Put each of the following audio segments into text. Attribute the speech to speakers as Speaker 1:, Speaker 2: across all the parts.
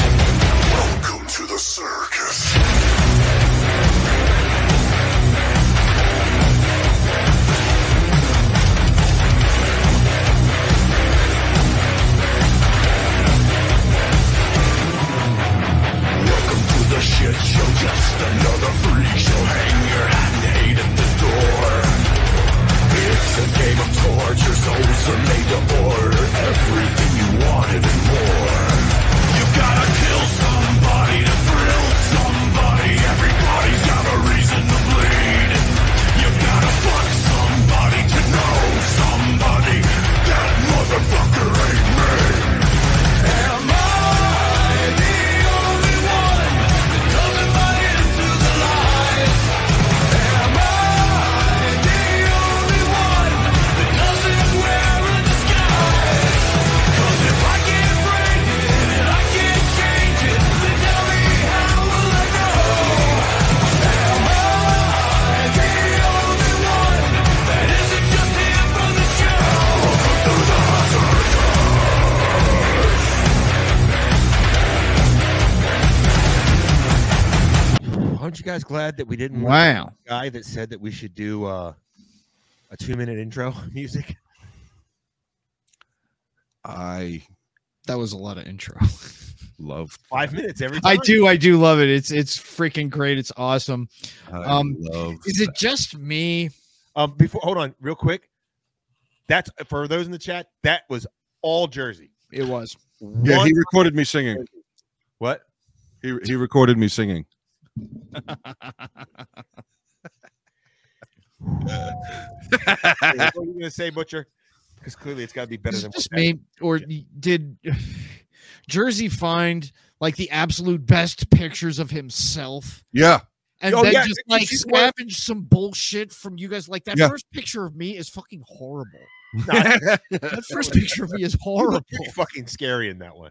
Speaker 1: Welcome to the circus. Welcome to the shit show. Just another freak show. Hang your hat and hate at the door. It's a game of torture. Souls are made to order. Everything you wanted and more. You gotta kill somebody to thrill somebody. Everybody's got a reason to bleed. You gotta fuck somebody to know somebody. That motherfucker ain't me. Am I the only one that doesn't buy into the lies? Am I the only one that doesn't wear a disguise? 'Cause if I can't break it and I can't change it, then tell me how will I know? Am I the only one that isn't just here for the show?
Speaker 2: Aren't you guys glad that we didn't? want the
Speaker 3: Wow.
Speaker 2: Guy that said that we should do uh, a two-minute intro music.
Speaker 3: I that was a lot of intro.
Speaker 4: Love.
Speaker 2: Five minutes every time.
Speaker 3: I do, I do love it. It's it's freaking great. It's awesome.
Speaker 4: I
Speaker 3: Um,
Speaker 4: love.
Speaker 3: Is it just me?
Speaker 2: Um, before hold on, real quick. That's for those in the chat. That was all Jersey.
Speaker 3: It was.
Speaker 4: Yeah,
Speaker 2: One-
Speaker 4: he recorded me singing.
Speaker 2: what?
Speaker 4: He he recorded me singing.
Speaker 2: Hey, what are you gonna say, Butcher? Because clearly it's got to be better
Speaker 3: Is
Speaker 2: than
Speaker 3: it
Speaker 2: what
Speaker 3: just
Speaker 2: that-
Speaker 3: me? Or y- did Jersey find like the absolute best pictures of himself?
Speaker 4: Yeah,
Speaker 3: And
Speaker 2: Oh,
Speaker 3: then
Speaker 2: yeah,
Speaker 3: just
Speaker 2: it-
Speaker 3: like
Speaker 2: it's worth-
Speaker 3: scavenge some bullshit from you guys. Like that
Speaker 4: Yeah.
Speaker 3: first picture of me is fucking horrible.
Speaker 2: No, I think
Speaker 3: That first picture of me is
Speaker 2: you
Speaker 3: horrible.
Speaker 2: look pretty fucking scary in that one.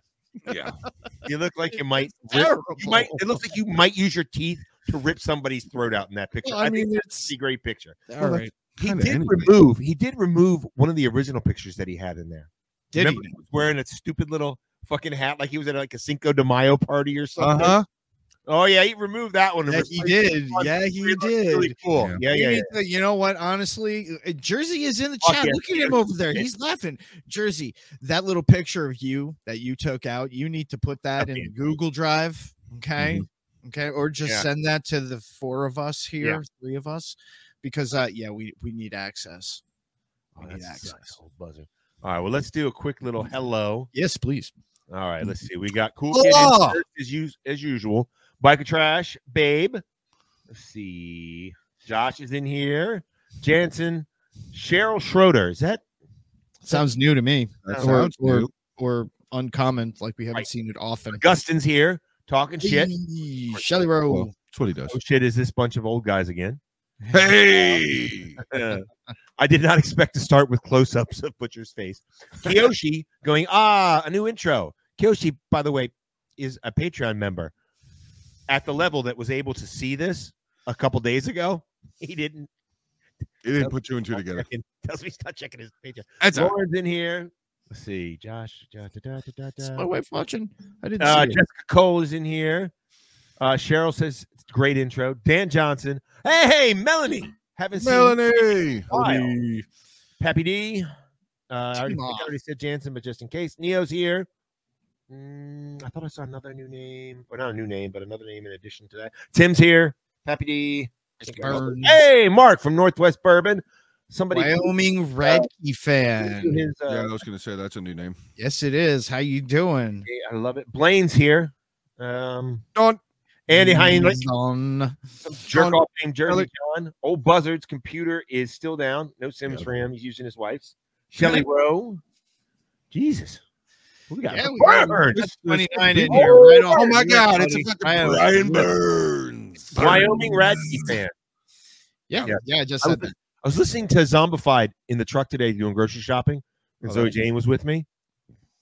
Speaker 4: yeah.
Speaker 2: You look like you might. Rip,
Speaker 3: Terrible.
Speaker 2: you might. It looks like you might use your teeth to rip somebody's throat out in that picture.
Speaker 3: Well,
Speaker 2: I,
Speaker 3: I mean,
Speaker 2: think
Speaker 3: it's-
Speaker 2: that's a great picture.
Speaker 3: All right.
Speaker 2: He
Speaker 4: Kinda
Speaker 2: did
Speaker 4: anything.
Speaker 2: remove. He did remove one of the original pictures that he had in there.
Speaker 3: Did he?
Speaker 2: Remember, he was wearing a stupid little fucking hat like he was at like a Cinco de Mayo party or
Speaker 4: Uh
Speaker 2: something.
Speaker 4: huh.
Speaker 2: Oh yeah, he removed that one. and
Speaker 3: Yeah, Uh-huh. he
Speaker 2: replaced it
Speaker 3: did.
Speaker 2: with one
Speaker 3: Yeah,
Speaker 2: that
Speaker 3: he
Speaker 2: looked
Speaker 3: did.
Speaker 2: Really cool. Yeah, yeah,
Speaker 3: We
Speaker 2: yeah.
Speaker 3: need to- you know what? Honestly, uh, Jersey is in the
Speaker 2: Fuck
Speaker 3: chat.
Speaker 2: yeah,
Speaker 3: Look at him over there. He's laughing. Jersey, that little picture of you that you took out, you need to put that
Speaker 2: Okay.
Speaker 3: in Google Drive. Okay. Okay. Or just
Speaker 2: Yeah.
Speaker 3: send that to the four of us here,
Speaker 2: Yeah.
Speaker 3: three of us, because, uh, yeah, we, we need access.
Speaker 2: Oh,
Speaker 3: We
Speaker 2: that
Speaker 3: need
Speaker 2: sucks.
Speaker 3: access.
Speaker 2: Old buzzer. All right, well, let's do a quick little hello.
Speaker 3: Yes, please.
Speaker 2: All right, let's see. We got cool kid in
Speaker 3: Hello.
Speaker 2: first as, us- as usual. Bike of trash, babe. Let's see. Josh is in here. Jansen, Cheryl Schroeder. Is that
Speaker 3: Sounds new to me
Speaker 4: That
Speaker 3: Or-
Speaker 4: sounds
Speaker 3: or-
Speaker 4: new.
Speaker 3: or uncommon. Like oh, we haven't
Speaker 2: Right.
Speaker 3: seen it often.
Speaker 2: Gustin's here talking shit?
Speaker 3: Eee, Shelly Rowe.
Speaker 4: Well, That's what he does.
Speaker 2: Oh shit! Is this bunch of old guys again?
Speaker 4: Hey.
Speaker 2: I did not expect to start with close ups of Butcher's face. Kiyoshi going, ah, a new intro. Kiyoshi, by the way, is a Patreon member at the level that was able to see this a couple days ago. He didn't.
Speaker 4: He didn't put two and two together.
Speaker 2: Fucking Tells me he's not checking his Patreon.
Speaker 4: That's all.
Speaker 2: Lauren's in here. Let's see. Josh. da- da- da- da-
Speaker 3: Is
Speaker 2: da.
Speaker 3: my wife watching? I didn't
Speaker 2: Uh,
Speaker 3: see it.
Speaker 2: Jessica Cole is in here. Uh, Cheryl says, great intro. Dan Johnson. Hey, hey, Melanie. Haven't seen you
Speaker 4: Melanie.
Speaker 2: Kyle. Pappy D. Uh, I already,
Speaker 3: Timo.
Speaker 2: think I already said Jansen, but just in case, Neo's here. Mm, I thought I saw another new name, or not a new name, but another name in addition to that. Tim's here. Pappy D. I think I also-
Speaker 3: Burns.
Speaker 2: Hey, Mark from Northwest Bourbon. Somebody
Speaker 3: Wyoming Redkey fan.
Speaker 2: his, uh,
Speaker 4: Yeah, I was gonna say that's a new name.
Speaker 3: Yes, it is. How you doing?
Speaker 2: I love it. Blaine's here. Um,
Speaker 4: Don.
Speaker 2: Andy
Speaker 3: Mm.
Speaker 2: Heinrich.
Speaker 3: Zon.
Speaker 2: some jerk
Speaker 3: John-
Speaker 2: off named Jersey
Speaker 4: Kelly-
Speaker 2: John. Old Buzzard's computer is still down. No Sims
Speaker 4: Yeah.
Speaker 2: for him. He's using his wife's. Shelly Rowe. Jesus. What we got?
Speaker 3: Yeah, we got
Speaker 2: Bird.
Speaker 3: That's
Speaker 4: This is
Speaker 3: 29 in
Speaker 4: big.
Speaker 3: here. Right off.
Speaker 4: Oh my God, it's a
Speaker 3: Right off.
Speaker 4: Brian Burns.
Speaker 2: Wyoming Radke fan.
Speaker 3: Yeah,
Speaker 2: Yeah.
Speaker 3: yeah, I just
Speaker 2: I
Speaker 3: said
Speaker 2: was-
Speaker 3: that.
Speaker 2: I was listening to Zombified in the truck today doing grocery shopping, and
Speaker 4: Oh,
Speaker 2: Zoe
Speaker 4: that's-
Speaker 2: Jane was with me,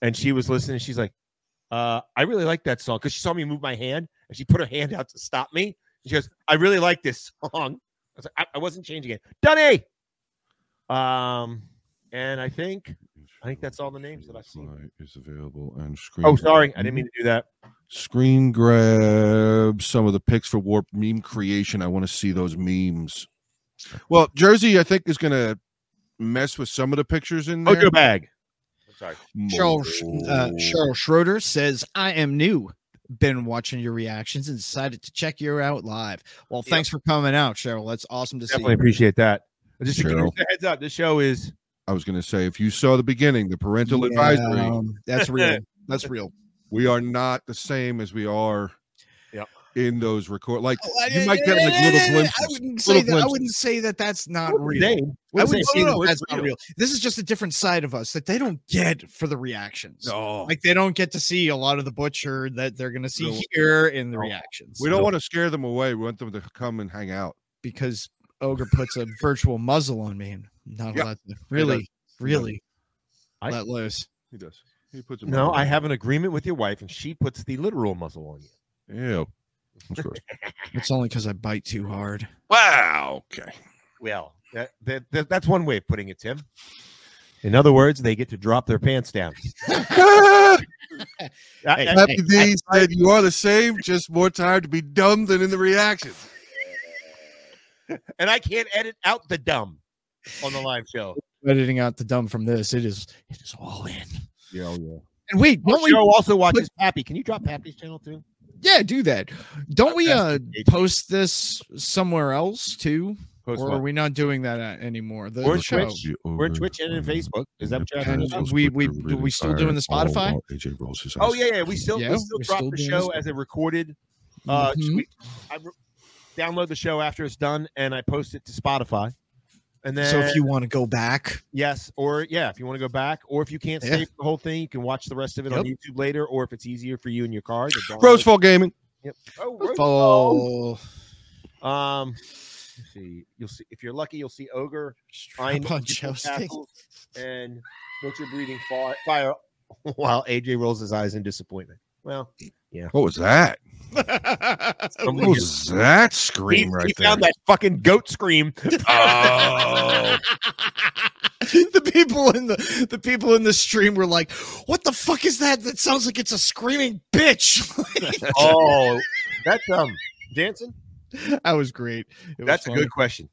Speaker 2: and she was listening. She's like, uh, "I really like that song" because she saw me move my hand, and she put her hand out to stop me. She goes, "I really like this song." I was like, "I, I wasn't changing it." Dunny. Um, And I think I think that's all the names that I've seen.
Speaker 4: Firefly Is available on screen.
Speaker 2: Oh, sorry, I didn't mean to do that.
Speaker 4: Screen grab some of the pics for Warp meme creation. I want to see those memes. Well, Jersey, I think is gonna mess with some of the pictures in there.
Speaker 2: Mojo bag. I'm sorry.
Speaker 3: Cheryl, Oh, Sh- uh, Cheryl Schroeder says, I am new. Been watching your reactions and decided to check you out live. Well,
Speaker 2: Yeah.
Speaker 3: thanks for coming out, Cheryl. That's awesome to
Speaker 2: Definitely appreciate that. Just to give you
Speaker 4: Cheryl.
Speaker 2: a heads up, this show is
Speaker 4: I was gonna say if you saw the beginning, the
Speaker 3: see.
Speaker 4: parental
Speaker 3: Yeah,
Speaker 4: advisory.
Speaker 3: um, that's real. That's real.
Speaker 4: We are not the same as we are.
Speaker 2: Yep.
Speaker 4: In those record, like you might get like little
Speaker 3: I
Speaker 4: glimpses.
Speaker 3: wouldn't say
Speaker 4: Little
Speaker 3: that. I
Speaker 4: glimpses.
Speaker 3: wouldn't say that. That's not
Speaker 2: What's his
Speaker 3: real.
Speaker 2: name?
Speaker 3: I
Speaker 2: What's
Speaker 3: wouldn't
Speaker 2: his
Speaker 3: say
Speaker 2: name?
Speaker 3: that
Speaker 2: What's
Speaker 3: that's not real. This is just a different side of us that they don't get for the reactions.
Speaker 2: No.
Speaker 3: Like they don't get to see a lot of the butcher that they're going to see
Speaker 4: No.
Speaker 3: here in the
Speaker 2: No.
Speaker 3: reactions.
Speaker 4: We don't want to scare them away. We want them to come and hang out.
Speaker 3: because ogre puts a virtual muzzle on me and not
Speaker 4: Yeah,
Speaker 3: allowed to really really
Speaker 2: I-
Speaker 3: let loose
Speaker 4: He does. He puts. them
Speaker 2: No,
Speaker 4: on.
Speaker 2: I have an agreement with your wife, and she puts the literal muzzle on you.
Speaker 4: Ew. Of course.
Speaker 3: it's only because i bite too hard
Speaker 4: wow. Okay.
Speaker 2: Well, that, that, that that's one way of putting it, Tim. In other words, they get to drop their pants down. I-
Speaker 3: Hey,
Speaker 2: I-
Speaker 4: Happy
Speaker 3: hey,
Speaker 4: D said you are the same, just more time to be dumb than in the reactions.
Speaker 2: and I can't edit out the dumb on the live show.
Speaker 3: editing out the dumb from this it is it is all in
Speaker 4: Yeah, oh, yeah.
Speaker 3: and wait
Speaker 2: Our
Speaker 3: don't we
Speaker 2: show also watches Pappy. Can you drop Pappy's channel too?
Speaker 3: yeah do that don't we
Speaker 2: Okay.
Speaker 3: uh post this somewhere else too
Speaker 2: Post
Speaker 3: or
Speaker 2: what?
Speaker 3: are we not doing that uh, anymore the
Speaker 2: We're
Speaker 3: the show.
Speaker 2: Twitch. We're Twitch and in Facebook. Is that what you're
Speaker 3: And
Speaker 2: asking about?
Speaker 3: we- we- do we still doing the Spotify?
Speaker 4: AJ rolls his
Speaker 2: Oh yeah, yeah. We still
Speaker 3: Yeah,
Speaker 2: we still
Speaker 3: we're
Speaker 2: drop
Speaker 3: still
Speaker 2: the
Speaker 3: doing
Speaker 2: show
Speaker 3: this.
Speaker 2: as a recorded. Uh,
Speaker 3: Mhm.
Speaker 2: we- I re- download the show after it's done, and I post it to Spotify. And then,
Speaker 3: so if you want to go back
Speaker 2: yes, or yeah, if you want to go back, or if you can't
Speaker 3: Yeah.
Speaker 2: save the whole thing, you can watch the rest of it on YouTube later, or if it's easier for you in your car. to download-
Speaker 4: Rosefall Gaming.
Speaker 2: Oh, Rose-
Speaker 3: follow
Speaker 2: Um, let's see, you'll see if you're lucky, you'll see ogre, I'm
Speaker 3: on jousting
Speaker 2: and butcher breathing fi- fire, while AJ rolls his eyes in disappointment. Well,
Speaker 4: What was that? What was that
Speaker 2: he,
Speaker 4: scream
Speaker 2: he
Speaker 4: right there?
Speaker 2: found that fucking goat scream.
Speaker 4: Oh,
Speaker 3: the people in the the people in the stream were like, "What the fuck is that? That sounds like it's a screaming bitch."
Speaker 2: oh, that's um, Jansen.
Speaker 3: that was great. It was
Speaker 2: That's a
Speaker 3: funny.
Speaker 2: good question.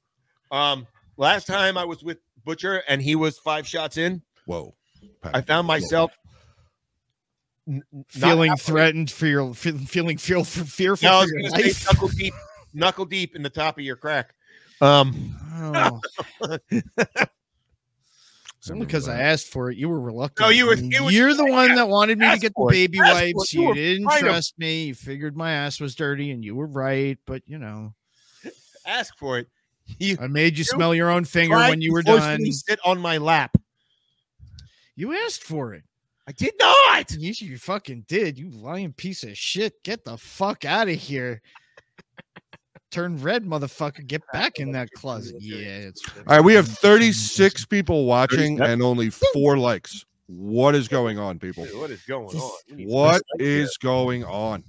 Speaker 2: Um, last time I was with Butcher and he was five shots in.
Speaker 4: whoa!
Speaker 2: I found myself n- n- not
Speaker 3: feeling
Speaker 2: halfway-
Speaker 3: threatened for your fe- feeling feel for fearful.
Speaker 2: No, I was
Speaker 3: for your
Speaker 2: gonna
Speaker 3: life.
Speaker 2: say knuckle deep, knuckle deep in the top of your crack. Um,
Speaker 3: Oh, it's only because I asked for it. You were reluctant.
Speaker 2: No, you were-
Speaker 3: And
Speaker 2: you were-
Speaker 3: You're the one that wanted me to
Speaker 2: asked
Speaker 3: get the
Speaker 2: for it.
Speaker 3: baby
Speaker 2: Asked for it.
Speaker 3: wipes.
Speaker 2: You
Speaker 3: You
Speaker 2: were
Speaker 3: didn't
Speaker 2: afraid of-
Speaker 3: trust me. You figured my ass was dirty, and you were right. But you know,
Speaker 2: ask for it. You
Speaker 3: I made you
Speaker 2: You
Speaker 3: smell your own finger
Speaker 2: tried
Speaker 3: when you
Speaker 2: to
Speaker 3: were
Speaker 2: forcefully
Speaker 3: done.
Speaker 2: Sit on my lap.
Speaker 3: You asked for it.
Speaker 2: I did not.
Speaker 3: You, you fucking did. You lying piece of shit. Get the fuck out of here. Turn red, motherfucker. Get back in that closet. Yeah, it's
Speaker 4: All right, we have 36 people watching
Speaker 2: 37.
Speaker 4: and only four likes. What is going on, people?
Speaker 2: Dude, what is going on? We need
Speaker 4: What
Speaker 2: to-
Speaker 4: is going on?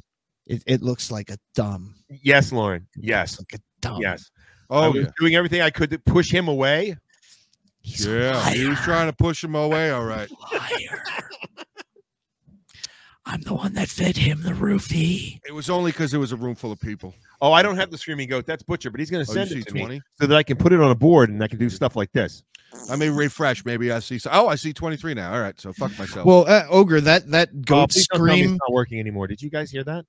Speaker 3: It, it looks like a dumb.
Speaker 2: Yes, Lauren.
Speaker 3: It
Speaker 2: Yes.
Speaker 3: looks like a dumb.
Speaker 2: Yes. I
Speaker 4: Oh,
Speaker 2: was
Speaker 4: yeah.
Speaker 2: doing everything I could to push him away.
Speaker 3: He's a
Speaker 4: Yeah, he was trying to push him away. All right.
Speaker 3: liar. I'm the one that fed him the roofie.
Speaker 4: It was only because it was a room full of people.
Speaker 2: Oh, I don't have the screaming goat. That's Butcher, but he's going to
Speaker 4: Oh, you
Speaker 2: send
Speaker 4: see
Speaker 2: it to me
Speaker 4: 20?
Speaker 2: so that I can put it on a board and I can do stuff like this.
Speaker 4: I may refresh. Maybe I see. Oh, I see 23 now. All right. So fuck myself.
Speaker 3: Well, uh, ogre, that that
Speaker 2: Oh,
Speaker 3: goat
Speaker 2: please don't tell me
Speaker 3: scream.
Speaker 2: It's not working anymore. Did you guys hear that?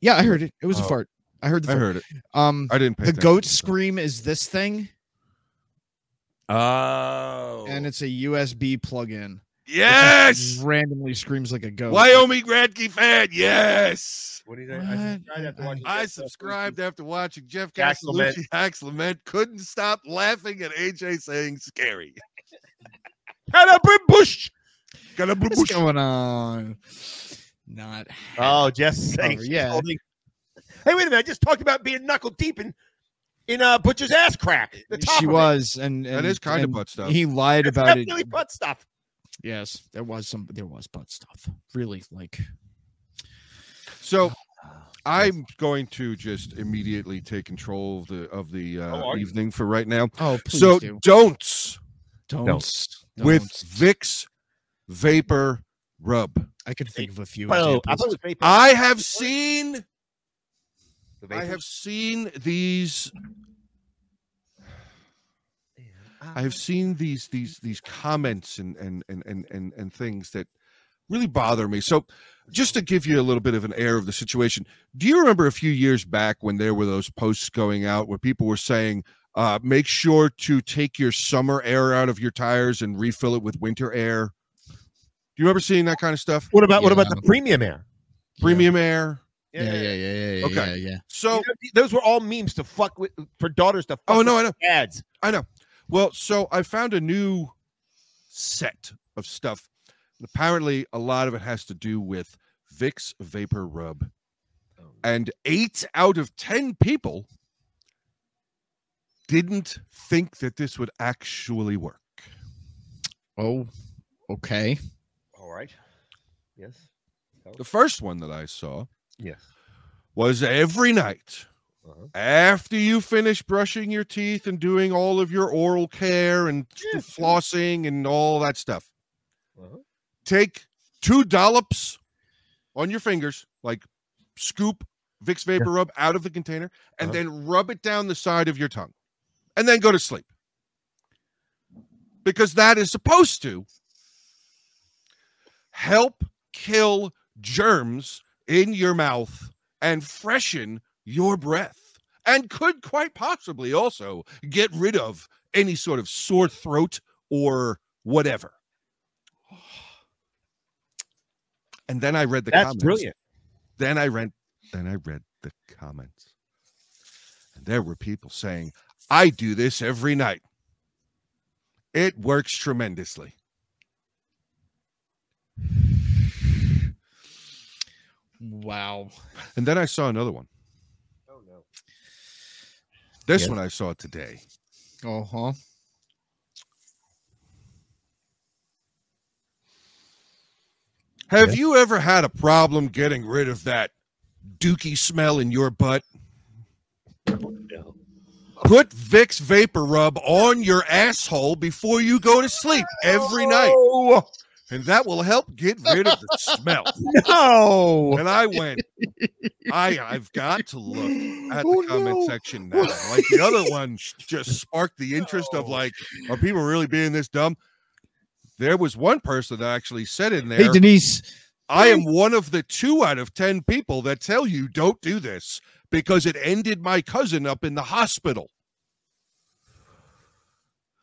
Speaker 3: Yeah, I heard it. It was a
Speaker 4: Oh.
Speaker 3: fart. I heard the
Speaker 4: I
Speaker 3: fart.
Speaker 4: heard it.
Speaker 3: Um,
Speaker 4: I didn't pay
Speaker 3: the
Speaker 4: attention.
Speaker 3: goat scream is this thing,
Speaker 4: Oh.
Speaker 3: and it's a USB plug-in. It just
Speaker 4: yes.
Speaker 3: randomly screams like a goat.
Speaker 2: oh,
Speaker 4: Wyoming Radke fan. Yes.
Speaker 2: What do you
Speaker 3: think? I What? subscribed after watching
Speaker 4: I subscribed after watching Jeff
Speaker 2: Jack Lament.
Speaker 4: Castellucci Hacks Lament. Couldn't stop laughing at AJ saying scary.
Speaker 2: Bush.
Speaker 4: Gotta boo-
Speaker 3: What's going on? Not.
Speaker 2: Oh, just
Speaker 3: Oh,
Speaker 2: saying. she's
Speaker 3: yeah.
Speaker 2: holding- Hey, wait a minute! I just talked about being knuckle deep in in uh, Butcher's ass crack. The top
Speaker 3: she
Speaker 2: of it.
Speaker 3: was, and, and
Speaker 4: That is kind of
Speaker 3: and
Speaker 4: butt stuff.
Speaker 3: He lied
Speaker 2: That's
Speaker 3: about it.
Speaker 2: definitely butt stuff.
Speaker 3: Yes, there was some. There was butt stuff. Really, like
Speaker 4: So I'm going to just immediately take control of the of the uh,
Speaker 2: are you?
Speaker 4: evening for right now.
Speaker 3: oh,
Speaker 4: so don'ts
Speaker 3: Don't.
Speaker 2: Don't.
Speaker 3: don't.
Speaker 4: with Vicks vapor rub.
Speaker 3: I could think of a few.
Speaker 2: Oh, I
Speaker 3: examples.
Speaker 2: thought it was vapors.
Speaker 4: I have seen
Speaker 2: The
Speaker 4: I
Speaker 2: vapors?
Speaker 4: have seen these I have seen these these these comments and and and and and, and things that really bother me. So just to give you a little bit of an air of the situation, do you remember a few years back when there were those posts going out where people were saying, uh, make sure to take your summer air out of your tires and refill it with winter air? Do you remember seeing that kind of stuff?
Speaker 2: What about what about
Speaker 3: Yeah.
Speaker 2: the premium air?
Speaker 4: Premium air.
Speaker 3: Yeah, yeah, yeah, yeah, yeah.
Speaker 4: Okay.
Speaker 3: yeah, yeah.
Speaker 2: You
Speaker 4: So
Speaker 2: know, th- those were all memes to fuck with for daughters to fuck
Speaker 4: oh no, I know.
Speaker 2: with dads.
Speaker 4: Well, so I found a new set of stuff. And apparently, a lot of it has to do with Vicks Vapor Rub.
Speaker 2: Oh,
Speaker 4: And eight out of 10 people didn't think that this would actually work.
Speaker 3: Oh, okay.
Speaker 2: All right. Yes. Oh,
Speaker 4: The first one that I saw
Speaker 2: Yes.
Speaker 4: was every night
Speaker 2: Uh-huh.
Speaker 4: after you finish brushing your teeth and doing all of your oral care and
Speaker 2: Yeah.
Speaker 4: flossing and all that stuff.
Speaker 2: Uh-huh.
Speaker 4: Take two dollops on your fingers, like scoop Vicks Vapor Rub out of the container, and
Speaker 2: Uh-huh.
Speaker 4: then rub it down the side of your tongue, and then go to sleep. Because that is supposed to help kill germs in your mouth and freshen your breath, and could quite possibly also get rid of any sort of sore throat or whatever. And then I read the
Speaker 2: That's
Speaker 4: comments.
Speaker 2: brilliant.
Speaker 4: Then I read then I read the comments. And there were people saying, "I do this every night. It works tremendously."
Speaker 3: Wow.
Speaker 4: And then I saw another one.
Speaker 2: Oh no.
Speaker 4: This
Speaker 2: Yeah.
Speaker 4: one I saw today.
Speaker 3: Uh huh.
Speaker 4: Have
Speaker 2: Yeah.
Speaker 4: you ever had a problem getting rid of that dookie smell in your butt?
Speaker 2: No.
Speaker 4: Put Vicks Vapor Rub on your asshole before you go to sleep every night,
Speaker 2: Oh.
Speaker 4: and that will help get rid of the smell.
Speaker 2: No.
Speaker 4: And I went, I I've got to look at the
Speaker 3: Oh,
Speaker 4: comment
Speaker 3: no.
Speaker 4: section now. Like the other one just sparked the interest of
Speaker 2: No.
Speaker 4: like, are people really being this dumb? There was one person that actually said in there,
Speaker 3: Hey, Denise.
Speaker 4: I am one of the two out of 10 people that tell you don't do this because it ended my cousin up in the hospital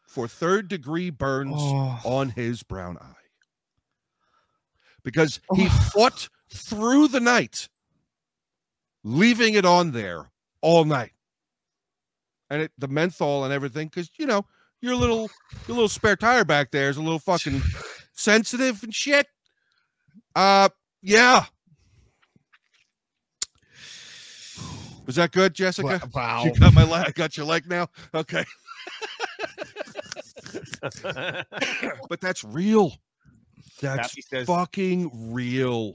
Speaker 4: for third degree burns
Speaker 3: Oh.
Speaker 4: on his brown eye because he fought through the night, leaving it on there all night. And it, the menthol and everything, because you know your little your little spare tire back there is a little fucking sensitive and shit. Uh, yeah. Was that good, Jessica?
Speaker 3: Wow.
Speaker 4: You got my leg. I got your leg now. Okay, but that's real. That's
Speaker 2: Happy says-
Speaker 4: fucking real.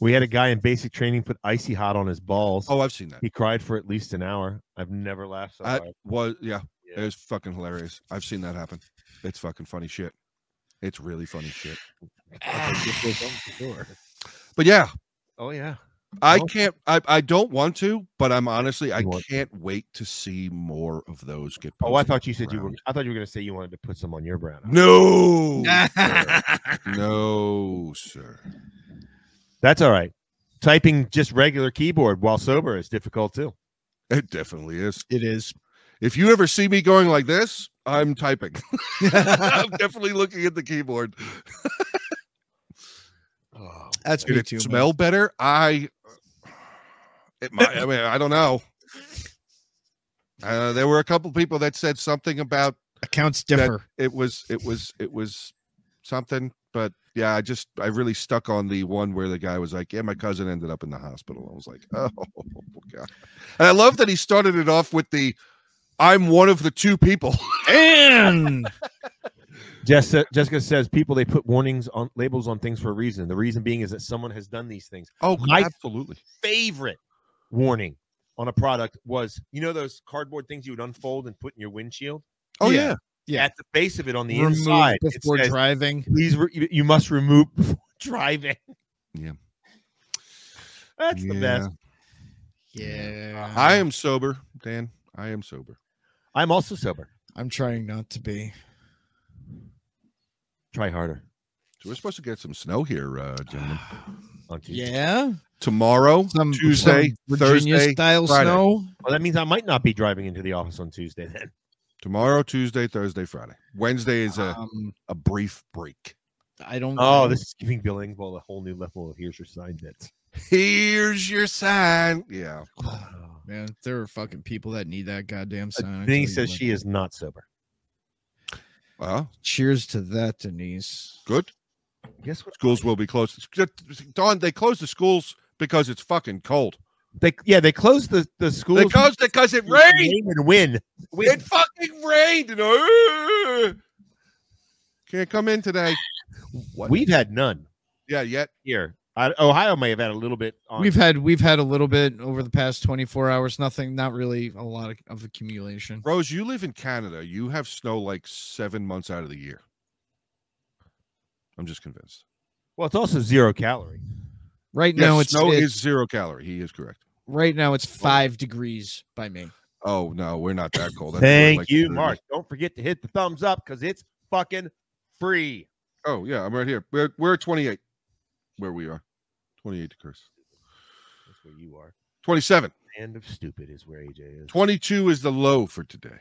Speaker 2: we had a guy in basic training put icy hot on his balls.
Speaker 4: Oh, I've seen that.
Speaker 2: He cried for at least an hour. I've never laughed so
Speaker 4: I
Speaker 2: hard.
Speaker 4: was yeah,
Speaker 2: Yeah.
Speaker 4: It was fucking hilarious. I've seen that happen. It's fucking funny shit. It's really funny shit. But yeah,
Speaker 2: Oh yeah.
Speaker 4: I
Speaker 2: Oh.
Speaker 4: can't. I I don't want to, but I'm honestly I
Speaker 2: You want-
Speaker 4: can't wait to see more of those get.
Speaker 2: Oh, I
Speaker 4: posted
Speaker 2: thought you said you were.
Speaker 4: around.
Speaker 2: I thought you were going to say you wanted to put some on your brown. eye.
Speaker 4: No, sir. no, sir.
Speaker 2: That's all right. Typing just regular keyboard while sober is difficult too.
Speaker 4: It definitely is.
Speaker 3: it is.
Speaker 4: If you ever see me going like this, I'm typing. I'm definitely looking at the keyboard.
Speaker 2: Oh,
Speaker 3: That's
Speaker 4: Did
Speaker 3: me
Speaker 4: it
Speaker 3: too. man.
Speaker 4: smell better? I it might I mean I don't know. Uh, there were a couple people that said something about
Speaker 3: Accounts differ.
Speaker 4: it was it was it was something, but yeah, I just I really stuck on the one where the guy was like, "Yeah, my cousin ended up in the hospital." I was like, "Oh god," and I love that he started it off with the "I'm one of the two people."
Speaker 3: And
Speaker 2: Jess, Jessica says people they put warnings on labels on things for a reason. The reason being is that someone has done these things.
Speaker 4: Oh,
Speaker 2: My-
Speaker 4: absolutely.
Speaker 2: Favorite warning on a product was you know those cardboard things you would unfold and put in your windshield.
Speaker 4: Oh yeah.
Speaker 3: Yeah. Yeah.
Speaker 2: At the base of it on the
Speaker 3: Remove
Speaker 2: inside, it
Speaker 3: before
Speaker 2: says,
Speaker 3: driving.
Speaker 2: please re- you- you must remove before driving.
Speaker 4: Yeah.
Speaker 2: That's the best.
Speaker 3: Yeah.
Speaker 4: I am sober, Dan. I am sober.
Speaker 2: I'm also sober.
Speaker 3: I'm trying not to be.
Speaker 2: Try harder.
Speaker 4: So we're supposed to get some snow here, uh, gentlemen.
Speaker 2: On Tuesday.
Speaker 3: Yeah.
Speaker 4: Tomorrow,
Speaker 3: Some
Speaker 4: Tuesday,
Speaker 3: some Virginia
Speaker 4: Thursday,
Speaker 3: style
Speaker 4: Friday.
Speaker 3: snow.
Speaker 2: Well, that means I might not be driving into the office on Tuesday then.
Speaker 4: tomorrow, Tuesday, Thursday, Friday. Wednesday is a,
Speaker 3: Um,
Speaker 4: a brief break.
Speaker 3: I don't.
Speaker 2: Oh, this is giving Bill Engvall a whole new level of here's your sign bits.
Speaker 4: Here's your sign. Yeah.
Speaker 3: man, there are fucking people that need that goddamn sign.
Speaker 2: Denise
Speaker 3: I tell you
Speaker 2: says
Speaker 3: what.
Speaker 2: she is not sober.
Speaker 4: Well,
Speaker 3: Cheers to that, Denise.
Speaker 4: good.
Speaker 2: Guess what?
Speaker 4: Schools will be closed. Don, they closed the schools because it's fucking cold.
Speaker 2: They yeah, they closed the the school
Speaker 4: They closed it because it rained.
Speaker 2: and win.
Speaker 4: It fucking rained. And, uh, can't come in today. What?
Speaker 2: We've had none
Speaker 4: yeah, yet.
Speaker 2: here. I, Ohio may have had a little bit. On,
Speaker 3: We've had we've had a little bit over the past 24 hours. Nothing, not really a lot of, of accumulation.
Speaker 4: Rose, you live in Canada. You have snow like seven months out of the year. I'm just convinced.
Speaker 2: well, it's also zero calorie.
Speaker 3: Right
Speaker 4: Yes,
Speaker 3: now, it's,
Speaker 4: snow
Speaker 3: it's
Speaker 4: is zero calorie. He is correct.
Speaker 3: right now it's five degrees by me.
Speaker 4: Oh no, we're not that cold. That's more
Speaker 2: Thank
Speaker 4: like
Speaker 2: you,
Speaker 4: 30.
Speaker 2: Mark. Don't forget to hit the thumbs up because it's fucking free.
Speaker 4: Oh yeah, I'm right here. We're we're at 28, where we are. 28 degrees.
Speaker 2: That's where you are.
Speaker 4: 27.
Speaker 2: Land of stupid is where AJ is.
Speaker 4: 22 is the low for today.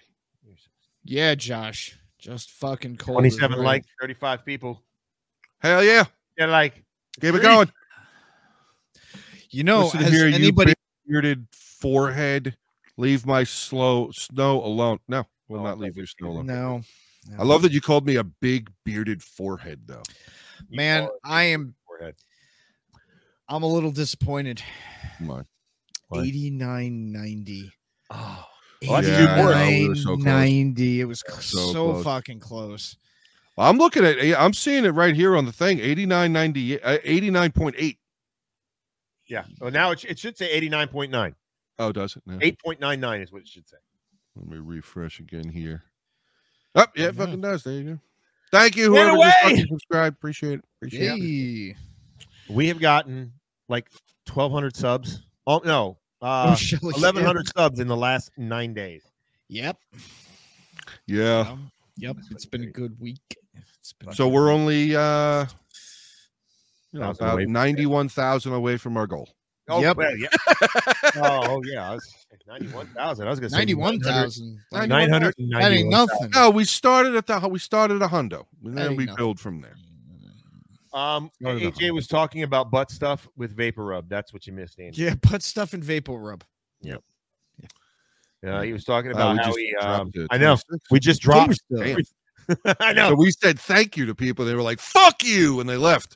Speaker 3: Yeah, Josh, just fucking cold. as
Speaker 2: Twenty-seven
Speaker 3: rain.
Speaker 2: likes, thirty-five people.
Speaker 4: Hell yeah,
Speaker 2: They're like,
Speaker 4: keep it
Speaker 2: Free.
Speaker 4: going.
Speaker 3: You know,
Speaker 4: Listen
Speaker 3: has
Speaker 4: here, you
Speaker 3: anybody?
Speaker 4: big bearded forehead. Leave my slow snow alone. No, will
Speaker 2: Oh, I
Speaker 4: not
Speaker 2: thought
Speaker 4: leave
Speaker 2: you
Speaker 4: your snow alone.
Speaker 2: said-
Speaker 3: no,
Speaker 4: I love that you called me a big bearded forehead, though.
Speaker 2: you
Speaker 3: man.
Speaker 2: call it
Speaker 3: I am.
Speaker 2: forehead.
Speaker 3: I'm a little disappointed.
Speaker 4: Come on.
Speaker 2: Why?
Speaker 3: 89, 90.
Speaker 2: Oh,
Speaker 4: Well, that's
Speaker 2: even worse.
Speaker 4: Oh, we were so close.
Speaker 3: 90. It was cl-
Speaker 4: so
Speaker 3: so,
Speaker 4: close.
Speaker 3: fucking close.
Speaker 4: Well, I'm looking at. I'm seeing it right here on the thing. 89.90, uh, 89.8.
Speaker 2: yeah. Well, now it, sh- it should say eighty-nine point nine.
Speaker 4: Oh, does it? No.
Speaker 2: Eight point nine nine is what it should say.
Speaker 4: Let me refresh again here. Oh, yeah, it
Speaker 3: Yeah.
Speaker 4: fucking does. There you go. Thank you.
Speaker 2: Get
Speaker 4: Whoever just
Speaker 2: away!
Speaker 4: fucking subscribed. Appreciate it. Appreciate it.
Speaker 3: Hey.
Speaker 2: We have gotten like twelve hundred subs. Oh no,
Speaker 3: Oh,
Speaker 2: uh,
Speaker 3: Shelly, yeah.
Speaker 2: eleven hundred subs in the last nine days.
Speaker 3: Yep.
Speaker 4: Yeah.
Speaker 3: Um, yep. It's been a good week. It's been a
Speaker 4: So
Speaker 3: good
Speaker 4: we're
Speaker 3: week.
Speaker 4: only uh you know,
Speaker 2: Thousand
Speaker 4: about
Speaker 2: away from-
Speaker 4: ninety-one thousand away from our goal.
Speaker 2: Oh,
Speaker 3: Yep.
Speaker 2: well, yeah. oh, oh, yeah. I was ninety-one thousand. I was gonna say
Speaker 3: 91,000.
Speaker 4: 91,000.
Speaker 3: Like,
Speaker 2: Nine hundred.
Speaker 3: That ain't nothing.
Speaker 4: No, we started at the we started a hundo, and
Speaker 3: That
Speaker 4: then
Speaker 3: ain't
Speaker 4: we
Speaker 3: nothing.
Speaker 4: build from there.
Speaker 2: Um,
Speaker 4: No, no, no.
Speaker 2: AJ was talking about butt stuff with vapor rub. That's what you missed, Andy.
Speaker 3: Yeah, put stuff in vapor rub.
Speaker 2: Uh, he was talking
Speaker 4: Uh,
Speaker 2: about
Speaker 4: we
Speaker 2: how
Speaker 4: just
Speaker 2: he.
Speaker 4: dropped
Speaker 2: Um,
Speaker 4: it to
Speaker 2: I know.
Speaker 4: 26.
Speaker 2: We just dropped.
Speaker 3: Gamer stuff.
Speaker 4: Damn.
Speaker 2: I
Speaker 4: So
Speaker 2: know.
Speaker 4: we said thank you to people. They were like, "Fuck you," and they left.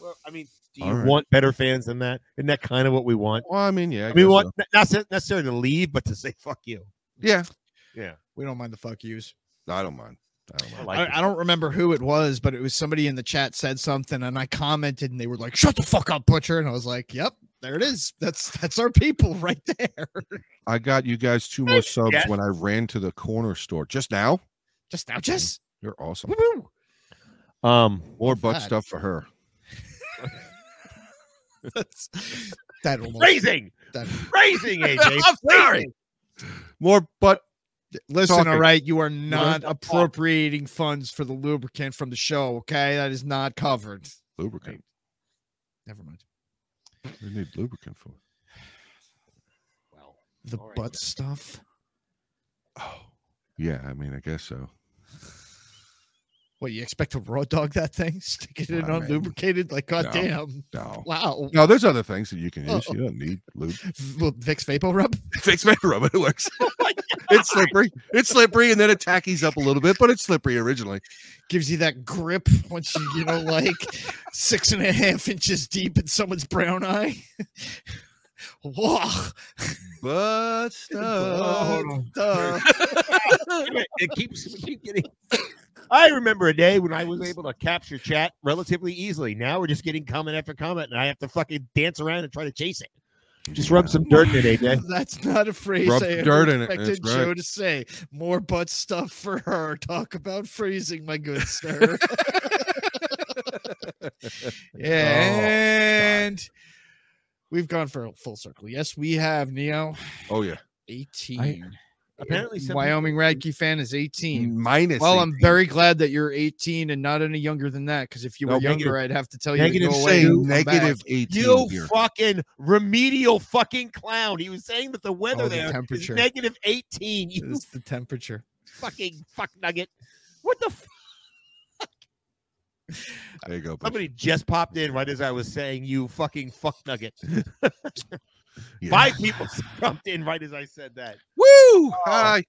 Speaker 2: Well, I mean, do
Speaker 4: All
Speaker 2: you
Speaker 4: right.
Speaker 2: want better fans than that? Isn't that kind of what we want?
Speaker 4: Well, I mean, yeah, I
Speaker 2: we
Speaker 4: guess
Speaker 2: want
Speaker 4: so.
Speaker 2: not necessar- necessarily to leave, but to say fuck you.
Speaker 4: yeah.
Speaker 2: Yeah.
Speaker 3: We don't mind the fuck yous.
Speaker 4: I don't mind. I don't
Speaker 2: I
Speaker 4: mind.
Speaker 2: like it.
Speaker 3: I, I don't remember who it was, but it was somebody in the chat said something, and I commented, and they were like, "Shut the fuck up, butcher!" And I was like, "Yep, there it is. That's that's our people right there."
Speaker 4: I got you guys two more subs
Speaker 2: Jess.
Speaker 4: when I ran to the corner store just now.
Speaker 3: Just now, just
Speaker 4: You're awesome.
Speaker 3: woo
Speaker 2: Um,
Speaker 4: More butt
Speaker 3: that?
Speaker 4: stuff for her.
Speaker 3: That's that almost.
Speaker 2: raising,
Speaker 3: That,
Speaker 2: raising AJ.
Speaker 4: I'm sorry.
Speaker 2: raising.
Speaker 4: More butt.
Speaker 3: listen,
Speaker 4: Talking.
Speaker 3: all right, you are
Speaker 2: What
Speaker 3: not
Speaker 2: the fuck?
Speaker 3: appropriating funds for the lubricant from the show. Okay, that is not covered.
Speaker 4: lubricant.
Speaker 3: Never mind.
Speaker 4: We need lubricant for. it.
Speaker 2: Well,
Speaker 3: The
Speaker 2: All right,
Speaker 3: butt
Speaker 2: guys.
Speaker 3: stuff.
Speaker 4: Oh, yeah. I mean, I guess so.
Speaker 3: What you expect to raw dog that thing? Stick it in
Speaker 4: I mean,
Speaker 3: unlubricated? Like,
Speaker 4: no.
Speaker 3: goddamn!
Speaker 4: No.
Speaker 3: Wow.
Speaker 4: No, there's other things that you can
Speaker 3: Oh.
Speaker 4: use. You don't need lube.
Speaker 3: Well, Vicks Vapor Rub.
Speaker 4: Fix my rub. It works. it's slippery. It's slippery, and then it tackies up a little bit, but it's slippery originally.
Speaker 3: gives you that grip once you you know like six and a half inches deep in someone's brown eye. Whoa!
Speaker 4: But
Speaker 3: Oh. Duh.
Speaker 2: it keeps, it keeps getting. I remember a day when I was able to capture chat relatively easily. Now we're just getting comment after comment, and I have to fucking dance around and try to chase it. Just rub some dirt in it, AJ.
Speaker 3: That's not a phrase
Speaker 4: Rub
Speaker 3: I
Speaker 4: the
Speaker 3: ever
Speaker 4: dirt in it,
Speaker 3: expected
Speaker 4: that's right.
Speaker 3: Joe to say. More butt stuff for her. Talk about freezing, my good sir. and we've gone for a full circle. Yes, we have Neo
Speaker 4: Oh yeah,
Speaker 3: 18.
Speaker 2: Apparently, some
Speaker 3: Wyoming Radke fan is 18.
Speaker 4: minus.
Speaker 3: Well,
Speaker 4: 18.
Speaker 3: I'm very glad that you're 18 and not any younger than that. Because if you
Speaker 2: No,
Speaker 3: were
Speaker 2: negative-
Speaker 3: younger, I'd have to tell you to
Speaker 4: negative
Speaker 3: go away.
Speaker 4: say
Speaker 3: and come back.
Speaker 4: negative eighteen
Speaker 2: You
Speaker 4: here.
Speaker 2: fucking remedial fucking clown. He was saying that the weather
Speaker 3: Oh, the
Speaker 2: there is
Speaker 3: temperature.
Speaker 2: negative 18. You
Speaker 3: It's the temperature.
Speaker 2: fucking fuck nugget. What the f-
Speaker 4: There you go. Bush.
Speaker 2: Somebody just popped in right as I was saying you fucking fuck nugget.
Speaker 4: Yeah.
Speaker 2: Five people popped in right as I said that.
Speaker 4: Woo! Hi.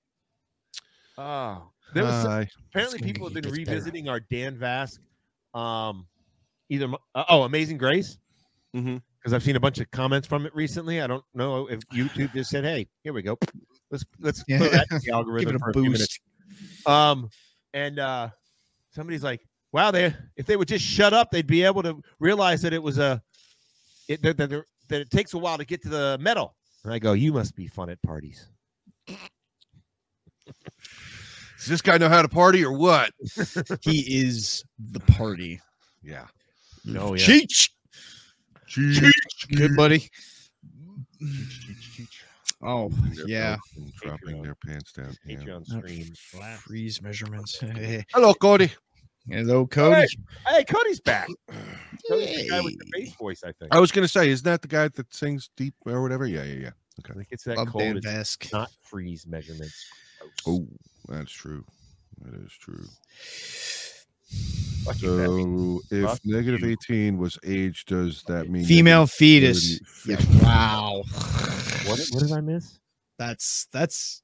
Speaker 2: Oh. There was some-
Speaker 4: Hi.
Speaker 2: apparently
Speaker 3: gonna
Speaker 2: people have
Speaker 3: get-
Speaker 2: been
Speaker 3: gets better.
Speaker 2: revisiting our Dan Vask um either mo- uh, oh, Amazing Grace.
Speaker 3: Mm-hmm.
Speaker 4: Mhm.
Speaker 2: Because I've seen a bunch of comments from it recently. I don't know if YouTube just said, "Hey, here we go. Let's let's
Speaker 3: Yeah.
Speaker 2: throw that in the
Speaker 3: Give
Speaker 2: algorithm
Speaker 3: it
Speaker 2: for
Speaker 3: a
Speaker 2: a few minutes."
Speaker 3: boost.
Speaker 2: Um, and uh, somebody's like, "Wow, they if they would just shut up, they'd be able to realize that it was a it, that, that, that it takes a while to get to the medal." And I go, "You must be fun at parties."
Speaker 4: Does this guy know how to party or what?
Speaker 3: He is the party.
Speaker 4: Yeah.
Speaker 2: No,
Speaker 3: Cheech.
Speaker 4: Cheech.
Speaker 3: Good buddy. Oh,
Speaker 4: Their
Speaker 3: yeah.
Speaker 4: belts and Dropping
Speaker 2: Patreon.
Speaker 4: their pants down. Yeah.
Speaker 2: Patreon
Speaker 3: Not
Speaker 2: stream. Laugh.
Speaker 3: Freeze measurements.
Speaker 4: Hello, Cody.
Speaker 3: Hello, Cody.
Speaker 2: Hey, Cody's back. Cody's the guy with the bass voice, I think.
Speaker 4: I was gonna say, isn't that the guy that sings deep or whatever? Yeah, yeah, yeah.
Speaker 2: I think it's that
Speaker 3: Love
Speaker 2: cold.
Speaker 3: Dan
Speaker 2: It's
Speaker 3: Vesk.
Speaker 2: not freeze measurements. Gross.
Speaker 4: Oh, that's true. That is true.
Speaker 2: Fuck you, Matt.
Speaker 4: So, if
Speaker 2: Fuck
Speaker 4: negative
Speaker 2: you.
Speaker 4: eighteen was age, does that mean
Speaker 3: Female
Speaker 4: negative
Speaker 3: fetus.
Speaker 4: 30?
Speaker 3: Yeah, wow.
Speaker 2: what, what did I miss?
Speaker 3: That's that's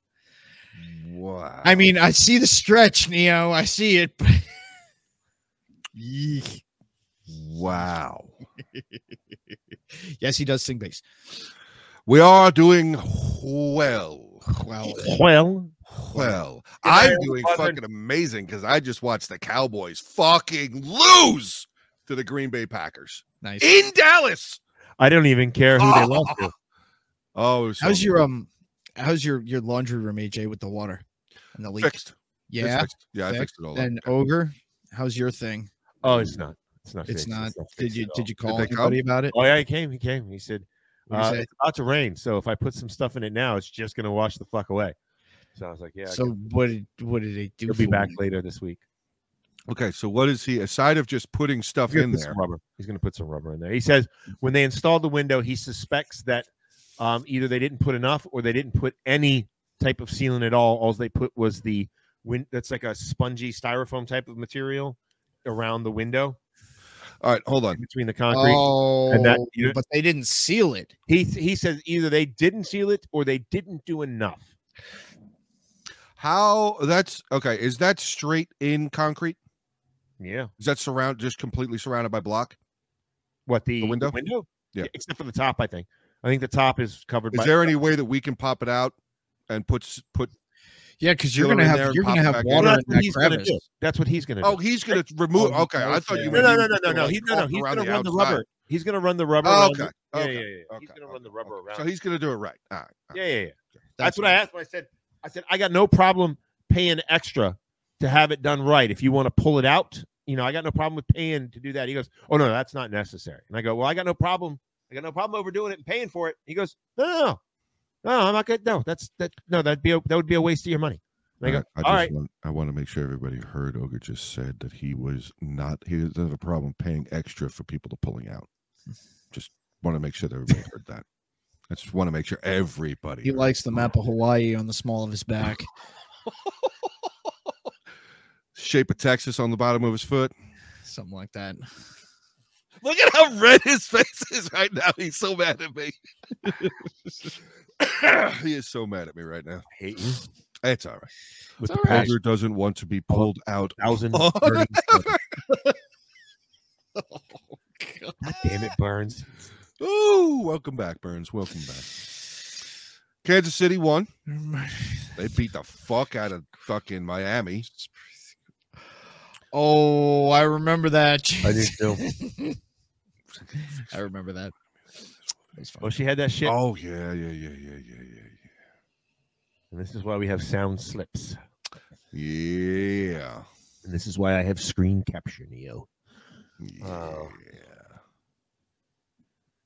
Speaker 4: Wow.
Speaker 3: I mean, I see the stretch, Neo. I see it. but- Yeek.
Speaker 4: wow.
Speaker 3: yes, he does sing bass.
Speaker 4: We are doing well.
Speaker 3: Wow.
Speaker 2: Well,
Speaker 4: Well,
Speaker 2: Yeah,
Speaker 4: I'm
Speaker 2: Aaron
Speaker 4: doing
Speaker 2: Rodgers-
Speaker 4: fucking amazing because I just watched the Cowboys fucking lose to the Green Bay Packers
Speaker 3: Nice.
Speaker 4: in Dallas.
Speaker 2: I don't even care who they lost to.
Speaker 4: Oh, it was so
Speaker 3: How's your
Speaker 4: good.
Speaker 3: um how's your your laundry room, AJ, with the water and the leak?
Speaker 4: fixed? It's
Speaker 3: Yeah.
Speaker 4: fixed. yeah, I
Speaker 3: fixed.
Speaker 4: fixed it all. up.
Speaker 2: uh,
Speaker 3: And ogre, how's your thing?
Speaker 2: Oh, it's not. It's not.
Speaker 3: It's
Speaker 2: fixed.
Speaker 3: not-
Speaker 2: fixed
Speaker 3: Did you
Speaker 2: at all.
Speaker 3: did you call
Speaker 4: they come?
Speaker 3: anybody about it?
Speaker 2: Oh yeah, he came. He came. He said
Speaker 3: What'd he
Speaker 2: uh,
Speaker 3: say?
Speaker 2: it's about to rain, so if I put some stuff in it now, it's just gonna wash the fuck away. So I was like, yeah,
Speaker 3: so what did what did they do?
Speaker 2: he'll be
Speaker 3: for
Speaker 2: back
Speaker 3: you?
Speaker 2: later this week.
Speaker 4: Okay, so what is he aside of just putting stuff
Speaker 2: He's gonna
Speaker 4: in
Speaker 2: put
Speaker 4: there?
Speaker 2: some rubber. He's gonna put some rubber in there. He says when they installed the window, he suspects that um, either they didn't put enough or they didn't put any type of sealant at all. All they put was the win. That's like a spongy styrofoam type of material around the window
Speaker 4: All right, hold on.
Speaker 2: between the concrete. and that-
Speaker 3: Oh,
Speaker 2: you-
Speaker 3: but they didn't seal it.
Speaker 2: He he says either they didn't seal it or they didn't do enough.
Speaker 4: How that's okay? Is that straight in concrete?
Speaker 2: Yeah.
Speaker 4: Is that surround just completely surrounded by block?
Speaker 2: What the,
Speaker 4: window?
Speaker 2: window?
Speaker 4: Yeah.
Speaker 2: Except for the top, I think. I think the top is covered.
Speaker 4: Is
Speaker 2: by,
Speaker 4: there any way that we can pop it out and put s- put?
Speaker 3: Yeah, because you're
Speaker 4: Seal it
Speaker 3: gonna
Speaker 4: in
Speaker 3: have
Speaker 4: there and
Speaker 3: you're
Speaker 4: pop
Speaker 3: gonna
Speaker 4: it
Speaker 3: have
Speaker 4: back in.
Speaker 2: Well,
Speaker 3: water in
Speaker 2: that's, what
Speaker 3: that
Speaker 2: he's gonna
Speaker 3: crevice.
Speaker 2: do. that's what he's going to
Speaker 4: Oh,
Speaker 2: do.
Speaker 4: he's gonna remove.
Speaker 3: Oh,
Speaker 4: Okay, I thought
Speaker 3: okay.
Speaker 4: you.
Speaker 2: No,
Speaker 4: meant
Speaker 2: no,
Speaker 4: he
Speaker 2: no,
Speaker 4: was
Speaker 2: no, no,
Speaker 4: gonna,
Speaker 2: no.
Speaker 4: like,
Speaker 2: He's no, no.
Speaker 4: walk
Speaker 2: He's
Speaker 4: around
Speaker 2: going to run the
Speaker 4: outside.
Speaker 2: rubber. He's going to run the rubber.
Speaker 4: Oh,
Speaker 2: around the-
Speaker 4: okay.
Speaker 2: Yeah,
Speaker 4: okay.
Speaker 2: yeah, yeah. yeah. He's
Speaker 4: okay,
Speaker 2: going to
Speaker 4: okay,
Speaker 2: run the rubber
Speaker 4: okay.
Speaker 2: around.
Speaker 4: So he's gonna do it right. All right. all right.
Speaker 2: yeah, yeah, yeah. That's, what I asked. Him. I said, I said, I got no problem paying extra to have it done right. If you want to pull it out, you know, I got no problem with paying to do that. He goes, Oh no, that's not necessary. And I go, Well, I got no problem. I got no problem overdoing it and paying for it. He goes, No, no, no, no, I'm not good. No, that's that. No, that'd be a, that would be a waste of your money. And I go,
Speaker 4: I,
Speaker 2: All
Speaker 4: just
Speaker 2: right.
Speaker 4: Want, I want to make sure everybody heard Ogre just said that he was not, he doesn't have a problem paying extra for people to pulling out. Just want to make sure that everybody heard that. I just want to make sure everybody.
Speaker 3: He
Speaker 4: heard
Speaker 3: likes the map of Hawaii on the small of his back.
Speaker 4: it. Shape of Texas on the bottom of his foot.
Speaker 3: Something like that.
Speaker 4: Look at how red his face is right now. He's so mad at me. he is so mad at me right now.
Speaker 2: hate you
Speaker 4: It's all right.
Speaker 2: with
Speaker 3: all
Speaker 2: the
Speaker 3: right.
Speaker 4: Ogre doesn't want to be pulled out.
Speaker 2: thousand.
Speaker 4: Oh,
Speaker 2: burning sweat. God damn it, Burns.
Speaker 4: Ooh, welcome back, Burns. Welcome back. Kansas City won. They beat the fuck out of fucking Miami.
Speaker 3: Oh, I remember that.
Speaker 2: I do too.
Speaker 3: I remember that. It was fun.
Speaker 2: Well, she had that shit,
Speaker 4: Oh yeah, yeah, yeah, yeah, yeah, yeah,
Speaker 2: and this is why we have sound slips,
Speaker 4: yeah. Yeah.
Speaker 2: and this is why I have screen capture, Neo.
Speaker 4: Yeah.
Speaker 2: Oh.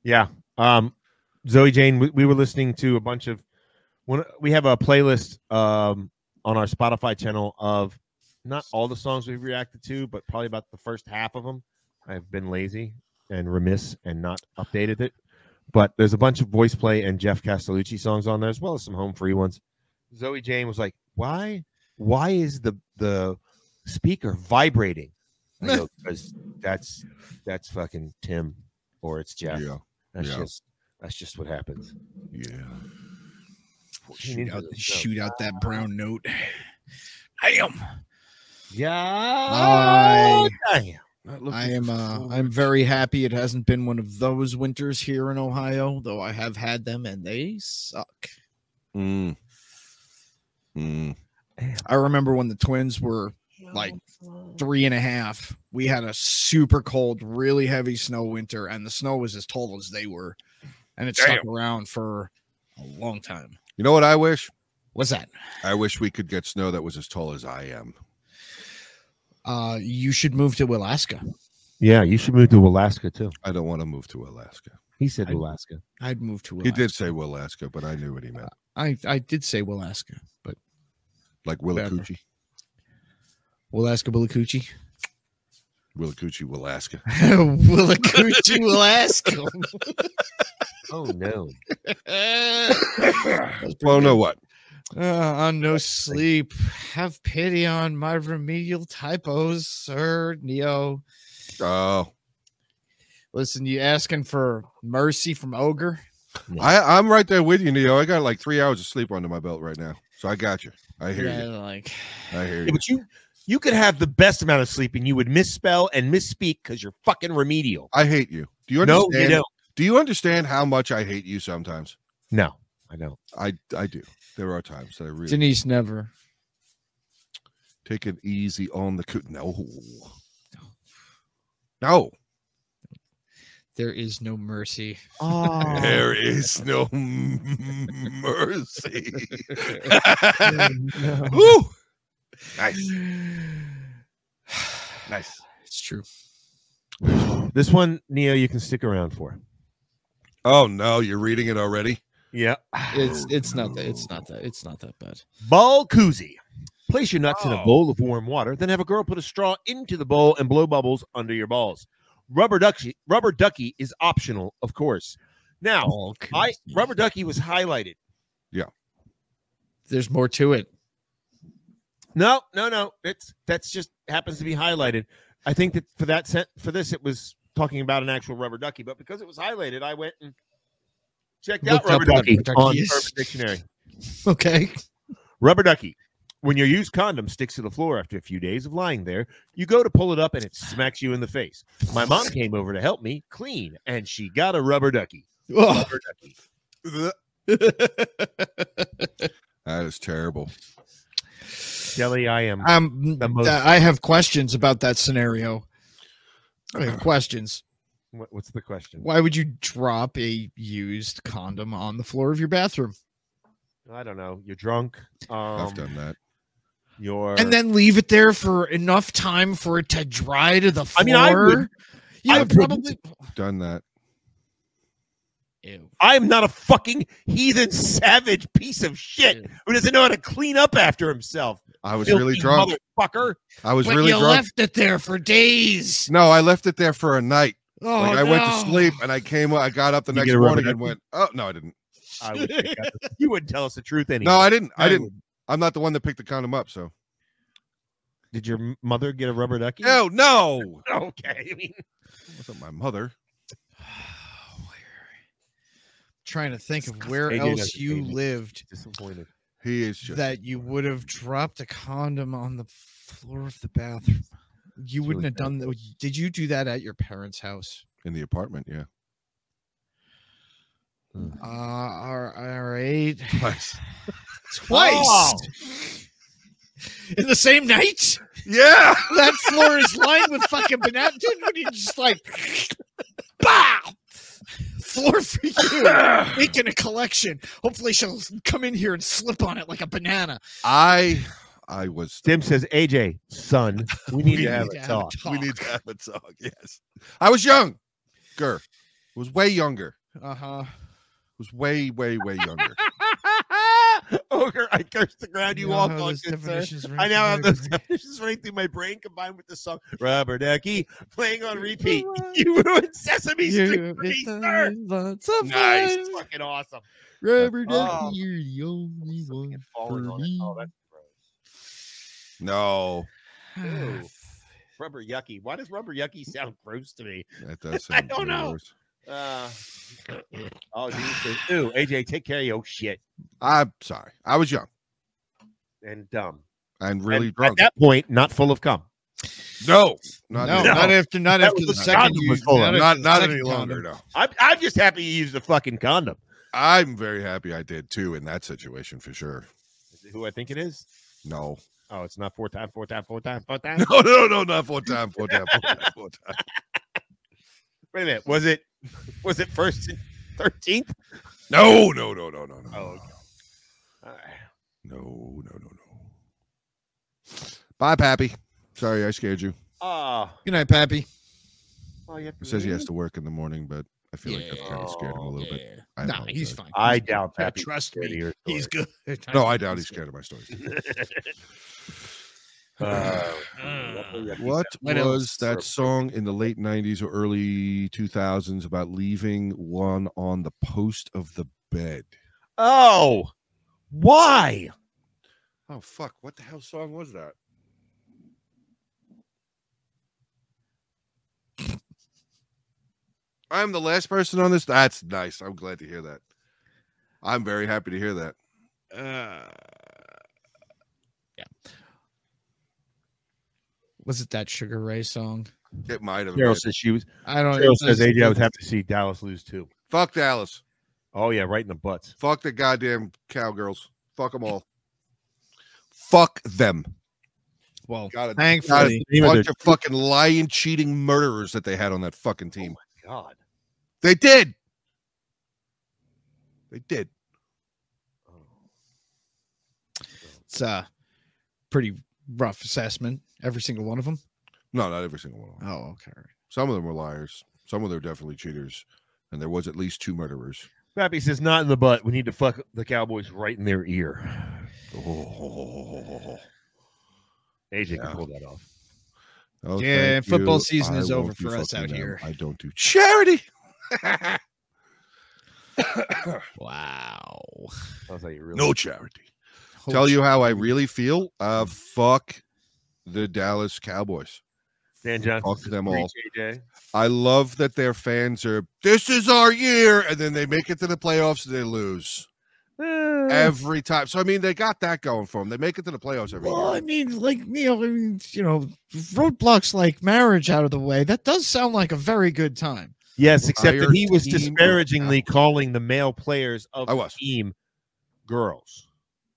Speaker 2: Yeah. Um, Zoe Jane, we, we were listening to a bunch of one. We have a playlist um, on our Spotify channel of not all the songs we've reacted to, but probably about the first half of them. I've been lazy and remiss and not updated it, but there's a bunch of voice play and Jeff Castellucci songs on there as well as some home free ones. Zoe Jane was like, "Why? Why is the the speaker vibrating?" Because that's that's fucking Tim or it's Jeff.
Speaker 4: Yeah.
Speaker 2: That's
Speaker 4: Yeah.
Speaker 2: just that's just what happens.
Speaker 4: Yeah.
Speaker 3: Shoot out, shoot out that brown note. Damn.
Speaker 2: Yeah.
Speaker 3: I-
Speaker 2: Damn.
Speaker 4: Not looking
Speaker 3: I am uh,
Speaker 4: forward
Speaker 3: I'm
Speaker 4: to-
Speaker 3: very happy it hasn't been one of those winters here in Ohio, though I have had them and they suck.
Speaker 4: Mm. Mm.
Speaker 3: I remember when the twins were like three and a half, we had a super cold, really heavy snow winter, and the snow was as tall as they were, and it stuck around for a long time.
Speaker 4: You know what I wish?
Speaker 3: What's that?
Speaker 4: I wish we could get snow that was as tall as I am.
Speaker 3: Uh, you should move to Alaska.
Speaker 2: Yeah, you should move to Alaska too.
Speaker 4: I don't want to move to Alaska.
Speaker 2: He said
Speaker 3: I-
Speaker 2: Alaska.
Speaker 3: I'd move to.
Speaker 4: He
Speaker 3: Alaska.
Speaker 4: did say Willaska, but I knew what he meant.
Speaker 3: I I did say Alaska, but
Speaker 4: Like
Speaker 3: Whatever.
Speaker 4: Willacoochee.
Speaker 3: Alaska Willacoochee.
Speaker 4: Willacoochee, Willaska.
Speaker 3: Willacoochee, Alaska.
Speaker 2: Oh no.
Speaker 4: Well, no, what?
Speaker 3: Uh, on no sleep. Have pity on my remedial typos, sir Neo.
Speaker 4: Oh,
Speaker 3: Listen, you asking for mercy from Ogre?
Speaker 4: I, I'm right there with you, Neo. I got like three hours of sleep under my belt right now, so I got you. I hear
Speaker 3: Yeah,
Speaker 4: you.
Speaker 3: like
Speaker 4: I hear you.
Speaker 2: but you you could have the best amount of sleep and you would misspell and misspeak because you're fucking remedial.
Speaker 4: I hate you. Do you
Speaker 2: no,
Speaker 4: understand?
Speaker 2: you don't.
Speaker 4: Do you understand how much I hate you sometimes?
Speaker 2: No, I don't.
Speaker 4: I I do. There are times that I really
Speaker 3: Denise never.
Speaker 4: take it easy on the coo- no, no.
Speaker 3: There is no mercy.
Speaker 2: Oh,
Speaker 4: There is no mercy. Ooh. Nice, nice.
Speaker 3: It's true.
Speaker 2: this one, Neo, you can stick around for.
Speaker 4: Oh no, you're reading it already.
Speaker 2: Yeah.
Speaker 3: It's
Speaker 4: Oh,
Speaker 3: it's not that it's not that it's not that bad.
Speaker 2: Ball koozie. Place your nuts in a
Speaker 4: Oh.
Speaker 2: bowl of warm water, then have a girl put a straw into the bowl and blow bubbles under your balls. Rubber ducky, rubber ducky is optional, of course. Now,
Speaker 3: Oh,
Speaker 2: I rubber ducky was highlighted.
Speaker 3: There's more to it.
Speaker 2: No, no, no. It's that's just happens to be highlighted. I think that for that sent for this, it was talking about an actual rubber ducky, but because it was highlighted, I went and checked out
Speaker 3: Looked up
Speaker 2: rubber
Speaker 3: what
Speaker 2: ducky,
Speaker 3: rubber ducky
Speaker 2: on
Speaker 3: is.
Speaker 2: Urban Dictionary.
Speaker 3: Okay.
Speaker 2: Rubber ducky. When your used condom sticks to the floor after a few days of lying there, you go to pull it up and it smacks you in the face. My mom came over to help me clean, and she got a rubber ducky.
Speaker 3: Oh.
Speaker 2: Rubber ducky.
Speaker 4: That is terrible.
Speaker 2: Jelly, I
Speaker 4: Uh,
Speaker 2: am.
Speaker 3: Um,
Speaker 2: The most-
Speaker 3: I have questions about that scenario. I
Speaker 2: Uh-huh.
Speaker 3: have questions.
Speaker 2: What- What's the question?
Speaker 3: Why would you drop a used condom on the floor of your bathroom
Speaker 2: I don't know. You're drunk. Um,
Speaker 4: I've done that.
Speaker 2: you're.
Speaker 3: and then leave it there for enough time for it to dry to the floor?
Speaker 2: I mean, I would-
Speaker 3: You
Speaker 2: I
Speaker 3: would
Speaker 2: would-
Speaker 3: probably.
Speaker 4: Done that.
Speaker 3: Ew.
Speaker 2: I am not a fucking heathen savage piece of shit
Speaker 3: Ew.
Speaker 2: who doesn't know how to clean up after himself.
Speaker 4: I was really
Speaker 2: Filthy
Speaker 4: drunk.
Speaker 2: motherfucker.
Speaker 4: I was
Speaker 3: But
Speaker 4: really
Speaker 3: you
Speaker 4: drunk.
Speaker 3: left it there for days.
Speaker 4: No, I left it there for a night.
Speaker 3: Oh,
Speaker 4: Like I went to
Speaker 3: no.
Speaker 4: sleep and I came up, I got up the
Speaker 2: You
Speaker 4: next
Speaker 2: get a rubber
Speaker 4: morning and
Speaker 2: ducky?
Speaker 4: went, Oh no, I didn't.
Speaker 2: I would think I- you wouldn't tell us the truth anyway.
Speaker 4: No, I didn't. I
Speaker 3: I
Speaker 4: didn't. I'm not the one that picked the condom up, so
Speaker 2: Did your m- mother get a rubber ducky?
Speaker 4: no, no.
Speaker 2: Okay. I mean,
Speaker 4: Wasn't my mother.
Speaker 3: Trying to think of where
Speaker 2: They did
Speaker 3: else
Speaker 2: it.
Speaker 3: you
Speaker 2: They did.
Speaker 3: lived
Speaker 2: disappointed.
Speaker 4: He is just
Speaker 3: that you would have dropped a condom on the floor of the bathroom. You
Speaker 2: really
Speaker 3: wouldn't have
Speaker 2: bad.
Speaker 3: done that. Did you do that at your parents' house?
Speaker 4: in the apartment, yeah. Mm.
Speaker 3: Uh, all all right.
Speaker 4: Twice.
Speaker 3: Twice
Speaker 2: Oh.
Speaker 3: in the same night.
Speaker 4: yeah.
Speaker 3: That floor is lined with fucking banana. Dude, what are you just like? Bow. floor for you, making a collection. Hopefully, she'll come in here and slip on it like a banana.
Speaker 4: I I was
Speaker 2: Tim says, AJ, son, we need to have
Speaker 3: need to
Speaker 2: a
Speaker 3: have a
Speaker 2: talk.
Speaker 4: we need to
Speaker 3: talk.
Speaker 4: have a talk. Yes. I was young. Ger. Was way younger.
Speaker 3: Uh huh.
Speaker 4: Was way, way, way younger.
Speaker 2: Ogre, I cursed the ground you walk on, good sir. I now have those definitions running through my brain combined with the song Rubber Ducky playing on repeat. You ruined Sesame Street for me, sir. Nice. Fucking awesome.
Speaker 3: Rubber
Speaker 2: ducky, Oh.
Speaker 3: you're the only
Speaker 2: Fucking falling on it. Oh, that's gross.
Speaker 4: No.
Speaker 2: Ew. Rubber Yucky. Why does Rubber Yucky sound gross to me?
Speaker 4: That does
Speaker 2: I
Speaker 4: sound
Speaker 2: don't know.
Speaker 4: worse.
Speaker 2: Uh, oh, dude says, Ooh, AJ, take care of your shit.
Speaker 4: I'm sorry. I was young
Speaker 2: And dumb.
Speaker 4: and really
Speaker 2: And
Speaker 4: drunk.
Speaker 2: At that point, not full of cum.
Speaker 4: no.
Speaker 3: No,
Speaker 4: Not anymore.
Speaker 3: not after not
Speaker 2: That
Speaker 3: after
Speaker 2: was
Speaker 3: the
Speaker 2: the
Speaker 3: second
Speaker 2: condom was
Speaker 3: use.
Speaker 2: full of
Speaker 3: after
Speaker 4: not
Speaker 3: the
Speaker 4: not
Speaker 3: second
Speaker 4: any longer,
Speaker 3: condom.
Speaker 4: no.
Speaker 2: I'm, I'm just happy you used the fucking condom.
Speaker 4: I'm very happy I did too in that situation for sure.
Speaker 2: Is it who I think it is?
Speaker 4: No.
Speaker 2: Oh, it's not four time, four time, four time, four time.
Speaker 4: No, no, no, not four time, four time, four time, four time.
Speaker 2: Wait a minute. Was it was it first and thirteenth?
Speaker 4: No, no, no, no, no, no.
Speaker 2: Oh, okay. All right.
Speaker 4: No, no, no, no. Bye, Pappy. Sorry, I scared you.
Speaker 2: Oh,
Speaker 3: Good night, Pappy.
Speaker 2: well, you have to
Speaker 4: He says he
Speaker 2: leave?
Speaker 4: has to work in the morning, but I feel like I've kind of scared
Speaker 3: oh,
Speaker 4: him a little bit. I
Speaker 3: No,
Speaker 4: apologize.
Speaker 3: he's fine.
Speaker 2: I
Speaker 3: He's good.
Speaker 2: doubt
Speaker 3: Yeah,
Speaker 2: that.
Speaker 3: Trust me, he's good.
Speaker 4: No, I doubt he's scared of my story.
Speaker 2: Oh.
Speaker 4: What
Speaker 3: What
Speaker 4: was
Speaker 3: else?
Speaker 4: that song in the late 90s or early 2000s about leaving one on the post of the bed?
Speaker 2: Oh, why?
Speaker 4: Oh, fuck. What the hell song was that? I'm the last person on this. That's nice. I'm glad to hear that. I'm very happy to hear that.
Speaker 3: Uh, yeah. Was it that Sugar Ray song?
Speaker 4: It might have been.
Speaker 2: Cheryl says she was.
Speaker 3: I don't.
Speaker 2: Cheryl
Speaker 3: Oh, it
Speaker 2: says
Speaker 3: doesn't-
Speaker 2: AJ I would have to see Dallas lose too.
Speaker 4: Fuck Dallas.
Speaker 2: Oh yeah, right in the butts.
Speaker 4: Fuck the goddamn cowgirls. Fuck them all. Fuck them.
Speaker 3: Well,
Speaker 4: Got it. Got
Speaker 3: thankfully,
Speaker 4: it.
Speaker 2: Name of
Speaker 4: Bunch
Speaker 2: their-
Speaker 4: of fucking lying, cheating murderers that they had on that fucking
Speaker 2: Oh
Speaker 4: team.
Speaker 2: my god.
Speaker 4: They did. They did.
Speaker 3: it's a pretty rough assessment. Every single one of them.
Speaker 4: No, not every single one. Of them.
Speaker 3: Oh, okay. all right.
Speaker 4: Some of them were liars. Some of them were definitely cheaters. And there was at least two murderers.
Speaker 2: Pappy says not in the butt. We need to fuck the Cowboys right in their ear.
Speaker 4: Oh,
Speaker 2: AJ
Speaker 4: Yeah.
Speaker 2: can pull that off.
Speaker 4: Oh,
Speaker 3: Yeah,
Speaker 4: thank
Speaker 3: football
Speaker 4: you.
Speaker 3: season is over
Speaker 4: won't do
Speaker 3: for us
Speaker 4: fucking
Speaker 3: out
Speaker 4: them.
Speaker 3: here.
Speaker 4: I don't do charity.
Speaker 3: Wow.
Speaker 2: Sounds like you really
Speaker 4: No charity. Tell you how I really feel. Uh, fuck the Dallas Cowboys.
Speaker 2: Dan Johnson.
Speaker 4: Talk to
Speaker 2: says,
Speaker 4: them
Speaker 2: "Free
Speaker 4: all."
Speaker 2: JJ.
Speaker 4: I love that their fans are. This is our year, and then they make it to the playoffs and they lose Mm. every time. So I mean, they got that going for them. They make it to the playoffs every
Speaker 3: Well, I
Speaker 4: year.
Speaker 3: mean, like Neil, I mean, you know, roadblocks like marriage out of the way. That does sound like a very good time.
Speaker 2: Yes, except that
Speaker 4: Entire
Speaker 2: he was
Speaker 4: team of
Speaker 2: disparagingly
Speaker 4: Cowboys.
Speaker 2: calling the male players of
Speaker 4: I was.
Speaker 2: the team girls.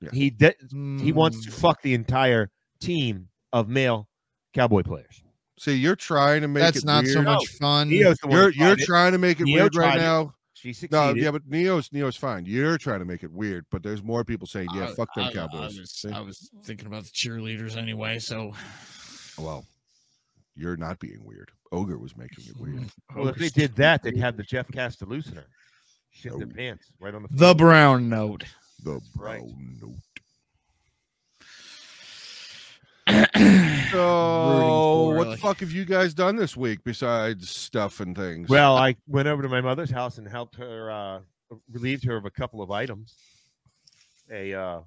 Speaker 4: Yeah.
Speaker 2: He de- he
Speaker 3: Hmm,
Speaker 2: wants
Speaker 4: Mm.
Speaker 2: to fuck the entire team of male cowboy players.
Speaker 4: See, you're trying to make
Speaker 3: That's
Speaker 4: it
Speaker 3: not
Speaker 4: weird.
Speaker 3: so much fun.
Speaker 2: Neo's the
Speaker 4: Mm.
Speaker 2: one
Speaker 4: You're
Speaker 2: who
Speaker 4: you're
Speaker 2: tried it.
Speaker 4: trying to make it
Speaker 2: Neo
Speaker 4: weird right
Speaker 2: tried it.
Speaker 4: now.
Speaker 2: She
Speaker 4: No,
Speaker 2: succeeded.
Speaker 4: yeah, but Neo's Neo's fine. You're trying to make it weird, but there's more people saying, "Yeah,
Speaker 3: I-
Speaker 4: fuck them
Speaker 3: I- I
Speaker 4: Cowboys."
Speaker 3: was-
Speaker 4: See?
Speaker 3: I was thinking about the cheerleaders anyway, so
Speaker 4: Well, you're not being weird. Ogre was making it
Speaker 3: Hmm,
Speaker 4: weird.
Speaker 2: well, if they did that, they'd have the Jeff Castelluciner shit their
Speaker 4: No.
Speaker 2: pants right on the
Speaker 3: the
Speaker 2: floor.
Speaker 3: brown note.
Speaker 4: The
Speaker 2: Right.
Speaker 4: brown note.
Speaker 3: Rooting
Speaker 4: So,
Speaker 3: for,
Speaker 4: what the
Speaker 3: like-
Speaker 4: fuck have you guys done this week besides stuff and things?
Speaker 2: Well, I went over to my mother's house and helped her, uh, relieved her of a couple of items. A uh,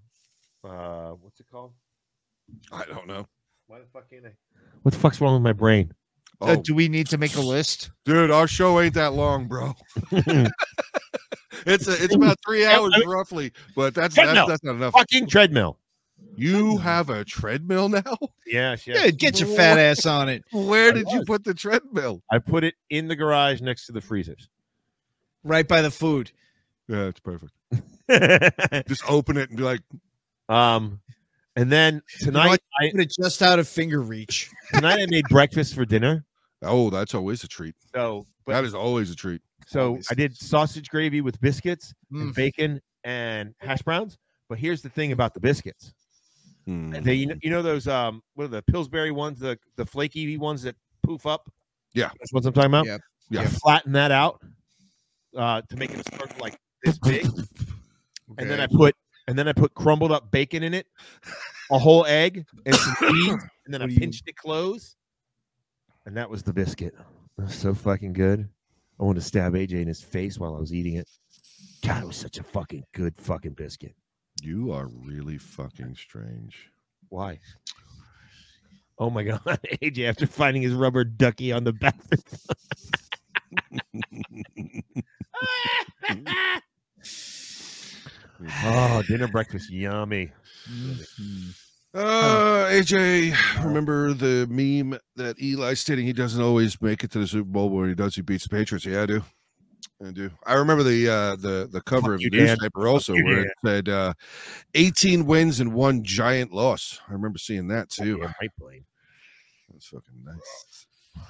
Speaker 2: uh, what's it called?
Speaker 4: I don't know.
Speaker 2: Why the fuck can't I? What the fuck's wrong with my brain?
Speaker 4: Oh,
Speaker 3: Uh, do we need to make a list?
Speaker 4: dude, our show ain't that long, bro. it's a, it's about three
Speaker 2: I-
Speaker 4: hours
Speaker 2: I-
Speaker 4: roughly, but that's that's,
Speaker 2: Treadmill.
Speaker 4: that's not enough.
Speaker 2: Fucking treadmill.
Speaker 4: You have a treadmill now?
Speaker 2: Yeah, she
Speaker 3: Yeah, get your fat ass on it.
Speaker 4: Where
Speaker 2: I
Speaker 4: did you
Speaker 2: was.
Speaker 4: put the treadmill?
Speaker 2: I put it in the garage next to the freezers.
Speaker 3: Right by the food.
Speaker 4: Yeah, it's perfect. Just open it and be like,
Speaker 2: um, and then
Speaker 3: know,
Speaker 2: tonight, I,
Speaker 3: Put it just out of finger reach.
Speaker 2: tonight I made breakfast for dinner.
Speaker 4: Oh, that's always a treat.
Speaker 2: So, but
Speaker 4: That is always a treat.
Speaker 2: so
Speaker 3: always
Speaker 2: I did sausage gravy with biscuits and
Speaker 3: Mm.
Speaker 2: bacon and hash browns. But here's the thing about the biscuits.
Speaker 4: Mm.
Speaker 2: They, you know, you know those um, what are the Pillsbury ones, the the flaky ones that poof up.
Speaker 4: Yeah.
Speaker 2: that's what I'm talking about.
Speaker 3: Yep.
Speaker 2: You
Speaker 4: Yep.
Speaker 2: flatten that out uh, to make it a circle like this big, and then I
Speaker 3: Okay.
Speaker 2: put and then I put crumbled up bacon in it, a whole egg, and some cheese, and then I
Speaker 3: What do you-
Speaker 2: pinched it close, and that was the biscuit. That was so fucking good. I wanted to stab AJ in his face while I was eating it. God, it was such a fucking good fucking biscuit.
Speaker 4: You are really fucking strange.
Speaker 2: Why? Oh my god, AJ! After finding his rubber ducky on the bathroom. oh, dinner breakfast, yummy.
Speaker 3: Mhm.
Speaker 4: Uh, AJ, remember the meme that Eli stating he doesn't always make it to the Super Bowl, but when he does, he beats the Patriots. Yeah, I do. I do. I remember the uh, the the cover
Speaker 2: Fuck
Speaker 4: of
Speaker 2: you,
Speaker 4: the
Speaker 2: Dad.
Speaker 4: newspaper also
Speaker 2: you,
Speaker 4: where it said uh, 18 wins and one giant loss. I remember seeing that too.
Speaker 2: Goddamn right, Blaine.
Speaker 4: That's fucking nice. Nice.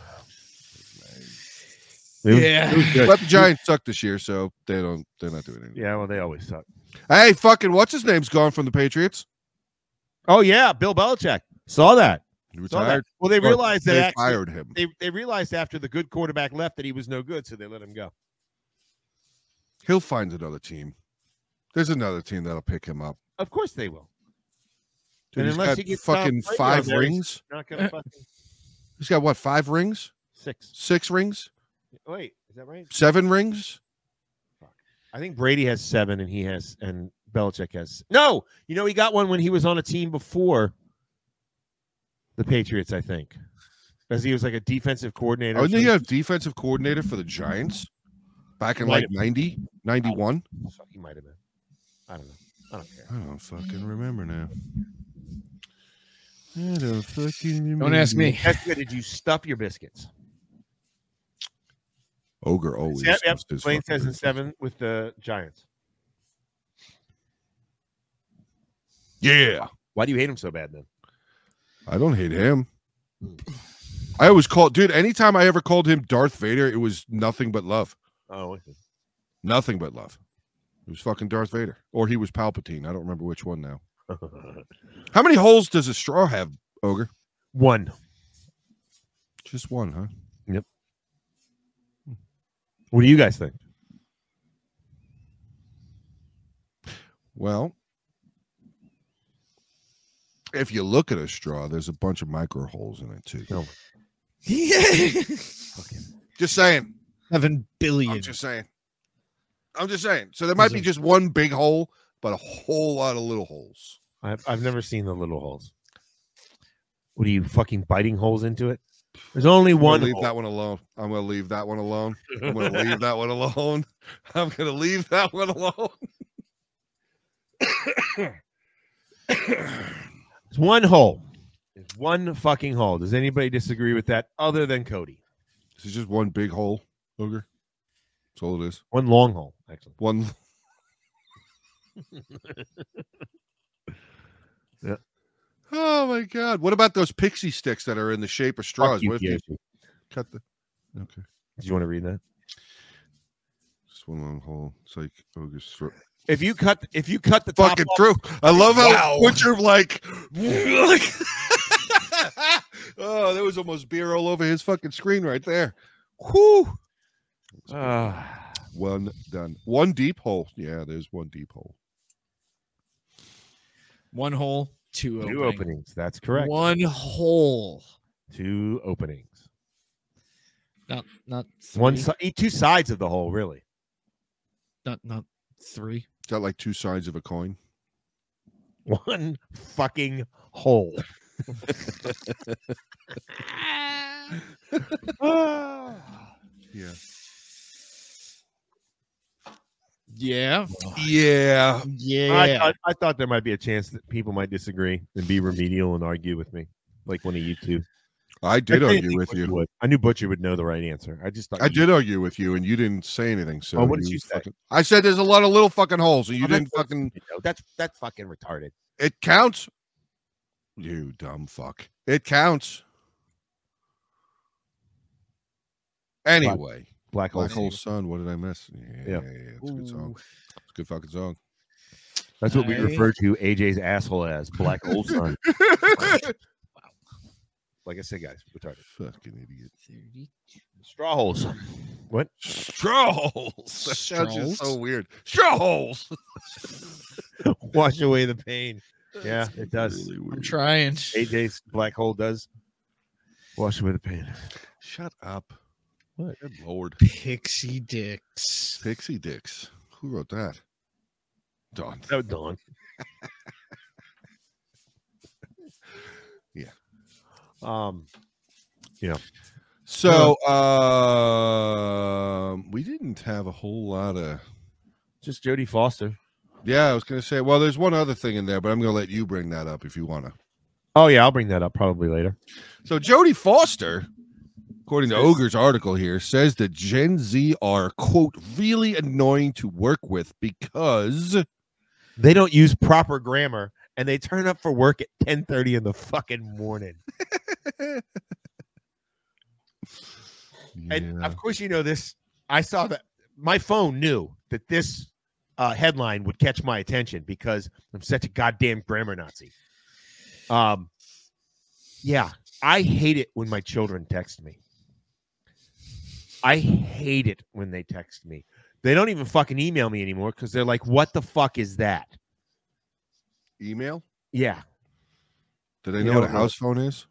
Speaker 2: It was-
Speaker 3: Yeah.
Speaker 2: it was good.
Speaker 4: But the Giants suck this year, so they don't. They're not doing anything.
Speaker 2: Yeah, well, they always suck.
Speaker 4: Hey, fucking, what's his name's gone from the Patriots?
Speaker 2: Oh yeah, Bill Belichick saw that.
Speaker 4: He
Speaker 2: Saw that.
Speaker 4: retired.
Speaker 2: Well, they
Speaker 4: Or
Speaker 2: realized that
Speaker 4: they
Speaker 2: actually-
Speaker 4: fired him.
Speaker 2: they they realized after the good quarterback left that he was no good, so they let him go.
Speaker 4: He'll find another team. There's another team that'll pick him up.
Speaker 2: Of course they will.
Speaker 4: Dude,
Speaker 2: And
Speaker 4: he's
Speaker 2: unless
Speaker 4: got
Speaker 2: he gets Tom
Speaker 4: fucking
Speaker 2: Brady on
Speaker 4: five
Speaker 2: there, he's-
Speaker 4: rings,
Speaker 2: Not gonna fucking
Speaker 4: he's got what? Five rings?
Speaker 2: six.
Speaker 4: Six rings?
Speaker 2: Oh, Wait, is that right?
Speaker 4: Seven rings?
Speaker 2: I think Brady has seven, and he has, and Belichick has no. You know, he got one when he was on a team before the Patriots, I think, as he was like a defensive coordinator.
Speaker 4: Oh, didn't he have defensive coordinator for the Giants back in
Speaker 2: Might
Speaker 4: like 90, 91?
Speaker 2: So he might have been. I don't know. I don't care.
Speaker 4: I don't fucking remember now. I don't fucking remember.
Speaker 3: Don't ask me.
Speaker 2: Jessica, did you stuff your biscuits?
Speaker 4: Ogre always.
Speaker 2: Yep, yep.
Speaker 4: does his
Speaker 2: Blaine
Speaker 4: fucking
Speaker 2: says in
Speaker 4: business.
Speaker 2: seven with the Giants.
Speaker 4: Yeah.
Speaker 2: Why do you hate him so bad then?
Speaker 4: I don't hate him. I always called, dude, anytime I ever called him Darth Vader, it was nothing but love.
Speaker 2: Oh, okay.
Speaker 4: Nothing but love. It was fucking Darth Vader, or he was Palpatine. I don't remember which one now. How many holes does a straw have, Ogre?
Speaker 2: one.
Speaker 4: Just one, huh?
Speaker 2: What do you guys think?
Speaker 4: Well, if you look at a straw, there's a bunch of micro holes in it too. Just saying.
Speaker 3: Seven billion.
Speaker 4: I'm just saying. I'm just saying. So there might be just one big hole, but a whole lot of little holes.
Speaker 2: I've, I've never seen the little holes. What are you fucking biting holes into it? There's only
Speaker 4: I'm gonna
Speaker 2: one.
Speaker 4: leave
Speaker 2: hole.
Speaker 4: that one alone. I'm gonna leave that one alone. I'm gonna leave that one alone. I'm gonna leave that one alone.
Speaker 2: It's one hole. It's one fucking hole. Does anybody disagree with that other than Cody?
Speaker 4: This is just one big hole, Ogre. That's all it is.
Speaker 2: One long hole, actually.
Speaker 4: One.
Speaker 2: Yeah.
Speaker 4: Oh my God! What about those pixie sticks that are in the shape of straws?
Speaker 2: Fuck you,
Speaker 4: what if you
Speaker 2: Kiyoshi.
Speaker 4: cut the? Okay,
Speaker 2: Did you want to read that?
Speaker 4: just one long hole. It's like ogre's throat.
Speaker 2: If you cut, if you cut the top
Speaker 4: Fucking
Speaker 2: off-
Speaker 4: true. I love how
Speaker 3: Wow.
Speaker 4: butcher like. oh, there was almost beer all over his fucking screen right there. Whew.
Speaker 2: Ah.
Speaker 4: One done. One deep hole. Yeah, there's one deep hole.
Speaker 3: One hole,
Speaker 2: two
Speaker 3: two opening.
Speaker 2: openings. That's correct.
Speaker 3: One hole.
Speaker 2: Two openings.
Speaker 3: Not not three.
Speaker 2: One side, two sides of the hole, really.
Speaker 3: not not three.
Speaker 4: Is that like two sides of a coin?
Speaker 2: One fucking hole.
Speaker 3: Ah.
Speaker 4: Yeah.
Speaker 3: Yeah.
Speaker 4: Yeah.
Speaker 2: I,
Speaker 3: Yeah.
Speaker 2: thought, I thought there might be a chance that people might disagree and be remedial and argue with me, like one of you two.
Speaker 4: I did
Speaker 2: I
Speaker 4: argue
Speaker 2: think
Speaker 4: with
Speaker 2: Butcher
Speaker 4: you.
Speaker 2: would. I knew Butcher would know the right answer. I just thought
Speaker 4: I
Speaker 2: you-
Speaker 4: did argue with you, and you didn't say anything. So
Speaker 2: Oh, what did you say?
Speaker 4: fucking- I said there's a lot of little fucking holes, and you
Speaker 2: Oh, that's
Speaker 4: didn't
Speaker 2: what-
Speaker 4: fucking.
Speaker 2: you know, that's that's fucking retarded.
Speaker 4: It counts. You dumb fuck. It counts. Anyway,
Speaker 2: Black hole.
Speaker 4: Black Hole Sun. What did I miss? Yeah, yeah, it's a good song.
Speaker 3: Ooh.
Speaker 4: It's a good fucking song.
Speaker 2: That's what we
Speaker 3: Alright.
Speaker 2: refer to AJ's asshole as Black Hole Sun. like I said, guys, retarded.
Speaker 4: Fucking idiot.
Speaker 2: Straw hole sun. What?
Speaker 4: Strolls. That sounds just so
Speaker 3: Strolls?
Speaker 4: weird. Strolls.
Speaker 2: Wash away the pain. Yeah, it does.
Speaker 4: Really
Speaker 3: I'm
Speaker 4: weird.
Speaker 3: trying.
Speaker 2: AJ's black hole does wash away the pain.
Speaker 4: Shut up.
Speaker 2: What?
Speaker 4: Good lord.
Speaker 3: Pixie dicks.
Speaker 4: Pixie Dicks. Who wrote that? Don.
Speaker 2: Oh, Dawn.
Speaker 4: Yeah.
Speaker 2: Um.
Speaker 4: So um we didn't have a whole lot of
Speaker 2: Just Jodie Foster.
Speaker 4: yeah, I was gonna say, well, there's one other thing in there, but I'm gonna let you bring that up if you wanna.
Speaker 2: Oh yeah, I'll bring that up probably later.
Speaker 4: So Jodie Foster, according to Ogre's article here, says that Gen Z are quote really annoying to work with because
Speaker 2: They don't use proper grammar, and they turn up for work at ten thirty in the fucking morning. And
Speaker 4: Yeah.
Speaker 2: of course, you know this. I saw that my phone knew that this uh, headline would catch my attention because I'm such a goddamn grammar Nazi. Um, yeah, I hate it when my children text me. I hate it when they text me. They don't even fucking email me anymore because they're like, "What the fuck is that?"
Speaker 4: email?
Speaker 2: Yeah,
Speaker 4: Do they
Speaker 2: You
Speaker 4: know
Speaker 2: know
Speaker 4: what a
Speaker 2: what?
Speaker 4: house phone is?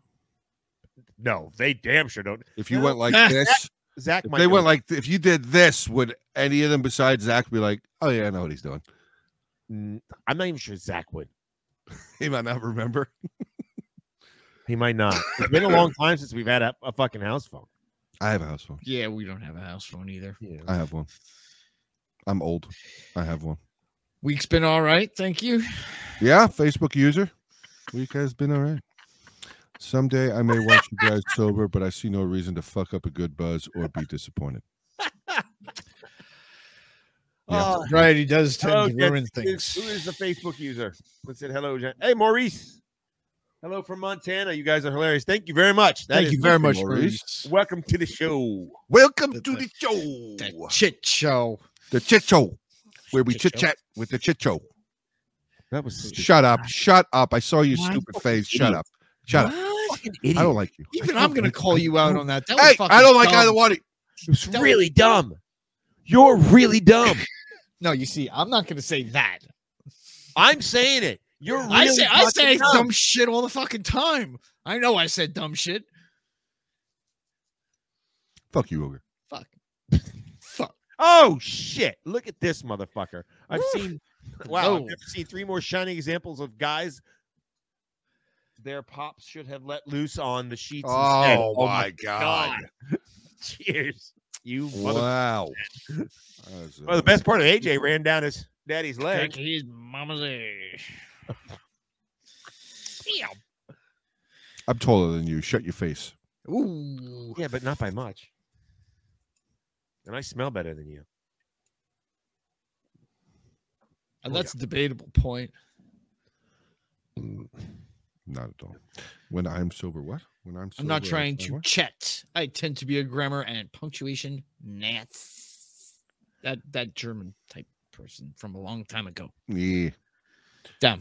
Speaker 2: no, they damn sure don't.
Speaker 4: If you
Speaker 2: No.
Speaker 4: went like this,
Speaker 2: Zach,
Speaker 4: if
Speaker 2: might
Speaker 4: they
Speaker 2: know
Speaker 4: went
Speaker 2: what-
Speaker 4: like if you did this, would any of them besides Zach be like, "Oh yeah, I know what he's doing"?
Speaker 2: Mm, I'm not even sure Zach would.
Speaker 4: He might not remember.
Speaker 2: He might not. It's been a long time since we've had a, a fucking house phone.
Speaker 4: I have a house phone.
Speaker 3: Yeah, we don't have a house phone either.
Speaker 2: Yeah.
Speaker 4: I have one. I'm old. I have one.
Speaker 3: Week's been all right. Thank you.
Speaker 4: Yeah, Facebook user. Week has been all right. Someday I may watch you guys sober, but I see no reason to fuck up a good buzz or be disappointed. Yeah.
Speaker 2: Oh,
Speaker 3: Variety does tend
Speaker 2: hello,
Speaker 3: to ruin
Speaker 2: Jets- who is-
Speaker 3: things.
Speaker 2: Who is the Facebook user that said hello? Jen- Hey, Maurice. Hello from Montana. You guys are hilarious. Thank you very much. That
Speaker 3: Thank
Speaker 2: is-
Speaker 3: you very much,
Speaker 4: Maurice.
Speaker 3: Maurice.
Speaker 2: Welcome to the show.
Speaker 4: Welcome
Speaker 3: The-
Speaker 4: to the
Speaker 3: the-
Speaker 4: show,
Speaker 3: The chit show.
Speaker 4: the chit show, where we chit
Speaker 3: Chit show.
Speaker 4: chat with the chit show.
Speaker 2: That was
Speaker 4: Shut up! Shut up! I saw your
Speaker 3: Why?
Speaker 4: stupid face. Shut up! Shut up!
Speaker 3: What?
Speaker 4: I don't like you.
Speaker 3: Even I'm going to call you out on that. That was
Speaker 4: Hey,
Speaker 3: fucking
Speaker 4: I don't like
Speaker 3: dumb.
Speaker 4: either one. of you.
Speaker 2: It was really dumb. You're really dumb.
Speaker 3: No, you see, I'm not going to say that.
Speaker 2: I'm saying it. You're really
Speaker 3: I say I
Speaker 2: fucking
Speaker 3: say
Speaker 2: dumb.
Speaker 3: dumb shit all the fucking time. I know I said dumb shit.
Speaker 4: Fuck you, ogre.
Speaker 3: Fuck. Fuck.
Speaker 2: Oh shit! Look at this motherfucker. I've
Speaker 3: Woo.
Speaker 2: seen wow. I've
Speaker 3: No.
Speaker 2: never seen three more shining examples of guys. Their pops should have let loose on the sheets. instead.
Speaker 4: Oh, my god!
Speaker 2: Cheers, you mother.
Speaker 4: Wow.
Speaker 2: Well, the best part of AJ ran down his daddy's
Speaker 3: Like
Speaker 2: leg.
Speaker 3: his mama's age. Meow.
Speaker 4: I'm taller than you. Shut your face.
Speaker 3: Ooh.
Speaker 2: Yeah, but not by much. And I smell better than you.
Speaker 3: And that's a debatable point.
Speaker 4: Not at all. When I'm sober, what? When I'm sober,
Speaker 3: I'm not
Speaker 4: I
Speaker 3: trying
Speaker 4: say
Speaker 3: to
Speaker 4: what?
Speaker 3: chat. I tend to be a grammar and punctuation nats. That that German type person from a long time ago.
Speaker 4: Yeah.
Speaker 3: Damn.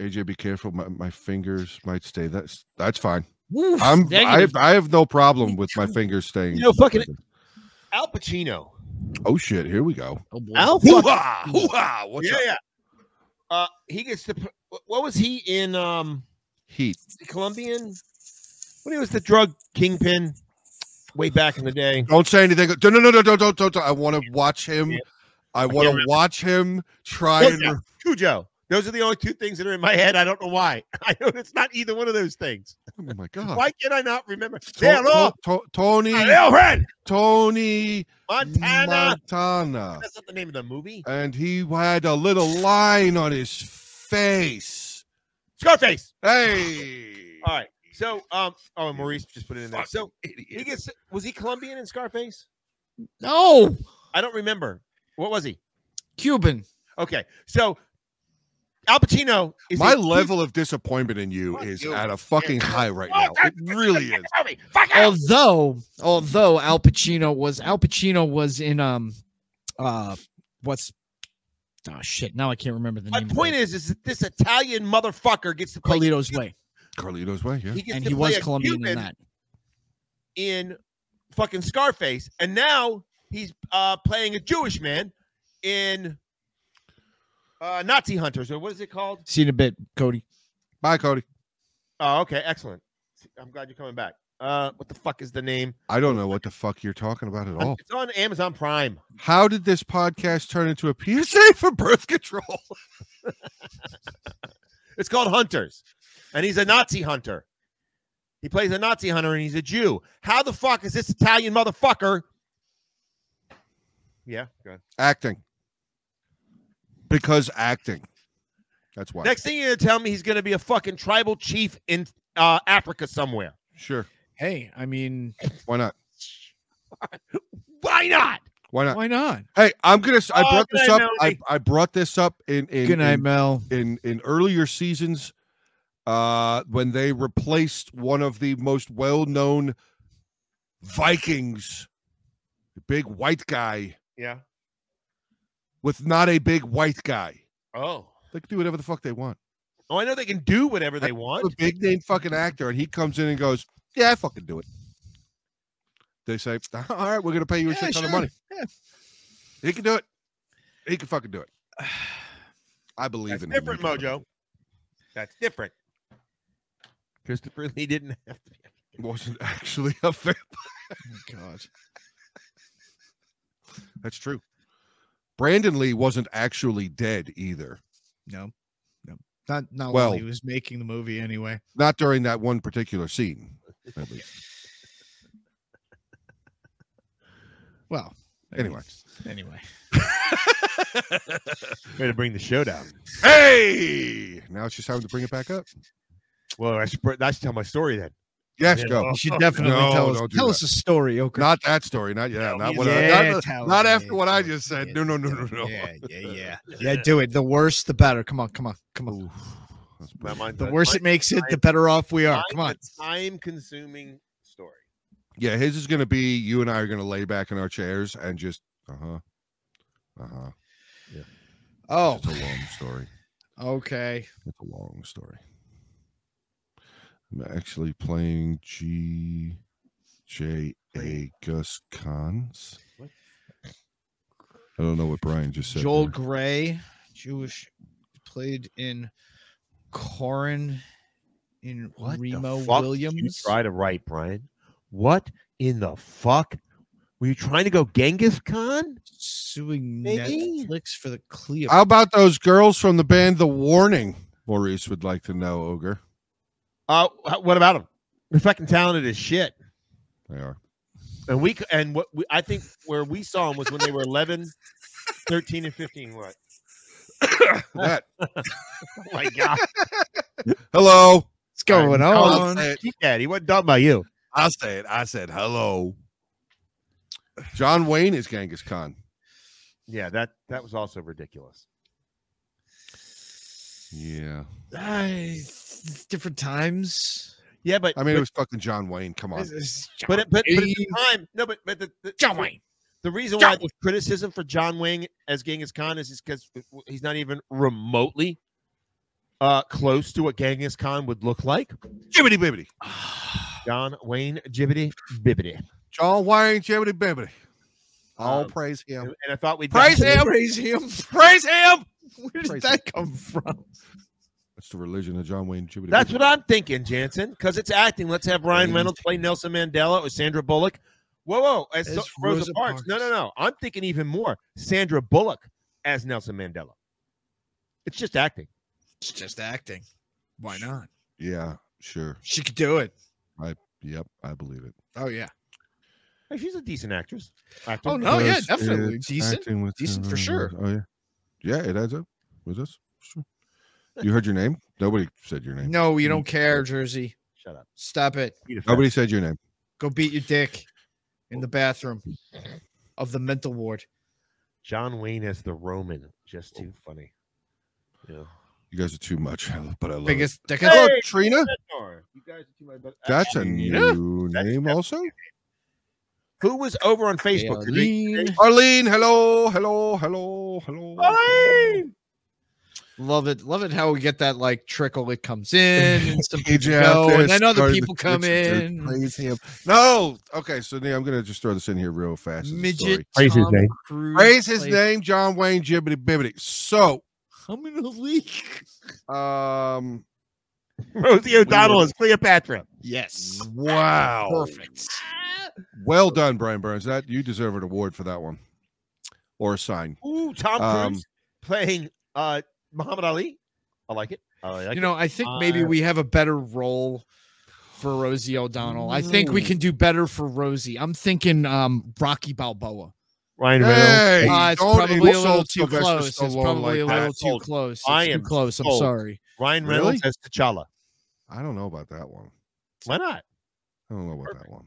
Speaker 4: AJ, be careful. My, my fingers might stay. That's that's fine.
Speaker 3: Woof,
Speaker 4: I'm I,
Speaker 3: negative.
Speaker 4: I have no problem with my fingers staying.
Speaker 2: You know, fucking- Al Pacino.
Speaker 4: Oh shit! Here we go.
Speaker 3: oh boy.
Speaker 2: Al
Speaker 4: Hoo-ha! Hoo-ha! What's
Speaker 2: yeah,
Speaker 4: up?
Speaker 2: yeah. Uh, he gets to. p- wh- What was he in? Um,
Speaker 4: Heat.
Speaker 2: the Colombian when he was the drug kingpin way back in the day.
Speaker 4: Don't say anything. No, no, no, no, don't, don't, don't. don't. I want to watch him.
Speaker 2: Yeah.
Speaker 4: I
Speaker 2: can't
Speaker 4: want to
Speaker 2: remember.
Speaker 4: watch him try
Speaker 2: Look
Speaker 4: and.
Speaker 2: now. Cujo. Those are the only two things that are in my head. I don't know why. I know it's not either one of those things.
Speaker 4: Oh my god!
Speaker 2: Why can I not remember?
Speaker 4: To-
Speaker 2: Hello,
Speaker 4: To- To- Tony.
Speaker 2: hello, friend.
Speaker 4: Tony
Speaker 2: Montana.
Speaker 4: Montana.
Speaker 2: That's not the name of the movie.
Speaker 3: Uh,
Speaker 4: And he had a little line on his face.
Speaker 2: Scarface.
Speaker 4: Hey.
Speaker 2: All right. So, um, oh, and Maurice just put it in there. So he
Speaker 4: Idiot.
Speaker 2: gets. Was he Colombian in Scarface?
Speaker 3: no
Speaker 2: I don't remember. What was he?
Speaker 3: Cuban.
Speaker 2: Okay. So Al Pacino is
Speaker 4: My
Speaker 2: a-
Speaker 4: level of disappointment in you
Speaker 2: Fuck
Speaker 4: is
Speaker 2: you.
Speaker 4: at a fucking high right
Speaker 2: Oh,
Speaker 4: now. It really is.
Speaker 2: Tell me, fuck out.
Speaker 3: although although Al Pacino was Al Pacino was in um uh what's oh shit now I can't remember the
Speaker 2: My
Speaker 3: name.
Speaker 2: point is, is that this Italian motherfucker gets to play.
Speaker 3: Carlito's Way,
Speaker 4: Carlito's way. Yeah.
Speaker 2: He gets
Speaker 3: and
Speaker 2: to
Speaker 3: he
Speaker 2: play
Speaker 3: was
Speaker 2: a
Speaker 3: Colombian
Speaker 2: Cuban
Speaker 3: in that.
Speaker 2: in fucking Scarface, and now he's uh, playing a Jewish man in uh, Nazi Hunters, or what is it called?
Speaker 3: See you in a bit, Cody.
Speaker 4: Bye, Cody.
Speaker 2: Oh, okay, excellent. I'm glad you're coming back. Uh, what the fuck is the name?
Speaker 4: I don't know what the fuck you're talking about at all.
Speaker 2: It's on Amazon Prime.
Speaker 4: How did this podcast turn into a PSA for birth control?
Speaker 2: It's called Hunters, and he's a Nazi hunter. He plays a Nazi hunter, and he's a Jew. How the fuck is this Italian motherfucker? Yeah, go ahead.
Speaker 4: Acting. Because acting. That's why.
Speaker 2: Next thing you're gonna tell me, he's gonna be a fucking tribal chief in uh, Africa somewhere.
Speaker 4: Sure.
Speaker 3: Hey, I mean,
Speaker 4: Why not?
Speaker 2: Why not?
Speaker 4: Why not?
Speaker 3: why not?
Speaker 4: Hey, I'm gonna. s- I
Speaker 2: Oh,
Speaker 4: brought
Speaker 2: good
Speaker 4: this
Speaker 2: night,
Speaker 4: up. I,
Speaker 2: Melanie.
Speaker 4: I brought this up in in,
Speaker 3: Good night,
Speaker 4: in
Speaker 3: Mel.
Speaker 4: in in earlier seasons, uh, when they replaced one of the most well-known Vikings, the big white guy,
Speaker 2: Yeah.
Speaker 4: with not a big white guy.
Speaker 2: Oh.
Speaker 4: They can do whatever the fuck they want.
Speaker 2: Oh, I know they can do whatever they
Speaker 4: A
Speaker 2: want.
Speaker 4: big name fucking actor, and he comes in and goes, "Yeah, I fucking do it." They say, "All right, we're gonna pay you a
Speaker 3: Yeah,
Speaker 4: shit ton of
Speaker 3: sure.
Speaker 4: money."
Speaker 3: Yeah.
Speaker 4: He can do it. He can fucking do it. I believe
Speaker 2: That's
Speaker 4: in him. He
Speaker 2: different,
Speaker 4: can fucking do it.
Speaker 2: Mojo. That's different. Christopher Lee didn't have to.
Speaker 4: wasn't actually a vampire.
Speaker 3: Oh, God,
Speaker 4: That's true. Brandon Lee wasn't actually dead either.
Speaker 3: no, no, not not
Speaker 4: Well-
Speaker 3: while he was making the movie anyway.
Speaker 4: Not during that one particular scene. at least.
Speaker 3: Well,
Speaker 4: Anyway.
Speaker 3: anyway,
Speaker 2: Way to bring the show down.
Speaker 4: Hey! Now it's just time to bring it back up.
Speaker 2: Well, I should, I should tell my story then.
Speaker 4: Yes,
Speaker 2: Yeah.
Speaker 4: go.
Speaker 3: you should definitely
Speaker 4: No,
Speaker 3: tell us
Speaker 4: don't do
Speaker 3: tell
Speaker 4: that.
Speaker 3: us a story, okay?
Speaker 4: Not that story. Not yeah.
Speaker 2: No,
Speaker 4: Not
Speaker 2: he's
Speaker 4: what.
Speaker 3: yeah,
Speaker 4: I, not,
Speaker 3: tell
Speaker 4: not
Speaker 3: us,
Speaker 4: after
Speaker 3: yeah,
Speaker 4: what I
Speaker 3: tell
Speaker 4: just
Speaker 3: us,
Speaker 4: said.
Speaker 3: yeah,
Speaker 4: No, no, no,
Speaker 3: tell
Speaker 4: no,
Speaker 3: us.
Speaker 4: no.
Speaker 3: Yeah, yeah, yeah, yeah. Do it. The worse, the better. Come on, come on, come on.
Speaker 4: Oof, that's
Speaker 2: My
Speaker 4: brutal.
Speaker 2: mind-
Speaker 3: The
Speaker 2: my-
Speaker 3: worse it makes it, the better off we are.
Speaker 2: mine's
Speaker 3: Come on.
Speaker 2: a time-consuming story.
Speaker 4: yeah, his is gonna be. You and I are gonna lay back in our chairs and just. Uh huh. Uh huh.
Speaker 3: Oh,
Speaker 4: It's a long story.
Speaker 3: okay.
Speaker 4: It's a long story. I'm actually playing G J A Gus Cons.
Speaker 2: What?
Speaker 4: I don't know what Brian just said.
Speaker 3: Joel
Speaker 4: there.
Speaker 3: Gray, Jewish, played in Corin in Remo Williams.
Speaker 2: you try to write, Brian? What in the fuck? Were you trying to go Genghis Khan?
Speaker 3: Suing
Speaker 2: Maybe?
Speaker 3: Netflix for the Cleo.
Speaker 4: How about those girls from the band The Warning? Maurice would like to know, Ogre.
Speaker 2: Uh, wh- what about him? They're fucking talented as shit.
Speaker 4: They are.
Speaker 2: And we c- and what we, I think where we saw them was when they were 11, 13, and 15. What?
Speaker 4: That.
Speaker 2: Oh my god.
Speaker 4: Hello.
Speaker 3: What's going
Speaker 4: I'll
Speaker 3: on?
Speaker 4: say it.
Speaker 2: He did. He wasn't talking about you.
Speaker 4: I'll say it. I said hello. John Wayne is Genghis Khan.
Speaker 2: Yeah, that that was also ridiculous.
Speaker 4: Yeah.
Speaker 3: Ah, it's it's different times.
Speaker 2: Yeah, but
Speaker 4: I mean, it was fucking John Wayne. Come on.
Speaker 3: This is John
Speaker 2: but, but, but, but at
Speaker 3: Wayne.
Speaker 2: the time, no, but but the, the
Speaker 3: John Wayne.
Speaker 2: The reason
Speaker 3: John
Speaker 2: why the criticism for John Wayne as Genghis Khan is because he's not even remotely uh, close to what Genghis Khan would look like.
Speaker 4: Jibbity bibbity.
Speaker 3: Ah.
Speaker 2: John Wayne Jibbity Bibbity.
Speaker 4: John Wayne, Jiminy Bibbity. All
Speaker 2: Um,
Speaker 4: praise him.
Speaker 2: And I thought we'd
Speaker 4: Praise him.
Speaker 3: Praise him.
Speaker 4: Praise him.
Speaker 3: Where did
Speaker 4: Praise
Speaker 3: that come from?
Speaker 4: That's the religion of John Wayne Jiminy.
Speaker 2: That's what I'm thinking, Jansen, because it's acting. Let's have Ryan
Speaker 4: Wayne.
Speaker 2: Reynolds play Nelson Mandela or Sandra Bullock. Whoa, whoa. As,
Speaker 3: As
Speaker 2: so- Rosa,
Speaker 3: Rosa
Speaker 2: Parks. No, no,
Speaker 3: Parks.
Speaker 2: no. I'm thinking even more. Sandra Bullock as Nelson Mandela. It's just acting.
Speaker 3: It's just acting. Why not?
Speaker 4: Yeah, sure.
Speaker 3: She could do it.
Speaker 4: Yep, I believe it.
Speaker 3: Oh yeah.
Speaker 2: Hey, she's a decent actress. Actor.
Speaker 3: Oh no, yeah,
Speaker 4: Because
Speaker 3: definitely
Speaker 4: it's
Speaker 3: decent.
Speaker 4: acting with
Speaker 3: Decent for
Speaker 4: John
Speaker 3: sure.
Speaker 4: Wayne. Oh yeah, yeah, it adds up. Was this? Sure. You heard your name? Nobody said your name.
Speaker 3: No, you don't care, Jersey.
Speaker 2: Shut up.
Speaker 3: Stop it.
Speaker 2: Eat a fat
Speaker 4: Nobody said your name.
Speaker 3: Go beat your dick in the bathroom of the mental ward.
Speaker 2: Oh. John Wayne as the Roman. Just too funny. Yeah.
Speaker 4: You guys are too much, I love- but I love it.
Speaker 3: Biggest dickest.
Speaker 4: Hello,
Speaker 2: Hey!
Speaker 4: Trina.
Speaker 2: You guys are too much, but-
Speaker 4: That's a
Speaker 2: Yeah.
Speaker 4: new
Speaker 2: That's
Speaker 4: name,
Speaker 2: definitely-
Speaker 4: also.
Speaker 2: Who was over on Facebook? today?
Speaker 3: Aileen.
Speaker 4: Arlene, hello, hello, hello, hello.
Speaker 2: Arlene!
Speaker 3: Love it. Love it how we get that like trickle. It comes in and some
Speaker 4: Page
Speaker 3: people
Speaker 4: out
Speaker 3: go,
Speaker 4: there
Speaker 3: and then other
Speaker 4: started the
Speaker 3: people come
Speaker 4: Twitch and
Speaker 3: in.
Speaker 4: Praise him. No. Okay, so now I'm gonna just throw this in here real fast. as a
Speaker 3: Midget
Speaker 4: story.
Speaker 2: Praise his
Speaker 3: Tom
Speaker 2: name.
Speaker 3: Cruise
Speaker 4: Praise his
Speaker 3: plays-
Speaker 4: name, John Wayne Jibbity Bibbity. So,
Speaker 3: I'm in a leak.
Speaker 4: um,
Speaker 2: Rosie O'Donnell is Cleopatra.
Speaker 3: Yes.
Speaker 4: wow,
Speaker 3: Perfect.
Speaker 2: Ah!
Speaker 4: Well done, Brian Burns. That you deserve an award for that one, or a sign.
Speaker 2: Ooh, Tom
Speaker 4: Um,
Speaker 2: Cruise playing uh Muhammad Ali. I like it. I like
Speaker 3: You
Speaker 2: it.
Speaker 3: know, I think maybe
Speaker 2: Uh,
Speaker 3: we have a better role for Rosie O'Donnell. I think we
Speaker 4: No.
Speaker 3: can do better for Rosie. I'm thinking um Rocky Balboa.
Speaker 2: Ryan
Speaker 4: Hey,
Speaker 2: Reynolds.
Speaker 3: Uh, it's
Speaker 4: don't
Speaker 3: probably a
Speaker 4: insult
Speaker 3: little too
Speaker 4: Sylvester
Speaker 3: close. It's
Speaker 4: Stallone
Speaker 3: probably
Speaker 4: like
Speaker 3: a
Speaker 4: that.
Speaker 3: little too
Speaker 2: Sold.
Speaker 3: close.
Speaker 2: I
Speaker 3: It's too
Speaker 2: am
Speaker 3: close. I'm
Speaker 2: sold.
Speaker 3: sorry.
Speaker 2: Ryan
Speaker 4: Really?
Speaker 2: Reynolds as T'Challa.
Speaker 4: I don't know about that one.
Speaker 2: Why not?
Speaker 4: I don't know about
Speaker 2: Perfect.
Speaker 4: that one.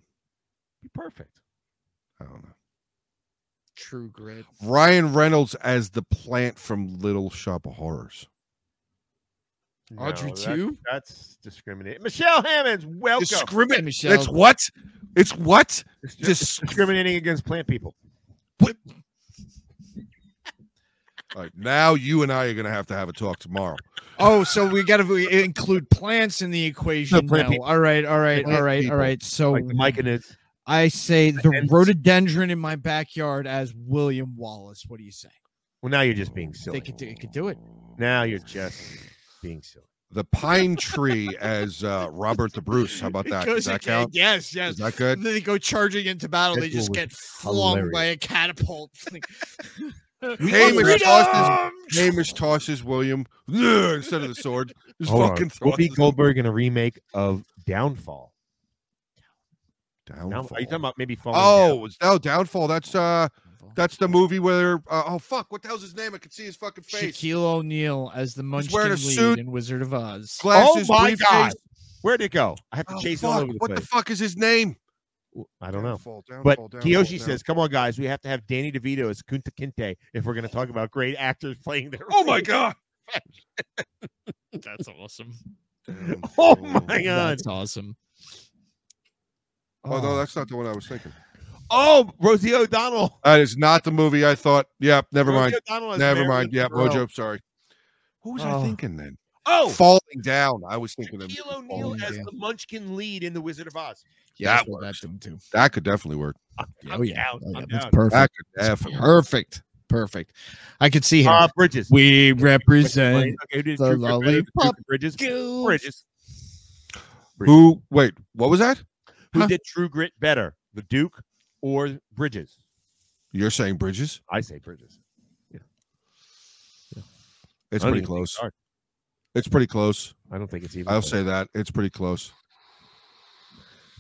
Speaker 2: Be perfect.
Speaker 4: I don't know.
Speaker 3: True grit.
Speaker 4: Ryan Reynolds as the plant from Little Shop of Horrors.
Speaker 3: Audrey
Speaker 2: that's-
Speaker 3: too?
Speaker 2: That's discriminating. Michelle Hammonds, welcome.
Speaker 4: Discrimin-
Speaker 3: Michelle.
Speaker 4: It's what? It's what?
Speaker 2: Dis- discriminating against plant people.
Speaker 4: All right, now you and I are going to have to have a talk tomorrow.
Speaker 3: Oh, so we got to include plants in the equation.
Speaker 2: plant
Speaker 3: now.
Speaker 2: people.
Speaker 3: All right, all right,
Speaker 4: Plant
Speaker 3: all right,
Speaker 4: people.
Speaker 3: all right. So
Speaker 2: Like the mic and it's
Speaker 3: I say the
Speaker 2: ends.
Speaker 3: rhododendron in my backyard as William Wallace. What do you say?
Speaker 2: well now you're just being silly.
Speaker 3: They could do, it could do it.
Speaker 2: Now you're just being silly.
Speaker 4: The pine tree as uh, Robert the Bruce. How about
Speaker 3: It
Speaker 4: that?
Speaker 3: goes
Speaker 4: Does that
Speaker 3: again.
Speaker 4: count?
Speaker 3: Yes, yes.
Speaker 4: Is that good?
Speaker 3: And then they go charging into battle.
Speaker 2: That
Speaker 3: they just
Speaker 2: was
Speaker 3: get flung
Speaker 2: hilarious.
Speaker 3: by a catapult. Like,
Speaker 4: Hamish tosses,
Speaker 3: freedom!
Speaker 4: Hamish tosses William "Ugh," instead of the sword. Just
Speaker 2: Hold on.
Speaker 4: fucking throw
Speaker 2: Whoopi Goldberg in a remake of Downfall.
Speaker 4: down.
Speaker 2: Now, are you talking about maybe falling? down?
Speaker 4: Oh, it's oh, downfall. That's uh, that's the movie where uh, oh fuck, what the hell's his name? I can see his fucking face.
Speaker 3: Shaquille O'Neal as the
Speaker 4: He's
Speaker 3: Munchkin
Speaker 4: wearing a
Speaker 3: lead
Speaker 4: suit.
Speaker 3: in Wizard of Oz.
Speaker 4: Glasses,
Speaker 2: Oh my
Speaker 4: briefcase.
Speaker 2: God. Where'd it go? I have to
Speaker 4: Oh,
Speaker 2: chase all
Speaker 4: fuck.
Speaker 2: over the
Speaker 4: What
Speaker 2: place.
Speaker 4: the fuck is his name?
Speaker 2: I don't know.
Speaker 4: Downfall,
Speaker 2: But
Speaker 4: downfall, downfall,
Speaker 2: Kiyoshi
Speaker 4: downfall.
Speaker 2: says, "Come on, guys, we have to have Danny DeVito as Kunta Kinte if we're going to talk about great actors playing their."
Speaker 4: "Oh my god,
Speaker 3: That's awesome.
Speaker 2: Oh my god!
Speaker 3: That's awesome.
Speaker 4: Oh no, that's not the one I was thinking.
Speaker 2: Oh, Rosie O'Donnell.
Speaker 4: That is not the movie I thought. Yep, never
Speaker 2: Rosie
Speaker 4: mind.
Speaker 2: O'Donnell as
Speaker 4: Never
Speaker 2: Marilyn
Speaker 4: mind. Yeah,
Speaker 2: Monroe.
Speaker 4: Mojo, sorry. What was
Speaker 2: Oh.
Speaker 4: I thinking then?
Speaker 2: Oh,
Speaker 4: Falling down. I was thinking of
Speaker 2: Shaquille O'Neal
Speaker 4: falling
Speaker 2: as
Speaker 4: down.
Speaker 2: the Munchkin lead in The Wizard of Oz.
Speaker 3: Yeah,
Speaker 4: That
Speaker 3: that's what that's them too.
Speaker 4: That could definitely work.
Speaker 2: I'm
Speaker 3: oh yeah,
Speaker 2: down.
Speaker 3: Oh, yeah.
Speaker 2: I'm
Speaker 3: that's
Speaker 2: down.
Speaker 4: That
Speaker 3: perfect.
Speaker 4: could definitely work.
Speaker 3: Perfect. Perfect. I could see him.
Speaker 2: Uh, Bridges.
Speaker 3: we
Speaker 2: okay,
Speaker 3: represent
Speaker 2: who did
Speaker 3: the
Speaker 2: Trooper Bridges?
Speaker 3: lollipop
Speaker 2: Trooper Bridges.
Speaker 3: Goo.
Speaker 2: Bridges.
Speaker 4: Who? Wait, what was that?
Speaker 2: Who
Speaker 3: Huh?
Speaker 2: did True Grit better, the Duke or Bridges?
Speaker 4: You're saying Bridges?
Speaker 2: I say Bridges.
Speaker 4: It's
Speaker 2: I don't
Speaker 4: pretty
Speaker 2: even think
Speaker 4: close.
Speaker 2: it's hard.
Speaker 4: It's pretty close.
Speaker 2: I don't think it's even.
Speaker 4: I'll
Speaker 2: close.
Speaker 4: say that. It's pretty close.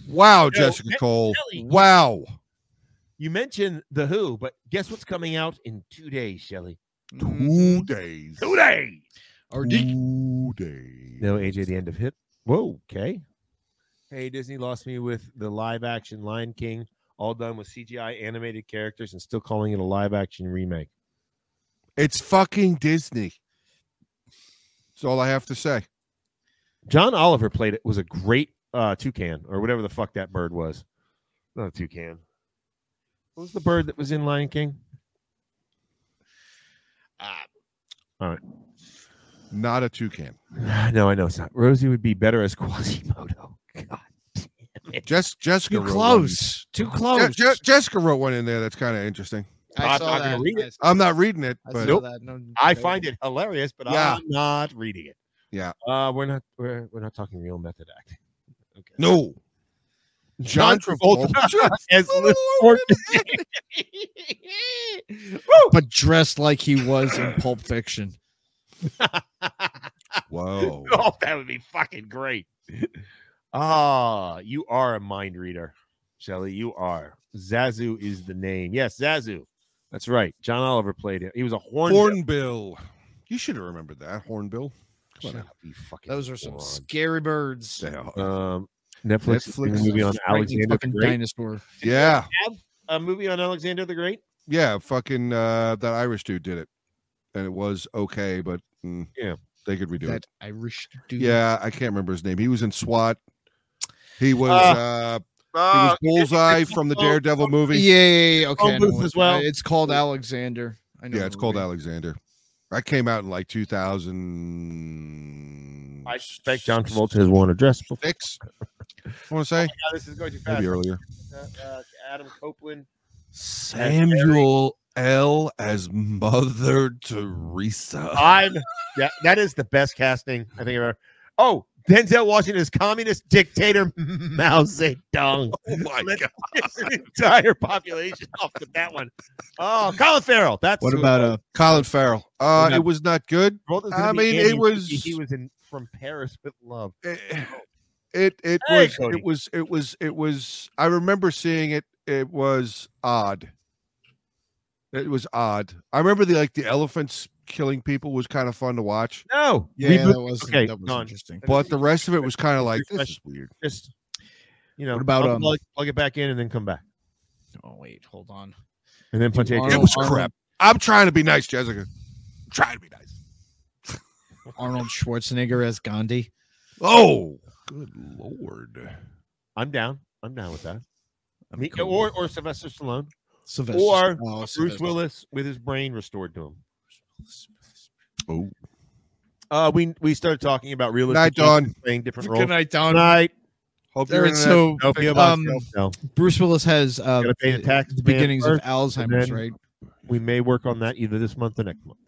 Speaker 4: Wow, Jessica
Speaker 2: Matt
Speaker 4: Cole.
Speaker 2: Kelly.
Speaker 4: Wow.
Speaker 2: You mentioned the Who, but guess what's coming out in two days, Shelly?
Speaker 4: Two days.
Speaker 2: Two days.
Speaker 3: Or did-
Speaker 4: Two days.
Speaker 2: No, AJ, the end of hit. Whoa, okay. Hey, Disney lost me with the live action Lion King, all done with CGI animated characters, and still calling it a live action remake.
Speaker 4: It's fucking Disney. That's all I have to say.
Speaker 2: John Oliver played it was a great uh, toucan or whatever the fuck that bird was. Not a toucan. What was the bird that was in Lion King?
Speaker 4: Not a toucan.
Speaker 2: No, I know it's not. Rosie would be better as Quasimodo. God damn it.
Speaker 4: Jess, Jessica
Speaker 3: too
Speaker 4: wrote one.
Speaker 3: close. Too
Speaker 4: Je-
Speaker 3: close.
Speaker 4: Je- Jessica wrote one in there that's kind of interesting.
Speaker 3: I
Speaker 2: I'm
Speaker 3: saw
Speaker 2: not
Speaker 3: that.
Speaker 2: gonna read it.
Speaker 4: I'm not reading it,
Speaker 3: I saw
Speaker 4: but
Speaker 2: Nope.
Speaker 3: that. No,
Speaker 2: I
Speaker 3: no.
Speaker 2: find it hilarious, but
Speaker 4: Yeah.
Speaker 2: I'm not reading it.
Speaker 4: Yeah.
Speaker 2: Uh, we're not we're, we're not talking real method acting. Okay.
Speaker 4: no. John Travolta.
Speaker 2: as Luke Morgan. Woo!
Speaker 3: But dressed like he was in Pulp Fiction.
Speaker 4: Whoa.
Speaker 2: Oh, that would be fucking great. Ah, you are a mind reader, Shelly. You are. Zazu is the name. Yes, Zazu. That's right. John Oliver played him. He was a horn.
Speaker 4: Hornbill. You should have remembered that. Hornbill. Come on Uh,
Speaker 2: Shut
Speaker 4: now.
Speaker 2: up, you fucking
Speaker 3: Those are some
Speaker 2: moron.
Speaker 3: scary birds.
Speaker 4: They are.
Speaker 2: Um, Netflix, is doing
Speaker 4: Netflix
Speaker 2: a movie on
Speaker 3: Frightening
Speaker 2: Alexander the
Speaker 3: fucking
Speaker 2: Great.
Speaker 3: dinosaur.
Speaker 4: Yeah.
Speaker 2: A movie on Alexander the Great.
Speaker 4: Yeah. Fucking uh, that Irish dude did it. And it was okay, but mm,
Speaker 2: Yeah.
Speaker 4: They could redo
Speaker 3: that
Speaker 4: it.
Speaker 3: Irish dude.
Speaker 4: Yeah, I can't remember his name. He was in SWAT. He was uh,
Speaker 2: Oh,
Speaker 4: he was Bullseye from the Daredevil
Speaker 3: Yeah,
Speaker 4: movie.
Speaker 3: yeah, yeah, yeah, Okay.
Speaker 2: Phone
Speaker 3: I know
Speaker 2: booth
Speaker 3: what-
Speaker 2: as well.
Speaker 3: uh, It's called Alexander. I know.
Speaker 4: Yeah,
Speaker 3: the
Speaker 4: it's called
Speaker 3: movie.
Speaker 4: Alexander. I came out in like 2000.
Speaker 2: I suspect John Travolta has worn a dress before.
Speaker 4: Six, I want to say
Speaker 2: Oh, Yeah, this is going too
Speaker 4: maybe earlier.
Speaker 2: Uh, uh, Adam Copeland.
Speaker 4: Samuel L. as Mother Teresa.
Speaker 2: I'm yeah, that is the best casting I think I've ever. Oh, Denzel Washington is communist dictator Mao Zedong.
Speaker 4: Oh my
Speaker 2: Let- It's an entire population off with that one. Oh, Colin Farrell. That's
Speaker 3: What
Speaker 2: who-
Speaker 3: about uh,
Speaker 4: Colin Farrell. Uh,
Speaker 2: What about-
Speaker 4: it was not good.
Speaker 2: Travolta's
Speaker 4: I
Speaker 2: gonna be
Speaker 4: mean,
Speaker 2: Andy
Speaker 4: it was-
Speaker 2: Dickey. he was in from Paris with love.
Speaker 4: It Eh, it, it
Speaker 2: Hey,
Speaker 4: was
Speaker 2: Cody.
Speaker 4: it was it was it was. I remember seeing it. It was odd. It was odd. I remember the like the elephants killing people was kind of fun to watch,
Speaker 2: No,
Speaker 3: Yeah,
Speaker 2: reboot-
Speaker 3: that was
Speaker 2: okay,
Speaker 3: that was
Speaker 2: done.
Speaker 3: interesting.
Speaker 4: but the rest of it was kind of like this
Speaker 2: Refresh-
Speaker 4: is weird.
Speaker 2: just you know
Speaker 3: What about, um,
Speaker 2: unplug, plug it back in and then come back
Speaker 3: Oh wait, hold on.
Speaker 2: and then punch it.
Speaker 4: It
Speaker 3: Arnold-
Speaker 4: was crap. I'm trying to be nice, Jessica. trying to be nice.
Speaker 3: Arnold Schwarzenegger as Gandhi.
Speaker 4: Oh, good lord.
Speaker 2: I'm down. I'm down with that.
Speaker 3: I'm
Speaker 2: Me-
Speaker 3: cool.
Speaker 2: Or or Sylvester Stallone,
Speaker 3: Sylvester-
Speaker 2: or
Speaker 3: oh,
Speaker 2: Bruce
Speaker 3: Sylvester.
Speaker 2: Willis with his brain restored to him.
Speaker 4: Oh,
Speaker 2: Uh, we we started talking about realistic
Speaker 4: night
Speaker 2: games,
Speaker 4: dawn.
Speaker 2: playing different roles.
Speaker 3: Good night, Don.
Speaker 2: Good night.
Speaker 4: Hope
Speaker 3: There
Speaker 4: you're
Speaker 3: it's so
Speaker 2: No, feel about
Speaker 3: um,
Speaker 2: yourself. No.
Speaker 3: Bruce Willis has uh,
Speaker 2: Gotta pay the tax man
Speaker 3: beginnings of
Speaker 2: first,
Speaker 3: Alzheimer's,
Speaker 2: then-
Speaker 3: right?
Speaker 2: We may work on that either this month or next month.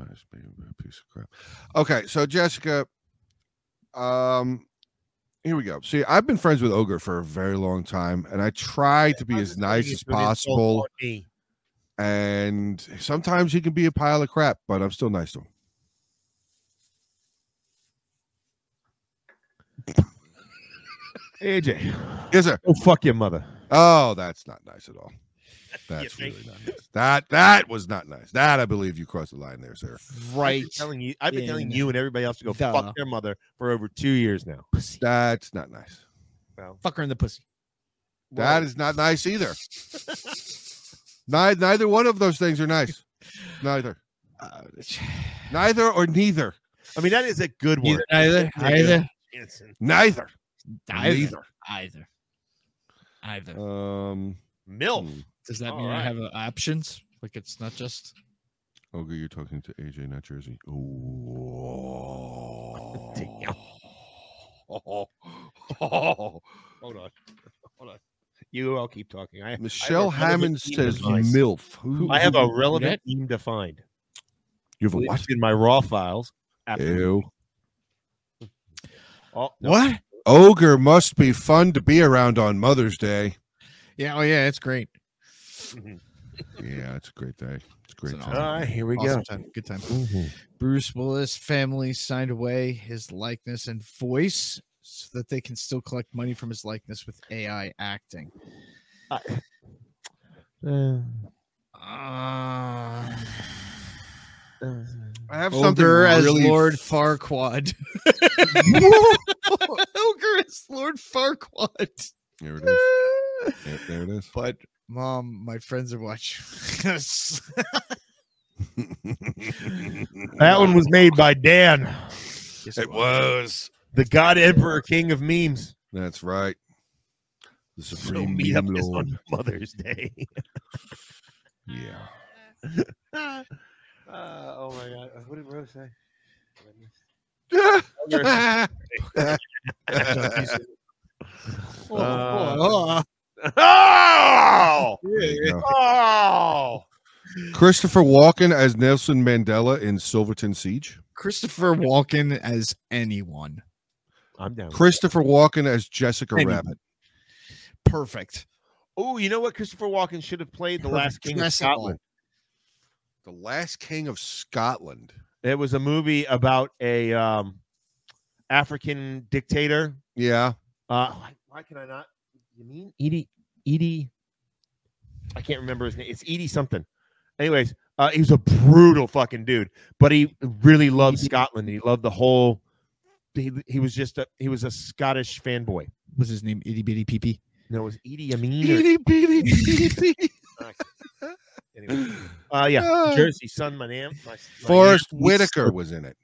Speaker 4: Must be a piece of crap. Okay, so Jessica, um, here we go. See, I've been friends with Ogre for a very long time, and I try to be as nice as possible. And sometimes he can be a pile of crap, but I'm still nice to him.
Speaker 2: AJ,
Speaker 4: Yes, sir.
Speaker 2: go fuck your mother.
Speaker 4: Oh, that's not nice at all. That's
Speaker 2: think?
Speaker 4: really not nice. That that was not nice. That I believe you crossed the line there, sir.
Speaker 2: I've
Speaker 3: Right.
Speaker 2: been telling you, I've been telling
Speaker 3: in
Speaker 2: you and everybody else to go
Speaker 3: the-
Speaker 2: fuck their mother for over two years now.
Speaker 3: Pussy.
Speaker 4: That's not nice.
Speaker 2: Well,
Speaker 3: Fuck her in the pussy.
Speaker 4: That is not nice either. neither, neither one of those things are nice. Neither.
Speaker 3: Uh,
Speaker 4: Neither or neither.
Speaker 2: I mean, that is a good one.
Speaker 3: neither, neither, neither,
Speaker 2: Jansen.
Speaker 4: Neither.
Speaker 3: neither, either, either.
Speaker 2: Uh,
Speaker 4: Um
Speaker 2: Milf.
Speaker 4: hmm.
Speaker 3: Does that
Speaker 2: all
Speaker 3: mean
Speaker 2: right.
Speaker 3: I have uh, options? Like it's not just
Speaker 4: Ogre, you're talking to AJ, not Jersey. Oh.
Speaker 2: Damn. Hold on. Hold on. You all keep talking. I,
Speaker 4: Michelle
Speaker 2: I have a relevant
Speaker 4: Hammond
Speaker 2: theme
Speaker 4: says
Speaker 2: device.
Speaker 4: MILF. Who-
Speaker 2: I have a
Speaker 4: who-
Speaker 2: relevant
Speaker 3: that?
Speaker 2: theme to find.
Speaker 4: You have a what?
Speaker 2: in my raw files. Absolutely.
Speaker 4: Ew.
Speaker 2: Oh, no.
Speaker 3: what?
Speaker 4: Ogre must be fun to be around on Mother's Day.
Speaker 3: Yeah. Oh yeah, it's great.
Speaker 4: Yeah, it's a great day. It's a great
Speaker 3: an
Speaker 4: time. Mm-hmm.
Speaker 2: All right, here we
Speaker 3: Awesome
Speaker 2: go.
Speaker 3: time. Good time. Bruce Willis family signed away his likeness and voice so that they can still collect money from his likeness with AI acting.
Speaker 2: Ah.
Speaker 3: Uh,
Speaker 4: I have
Speaker 2: Oh,
Speaker 4: something
Speaker 3: Ogre as
Speaker 4: really
Speaker 3: Lord Farquaad. Ogre as Lord Farquaad.
Speaker 4: There it is. There, there it is.
Speaker 3: But mom, my friends are watching.
Speaker 2: that one was made by Dan,
Speaker 4: it was.
Speaker 2: the God Emperor King of Memes.
Speaker 4: That's right. The
Speaker 2: So
Speaker 4: supreme
Speaker 2: meet up
Speaker 4: meme
Speaker 2: is
Speaker 4: lord.
Speaker 2: on Mother's Day.
Speaker 4: Yeah.
Speaker 2: uh, oh my God! What did Rose say?
Speaker 4: Uh,
Speaker 3: Oh,
Speaker 2: oh!
Speaker 4: There you go.
Speaker 2: Oh!
Speaker 4: Christopher Walken as Nelson Mandela in Silverton Siege.
Speaker 3: Christopher Walken as anyone.
Speaker 2: I'm down.
Speaker 4: Christopher Walken as Jessica
Speaker 3: Maybe.
Speaker 4: Rabbit.
Speaker 3: Perfect.
Speaker 2: Oh, you know what? Christopher Walken should have played the last
Speaker 3: Perfect.
Speaker 2: king of
Speaker 3: Dressable.
Speaker 2: Scotland.
Speaker 4: The Last King of Scotland.
Speaker 2: It was a movie about a um, African dictator.
Speaker 4: Yeah.
Speaker 2: Uh, why, why can I not? You mean Edie? Edie? I can't remember his name. It's Edie something. Anyways, uh, he was a brutal fucking dude, but he really loved Scotland. He loved the whole. He, he was just a he was a Scottish fanboy.
Speaker 3: Was his name Itty Bitty Pee Pee?
Speaker 2: No, it was Edie Amin. Or, anyway, uh, yeah, Jersey son, my name. My, my
Speaker 4: Ah. Forrest
Speaker 2: name-
Speaker 4: Whitaker was in it.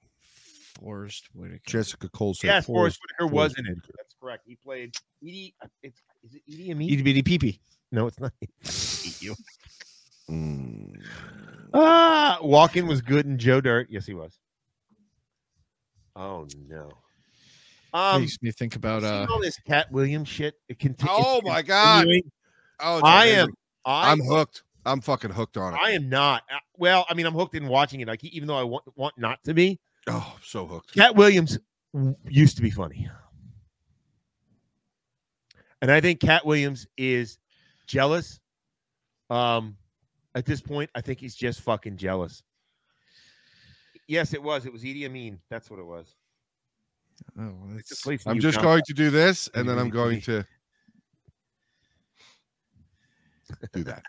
Speaker 3: Forrest Whitaker.
Speaker 4: Jessica Cole said
Speaker 2: Yes, Forrest
Speaker 4: Forrest
Speaker 2: Whitaker was
Speaker 4: Forrest
Speaker 2: in it. That's correct. He played Edie. uh, It's, is it Edie Amin?
Speaker 3: Itty bitty pee pee.
Speaker 2: No, it's not.
Speaker 4: Mm.
Speaker 2: Ah, Walken was good in Joe Dirt. Yes, he was. Oh no. Um,
Speaker 3: Makes me think about
Speaker 2: seen
Speaker 3: uh
Speaker 2: all this Cat Williams shit. It continues.
Speaker 4: Oh my god! Oh, it's
Speaker 2: I
Speaker 4: amazing.
Speaker 2: am. I,
Speaker 4: I'm hooked. I'm fucking hooked on it.
Speaker 2: I am not. Uh, Well, I mean, I'm hooked in watching it. Like, even though I want want not to be,
Speaker 4: oh, I'm so hooked.
Speaker 2: Cat Williams w- used to be funny, and I think Cat Williams is jealous. Um, at this point, I think he's just fucking jealous. Yes, it was. It was Edie Amin. That's what it was.
Speaker 3: oh,
Speaker 2: It's a
Speaker 3: that's-
Speaker 2: place in
Speaker 4: I'm just
Speaker 2: Uganda.
Speaker 4: going to do this, and then I'm
Speaker 2: Itty
Speaker 4: going
Speaker 2: bitty
Speaker 4: to do that.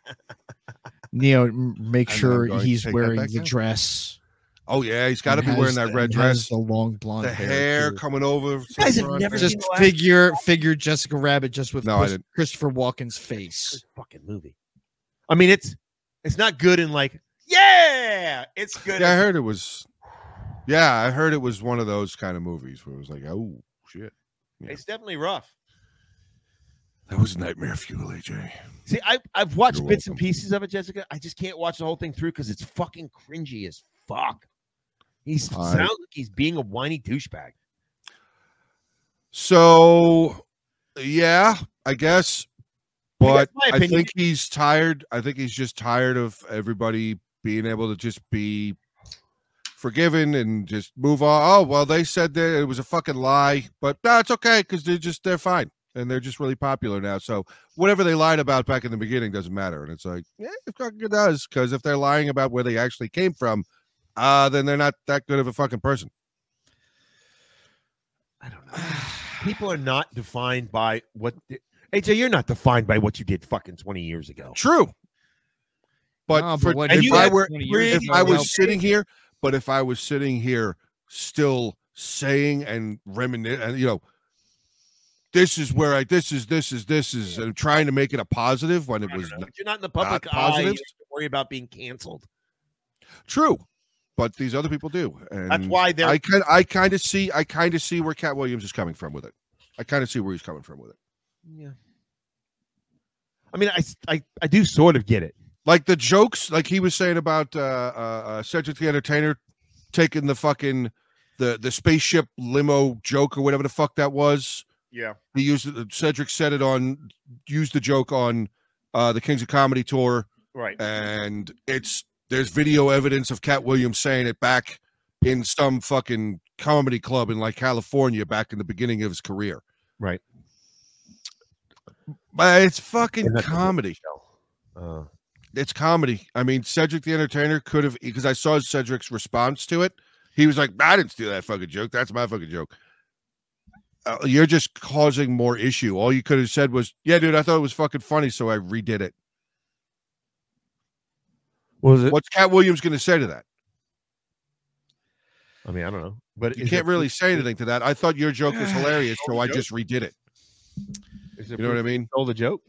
Speaker 3: Neo m- make
Speaker 4: I'm
Speaker 3: sure
Speaker 4: going to
Speaker 3: he's
Speaker 4: take that
Speaker 3: wearing
Speaker 4: back
Speaker 3: the
Speaker 4: now.
Speaker 3: dress.
Speaker 4: Oh yeah, he's got to
Speaker 3: and
Speaker 4: be
Speaker 3: has
Speaker 4: wearing
Speaker 3: the-
Speaker 4: that red
Speaker 3: and has
Speaker 4: dress,
Speaker 3: The long blonde
Speaker 4: the hair
Speaker 3: too.
Speaker 4: coming over. You
Speaker 2: guys have never
Speaker 3: Just
Speaker 2: Didn't laugh.
Speaker 3: figure figure Jessica Rabbit just with
Speaker 4: No, I
Speaker 3: Chris-
Speaker 4: didn't.
Speaker 3: Christopher Walken's face.
Speaker 2: Good fucking movie. I mean, it's it's not good in like yeah, it's good.
Speaker 4: Yeah, I
Speaker 2: as-
Speaker 4: heard it was. Yeah, I heard it was one of those kind of movies where it was like, oh shit, yeah.
Speaker 2: It's definitely rough.
Speaker 4: that was nightmare fuel, AJ.
Speaker 2: See, I I've watched
Speaker 4: You're
Speaker 2: bits and
Speaker 4: welcome.
Speaker 2: pieces of it, Jessica. I just can't watch the whole thing through because it's fucking cringy as fuck. He sounds
Speaker 4: I-
Speaker 2: like he's being a whiny douchebag.
Speaker 4: So, yeah, I guess. But
Speaker 2: that's my
Speaker 4: I
Speaker 2: opinion.
Speaker 4: think he's tired. I think he's just tired of everybody being able to just be forgiven and just move on. Oh well, they said that it was a fucking lie, but no, it's okay because they're just they're fine and they're just really popular now. So whatever they lied about back in the beginning doesn't matter. And it's like, yeah, it fucking does because if they're lying about where they actually came from, uh, then they're not that good of a fucking person.
Speaker 2: I don't know. People are not defined by what. The, AJ, you're not defined by what you did fucking 20 years ago.
Speaker 4: True. But,
Speaker 3: No, but
Speaker 4: for,
Speaker 3: what
Speaker 4: if
Speaker 2: you
Speaker 4: I
Speaker 2: had
Speaker 4: were
Speaker 3: 20 years
Speaker 4: if
Speaker 3: ago
Speaker 4: I
Speaker 3: would
Speaker 4: was
Speaker 3: help.
Speaker 4: sitting here, but if I was sitting here still saying and reminiscing, and you know, this is where I this is this is this is and trying to make it a positive when it
Speaker 2: I don't
Speaker 4: was
Speaker 2: know.
Speaker 4: not
Speaker 2: You're not in the public eye. You
Speaker 4: positives?
Speaker 2: don't have to worry about being canceled.
Speaker 4: true. But these other people do, and
Speaker 2: That's why they're
Speaker 4: I kind I kind of see I kind of see where Cat Williams is coming from with it. I kind of see where he's coming from with it.
Speaker 2: Yeah. I mean, I, s- I, I do sort of get it.
Speaker 4: like the jokes like he was saying about uh uh, uh cedric the entertainer taking the fucking the the spaceship limo joke or whatever the fuck that was
Speaker 2: Yeah.
Speaker 4: he used it cedric said it on used the joke on uh the kings of comedy tour
Speaker 2: Right.
Speaker 4: and it's there's video evidence of cat williams saying it back in some fucking comedy club in like california back in the beginning of his career
Speaker 2: Right.
Speaker 4: but it's fucking
Speaker 2: And that's-
Speaker 4: comedy
Speaker 2: Uh,
Speaker 4: it's comedy. I mean, Cedric the Entertainer could have because I saw Cedric's response to it. He was like, "I didn't steal that fucking joke. That's my fucking joke." Uh, you're just causing more issue. All you could have said was, "Yeah, dude, I thought it was fucking funny, so I redid it."
Speaker 2: was it?
Speaker 4: What's Cat Williams going to say to that?
Speaker 2: I mean, I don't know. But
Speaker 4: You can't really say anything to that. I thought your joke was hilarious, so I just redid it. You know what I mean?
Speaker 2: Stole the joke.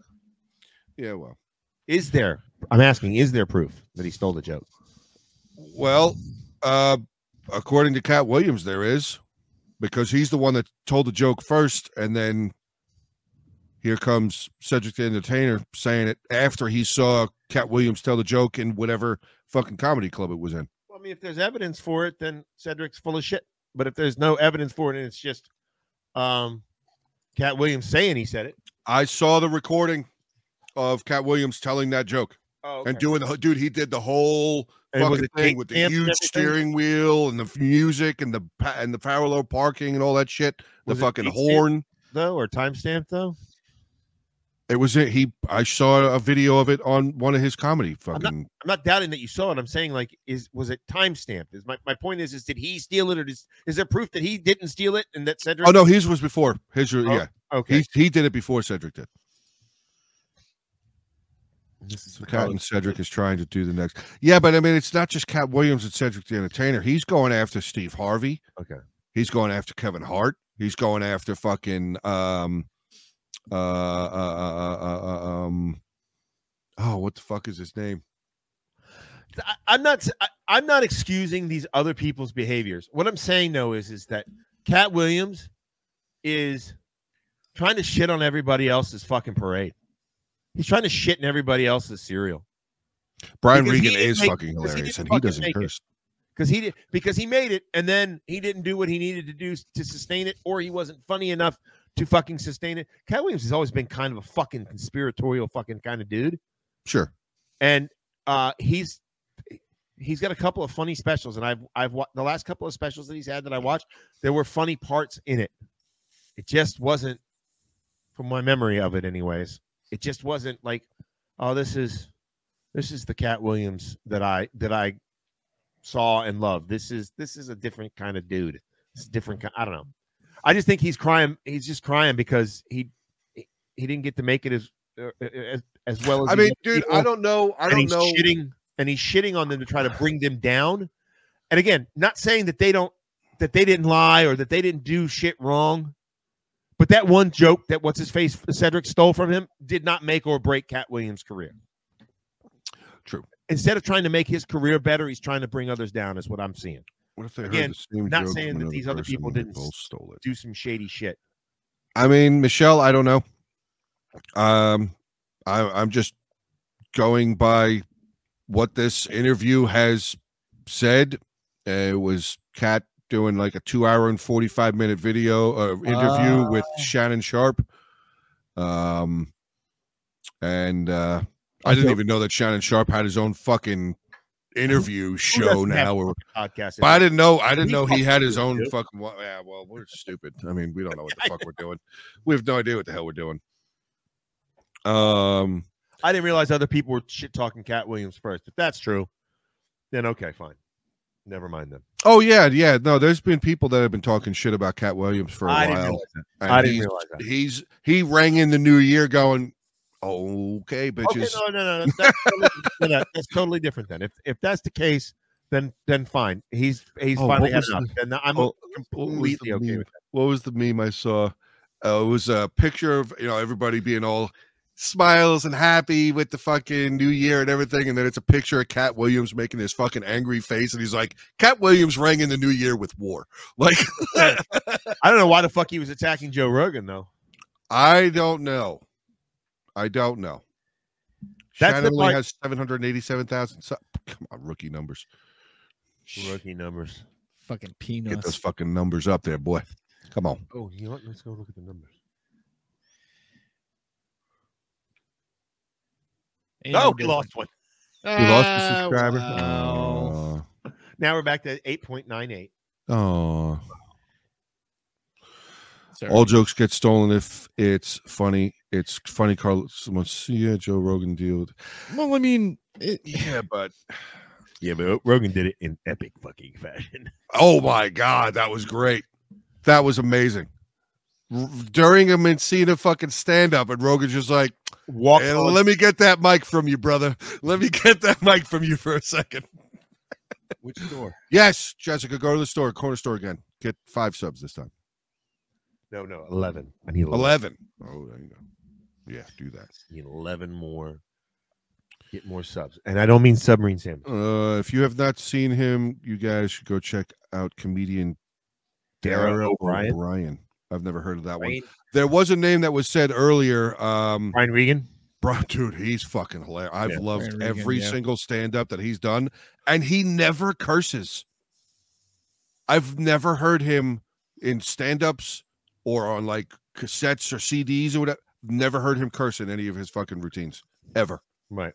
Speaker 4: Yeah. Well,
Speaker 2: Is there? I'm asking. Is there proof that he stole the joke?
Speaker 4: well, uh, according to Cat Williams, there is because he's the one that told the joke first, and then here comes Cedric the Entertainer saying it after he saw Cat Williams tell the joke in whatever fucking comedy club it was in.
Speaker 2: Well, I mean, if there's evidence for it, then Cedric's full of shit. But if there's no evidence for it, and it's just um, Cat Williams saying he said it.
Speaker 4: I saw the recording of Cat Williams telling that joke
Speaker 2: Oh,
Speaker 4: and doing the dude. He did the whole
Speaker 2: And was
Speaker 4: fucking
Speaker 2: it
Speaker 4: thing
Speaker 2: Jake
Speaker 4: with the
Speaker 2: Camp and
Speaker 4: huge
Speaker 2: everything?
Speaker 4: steering wheel and the f- music and the pa- and the parallel parking and all that shit. The
Speaker 2: Was it
Speaker 4: fucking
Speaker 2: Jake Camp?
Speaker 4: horn.
Speaker 2: though, or timestamp though.
Speaker 4: It was it. He I saw a video of it on one of his comedy
Speaker 2: not-
Speaker 4: fucking.
Speaker 2: I'm not doubting that you saw it. I'm saying like, is was it timestamped? Is my, my point is is did he steal it or is, is there proof that he didn't steal it and that Cedric?
Speaker 4: Oh no, his was before his. was-
Speaker 2: Oh,
Speaker 4: yeah,
Speaker 2: okay.
Speaker 4: he he did it before Cedric did.
Speaker 2: This is
Speaker 4: Cat and Cedric is trying to do the next. Yeah, but I mean, it's not just Cat Williams and Cedric the Entertainer. He's going after Steve Harvey.
Speaker 2: Okay.
Speaker 4: He's going after Kevin Hart. He's going after fucking um, uh, uh, uh, uh, uh um, oh, what the fuck is his name?
Speaker 2: I, I'm not. s- I, I'm not excusing these other people's behaviors. What I'm saying though is is that Cat Williams is trying to shit on everybody else's fucking parade. He's trying to shit in everybody else's cereal
Speaker 4: Brian
Speaker 2: Because he
Speaker 4: Regan
Speaker 2: didn't
Speaker 4: is
Speaker 2: make-
Speaker 4: fucking
Speaker 2: because he
Speaker 4: hilarious,
Speaker 2: didn't
Speaker 4: and he
Speaker 2: fucking
Speaker 4: doesn't
Speaker 2: make it.
Speaker 4: curse.
Speaker 2: because he did because he made it and then he didn't do what he needed to do s- to sustain it or he wasn't funny enough to fucking sustain it. Cat Williams has always been kind of a fucking conspiratorial fucking kind of dude
Speaker 4: Sure.
Speaker 2: and uh, he's he's got a couple of funny specials, and I've I've wa- the last couple of specials that he's had that I watched, there were funny parts in it. It just wasn't, from my memory of it, anyways. It just wasn't like, oh, this is this is the Cat Williams that I that I saw and loved. This is this is a different kind of dude. It's a different kind. I don't know. I just think he's crying. He's just crying because he he he didn't get to make it as uh, as, as well as
Speaker 4: I
Speaker 2: he
Speaker 4: mean,
Speaker 2: wanted
Speaker 4: dude,
Speaker 2: people
Speaker 4: I don't know. I
Speaker 2: and
Speaker 4: don't
Speaker 2: he's
Speaker 4: know.
Speaker 2: shitting and he's shitting on them to try to bring them down. And again, not saying that they don't that they didn't lie or that they didn't do shit wrong, but that one joke that what's his face Cedric stole from him did not make or break Cat Williams' career.
Speaker 4: True.
Speaker 2: Instead of trying to make his career better, he's trying to bring others down. Is what I'm seeing.
Speaker 4: What if they heard
Speaker 2: Again,
Speaker 4: the same
Speaker 2: not
Speaker 4: joke
Speaker 2: saying
Speaker 4: from
Speaker 2: that
Speaker 4: another
Speaker 2: these other
Speaker 4: person
Speaker 2: people
Speaker 4: and they
Speaker 2: didn't
Speaker 4: both
Speaker 2: s-
Speaker 4: stole it.
Speaker 2: Do some shady shit.
Speaker 4: I mean, Michelle, I don't know. Um, I, I'm just going by what this interview has said. Uh, it was Kat doing like a two hour and 45 minute video uh, interview
Speaker 2: Ah.
Speaker 4: with Shannon Sharp. Um, and uh, I didn't
Speaker 2: Okay.
Speaker 4: even know that Shannon Sharp had his own fucking interview show
Speaker 2: doesn't have
Speaker 4: now or
Speaker 2: Podcast.
Speaker 4: but I didn't know. I didn't
Speaker 2: We
Speaker 4: know he
Speaker 2: fucking
Speaker 4: had his
Speaker 2: do,
Speaker 4: own
Speaker 2: dude.
Speaker 4: fucking. wa- Yeah, well, we're stupid. I mean, we don't know what the fuck we're doing. We have no idea what the hell we're doing. Um,
Speaker 2: I didn't realize other people were shit talking Cat Williams first. If that's true, then okay, fine. Never mind then.
Speaker 4: Oh yeah, yeah. No, there's been people that have been talking shit about Cat Williams for a
Speaker 2: I didn't
Speaker 4: while.
Speaker 2: realize that.
Speaker 4: and
Speaker 2: I didn't
Speaker 4: he's,
Speaker 2: realize that.
Speaker 4: he's he rang in the new year going, "Okay, bitches."
Speaker 2: Okay, no, no, no, no, that's totally, no, no, that's totally different. Then, if if that's the case, then then fine. He's he's
Speaker 4: Oh, what
Speaker 2: finally had
Speaker 4: was
Speaker 2: enough, and I'm
Speaker 4: oh, what was the
Speaker 2: completely okay
Speaker 4: meme?
Speaker 2: with that.
Speaker 4: what was the meme I saw? Uh, it was a picture of you know everybody being all smiles and happy with the fucking new year and everything, and then it's a picture of Cat Williams making this fucking angry face, and he's like, "Cat Williams rang in the new year with war." Like,
Speaker 2: I don't know why the fuck he was attacking Joe Rogan though.
Speaker 4: I don't know, I don't know.
Speaker 2: That's the
Speaker 4: Shannon Lee
Speaker 2: part-
Speaker 4: has seven hundred eighty-seven thousand. Come on, rookie numbers.
Speaker 2: Rookie numbers.
Speaker 3: Fucking
Speaker 4: Get those
Speaker 3: peanuts.
Speaker 4: fucking numbers up there, boy. Come on.
Speaker 2: Oh, you know what? Let's go look at the numbers.
Speaker 3: Ain't
Speaker 2: Oh,
Speaker 3: no
Speaker 2: we
Speaker 3: good.
Speaker 2: lost one.
Speaker 4: You lost a
Speaker 2: Uh,
Speaker 3: Ah,
Speaker 4: subscriber. Oh.
Speaker 3: wow.
Speaker 4: Aw.
Speaker 2: Now we're back to eight point nine eight.
Speaker 4: Aw.
Speaker 3: Sorry.
Speaker 4: All jokes get stolen if it's funny. It's funny, Carlos. Someone, yeah, Joe Rogan deal. with-
Speaker 3: Well, I mean, it,
Speaker 4: Yeah, but
Speaker 2: Yeah, but Rogan did it in epic fucking fashion.
Speaker 4: oh my god, that was great. That was amazing. R- During a Mencina fucking stand up, and Rogan's just like,
Speaker 2: Walk
Speaker 4: "Eh,
Speaker 2: on,
Speaker 4: let me get that mic from you, brother. Let me get that mic from you for a second.
Speaker 2: which door?
Speaker 4: Yes, Jessica, go to the store, corner store again. Get five subs this time.
Speaker 2: No, no, eleven. I need 11.
Speaker 4: Eleven. Oh, there you go. Yeah, do that.
Speaker 2: Need eleven more. Get more subs, and I don't mean submarine sandwich.
Speaker 4: Uh, if you have not seen him, you guys should go check out comedian
Speaker 2: Darren
Speaker 4: Darren
Speaker 2: O'Brien?
Speaker 4: I've never heard of that one.
Speaker 2: Brian,
Speaker 4: There was a name that was said earlier. Um,
Speaker 2: Brian Regan.
Speaker 4: bro, dude, he's fucking hilarious. I've
Speaker 2: Yeah.
Speaker 4: loved
Speaker 3: Brian Regan,
Speaker 4: every
Speaker 3: yeah.
Speaker 4: single stand up that he's done, and he never curses. I've never heard him in stand ups or on like cassettes or CDs or whatever. Never heard him curse in any of his fucking routines ever.
Speaker 2: Right.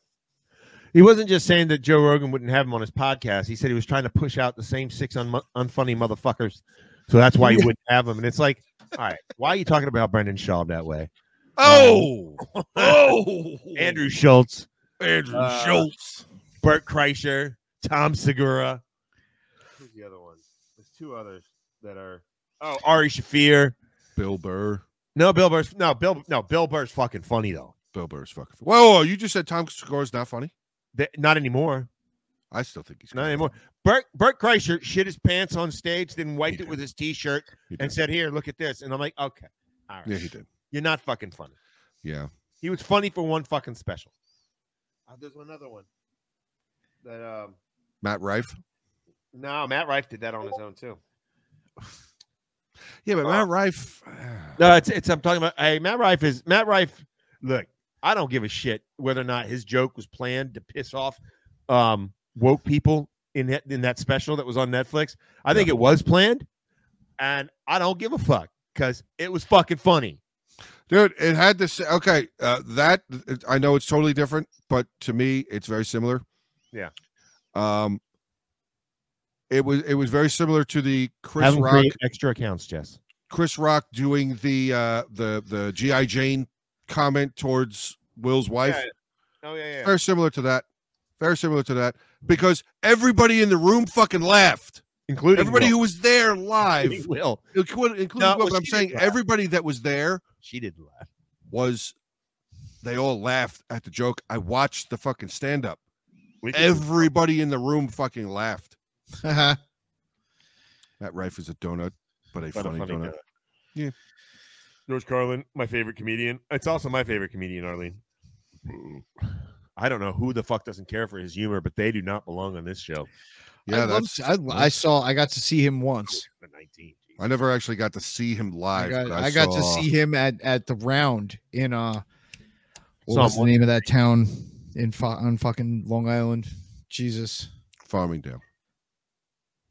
Speaker 2: He wasn't just saying that Joe Rogan wouldn't have him on his podcast. He said he was trying to push out the same six un- unfunny motherfuckers, so that's why he wouldn't have him. And it's like, all right, why are you talking about Brendan Shaw that way? Um,
Speaker 4: Oh, oh,
Speaker 2: Andrew Schultz,
Speaker 4: Andrew
Speaker 2: Uh,
Speaker 4: Schultz.
Speaker 2: Burt Kreischer, Tom Segura. Who's the other one? There's two others that are. Oh, Ari Shafir.
Speaker 4: Bill Burr.
Speaker 2: No, Bill Burr's. No, Bill. No, Bill Burr's fucking funny though.
Speaker 4: Bill Burr's fucking. Whoa, whoa, you just said Tom Segura's not funny.
Speaker 2: Th- not anymore.
Speaker 4: I still think he's
Speaker 2: Not
Speaker 4: kinda
Speaker 2: anymore. Burt Burt Kreischer shit his pants on stage, then wiped
Speaker 4: He
Speaker 2: it
Speaker 4: did.
Speaker 2: with his t-shirt
Speaker 4: He
Speaker 2: and
Speaker 4: did.
Speaker 2: said, "Here, look at this." And I'm like, "Okay, all right,
Speaker 4: Yeah, he did.
Speaker 2: you're not fucking funny."
Speaker 4: Yeah.
Speaker 2: He was funny for one fucking special. Uh, there's another one that um
Speaker 4: Matt Rife.
Speaker 2: No, Matt Rife did that on his own too.
Speaker 4: Yeah, but Matt Rife.
Speaker 2: No, it's it's. I'm talking about. Hey, Matt Rife is Matt Rife. Look, I don't give a shit whether or not his joke was planned to piss off um, woke people in that, in that special that was on Netflix. I think it was planned, and I don't give a fuck because it was fucking funny.
Speaker 4: Dude, it had this. Okay, uh, that I know it's totally different, but to me, it's very similar.
Speaker 2: Yeah.
Speaker 4: Um. It was it was very similar to the Chris
Speaker 2: Have them
Speaker 4: Rock
Speaker 2: create extra accounts, Jess.
Speaker 4: Chris Rock doing the uh the the GI Jane comment towards Will's wife.
Speaker 2: Yeah, Oh yeah, yeah.
Speaker 4: Very similar to that. Very similar to that because everybody in the room fucking laughed.
Speaker 2: including
Speaker 4: Everybody
Speaker 2: Will.
Speaker 4: who was there
Speaker 2: Including
Speaker 4: live,
Speaker 2: Will.
Speaker 4: including, including
Speaker 2: No,
Speaker 4: Will,
Speaker 2: well,
Speaker 4: but I'm
Speaker 2: she did
Speaker 4: saying
Speaker 2: laugh.
Speaker 4: everybody that was there
Speaker 2: She didn't laugh.
Speaker 4: was they all laughed at the joke. I watched the fucking stand up.
Speaker 2: We did.
Speaker 4: Everybody in the room fucking laughed.
Speaker 3: yeah,
Speaker 4: That Rife is a donut, but a
Speaker 2: What a
Speaker 4: funny,
Speaker 2: funny
Speaker 4: donut.
Speaker 2: guy.
Speaker 4: Yeah.
Speaker 2: George Carlin, my favorite comedian. It's also my favorite comedian, Arlene. I don't know who the fuck doesn't care for his humor, but they do not belong on this show.
Speaker 4: Yeah,
Speaker 3: I, love,
Speaker 4: that's.
Speaker 3: I, I saw. I got to see him once.
Speaker 2: The 19.
Speaker 4: I never actually got to see him
Speaker 3: I
Speaker 4: live.
Speaker 3: got,
Speaker 4: but
Speaker 3: I got to
Speaker 4: saw-
Speaker 3: see him at at the round in uh. What
Speaker 2: Saw
Speaker 3: was
Speaker 2: him
Speaker 3: the
Speaker 2: once.
Speaker 3: name of that town in fu- on fucking Long Island? Jesus.
Speaker 4: Farmingdale.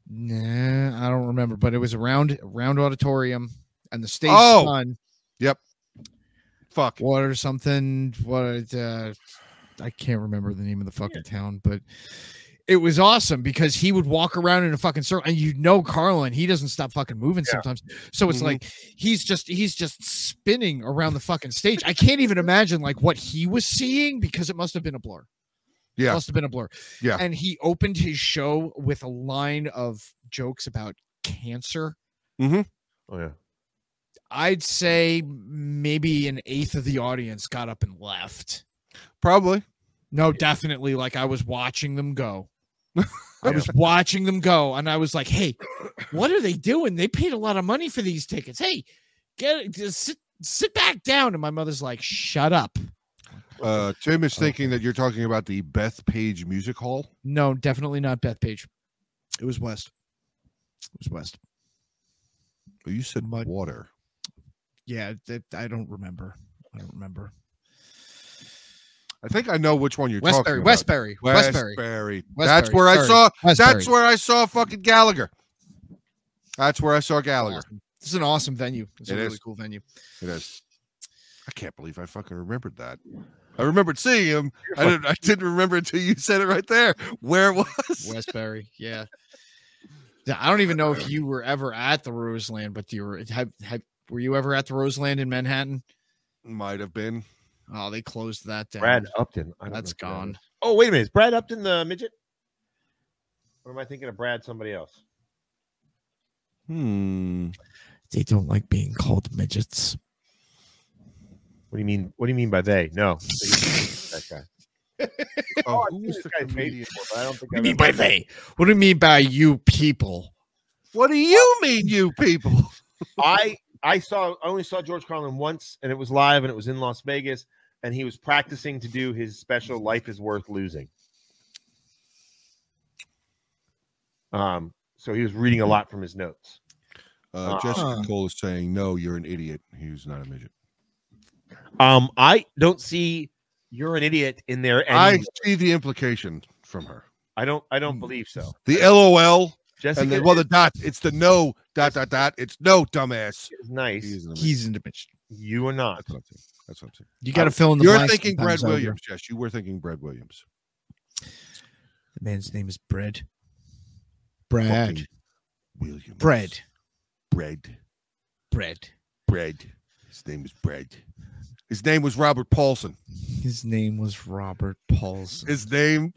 Speaker 3: Nah, I don't remember, but it was around round auditorium and the stage
Speaker 4: Oh!
Speaker 3: on
Speaker 4: Fuck.
Speaker 3: what or something. What uh, I can't remember the name of the fucking town, but it was awesome because he would walk around in a fucking circle, and you know Carlin, he doesn't stop fucking moving
Speaker 2: Yeah.
Speaker 3: sometimes. So it's
Speaker 4: Mhm.
Speaker 3: like he's just he's just spinning around the fucking stage. I can't even imagine like what he was seeing because it must have been a blur.
Speaker 4: Yeah.
Speaker 3: Must have been a blur.
Speaker 4: Yeah.
Speaker 3: And he opened his show with a line of jokes about cancer.
Speaker 2: Oh yeah.
Speaker 3: I'd say maybe an eighth of the audience got up and left.
Speaker 4: Probably.
Speaker 3: No, definitely. Like I was watching them go. I was watching them go, and I was like, "Hey, what are they doing? They paid a lot of money for these tickets. Hey, get just sit sit back down." And my mother's like, "Shut up."
Speaker 4: Uh, Tim is
Speaker 3: Okay.
Speaker 4: thinking that you're talking about the Beth Page Music Hall.
Speaker 3: No, definitely not Beth Page. It was West. It was West.
Speaker 4: Oh, You said
Speaker 3: Mud-
Speaker 4: water.
Speaker 3: Yeah, that, I don't remember. I don't remember.
Speaker 4: I think I know which one you're talking
Speaker 3: Westbury,
Speaker 4: about.
Speaker 3: Westbury, Westbury,
Speaker 4: Westbury. That's
Speaker 3: Westbury,
Speaker 4: where I
Speaker 3: sorry.
Speaker 4: saw. That's
Speaker 3: Westbury.
Speaker 4: where I saw fucking Gallagher. That's where I saw Gallagher.
Speaker 3: Awesome. This is an awesome venue. It's a
Speaker 4: It
Speaker 3: really
Speaker 4: is.
Speaker 3: cool venue.
Speaker 4: It is. I can't believe I fucking remembered that. I remembered seeing him. I didn't. I didn't remember until you said it right there where it was.
Speaker 3: Westbury, yeah. Yeah, I don't even know if you were ever at the Roseland, but you were. Have, have, were you ever at the Roseland in Manhattan?
Speaker 4: Might have been.
Speaker 3: Oh, they closed that down.
Speaker 2: Brad Upton. I don't know
Speaker 3: That's
Speaker 2: who that is.
Speaker 3: gone.
Speaker 2: Oh, wait a minute. Is Brad Upton the midget? Or am I thinking of Brad somebody else?
Speaker 4: Hmm.
Speaker 3: They don't like being called midgets.
Speaker 2: What do you mean? What do you mean by they? No. that guy.
Speaker 4: Oh,
Speaker 2: I've
Speaker 4: who
Speaker 2: seen
Speaker 4: was
Speaker 2: this
Speaker 4: the
Speaker 2: guy's face
Speaker 4: comedian?
Speaker 2: before, but I don't think
Speaker 3: What
Speaker 2: I've
Speaker 3: do you mean
Speaker 2: ever-
Speaker 3: by they? What do you mean by you people?
Speaker 4: What do you mean, you people?
Speaker 2: I I saw I only saw George Carlin once, and it was live, and it was in Las Vegas, and he was practicing to do his special "Life Is Worth Losing." Um, so he was reading a lot from his notes.
Speaker 4: Uh,
Speaker 2: Uh,
Speaker 4: Jessica
Speaker 3: Huh.
Speaker 4: Cole is saying, "No, you're an idiot. He's not a midget."
Speaker 2: Um, I don't see you're an idiot in there, and
Speaker 4: I see the implication from her.
Speaker 2: I don't I don't believe so.
Speaker 4: The LOL
Speaker 2: Jessica
Speaker 4: and then well the dot. It's the no dot dot dot. It's no dumbass.
Speaker 2: is nice.
Speaker 4: He is an
Speaker 3: He's in the midget.
Speaker 2: you are not.
Speaker 4: That's what I'm saying. That's what I'm saying.
Speaker 3: You got to fill in
Speaker 4: Uh,
Speaker 3: the
Speaker 4: You're
Speaker 3: blanks
Speaker 4: thinking Brad
Speaker 3: sometimes, Albert.
Speaker 4: Williams. Yes, you were thinking Brad Williams.
Speaker 3: The man's name is Brad. Brad.
Speaker 4: Fucking Williams.
Speaker 3: Brad.
Speaker 4: Bread.
Speaker 3: Brad.
Speaker 4: Bread. His name is Bread. His name was Robert Paulson.
Speaker 3: His name was Robert Paulson.
Speaker 4: His name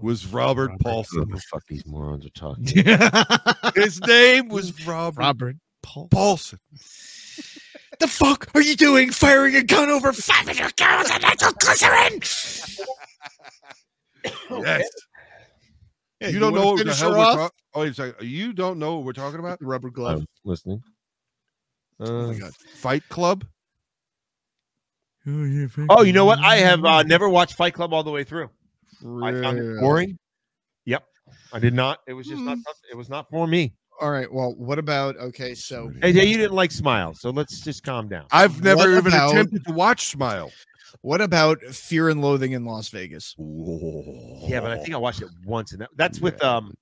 Speaker 4: was Robert Paulson.
Speaker 2: fuck these morons are talking.
Speaker 4: His name was Robert
Speaker 3: Robert Paul.
Speaker 4: Paulson.
Speaker 3: The fuck are you doing firing a gun over 500 gallons of nitroglycerin?
Speaker 4: Yes.
Speaker 3: Yeah,
Speaker 4: you, don't
Speaker 3: wanna
Speaker 4: know what the
Speaker 3: finish
Speaker 4: hell
Speaker 3: her
Speaker 4: we're
Speaker 3: off?
Speaker 4: talking. Oh, wait a second. You don't know what we're talking about?
Speaker 3: The rubber glove.
Speaker 2: listening. Uh,
Speaker 4: Oh my God. Fight Club.
Speaker 3: Oh, yeah, fuck
Speaker 2: Oh, you know what? I have uh, never watched Fight Club all the way through. I found it
Speaker 3: Really?
Speaker 2: boring. Yep. I did not. It was just not. It was not for me.
Speaker 3: All right. Well, what about okay? So
Speaker 2: AJ, you didn't like Smile, so let's just calm down.
Speaker 4: I've never
Speaker 3: What
Speaker 4: even
Speaker 3: about-
Speaker 4: attempted to watch Smile.
Speaker 3: what about Fear and Loathing in Las Vegas?
Speaker 2: Yeah, but I think I watched it once, and that, that's with um.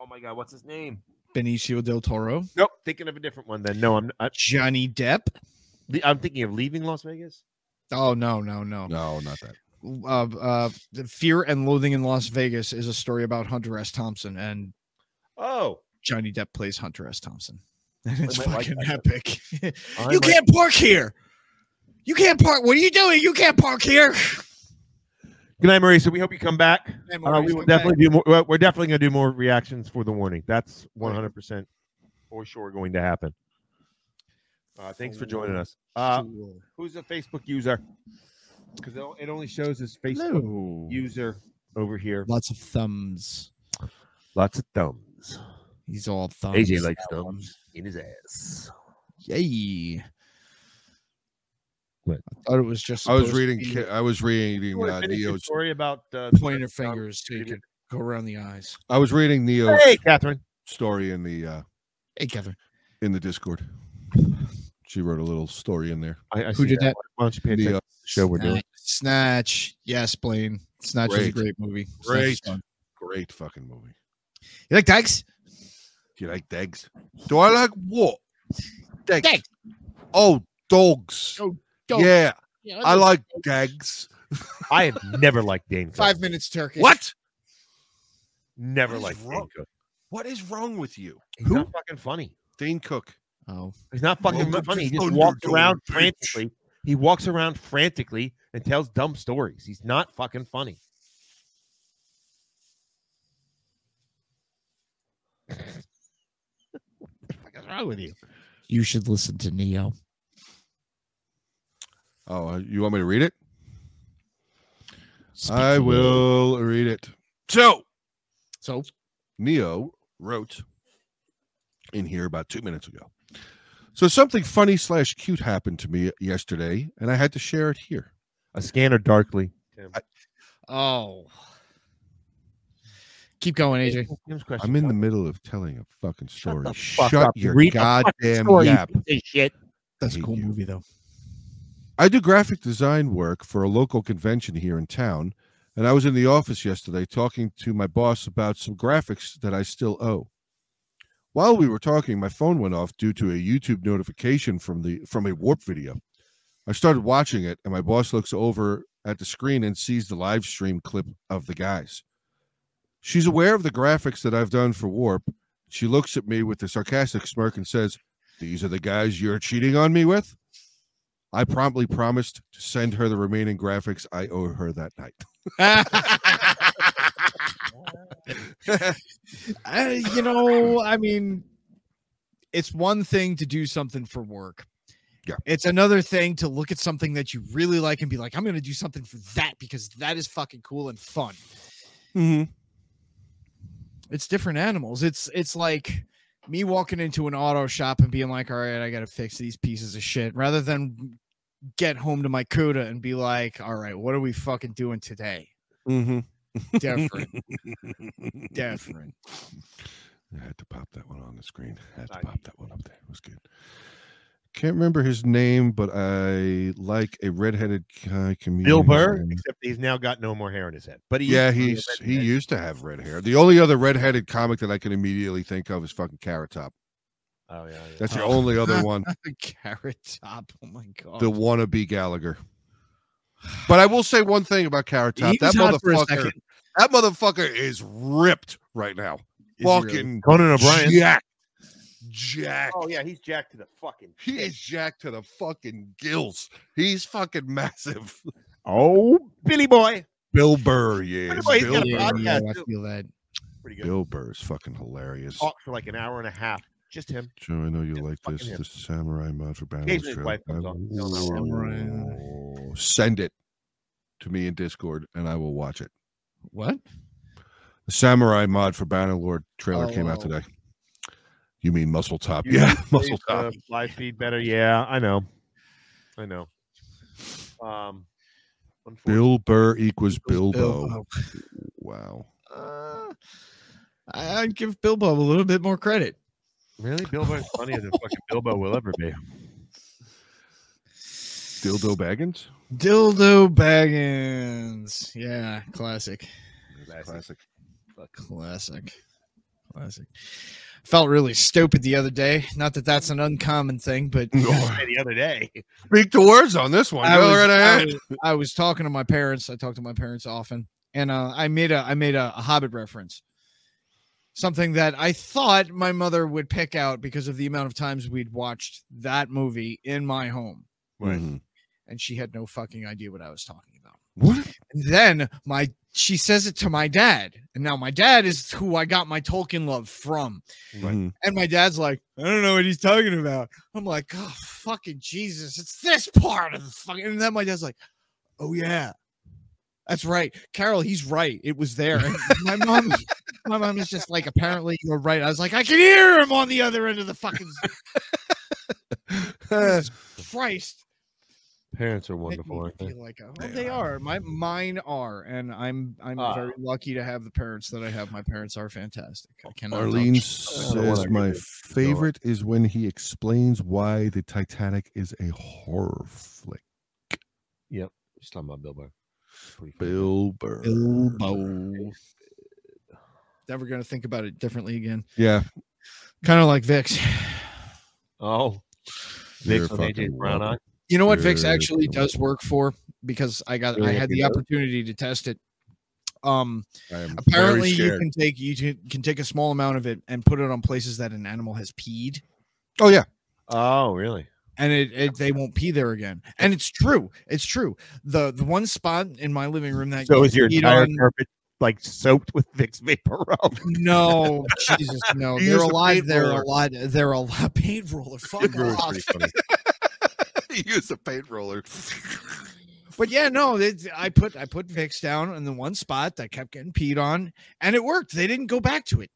Speaker 2: Oh my god, what's his name?
Speaker 3: Benicio del Toro,
Speaker 2: Nope, thinking of a different one. Then no, I'm I,
Speaker 3: Johnny Depp.
Speaker 2: I'm thinking of leaving Las Vegas.
Speaker 3: Oh no, no, no.
Speaker 4: No, not that.
Speaker 3: Uh, uh, the Fear and Loathing in Las Vegas is a story about Hunter S. Thompson, and
Speaker 2: Oh,
Speaker 3: Johnny Depp plays Hunter S. Thompson. And it's
Speaker 2: might like
Speaker 3: fucking epic.
Speaker 2: I
Speaker 3: you
Speaker 2: might-
Speaker 3: can't park here. You can't park. What are you doing? You can't park here.
Speaker 4: Uh,
Speaker 2: Good night, Marie. So we hope you come back.
Speaker 3: And
Speaker 2: Uh, we
Speaker 3: Maurice
Speaker 2: will
Speaker 3: come back.
Speaker 2: definitely do more. well, We're definitely going to do more reactions for the warning. That's 100% for sure going to happen. Uh, thanks for joining us. Uh,
Speaker 3: Cool.
Speaker 2: who's a Facebook user? Because it only shows as Facebook
Speaker 4: Hello.
Speaker 2: user over here.
Speaker 3: Lots of thumbs.
Speaker 2: Lots of thumbs.
Speaker 3: He's all thumbs.
Speaker 2: AJ likes
Speaker 3: that one.
Speaker 2: thumbs in his ass.
Speaker 3: Yay.
Speaker 2: What?
Speaker 3: I thought it was just.
Speaker 4: I was
Speaker 3: supposed to
Speaker 4: reading.
Speaker 3: be
Speaker 4: Ki- I was reading uh, Neo's.
Speaker 2: story about uh,
Speaker 3: pointer fingers so you
Speaker 2: Read it.
Speaker 3: could go around the eyes.
Speaker 4: I was reading Neo's
Speaker 2: Hey, Catherine.
Speaker 4: story in the uh,
Speaker 3: Hey, Kevin.
Speaker 4: in the Discord. She wrote a little story in there.
Speaker 2: I, I
Speaker 3: Who
Speaker 2: see
Speaker 3: did that?
Speaker 2: Why don't you pay
Speaker 4: The,
Speaker 2: attention
Speaker 4: uh,
Speaker 2: to the show we're doing?
Speaker 3: Snatch. Yes, Blaine. Snatch was a
Speaker 4: Great.
Speaker 3: great movie. Snatch was
Speaker 4: Great.
Speaker 3: fun.
Speaker 4: Great fucking movie.
Speaker 3: You like Dykes?
Speaker 4: Do you like dogs? Do I like what? Dogs.
Speaker 3: Dogs.
Speaker 4: Oh, dogs.
Speaker 3: Oh, dogs.
Speaker 4: Yeah, I like dogs.
Speaker 2: I have never liked Dane Cook.
Speaker 3: Five minutes turkey.
Speaker 4: What?
Speaker 2: Never
Speaker 4: What is
Speaker 2: liked Dane
Speaker 4: wrong?
Speaker 2: Cook.
Speaker 4: What is wrong with you?
Speaker 2: He's
Speaker 4: Who?
Speaker 2: not fucking funny.
Speaker 4: Dane Cook.
Speaker 3: Oh,
Speaker 2: He's not fucking
Speaker 4: Welcome to
Speaker 2: funny. He just
Speaker 4: Thunderdome,
Speaker 2: walks around
Speaker 4: bitch.
Speaker 2: frantically. He walks around frantically and tells dumb stories. He's not fucking funny.
Speaker 3: what's wrong with you? You should listen to Neo.
Speaker 4: Oh, uh, you want me to read it?
Speaker 3: Speak
Speaker 4: I
Speaker 3: for me.
Speaker 4: will read it. So,
Speaker 3: So,
Speaker 4: Neo wrote in here about two minutes ago. So something funny slash cute happened to me yesterday, and I had to share it here.
Speaker 2: A scanner darkly.
Speaker 3: oh, keep going, AJ.
Speaker 2: Tim's question.
Speaker 4: I'm in the middle of telling a fucking story.
Speaker 2: the
Speaker 4: Shut,
Speaker 2: fuck up.
Speaker 4: your
Speaker 2: Read the fucking
Speaker 4: goddamn
Speaker 2: story, you
Speaker 4: yap.
Speaker 2: piece of shit.
Speaker 3: That's a
Speaker 4: hate
Speaker 3: cool
Speaker 4: you.
Speaker 3: movie, though.
Speaker 4: I do graphic design work for a local convention here in town, and I was in the office yesterday talking to my boss about some graphics that I still owe. While we were talking, my phone went off due to a YouTube notification from the from a warp video. I started watching it, and my boss looks over at the screen and sees the live stream clip of the guys. She's aware of the graphics that I've done for Warp. She looks at me with a sarcastic smirk and says, "These are the guys you're cheating on me with." I promptly promised to send her the remaining graphics I owe her that night.
Speaker 3: Uh, I, you know, I mean, it's one thing to do something for work.
Speaker 4: Yeah.
Speaker 3: It's another thing to look at something that you really like and be like, I'm going to do something for that because that is fucking cool and fun.
Speaker 2: Mm-hmm.
Speaker 3: It's different animals. It's it's like me walking into an auto shop and being like, all right, I got to fix these pieces of shit rather than get home to my CUDA and be like, all right, what are we fucking doing today?
Speaker 4: Mm-hmm.
Speaker 3: Different, different.
Speaker 4: I had to pop that one on the screen. I had to
Speaker 2: Sorry.
Speaker 4: pop that one up there. It was good. Can't remember his name, but I like a redheaded guy comedian.
Speaker 2: Bill
Speaker 4: whose
Speaker 2: Burr,
Speaker 4: name-
Speaker 2: except he's now got no more hair in his head. But he
Speaker 4: Yeah,
Speaker 2: used to be a
Speaker 4: he's he
Speaker 2: redhead.
Speaker 4: used to have red hair. The only other redheaded comic that I can immediately think of is fucking Carrot Top.
Speaker 2: Oh yeah. yeah.
Speaker 4: That's the
Speaker 3: Oh.
Speaker 4: only other one.
Speaker 3: Carrot top. Oh my god.
Speaker 4: The wannabe Gallagher. But I will say one thing about Carrot Top. That motherfucker. That motherfucker is ripped right now. Fucking
Speaker 2: Conan O'Brien.
Speaker 4: Jack. Jack.
Speaker 2: Oh yeah, he's jacked to the fucking.
Speaker 4: He is jacked to the fucking gills. He's fucking massive.
Speaker 2: Oh, Billy Boy.
Speaker 4: Bill Burr, yeah.
Speaker 2: Wait, he's
Speaker 4: Bill,
Speaker 2: got
Speaker 4: Burr.
Speaker 2: a
Speaker 3: Yeah,
Speaker 2: podcast
Speaker 3: yeah, I
Speaker 2: too.
Speaker 3: feel that.
Speaker 2: Pretty good.
Speaker 4: Bill Burr is fucking hilarious.
Speaker 2: Talk for like an hour and a half. Just him.
Speaker 4: Joe, I know you
Speaker 2: Just
Speaker 4: like
Speaker 2: Oh. fucking
Speaker 4: this.
Speaker 2: him.
Speaker 4: The samurai mod for Battle
Speaker 2: Occasionally his
Speaker 4: Trail.
Speaker 2: wife
Speaker 4: I
Speaker 2: comes on.
Speaker 4: will-
Speaker 3: No,
Speaker 4: Send it to me in Discord and I will watch it.
Speaker 3: What?
Speaker 4: The samurai mod for Bannerlord trailer
Speaker 3: Oh,
Speaker 4: came out
Speaker 3: wow.
Speaker 4: today. You mean Muscle Top?
Speaker 2: You
Speaker 4: Uh, yeah,
Speaker 2: can
Speaker 4: Muscle
Speaker 2: save
Speaker 4: Top.
Speaker 2: the live feed better. Yeah, I know. I know. Um, unfortunately.
Speaker 4: Bill Burr equals Bilbo.
Speaker 3: Bilbo.
Speaker 4: Wow.
Speaker 3: Uh, I- I'd give Bilbo a little bit more credit.
Speaker 2: Really? Bilbo is funnier than fucking Bilbo will ever be.
Speaker 4: Dildo Baggins?
Speaker 3: Dildo Baggins. Yeah, classic.
Speaker 4: Classic.
Speaker 3: A classic. Classic. Felt really stupid the other day. Not that that's an uncommon thing, but
Speaker 2: The other day.
Speaker 4: Speak the words on this one.
Speaker 3: I
Speaker 4: Go
Speaker 3: was,
Speaker 4: right
Speaker 3: I
Speaker 4: ahead.
Speaker 3: was- I was talking to my parents. I talk to my parents often, and uh, I made a I made a, a Hobbit reference, something that I thought my mother would pick out because of the amount of times we'd watched that movie in my home,
Speaker 4: Mhm.
Speaker 3: and she had no fucking idea what I was talking about.
Speaker 4: What?
Speaker 3: And then my she says it to my dad, and now my dad is who I got my Tolkien love from.
Speaker 4: Mhm.
Speaker 3: And my dad's like, I don't know what he's talking about. I'm like, oh fucking Jesus, it's this part of the fucking. And then my dad's like, oh yeah, that's right, Carol, he's right. It was there. And my mom, my mom is just like, apparently you're right. I was like, I can hear him on the other end of the fucking Jesus Christ.
Speaker 2: Parents are
Speaker 3: Make me
Speaker 2: wonderful, aren't they?
Speaker 3: feel like, oh,
Speaker 4: They
Speaker 3: they, are. My mine are, and I'm I'm
Speaker 2: Ah.
Speaker 3: very lucky to have the parents that I have. My parents are fantastic. I cannot vouch.
Speaker 4: Arlene
Speaker 2: I don't
Speaker 4: says
Speaker 2: wanna
Speaker 4: my
Speaker 2: read it.
Speaker 4: favorite is when he explains why the Titanic is a horror flick.
Speaker 2: Just talking about Bilbo. Pretty funny.
Speaker 4: Bill Burr.
Speaker 3: Bilbo. Never gonna think about it differently again.
Speaker 4: Yeah.
Speaker 3: Kind of like Vix.
Speaker 2: Oh.
Speaker 4: You're
Speaker 2: Vic's on AJ
Speaker 4: fucking
Speaker 2: Brown on.
Speaker 3: You know what Vix
Speaker 4: Good
Speaker 3: actually
Speaker 4: lord.
Speaker 3: does work for because I got I
Speaker 2: Really?
Speaker 3: had the opportunity to test it. Um,
Speaker 4: I am very
Speaker 3: apparently you
Speaker 4: scared.
Speaker 3: can take you t- can take a small amount of it and put it on places that an animal has peed,
Speaker 4: Oh yeah.
Speaker 2: Oh, really?
Speaker 3: and it, it they won't pee there again. And it's true, it's true. the The one spot in my living room that
Speaker 2: So
Speaker 3: you
Speaker 2: is your
Speaker 3: peed
Speaker 2: entire
Speaker 3: on-
Speaker 2: carpet like soaked with Vic's vapor rub?
Speaker 3: no Jesus no
Speaker 4: You
Speaker 3: they're
Speaker 4: used a
Speaker 3: alive
Speaker 4: paint
Speaker 3: they're
Speaker 4: roller.
Speaker 3: alive they're alive paint roller fuck off.
Speaker 4: Use a paint roller.
Speaker 3: But yeah, no, it, I put I put Vicks down in the one spot that kept getting peed on, and it worked. They didn't go back to it.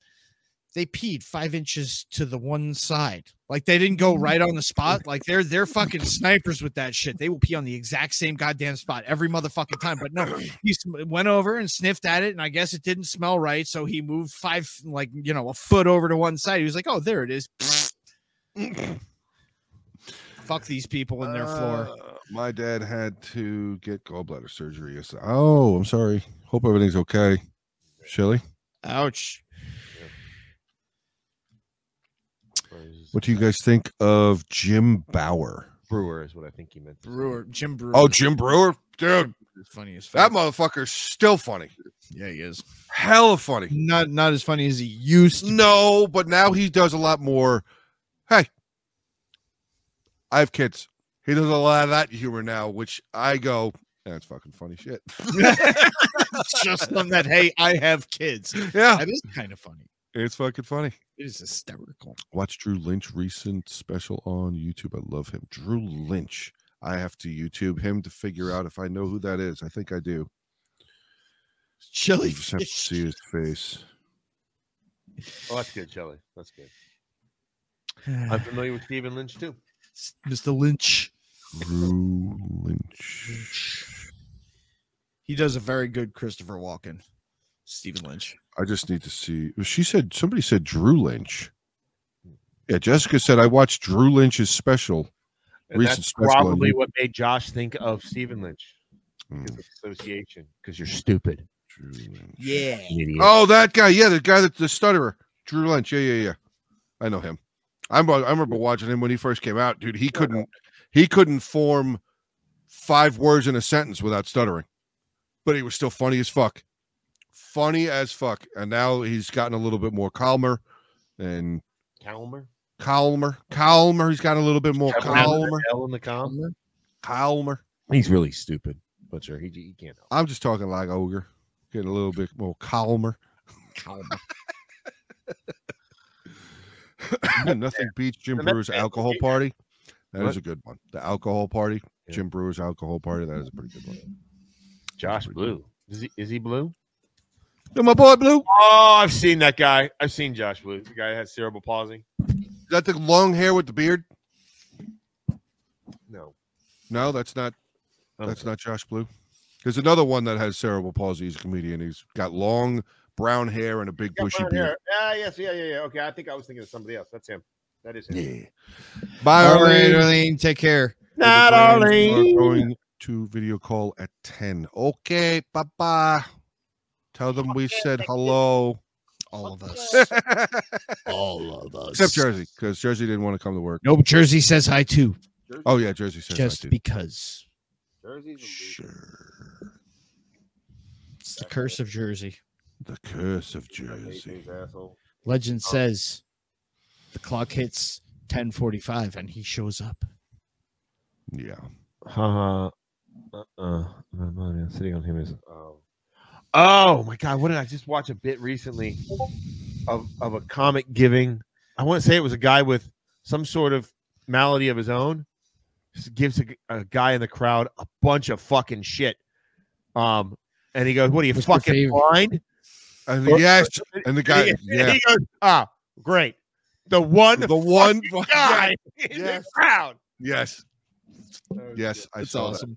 Speaker 3: They peed five inches to the one side, like they didn't go right on the spot. Like they're they're fucking snipers with that shit. They will pee on the exact same goddamn spot every motherfucking time. But no, he sm- went over and sniffed at it, and I guess it didn't smell right, so he moved five like you know a foot over to one side. He was like, "Oh, there it is." Fuck these people and their floor.
Speaker 4: Uh, my dad had to get gallbladder surgery. Yes. Oh, I'm sorry. Hope everything's okay. Shelly,
Speaker 3: Ouch.
Speaker 4: what do you guys think of Jim Bauer?
Speaker 2: Brewer is what I think he meant. to say.
Speaker 3: Brewer, Jim Brewer.
Speaker 4: Oh, Jim Brewer, dude,
Speaker 3: funny as
Speaker 4: that motherfucker's still funny.
Speaker 3: Yeah, he is.
Speaker 4: Hella funny.
Speaker 3: Not not as funny as he used to.
Speaker 4: No, but now he does a lot more. Hey, I have kids. He does a lot of that humor now, which I go, that's fucking funny shit.
Speaker 3: It's just on that. Hey, I have kids.
Speaker 4: yeah,
Speaker 3: That is kind of funny.
Speaker 4: it's fucking funny.
Speaker 3: It is hysterical.
Speaker 4: watch Drew Lynch recent special on YouTube. I love him. Drew Lynch. I have to YouTube him to figure out if I know who that is. I think I do. I
Speaker 3: Chili
Speaker 4: just have to see his face.
Speaker 2: Oh, that's good, Shelly. That's good. I'm familiar with Stephen Lynch too.
Speaker 3: Mr. Lynch.
Speaker 4: Drew Lynch.
Speaker 3: He does a very good Christopher Walken. Stephen Lynch.
Speaker 4: I just need to see. She said somebody said Drew Lynch. Yeah, Jessica said I watched Drew Lynch's special.
Speaker 2: And
Speaker 4: Recent
Speaker 2: that's
Speaker 4: special on
Speaker 2: probably
Speaker 4: YouTube.
Speaker 2: what made Josh think of Stephen Lynch.
Speaker 4: Mm,
Speaker 2: His association, because you're stupid.
Speaker 4: Drew Lynch.
Speaker 3: Yeah.
Speaker 2: Idiot.
Speaker 4: Oh, that guy. Yeah, the guy that the stutterer, Drew Lynch. Yeah, yeah, yeah. I know him. I'm, I remember watching him when he first came out, dude. He couldn't he couldn't form five words in a sentence without stuttering, but he was still funny as fuck. Funny as fuck. And now he's gotten a little bit more calmer and
Speaker 2: Calmer.
Speaker 4: calmer, calmer. He's gotten a little bit more calmer,
Speaker 2: Hell in the calm.
Speaker 4: calmer.
Speaker 2: He's really stupid, but sure, he, he can't help.
Speaker 4: I'm just talking like ogre, getting a little bit more calmer. Nothing beats Jim
Speaker 2: And that-
Speaker 4: Brewer's alcohol party. That is
Speaker 2: What?
Speaker 4: a good one. The alcohol party,
Speaker 2: Yeah.
Speaker 4: Jim Brewer's alcohol party. That is a pretty good one.
Speaker 2: Josh Blue. Is he is he blue?
Speaker 4: Yo, my boy Blue. Is
Speaker 2: Oh, I've seen that guy. I've seen Josh Blue. The guy that had cerebral palsy.
Speaker 4: that the long hair with the beard?
Speaker 2: No.
Speaker 4: No, that's not.
Speaker 2: Oh,
Speaker 4: That's not Josh Blue. There's another one that has cerebral palsy. He's a comedian. He's got long brown hair and a big bushy
Speaker 2: Brown
Speaker 4: beard.
Speaker 2: hair. Ah, yes, yeah, yeah, yeah. Okay, I think I was thinking of somebody else. That's him. That is him.
Speaker 4: Yeah. Bye,
Speaker 3: All right,
Speaker 4: Arlene.
Speaker 3: Arlene, take care.
Speaker 2: Not
Speaker 4: All the plans
Speaker 2: only.
Speaker 4: are Going to video call at 10. Okay, bye bye. Tell them we said hello.
Speaker 3: All of us.
Speaker 5: All of us.
Speaker 4: Except Jersey, because Jersey didn't want to come to work.
Speaker 3: No, but Jersey says hi too,
Speaker 4: Oh, yeah, Jersey says I
Speaker 3: just
Speaker 4: did.
Speaker 3: because.
Speaker 2: Jersey's a loser.
Speaker 3: It's the curse of Jersey.
Speaker 4: The curse of
Speaker 2: I hate
Speaker 4: Jersey.
Speaker 2: these asshole.
Speaker 3: Legend says the clock hits 10:45 and he shows up.
Speaker 4: Yeah.
Speaker 2: Haha. Uh, uh, my money sitting on him is. Um, oh my god! What did I just watch a bit recently of of a comic giving? I want to say it was a guy with some sort of malady of his own. Just gives a, g- a guy in the crowd a bunch of fucking shit. Um, and he goes, "What are you
Speaker 3: Mr.
Speaker 2: fucking
Speaker 3: Favor.
Speaker 2: blind?"
Speaker 4: And
Speaker 2: Or-
Speaker 4: yes, and the guy,
Speaker 2: And he- and
Speaker 4: yeah,
Speaker 2: he goes, "Ah, great." The one
Speaker 4: the one
Speaker 2: guy
Speaker 4: Yes.
Speaker 2: in
Speaker 4: Oh,
Speaker 2: the crowd.
Speaker 4: Yes, yes, I
Speaker 3: That's
Speaker 4: saw that.
Speaker 3: awesome.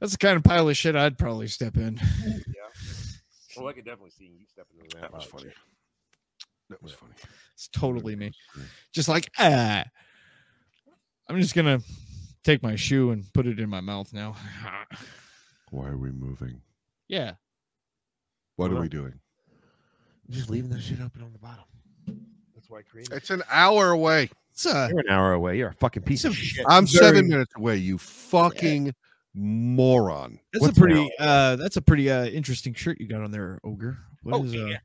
Speaker 3: That's the kind of pile of shit I'd probably step in.
Speaker 2: Well, Oh, I could definitely see you stepping into
Speaker 4: That was funny. That was funny.
Speaker 3: It's totally me. Just like ah. I'm just gonna take my shoe and put it in my mouth now.
Speaker 4: Why are we moving?
Speaker 3: yeah.
Speaker 4: What are
Speaker 2: Well,
Speaker 4: we doing?
Speaker 2: Just leaving that shit open on the bottom. That's why I created.
Speaker 4: It's an hour away.
Speaker 3: It's a
Speaker 2: uh, You're an hour away. You're a fucking piece of
Speaker 3: It's a-
Speaker 2: shit.
Speaker 4: I'm seven
Speaker 3: Very-
Speaker 4: minutes away. You fucking moron.
Speaker 3: that's
Speaker 2: What's
Speaker 3: a pretty uh that's a pretty uh interesting shirt you got on there, Ogre. What
Speaker 2: Oh,
Speaker 3: is uh,
Speaker 2: yeah.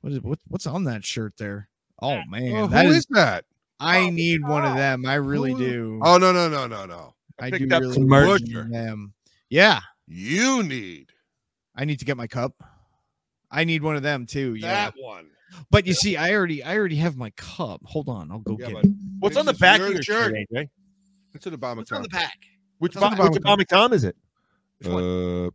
Speaker 3: what is what, what's on that shirt there? Oh man,
Speaker 4: Oh,
Speaker 3: that
Speaker 4: who
Speaker 3: is,
Speaker 4: is that?
Speaker 3: I
Speaker 2: Oh,
Speaker 3: need one of them. I really
Speaker 4: Who-
Speaker 3: do.
Speaker 4: Oh no no no no no!
Speaker 3: I
Speaker 2: picked
Speaker 3: do
Speaker 2: up
Speaker 3: really
Speaker 2: some
Speaker 4: merch.
Speaker 3: need them. Yeah,
Speaker 4: You need
Speaker 3: I need to get my cup. I need one of them too. Yeah,
Speaker 4: that one.
Speaker 3: but you see, I already I already have my cup. Hold on, I'll go
Speaker 4: Yeah,
Speaker 3: get
Speaker 4: but
Speaker 3: it.
Speaker 2: What's
Speaker 4: This
Speaker 2: on the
Speaker 4: is
Speaker 2: back
Speaker 4: your
Speaker 2: of your shirt, eh?
Speaker 4: shirt.
Speaker 2: AJ?
Speaker 4: It's an Obama
Speaker 3: What's on the back?
Speaker 2: Which,
Speaker 4: It's on
Speaker 2: bo-
Speaker 4: the
Speaker 2: which
Speaker 4: bottom.
Speaker 2: atomic Tom is it?
Speaker 4: Uh,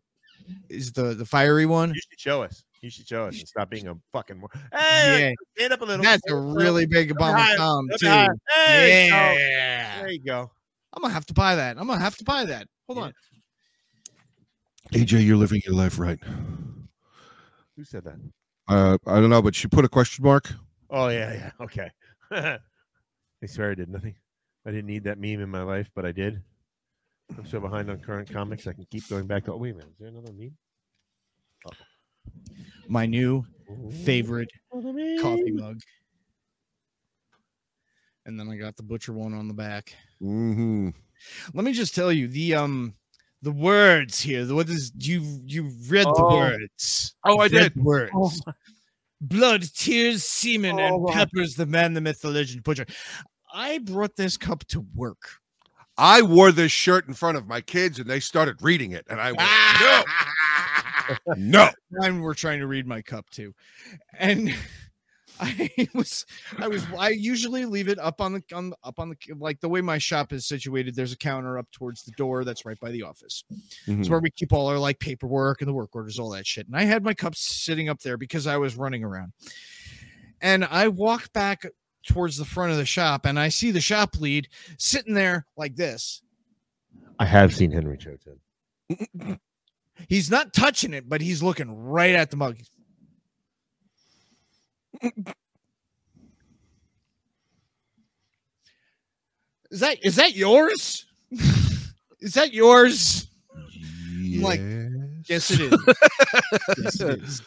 Speaker 3: Is the the fiery one?
Speaker 2: You should show us. You should show us and stop being a fucking. Mor- hey, stand up a little.
Speaker 3: That's a really big
Speaker 2: higher,
Speaker 3: Obama Tom
Speaker 2: Up
Speaker 3: too.
Speaker 2: high. Hey, yeah.
Speaker 3: Yeah,
Speaker 2: There you go.
Speaker 3: I'm gonna have to buy that. I'm gonna have to buy that. Hold
Speaker 2: Yeah.
Speaker 3: on.
Speaker 4: AJ, you're living your life right.
Speaker 2: Who said that?
Speaker 4: Uh, I don't know, but she put a question mark.
Speaker 2: Oh yeah, yeah. Okay. I swear I did nothing. I didn't need that meme in my life, but I did. I'm so behind on current comics. I can keep going back to. Oh wait a minute. Is there another meme?
Speaker 3: My new
Speaker 2: Ooh.
Speaker 3: favorite
Speaker 2: Another meme.
Speaker 3: coffee mug. And then I got the butcher one on the back.
Speaker 4: Mm-hmm.
Speaker 3: Let me just tell you the um the words here. The, what is you you read the
Speaker 2: Oh.
Speaker 3: words?
Speaker 4: Oh, I
Speaker 3: You've read
Speaker 4: did.
Speaker 3: the words. Blood, tears, semen, and peppers. The man, the myth, the legend, butcher. I brought this cup to work.
Speaker 4: I wore this shirt in front of my kids, and they started reading it, and I went,
Speaker 3: Ah!
Speaker 4: "No, no."
Speaker 3: mine were trying to read my cup too and i was i was i usually leave it up on the on the- up on the like the way my shop is situated there's a counter up towards the door that's right by the office
Speaker 4: Mm-hmm.
Speaker 3: it's where we keep all our like paperwork and the work orders all that shit and i had my cups sitting up there because i was running around and i walk back towards the front of the shop and i see the shop lead sitting there like this
Speaker 2: I have seen Henry Cho Chen.
Speaker 3: he's not touching it but he's looking right at the mug is that is that yours is that yours Like, yes it is yes, it is.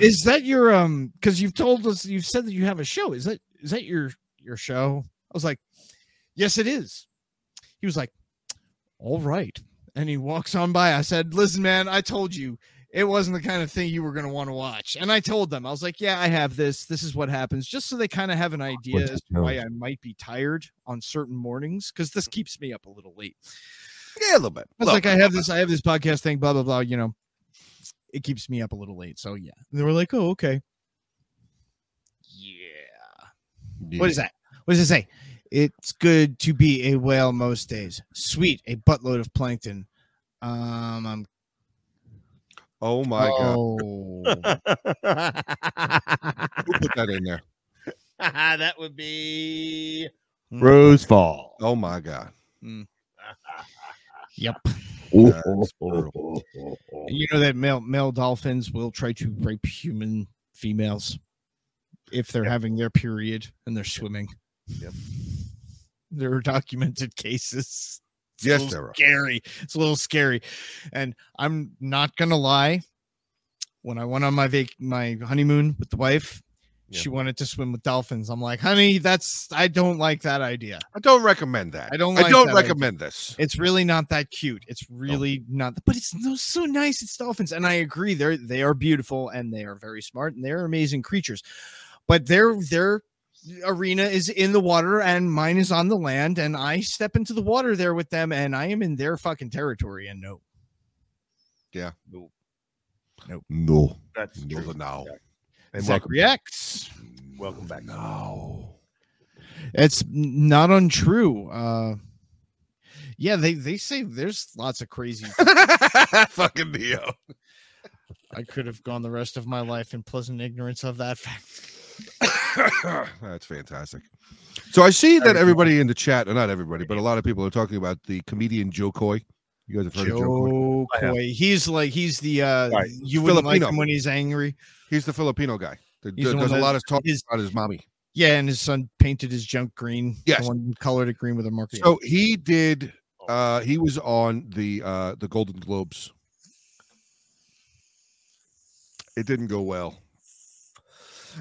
Speaker 3: is that your um because you've told us you've said that you have a show is that is that your your show i was like yes it is he was like all right and he walks on by i said listen man i told you it wasn't the kind of thing you were going to want to watch and i told them i was like yeah i have this this is what happens just so they kind of have an idea
Speaker 2: What's
Speaker 3: as
Speaker 2: the
Speaker 3: to why i might be tired on certain mornings because this keeps me up a little late
Speaker 4: yeah, a little bit.
Speaker 3: I was like, I have this, I have this podcast thing, blah blah blah. You know, it keeps me up a little late. So yeah, and they were like, oh okay. Yeah. What is that? What does it say? It's good to be a whale most days. Sweet, a buttload of plankton. Um, I'm.
Speaker 4: Oh my god!
Speaker 3: oh.
Speaker 4: Who put that in there?
Speaker 2: that would be
Speaker 3: Mm.
Speaker 2: Rosefall.
Speaker 4: Oh my god!
Speaker 3: Yep.
Speaker 4: That's brutal.
Speaker 3: And you know that male male dolphins will try to rape human females if they're having their period and they're swimming.
Speaker 4: Yep.
Speaker 3: There are documented cases. It's a
Speaker 4: Yes,
Speaker 3: little
Speaker 4: there are.
Speaker 3: Scary. It's a little scary. And I'm not gonna lie. When I went on my vac- my honeymoon with the wife,
Speaker 4: Yeah.
Speaker 3: she wanted to swim with dolphins. I'm like, honey, that's I don't like that idea.
Speaker 4: I don't recommend that.
Speaker 3: I don't
Speaker 4: I
Speaker 3: like
Speaker 4: don't
Speaker 3: that
Speaker 4: recommend this.
Speaker 3: It's really not that cute. It's really not, but it's no, so nice. It's dolphins, and I agree. They're they are beautiful and they are very smart and they are amazing creatures. But their their arena is in the water, and mine is on the land. And I step into the water there with them, and I am in their fucking territory. And no,
Speaker 4: No.
Speaker 2: That's
Speaker 4: No, the
Speaker 2: true.
Speaker 4: now.
Speaker 2: And
Speaker 3: Zach
Speaker 2: welcome,
Speaker 3: reacts.
Speaker 2: welcome back.
Speaker 4: No.
Speaker 3: It's n- not untrue. Uh, yeah, they they say there's lots of crazy.
Speaker 4: Fucking Neo.
Speaker 3: I could have gone the rest of my life in pleasant ignorance of that fact.
Speaker 4: That's fantastic. So I see that everybody in the chat, or not everybody, but a lot of people are talking about the comedian Joe Coy. You guys have heard of Joe Coy?
Speaker 3: Joe
Speaker 2: I have.
Speaker 3: Coy. He's like he's the uh
Speaker 2: Right.
Speaker 3: you wouldn't like
Speaker 4: Filipino.
Speaker 3: him when he's angry.
Speaker 4: He's the Filipino guy. that
Speaker 3: He's the
Speaker 4: does
Speaker 3: one
Speaker 4: a
Speaker 3: that-
Speaker 4: lot of talking
Speaker 3: his-
Speaker 4: about his mommy.
Speaker 3: Yeah, and his son painted his junk green. The
Speaker 4: Yes.
Speaker 3: one who colored it green with a marker.
Speaker 4: So he did. Uh, he was on the uh, the Golden Globes. It didn't go well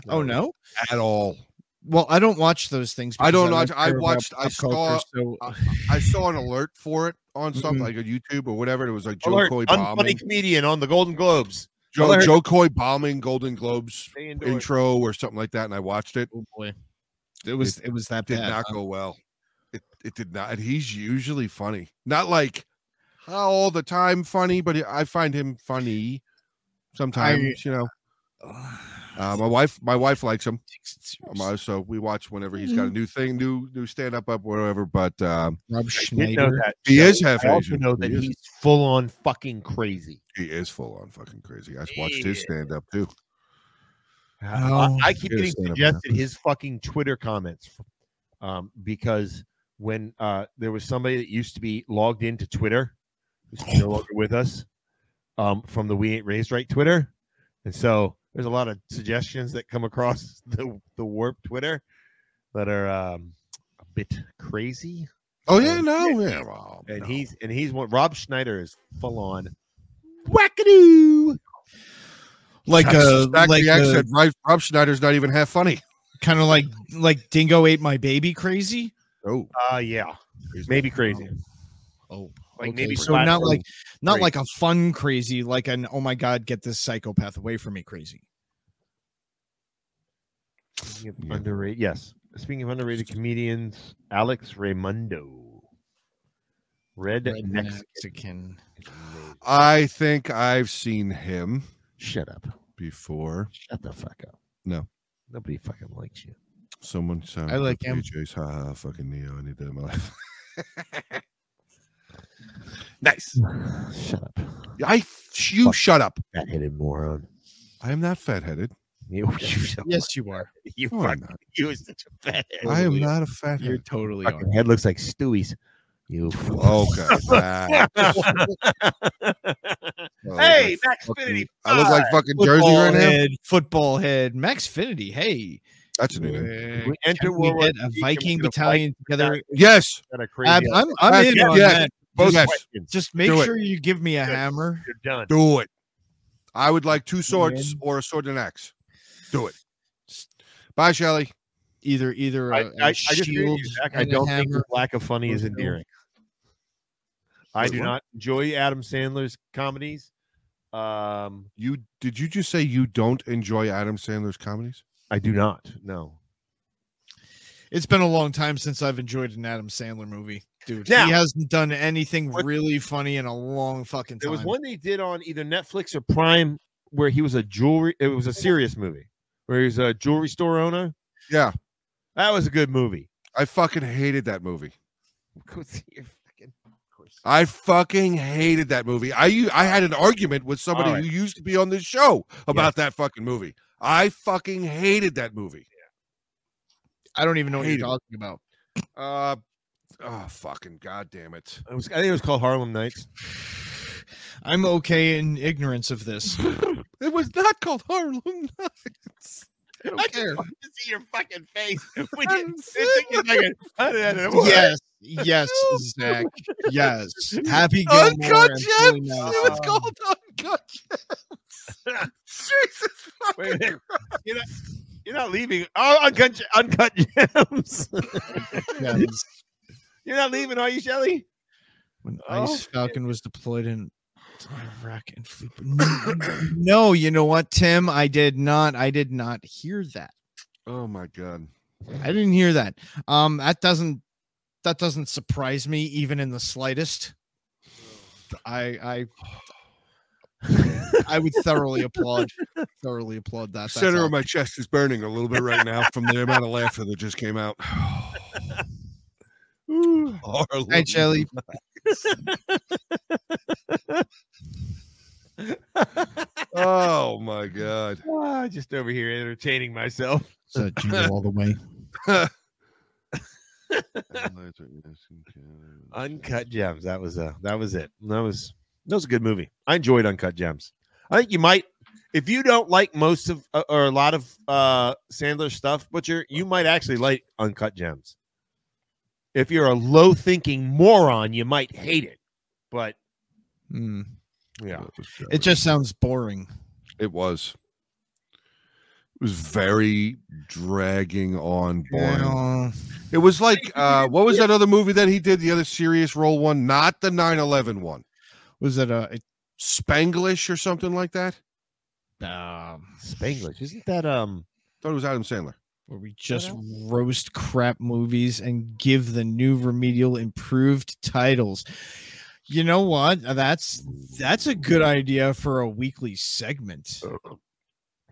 Speaker 3: oh no.
Speaker 4: at all.
Speaker 3: Well, I don't watch those things.
Speaker 4: um, I don't
Speaker 3: because
Speaker 4: watch-
Speaker 3: like
Speaker 4: I
Speaker 3: care about
Speaker 4: watched- I
Speaker 3: pop culture, so
Speaker 4: uh, I saw an alert for it on something like a YouTube or whatever. It was like Joe
Speaker 2: Alert,
Speaker 4: Coy
Speaker 2: unfunny
Speaker 4: bombing.
Speaker 2: comedian on the Golden Globes.
Speaker 4: Joe,
Speaker 2: alert.
Speaker 4: Joe Coy bombing Golden Globes
Speaker 2: Stay indoors.
Speaker 4: intro or something like that, and I watched it.
Speaker 3: oh boy. It was it, was that
Speaker 4: Did
Speaker 3: bad.
Speaker 4: not
Speaker 3: huh?
Speaker 4: go well. It it did not. And he's usually funny, not like all the time funny, but I find him funny sometimes. you know, uh, my wife my wife likes him. Um, so we watch whenever he's got a new thing, new new stand up up whatever. But um,
Speaker 3: Rob
Speaker 2: I did know
Speaker 3: Schneider.
Speaker 2: that.
Speaker 4: he
Speaker 2: Joe.
Speaker 4: is half
Speaker 2: I also
Speaker 4: Asian.
Speaker 2: know that
Speaker 4: he, is,
Speaker 2: he's full on fucking crazy.
Speaker 4: he is full on fucking crazy. I watched his stand up too.
Speaker 3: Oh,
Speaker 2: I, I keep
Speaker 4: Here's
Speaker 2: getting
Speaker 4: stand-up
Speaker 2: suggested
Speaker 4: now.
Speaker 2: his fucking Twitter comments f- um, because when uh, there was somebody that used to be logged into Twitter, who's no longer with us, um, from the We Ain't Raised Right Twitter, and so there's a lot of suggestions that come across the the Warp Twitter that are um, a bit crazy.
Speaker 4: Oh yeah,
Speaker 2: Um,
Speaker 4: no, yeah, well,
Speaker 2: And
Speaker 4: no.
Speaker 2: he's and he's one. Rob Schneider is full on wackadoo.
Speaker 3: Oh, Like a
Speaker 4: Stack
Speaker 3: like
Speaker 4: the
Speaker 3: a,
Speaker 4: accent. Rob- Rob Schneider's not even half funny.
Speaker 3: kind of like like Dingo ate my baby crazy.
Speaker 4: Oh,
Speaker 3: Ah,
Speaker 2: Uh yeah, maybe crazy.
Speaker 3: Oh,
Speaker 2: Like
Speaker 3: okay.
Speaker 2: maybe
Speaker 3: so not
Speaker 2: platform
Speaker 3: like not
Speaker 2: crazy.
Speaker 3: like a fun crazy, like an oh my god, get this psychopath away from me crazy.
Speaker 2: Speaking of
Speaker 4: Yeah.
Speaker 2: underrated, yes. Speaking of underrated comedians, Alex Raimundo, Red,
Speaker 3: Red
Speaker 2: Mexican.
Speaker 3: Mexican.
Speaker 2: is amazing.
Speaker 4: I think I've seen him
Speaker 2: Shut up!
Speaker 4: before.
Speaker 2: Shut the fuck up!
Speaker 4: No.
Speaker 2: nobody fucking likes you.
Speaker 4: Someone said,
Speaker 3: I like him.
Speaker 4: PJs, ha, ha, fucking Neo. I need that in my life.
Speaker 2: Nice. Shut up,
Speaker 4: I, you
Speaker 2: Fuck.
Speaker 4: shut up.
Speaker 2: fat-headed moron.
Speaker 4: I am not fat headed.
Speaker 2: You, you,
Speaker 3: Yes, you are.
Speaker 2: you,
Speaker 4: Oh, No, I'm
Speaker 2: fucking, you are such a fathead.
Speaker 4: I am
Speaker 3: Totally.
Speaker 4: not a fat
Speaker 3: You're
Speaker 4: head.
Speaker 3: totally are.
Speaker 2: Fucking head looks like Stewie's. You.
Speaker 4: Oh, Okay. ah, oh,
Speaker 2: hey,
Speaker 4: like
Speaker 2: Max
Speaker 4: fucking-
Speaker 2: Finity.
Speaker 4: I look like fucking Jersey
Speaker 3: Football
Speaker 4: right now.
Speaker 3: head, football head, Max Finity. Hey,
Speaker 4: That's a new name.
Speaker 2: We enter
Speaker 3: we
Speaker 2: World War
Speaker 3: did a
Speaker 2: II,
Speaker 3: Viking
Speaker 2: commit a
Speaker 3: battalion together.
Speaker 4: Yes.
Speaker 2: Got a crazy.
Speaker 3: Ab- I'm, I'm in
Speaker 4: Yeah,
Speaker 3: on
Speaker 4: yeah.
Speaker 3: that.
Speaker 4: Both
Speaker 2: Yes.
Speaker 4: yes.
Speaker 2: questions.
Speaker 3: Just make
Speaker 4: Do it.
Speaker 3: sure you give me a hammer.
Speaker 2: You're done.
Speaker 4: Do it. I would like two swords or a sword and an axe. Do it. Bye, Shelly.
Speaker 3: Either, either.
Speaker 2: I,
Speaker 3: a- a
Speaker 2: I, I just agree with you, Zach. I
Speaker 3: and a
Speaker 2: don't think
Speaker 3: hammer.
Speaker 2: his lack of funny is
Speaker 3: Or no.
Speaker 2: endearing. I
Speaker 4: Wait,
Speaker 2: do
Speaker 4: what?
Speaker 2: not enjoy Adam Sandler's comedies. Um,
Speaker 4: You did you just say you don't enjoy Adam Sandler's comedies?
Speaker 2: I do not. No.
Speaker 3: It's been a long time since I've enjoyed an Adam Sandler movie, dude.
Speaker 2: Now-
Speaker 3: he hasn't done anything
Speaker 2: What-
Speaker 3: really funny in a long fucking time.
Speaker 2: There was one they did on either Netflix or Prime where he was a jewelry. It was a serious movie where he was a jewelry store owner.
Speaker 4: Yeah,
Speaker 2: That was a good movie.
Speaker 4: I fucking hated that movie.
Speaker 2: Of course, you're fucking- of course.
Speaker 4: I fucking hated that movie. I u- I had an argument with somebody
Speaker 2: All right.
Speaker 4: who used to be on this show about that fucking movie. I fucking hated that movie.
Speaker 3: I don't even know what you're
Speaker 4: Hated it.
Speaker 3: talking about.
Speaker 4: Uh oh fucking goddamn it.
Speaker 2: It was, I think it was called Harlem Nights.
Speaker 3: I'm okay in ignorance of this.
Speaker 4: It was not called Harlem Nights.
Speaker 2: I
Speaker 3: don't care.
Speaker 2: just wanted to see your fucking face. We
Speaker 4: I'm
Speaker 2: didn't-
Speaker 4: saying
Speaker 2: it took you a second. How did that- what?
Speaker 3: Yes, yes, Zach. Yes, Happy Gilmore.
Speaker 4: Uncut
Speaker 3: and
Speaker 4: Gems.
Speaker 3: Willie
Speaker 4: It
Speaker 3: Nelson.
Speaker 4: was called Uncut Gems. Jesus fucking
Speaker 2: Wait a minute. You're not, you're not leaving. Oh, uncut, Ge- uncut gems.
Speaker 3: Gems.
Speaker 2: you're not leaving, are you, Shelly?
Speaker 3: When
Speaker 2: Oh,
Speaker 3: Ice
Speaker 2: shit.
Speaker 3: Falcon was deployed in Iraq and flew. N- No, you know what, Tim? I did not. I did not hear that.
Speaker 4: Oh my god.
Speaker 3: I didn't hear that. Um, that doesn't that doesn't surprise me even in the slightest. I I I would thoroughly applaud thoroughly applaud that. That's
Speaker 4: Center
Speaker 3: all.
Speaker 4: of my chest is burning a little bit right now from the amount of laughter that just came out. Harlem
Speaker 3: Hi, Shelly.
Speaker 4: Oh my god.
Speaker 2: Ah, just over here entertaining myself.
Speaker 3: So, jingle all the way.
Speaker 2: Uncut Gems. That was uh that was it. That was that was a good movie. I enjoyed Uncut Gems. I think you might if you don't like most of uh, or a lot of uh Sandler stuff, Butcher, you might actually like Uncut Gems. If you're a low thinking moron, you might hate it. But
Speaker 3: Mm.
Speaker 2: yeah.
Speaker 3: It just sounds boring.
Speaker 4: It was. It was very dragging on boring.
Speaker 3: Well,
Speaker 4: It was like uh what was that other movie that he did, the other serious role one, not the 9-11 one.
Speaker 3: was it a?
Speaker 4: Spanglish or something like that?
Speaker 3: It, um,
Speaker 2: Spanglish. Isn't that um
Speaker 4: thought it was Adam Sandler.
Speaker 3: where we just roast crap movies and give the new remedial improved titles. You know what? That's that's a good idea for a weekly segment.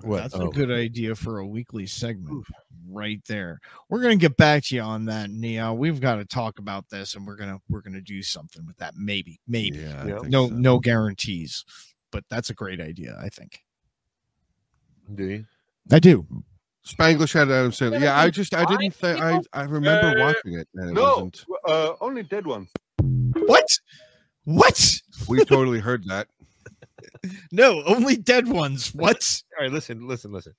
Speaker 3: That's
Speaker 4: Oh.
Speaker 3: a good idea for a weekly segment right there. We're gonna get back to you on that, Neo. We've got to talk about this and we're gonna we're gonna do something with that. Maybe, maybe.
Speaker 4: Yeah. I
Speaker 2: Yeah.
Speaker 4: think
Speaker 3: No,
Speaker 4: so.
Speaker 3: no guarantees. But that's a great idea, I think.
Speaker 2: do you?
Speaker 3: I do.
Speaker 4: Spanglish had Adam Sandler.
Speaker 6: Never
Speaker 4: Yeah, I
Speaker 6: seen
Speaker 4: just I didn't think I I remember
Speaker 6: Uh,
Speaker 4: watching it and it
Speaker 6: No,
Speaker 4: wasn't.
Speaker 6: uh, only dead one.
Speaker 3: What? What?
Speaker 4: We totally heard that.
Speaker 3: No, only dead ones. What?
Speaker 2: All right, listen, listen, listen.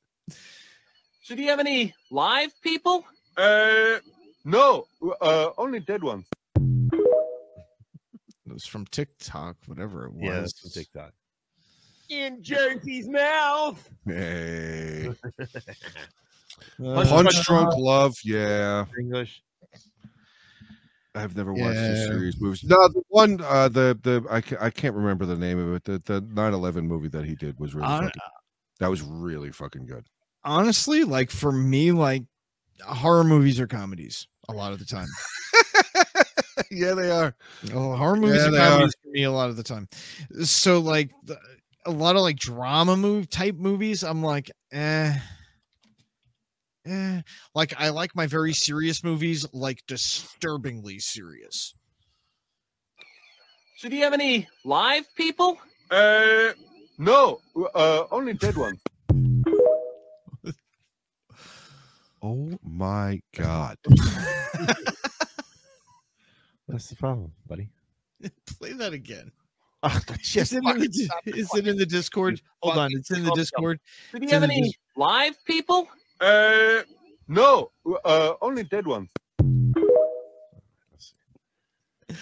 Speaker 7: So do you have any live people?
Speaker 6: Uh, no, uh, only dead one.
Speaker 3: It was from TikTok, whatever it was.
Speaker 2: Yeah, that's from TikTok. In Jersey's mouth.
Speaker 4: Hey.
Speaker 3: Uh,
Speaker 4: Punch Drunk Love. Yeah.
Speaker 2: English.
Speaker 4: I've never watched
Speaker 3: Yeah.
Speaker 4: this series movies. No, the one uh the the I ca- I can't remember the name of it. The the 9/11 movie that he did was really
Speaker 3: Hon-
Speaker 4: fucking, that was really fucking good.
Speaker 3: honestly, like for me, like horror movies are comedies a lot of the time.
Speaker 4: yeah, they are.
Speaker 3: Oh, horror movies
Speaker 4: Yeah,
Speaker 3: are
Speaker 4: they are.
Speaker 3: comedies for me a lot of the time. So like the, a lot of like drama move type movies, I'm like, eh. Eh. Like I like my very serious movies, like disturbingly serious.
Speaker 7: So do you have any live people?
Speaker 6: Uh, no, uh, only dead one.
Speaker 4: Oh my god.
Speaker 2: That's the problem, buddy.
Speaker 3: Play that again.
Speaker 2: Oh, that's
Speaker 3: Is
Speaker 2: just
Speaker 3: it, in the, di- is it in the Discord? Hold on, it's in the Discord.
Speaker 7: So do you
Speaker 3: So
Speaker 7: have
Speaker 3: they
Speaker 7: any live people?
Speaker 6: Uh, no, uh, only dead one.
Speaker 2: Oh,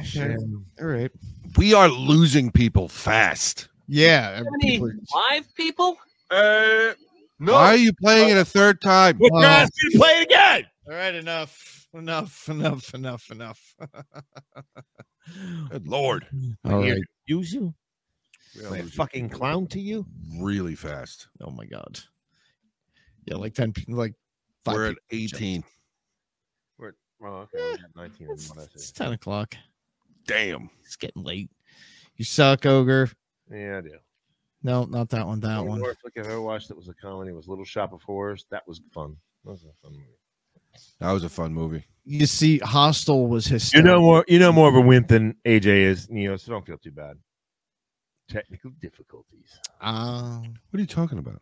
Speaker 3: Okay. All right.
Speaker 4: We are losing people fast.
Speaker 3: Yeah.
Speaker 7: Do you
Speaker 3: and
Speaker 7: have
Speaker 3: people-
Speaker 7: any live people?
Speaker 6: Uh, no,
Speaker 4: Why are you playing it a third time?
Speaker 2: What
Speaker 3: Wow.
Speaker 2: guys can play it again?
Speaker 3: All right, enough, enough, enough, enough, enough.
Speaker 4: Good lord.
Speaker 3: All
Speaker 2: Here,
Speaker 3: right.
Speaker 2: Use you?
Speaker 4: We are
Speaker 2: Play a
Speaker 4: losing
Speaker 2: fucking clown to you?
Speaker 4: really fast.
Speaker 3: Oh my god. Yeah, like ten, pe- like five.
Speaker 4: We're at
Speaker 3: people.
Speaker 4: 18.
Speaker 2: Oh, okay. we got 19 and
Speaker 3: It's,
Speaker 2: one, I
Speaker 3: it's
Speaker 2: see.
Speaker 3: ten o'clock.
Speaker 4: Damn.
Speaker 3: It's getting late. You suck, ogre.
Speaker 2: Yeah, I do.
Speaker 3: No, not that one. That one.
Speaker 2: Look at her watch. That was a comedy. Was Little Shop of Horrors. That was fun. That was a fun movie.
Speaker 4: That was a fun movie.
Speaker 3: You see, hostile was
Speaker 2: You
Speaker 3: hysterical.
Speaker 2: know more. You know more of a wimp than AJ is, Neo. So don't feel too bad. Technical difficulties.
Speaker 3: Um,
Speaker 4: What are you talking about?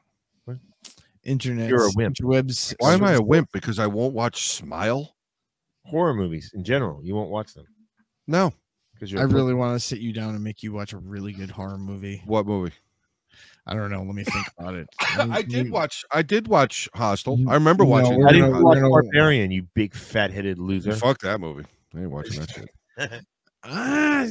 Speaker 3: internet.
Speaker 2: You're a wimp.
Speaker 3: Webs.
Speaker 4: Why am I a wimp? Because I won't watch Smile?
Speaker 2: horror movies in general. You won't watch them
Speaker 4: No.
Speaker 2: because
Speaker 3: I
Speaker 2: you're a
Speaker 3: really want to sit you down and make you watch a really good horror movie.
Speaker 4: What movie?
Speaker 3: I don't know. Let me think about it.
Speaker 4: I did
Speaker 3: You-
Speaker 4: watch. I did watch Hostel.
Speaker 3: You-
Speaker 4: I remember
Speaker 3: no,
Speaker 4: watching.
Speaker 3: we're
Speaker 2: I
Speaker 4: it.
Speaker 2: didn't
Speaker 3: gonna-
Speaker 2: watch
Speaker 3: we're gonna-
Speaker 2: Barbarian, you big fat-headed loser.
Speaker 4: Fuck that movie. I ain't watching that shit.
Speaker 3: Ah,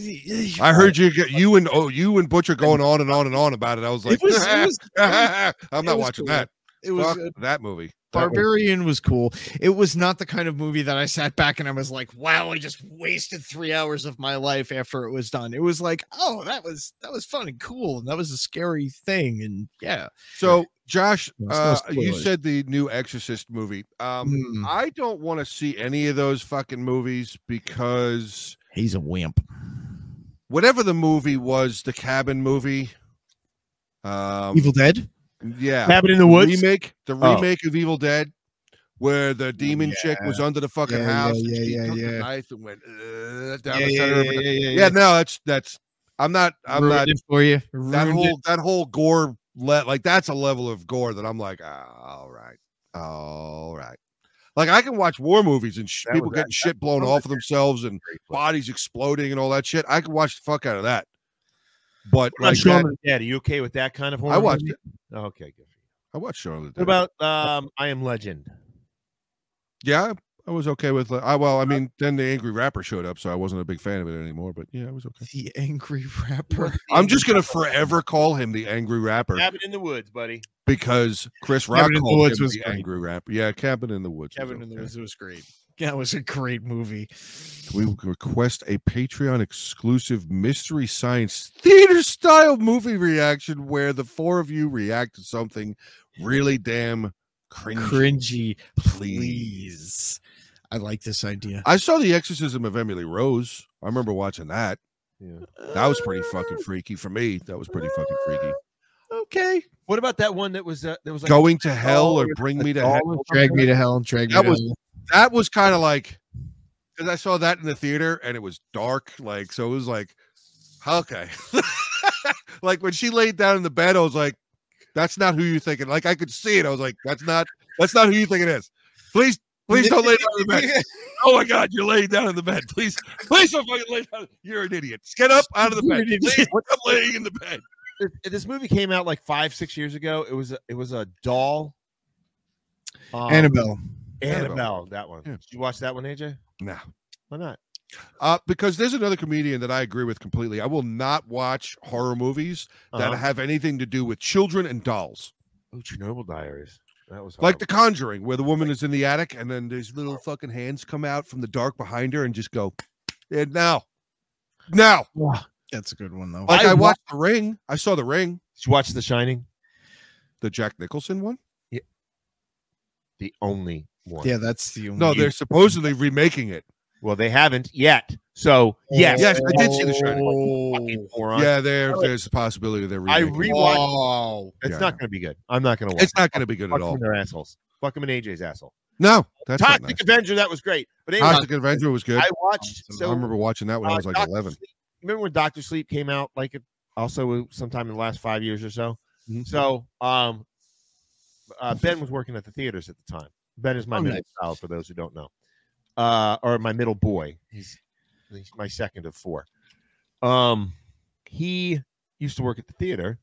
Speaker 4: I heard you get you and oh you and Butcher going on and on and on about it. I was like,
Speaker 3: It was, it was,
Speaker 4: I'm
Speaker 3: it
Speaker 4: not
Speaker 3: was
Speaker 4: watching
Speaker 3: cool.
Speaker 4: that.
Speaker 3: it was
Speaker 4: Fuck
Speaker 3: uh,
Speaker 4: that movie.
Speaker 3: Barbarian was cool. It was not the kind of movie that I sat back and I was like, "Wow, I just wasted three hours of my life." After it was done, it was like, "Oh, that was that was fun and cool, and that was a scary thing." And yeah,
Speaker 4: So Josh,
Speaker 3: No, it's no
Speaker 4: uh, you
Speaker 3: spoilers.
Speaker 4: said the new Exorcist movie. Um,
Speaker 3: Mm.
Speaker 4: I don't want to see any of those fucking movies because
Speaker 3: he's a wimp.
Speaker 4: whatever the movie was, the cabin movie. Um,
Speaker 3: Evil Dead.
Speaker 4: yeah,
Speaker 2: Cabin in the woods.
Speaker 4: remake, the
Speaker 2: Oh.
Speaker 4: remake of Evil Dead, where the demon chick was under the fucking
Speaker 3: Yeah, yeah,
Speaker 4: house. and
Speaker 3: yeah,
Speaker 4: she
Speaker 3: yeah,
Speaker 4: took the
Speaker 3: yeah.
Speaker 4: knife and went "Uh," down
Speaker 3: Yeah,
Speaker 4: the
Speaker 3: yeah,
Speaker 4: center
Speaker 3: yeah,
Speaker 4: of her.
Speaker 3: yeah, yeah,
Speaker 4: Yeah, no, that's that's. I'm not. I'm
Speaker 3: Ruined
Speaker 4: not.
Speaker 3: it for you.
Speaker 4: That
Speaker 3: Ruined it.
Speaker 4: whole that whole gore le- like that's a level of gore that I'm like, "Ah, all right, all right. Like I can watch war movies and sh-
Speaker 2: That
Speaker 4: people
Speaker 2: was-
Speaker 4: getting
Speaker 2: that-
Speaker 4: shit blown
Speaker 2: that
Speaker 4: off of themselves and bodies exploding and all that shit. I can watch the fuck out of that. But
Speaker 2: What about
Speaker 4: like
Speaker 2: Shaun
Speaker 4: that-
Speaker 2: of the Dead? Are you okay with that kind of horror?
Speaker 4: I watched
Speaker 2: movie?
Speaker 4: it.
Speaker 2: Oh, okay, good.
Speaker 4: I watched Shaun of the Dead.
Speaker 2: What about um, I Am Legend?
Speaker 4: yeah, I was okay with. like, I
Speaker 3: Uh,
Speaker 4: well, I mean, then the angry rapper showed up, so I wasn't a big fan of it anymore. But yeah, I was okay.
Speaker 3: the angry rapper.
Speaker 4: I'm just gonna forever call him the angry rapper
Speaker 2: Cabin in the Woods, buddy.
Speaker 4: because Chris Rock
Speaker 3: Cabin in the
Speaker 4: called
Speaker 3: Woods
Speaker 4: him
Speaker 3: was
Speaker 4: the
Speaker 3: great.
Speaker 4: angry rapper. Yeah, Cabin in the Woods. was
Speaker 3: Kevin in the
Speaker 4: okay.
Speaker 3: Woods. It was great. Yeah, it was a great movie.
Speaker 4: Can we request a Patreon exclusive mystery science theater style movie reaction where the four of you react to something really damn cringy?
Speaker 3: Cringy,
Speaker 4: please.
Speaker 3: please. I like this idea.
Speaker 4: I saw The Exorcism of Emily Rose. I remember watching that.
Speaker 2: Yeah.
Speaker 4: That was pretty fucking freaky for me. That was pretty fucking freaky.
Speaker 3: Okay.
Speaker 2: What about that one that was uh, that was like
Speaker 4: Going to hell or
Speaker 2: doll
Speaker 4: bring
Speaker 2: with
Speaker 4: me
Speaker 2: a
Speaker 4: to
Speaker 2: doll
Speaker 4: hell.
Speaker 2: or
Speaker 3: Drag
Speaker 2: something?
Speaker 3: me to hell. Drag me
Speaker 4: That
Speaker 3: to
Speaker 4: was-
Speaker 3: hell.
Speaker 4: That was kind of like because I saw that in the theater and it was dark. Like so, it was like okay. like when she laid down in the bed, I was like, "That's not who you're thinking." Like I could see it. I was like, "That's not. That's not who you think it is." Please, please don't lay down in the bed. Oh my God, you're laying down in the bed. Please, please don't fucking lay down. You're an idiot. Get up out of the
Speaker 3: You're
Speaker 4: bed.
Speaker 3: an idiot.
Speaker 4: Please, I'm laying in the bed.
Speaker 2: This- This movie came out like five six years ago. It was a, it was a doll. Um,
Speaker 3: Annabelle.
Speaker 2: Annabelle,
Speaker 4: Annabelle.
Speaker 2: that one.
Speaker 4: Yeah.
Speaker 2: Did you watch that one, AJ?
Speaker 4: No.
Speaker 2: Why not?
Speaker 4: Uh, because there's another comedian that I agree with completely. I will not watch horror movies that
Speaker 2: Uh-huh.
Speaker 4: have anything to do with children and dolls.
Speaker 2: Oh, Chernobyl Diaries. That was
Speaker 4: Like
Speaker 2: horrible.
Speaker 4: The Conjuring, where the woman is in the attic and then these little fucking hands come out from the dark behind her and just go, and now, now.
Speaker 3: That's a good one though.
Speaker 4: Like
Speaker 2: Oh, I
Speaker 4: I,
Speaker 2: wa-
Speaker 4: watched The Ring. I saw The Ring,
Speaker 2: Did you watch The Shining?
Speaker 4: the Jack Nicholson one.
Speaker 2: The only one.
Speaker 3: yeah, that's the only
Speaker 4: No, they're supposedly remaking it.
Speaker 2: Well, they haven't yet. So yes,
Speaker 4: Oh.
Speaker 2: Oh.
Speaker 4: Yes, I did see The Shining.
Speaker 2: fucking moron.
Speaker 4: Yeah, there, there's a possibility they're
Speaker 2: I
Speaker 4: remaking it.
Speaker 2: rewatched.
Speaker 3: Wow.
Speaker 2: It's
Speaker 4: Yeah, I
Speaker 2: not going to be good. I'm not going to watch.
Speaker 4: It's not going to be good
Speaker 2: Fuck
Speaker 4: at
Speaker 2: them
Speaker 4: all.
Speaker 2: and Their assholes. Fuck them and AJ's asshole.
Speaker 4: No, that's not
Speaker 2: Toxic
Speaker 4: nice.
Speaker 2: Avenger. That was great. But anyway,
Speaker 4: Toxic Avenger was good.
Speaker 2: I watched.
Speaker 4: I
Speaker 2: So
Speaker 4: remember watching that when I
Speaker 2: uh,
Speaker 4: was like
Speaker 2: Dr.
Speaker 4: 11.
Speaker 2: Sleep- remember when Doctor Sleep came out? Like it- also sometime in the last five years or so.
Speaker 4: Mm-hmm.
Speaker 2: So um, uh, Ben was working at the theaters at the time. Ben is my
Speaker 3: Oh,
Speaker 2: middle
Speaker 3: nice.
Speaker 2: child, for those who don't know, uh, or my middle boy. He's, he's my second of four. Um, he used to work at the theater,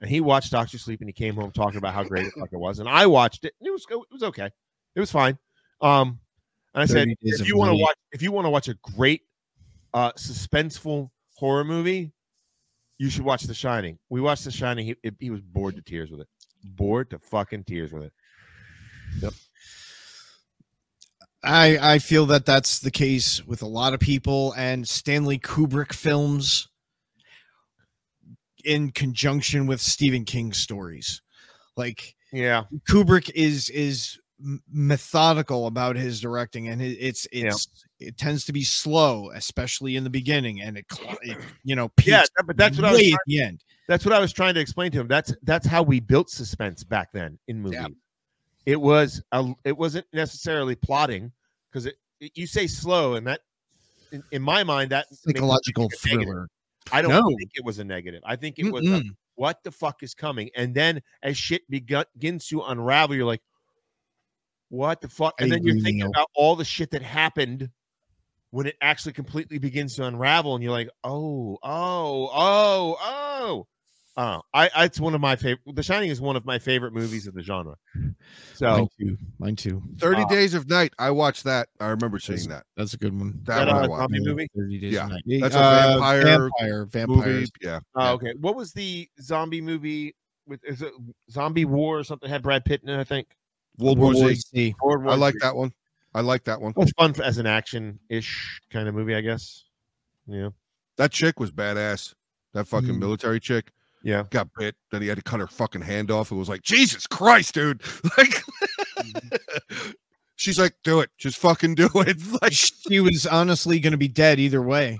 Speaker 2: and he watched Doctor Sleep, and he came home talking about how great it fucking was. And I watched it, and it was go- it was okay, it was fine. Um, and I said,
Speaker 3: 30 Days
Speaker 2: if
Speaker 3: of
Speaker 2: you want to
Speaker 3: Night.
Speaker 2: watch, if you want to watch a great, uh, suspenseful horror movie, you should watch The Shining. We watched The Shining. He, it- he was bored to tears with it. Bored to fucking tears with it.
Speaker 3: I I feel that that's the case with a lot of people and Stanley Kubrick films in conjunction with Stephen King stories. Like
Speaker 2: Yeah.
Speaker 3: Kubrick is is m- methodical about his directing, and it, it's it's it tends to be slow, especially in the beginning, and it, cl- it you know peaks
Speaker 2: Yeah, that- but that's what I was
Speaker 3: way
Speaker 2: trying,
Speaker 3: at the end.
Speaker 2: that's what I was trying to explain to him. That's that's how we built suspense back then in movies.
Speaker 3: Yeah.
Speaker 2: It was a, it wasn't necessarily plotting because it, it- you say slow and that in, in my mind that makes it
Speaker 3: Psychological
Speaker 2: like a negative.
Speaker 3: thriller.
Speaker 2: I don't
Speaker 3: No.
Speaker 2: think it was a negative. I think it was a,
Speaker 3: Mm-mm.
Speaker 2: what the fuck is coming? And then as shit begun- begins to unravel, you're like, what the fuck? And
Speaker 3: I
Speaker 2: then you're
Speaker 3: really
Speaker 2: thinking
Speaker 3: know.
Speaker 2: about all the shit that happened when it actually completely begins to unravel and you're like, oh, oh, oh, oh. Oh, I, I it's one of my favorite. The Shining is one of my favorite movies of the genre. So
Speaker 3: Mine too. Mine too.
Speaker 4: 30
Speaker 2: Uh,
Speaker 4: Days of Night. I watched that. I remember seeing that.
Speaker 3: That's a good one.
Speaker 4: That
Speaker 2: that
Speaker 4: one I
Speaker 2: a
Speaker 4: watched.
Speaker 2: zombie movie?
Speaker 3: Thirty days.
Speaker 4: Yeah.
Speaker 3: of night.
Speaker 4: That's a
Speaker 3: Uh,
Speaker 4: vampire
Speaker 3: vampire. Vampires.
Speaker 4: Movie. Yeah.
Speaker 2: Oh, okay. What was the zombie movie with? Is it Zombie War or something? Had Brad Pitt in it, I think.
Speaker 4: World War Z.
Speaker 3: Z.
Speaker 2: World War
Speaker 4: I like
Speaker 2: III.
Speaker 4: that one. I like that one.
Speaker 2: It's fun as an action ish kind of movie, I guess. Yeah.
Speaker 4: That chick was badass. That fucking
Speaker 3: Mm.
Speaker 4: military chick
Speaker 2: Yeah.
Speaker 4: got bit. Then he had to cut her fucking hand off. It was like, Jesus Christ, dude. Like, she's like, do it. Just fucking do it. Like,
Speaker 3: She was honestly going to be dead either way.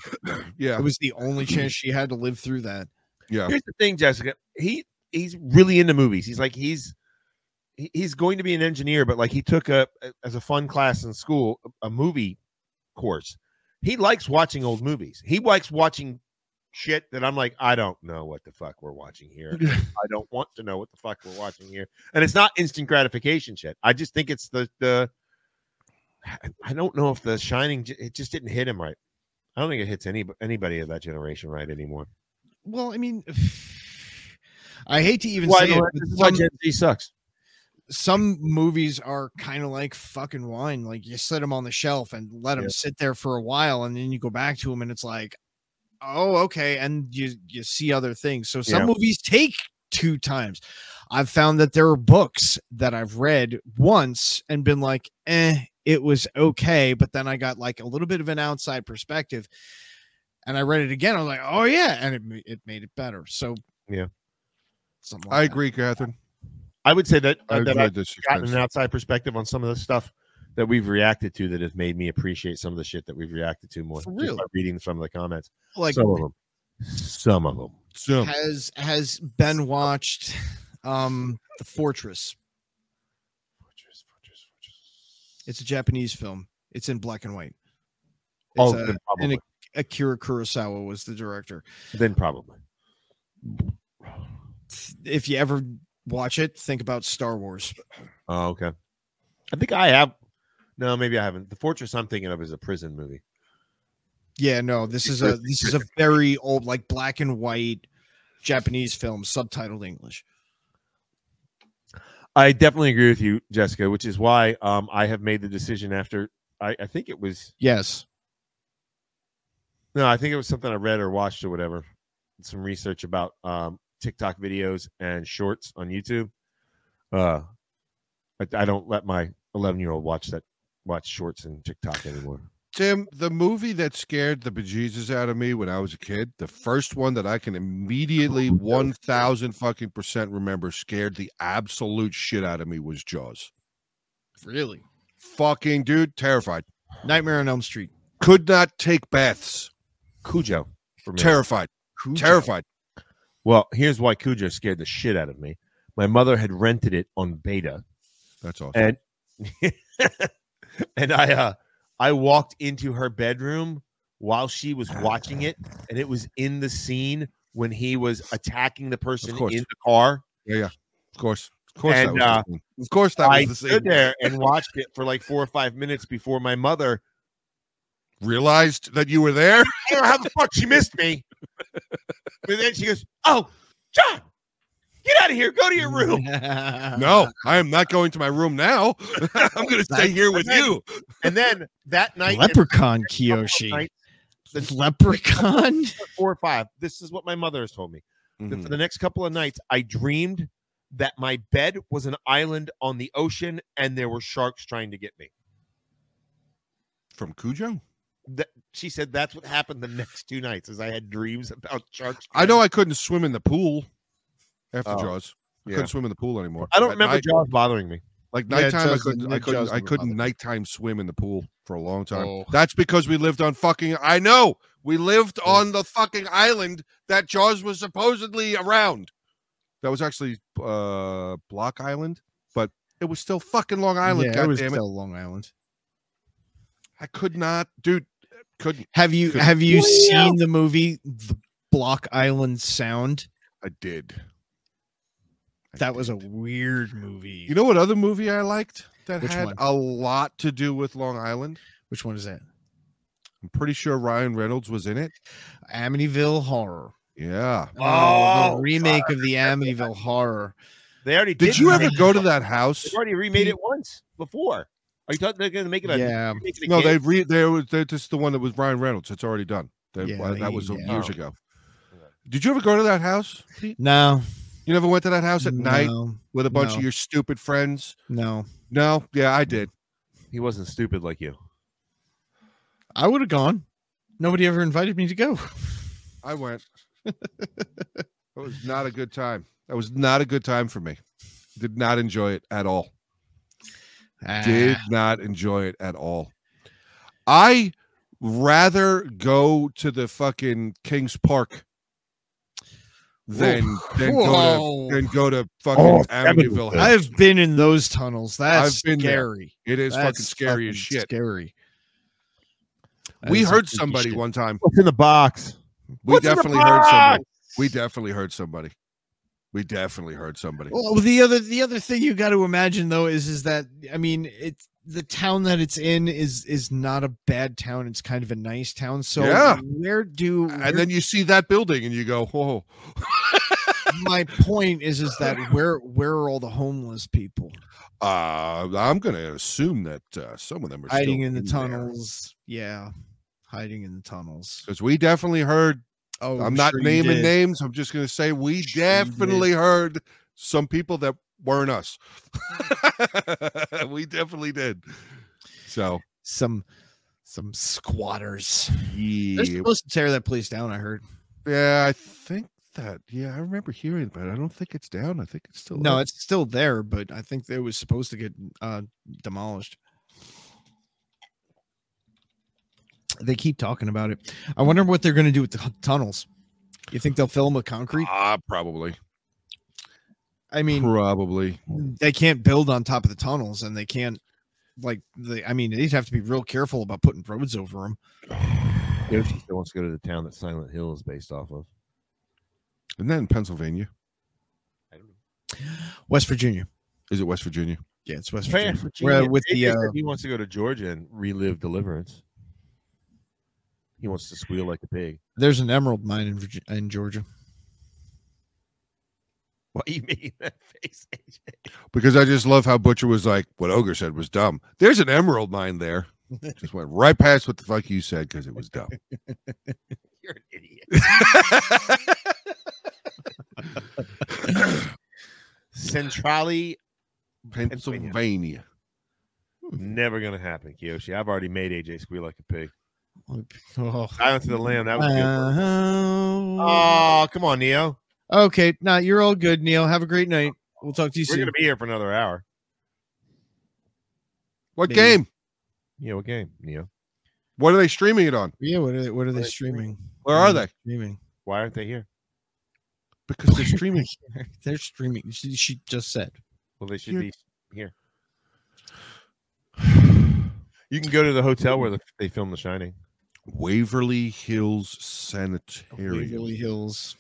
Speaker 4: yeah.
Speaker 3: It was the only chance she had to live through that.
Speaker 4: Yeah.
Speaker 2: Here's the thing, Jessica. He he's really into movies. He's like he's he- he's going to be an engineer, but like he took a as a fun class in school a- a movie course. He likes watching old movies. He likes watching shit that I'm like I don't know what the fuck we're watching here. I don't want to know what the fuck we're watching here. And it's not instant gratification shit. I just think it's the the I- I don't know if the shining j- it just didn't hit him right. I don't think it hits any anybody of that generation right anymore.
Speaker 3: Well, I mean, I hate to even
Speaker 2: Why,
Speaker 3: say it, but
Speaker 2: this is why
Speaker 3: some-
Speaker 2: Gen Z sucks.
Speaker 3: some movies are kind of like fucking wine. Like you set them on the shelf and let them
Speaker 2: Yeah.
Speaker 3: sit there for a while, and then you go back to them, and it's like, oh, okay, and you you see other things. So some
Speaker 2: Yeah.
Speaker 3: movies take two times. I've found that there are books that I've read once and been like, eh, it was okay, but then I got like a little bit of an outside perspective, and I read it again. I was like, oh yeah, and it ma- it made it better. So
Speaker 2: Yeah.
Speaker 3: something like
Speaker 4: I
Speaker 3: that.
Speaker 4: agree, Catherine.
Speaker 2: I would say that uh,
Speaker 4: I
Speaker 2: that
Speaker 4: enjoyed
Speaker 2: I've
Speaker 4: this
Speaker 2: gotten an
Speaker 4: experience.
Speaker 2: outside perspective on some of the stuff that we've reacted to that has made me appreciate some of the shit that we've reacted to more.
Speaker 3: For
Speaker 2: just
Speaker 3: real.
Speaker 2: by reading some of the comments,
Speaker 3: Like
Speaker 2: some of them, some of them.
Speaker 3: Oh.
Speaker 4: So,
Speaker 3: has has Ben watched um The Fortress? It's a Japanese film. It's in black and white.
Speaker 2: Oh,
Speaker 3: It's
Speaker 2: then
Speaker 3: a, and
Speaker 2: probably.
Speaker 3: Akira Kurosawa was the director.
Speaker 2: Then probably.
Speaker 3: If you ever watch it, think about Star Wars.
Speaker 2: Oh, okay. I think I have. No, maybe I haven't. The Fortress I'm thinking of is a prison movie.
Speaker 3: Yeah, no, this is a this is a very old, like black and white Japanese film, subtitled English.
Speaker 2: I definitely agree with you, Jessica, which is why um, I have made the decision after I, I think it was
Speaker 3: Yes,
Speaker 2: No, I think it was something I read or watched or whatever. Some research about um, TikTok videos and shorts on YouTube. Uh, I, I don't let my 11 year old watch that watch shorts and TikTok anymore.
Speaker 4: Tim, the movie that scared the bejesus out of me when I was a kid, the first one that I can
Speaker 2: Oh,
Speaker 4: immediately 1000 fucking percent remember scared the absolute shit out of me was Jaws.
Speaker 3: really.
Speaker 4: Fucking dude, terrified.
Speaker 3: Nightmare on Elm Street.
Speaker 4: Could not take baths.
Speaker 2: Cujo, for me.
Speaker 4: Terrified. Terrified.
Speaker 2: Well, here's why Cujo scared the shit out of me. My mother had rented it on beta,
Speaker 4: That's awesome.
Speaker 2: and and I uh, I walked into her bedroom while she was watching it, and it was in the scene when he was attacking the person
Speaker 4: course.
Speaker 2: in the car.
Speaker 4: Of course. Of course that
Speaker 2: And,
Speaker 4: was
Speaker 2: uh,
Speaker 4: the scene. Of course that was
Speaker 2: I
Speaker 4: the
Speaker 2: stood
Speaker 4: scene.
Speaker 2: there and watched it for like four or five minutes before my mother.
Speaker 4: Realized that you were there.
Speaker 2: I don't know how the fuck she missed me. But then she goes, "Oh, John, get out of here. Go to your room."
Speaker 4: No, I am not going to my room now. I'm going to stay here with you.
Speaker 2: And then that night, and
Speaker 3: Leprechaun
Speaker 2: a couple of
Speaker 3: Kyoshi.
Speaker 2: nights, the-
Speaker 3: Leprechaun.
Speaker 2: four or five. This is what my mother has told me.
Speaker 4: Hmm. Mm-hmm.
Speaker 2: That for the next couple of nights, I dreamed that my bed was an island on the ocean, and there were sharks trying to get me.
Speaker 4: From Cujo?
Speaker 2: She said that's what happened the next two nights, as I had dreams about sharks.
Speaker 4: I know I couldn't swim in the pool after
Speaker 2: Oh,
Speaker 4: Jaws. I
Speaker 2: yeah.
Speaker 4: couldn't swim in the pool anymore.
Speaker 2: I don't
Speaker 4: At
Speaker 2: remember
Speaker 4: night-
Speaker 2: Jaws bothering me.
Speaker 4: Like
Speaker 3: Yeah,
Speaker 4: nighttime, I
Speaker 3: Jaws-
Speaker 4: couldn't, I
Speaker 3: Jaws
Speaker 4: couldn't, I
Speaker 3: never bothered
Speaker 4: couldn't
Speaker 3: me.
Speaker 4: nighttime swim in the pool for a long time.
Speaker 3: Oh.
Speaker 4: That's because we lived on fucking. I know we lived on the fucking island that Jaws was supposedly around. That was actually uh Block Island, but it was still fucking Long Island.
Speaker 3: Yeah,
Speaker 4: God
Speaker 3: it was
Speaker 4: damn it!
Speaker 3: still Long Island.
Speaker 4: I could not, dude. Couldn't.
Speaker 3: Have you
Speaker 4: Could-
Speaker 3: have you
Speaker 7: Wow.
Speaker 3: seen the movie The Block Island Sound?
Speaker 4: I did. I
Speaker 3: That was a
Speaker 4: did.
Speaker 3: weird movie.
Speaker 4: You know what other movie I liked that
Speaker 3: Which
Speaker 4: had
Speaker 3: one?
Speaker 4: a lot to do with Long Island?
Speaker 3: which one is that?
Speaker 4: I'm pretty sure Ryan Reynolds was in it.
Speaker 3: Amityville Horror.
Speaker 4: Yeah.
Speaker 3: Oh,
Speaker 2: Oh,
Speaker 3: the remake of the Amityville Horror.
Speaker 2: They already
Speaker 4: Did you ever
Speaker 2: remake-
Speaker 4: go to that house?
Speaker 2: They've already remade it once before. Are you talking they're going to make it? A,
Speaker 3: Yeah.
Speaker 2: make it
Speaker 4: No,
Speaker 2: again?
Speaker 4: they re they were they're just the one that was Ryan Reynolds. It's already done. They-
Speaker 3: Yeah,
Speaker 4: uh, that was uh,
Speaker 3: yeah.
Speaker 4: years ago. Did you ever go to that house?
Speaker 3: No.
Speaker 4: You never went to that house at night
Speaker 3: No.
Speaker 4: with a bunch
Speaker 3: no.
Speaker 4: of your stupid friends?
Speaker 3: no.
Speaker 4: No, yeah, I did.
Speaker 2: He wasn't stupid like you.
Speaker 3: I would have gone. Nobody ever invited me to go.
Speaker 4: I went. that was not a good time. That was not a good time for me. Did not enjoy it at all. Did
Speaker 3: Ah,
Speaker 4: not enjoy it at all. I rather go to the fucking Kings Park than than go
Speaker 3: Whoa.
Speaker 4: to than go to fucking
Speaker 2: Oh,
Speaker 4: Amityville. House.
Speaker 2: Amityville.
Speaker 3: I've been in those tunnels. That's
Speaker 4: I've been there.
Speaker 3: scary.
Speaker 4: It is
Speaker 3: That's
Speaker 4: fucking scary as
Speaker 3: fucking
Speaker 4: shit.
Speaker 3: Scary. That
Speaker 4: We
Speaker 3: is some
Speaker 4: heard
Speaker 3: freaky
Speaker 4: somebody
Speaker 3: shit.
Speaker 4: one time.
Speaker 2: What's in the box?
Speaker 4: We
Speaker 2: What's in the
Speaker 4: definitely heard somebody.
Speaker 2: box?
Speaker 4: We definitely heard somebody. We definitely heard somebody.
Speaker 3: Well, the other the other thing you got to imagine though is is that I mean it's the town that it's in is is not a bad town. It's kind of a nice town. So
Speaker 4: Yeah.
Speaker 3: where do where-
Speaker 4: and then you see that building and you go, "Oh, whoa.
Speaker 3: my point is is that where where are all the homeless people
Speaker 4: Uh, I'm going to assume that uh, some of them are
Speaker 3: hiding in the tunnels? Yeah, hiding in the tunnels.
Speaker 4: Because we definitely heard.
Speaker 3: Oh,
Speaker 4: I'm not
Speaker 3: sure you
Speaker 4: naming
Speaker 3: did.
Speaker 4: names. I'm just going to say we
Speaker 3: Sure you did.
Speaker 4: definitely heard some people that weren't us. we definitely did. So
Speaker 3: some some squatters. They're
Speaker 4: yeah,
Speaker 3: supposed to tear that place down. I heard.
Speaker 4: yeah, I think that. Yeah, I remember hearing about it. I don't think it's down. I think it's still
Speaker 3: No,
Speaker 4: up.
Speaker 3: it's still there, but I think it was supposed to get uh, demolished. They keep talking about it. I wonder what they're going to do with the hu- tunnels. You think they'll fill them with concrete?
Speaker 4: ah probably.
Speaker 3: I mean,
Speaker 4: probably.
Speaker 3: they can't build on top of the tunnels, and they can't like they. I mean, they'd have to be real careful about putting roads over them.
Speaker 2: Yoshi still wants to go to the town that Silent Hill is based off of.
Speaker 4: Isn't that in Pennsylvania?
Speaker 2: I don't know.
Speaker 3: West Virginia,
Speaker 4: Is it West Virginia?
Speaker 3: yeah, it's West Virginia. Where- with the
Speaker 2: AJ
Speaker 3: uh,
Speaker 2: said he wants to go to Georgia and relive Deliverance. He wants to squeal like a pig.
Speaker 3: there's an emerald mine in Virgi- in Georgia.
Speaker 2: Why you making that face, AJ?
Speaker 4: Because I just love how Butcher was like, what Ogre said was dumb. There's an emerald mine there. Just went right past what the fuck you said because it was dumb.
Speaker 2: You're an idiot. Centrali, Pennsylvania.
Speaker 4: Pennsylvania.
Speaker 2: never gonna happen, Kiyoshi. I've already made AJ squeal like a pig.
Speaker 3: Oh.
Speaker 2: Silence of the Lamb, that was good.
Speaker 3: Uh-huh.
Speaker 2: Oh, come on, Neo.
Speaker 3: Okay, now nah, you're all good, Neil. Have a great night. We'll talk to you
Speaker 2: We're
Speaker 3: soon.
Speaker 2: gonna be here for another hour.
Speaker 4: What
Speaker 3: Maybe.
Speaker 4: game?
Speaker 2: Yeah, what game, Neo?
Speaker 4: What are they streaming it on? Mm.
Speaker 3: Yeah, what are they, what are they
Speaker 2: What are streaming?
Speaker 3: streaming?
Speaker 4: Where are they?
Speaker 3: Streaming.
Speaker 2: Why aren't they here?
Speaker 4: Because they're streaming.
Speaker 3: They're streaming. She, she just said.
Speaker 2: Well, they should
Speaker 4: You're-
Speaker 2: be here. You can go to the hotel where the, they filmed The Shining.
Speaker 4: Waverly Hills Sanitarium.
Speaker 3: Waverly Hills.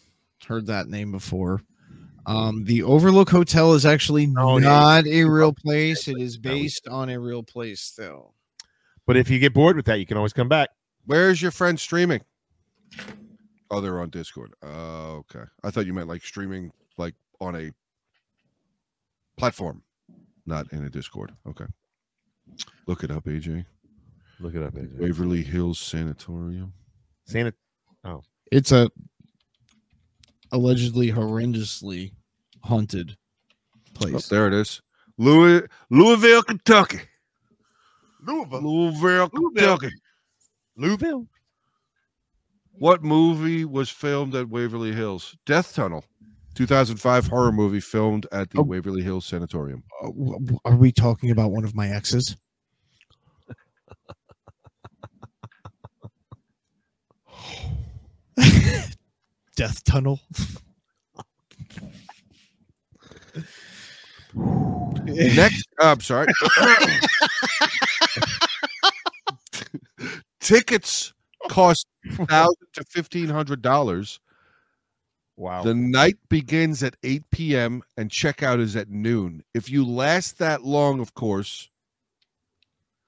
Speaker 3: Heard that name before. Um, the Overlook Hotel is actually
Speaker 2: No, it is.
Speaker 3: not a real place. It is
Speaker 2: No, it is.
Speaker 3: based on a real place, though.
Speaker 2: But if you get bored with that, you can always come back.
Speaker 4: Where's your friend streaming? Oh, they're on Discord. Oh, okay. I thought you meant like streaming like on a platform, not in a Discord. Okay. Look it up, AJ.
Speaker 2: Look it up, AJ.
Speaker 4: Waverly Hills Sanatorium.
Speaker 2: Santa-
Speaker 3: It's a allegedly horrendously haunted
Speaker 4: Oh,
Speaker 3: place.
Speaker 4: there it is. Louis, Louisville, Kentucky. Louisville. Louisville, Kentucky.
Speaker 2: Louisville.
Speaker 4: What movie was filmed at Waverly Hills? Death Tunnel. 2005 horror movie filmed at the
Speaker 3: Oh.
Speaker 4: Waverly Hills Sanatorium.
Speaker 3: Uh, w- w- Are we talking about one of my exes? Death Tunnel.
Speaker 4: Next, uh, I'm sorry. Tickets cost thousand to fifteen hundred dollars.
Speaker 3: Oh.
Speaker 2: Wow.
Speaker 4: The night begins at 8 p.m. and checkout is at noon. If you last that long, of course,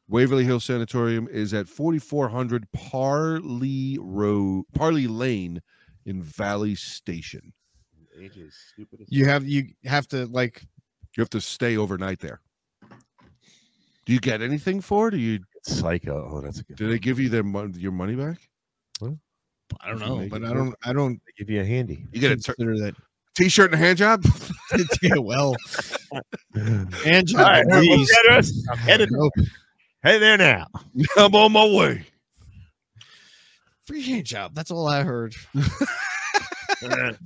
Speaker 4: Waverly Hill Sanatorium is at 4400 Parley Road, Parley Lane in Valley Station.
Speaker 2: Age is stupid. as-
Speaker 3: You have you have to like
Speaker 4: You have to stay overnight there. Do you get anything for it? Do you
Speaker 2: Psycho. Oh, that's a good.
Speaker 4: do they give you their mon- your money back?
Speaker 3: I don't
Speaker 4: You
Speaker 3: know,
Speaker 4: make
Speaker 3: but
Speaker 4: it
Speaker 3: I don't I don't
Speaker 2: They give you a handy.
Speaker 4: You get a tur-
Speaker 3: consider that
Speaker 4: t-shirt and a hand job?
Speaker 3: yeah, well.
Speaker 2: All
Speaker 3: And
Speaker 2: right, everyone get us. I'm headed. Hey there now.
Speaker 4: I'm on my way.
Speaker 3: free hand job. That's all I heard.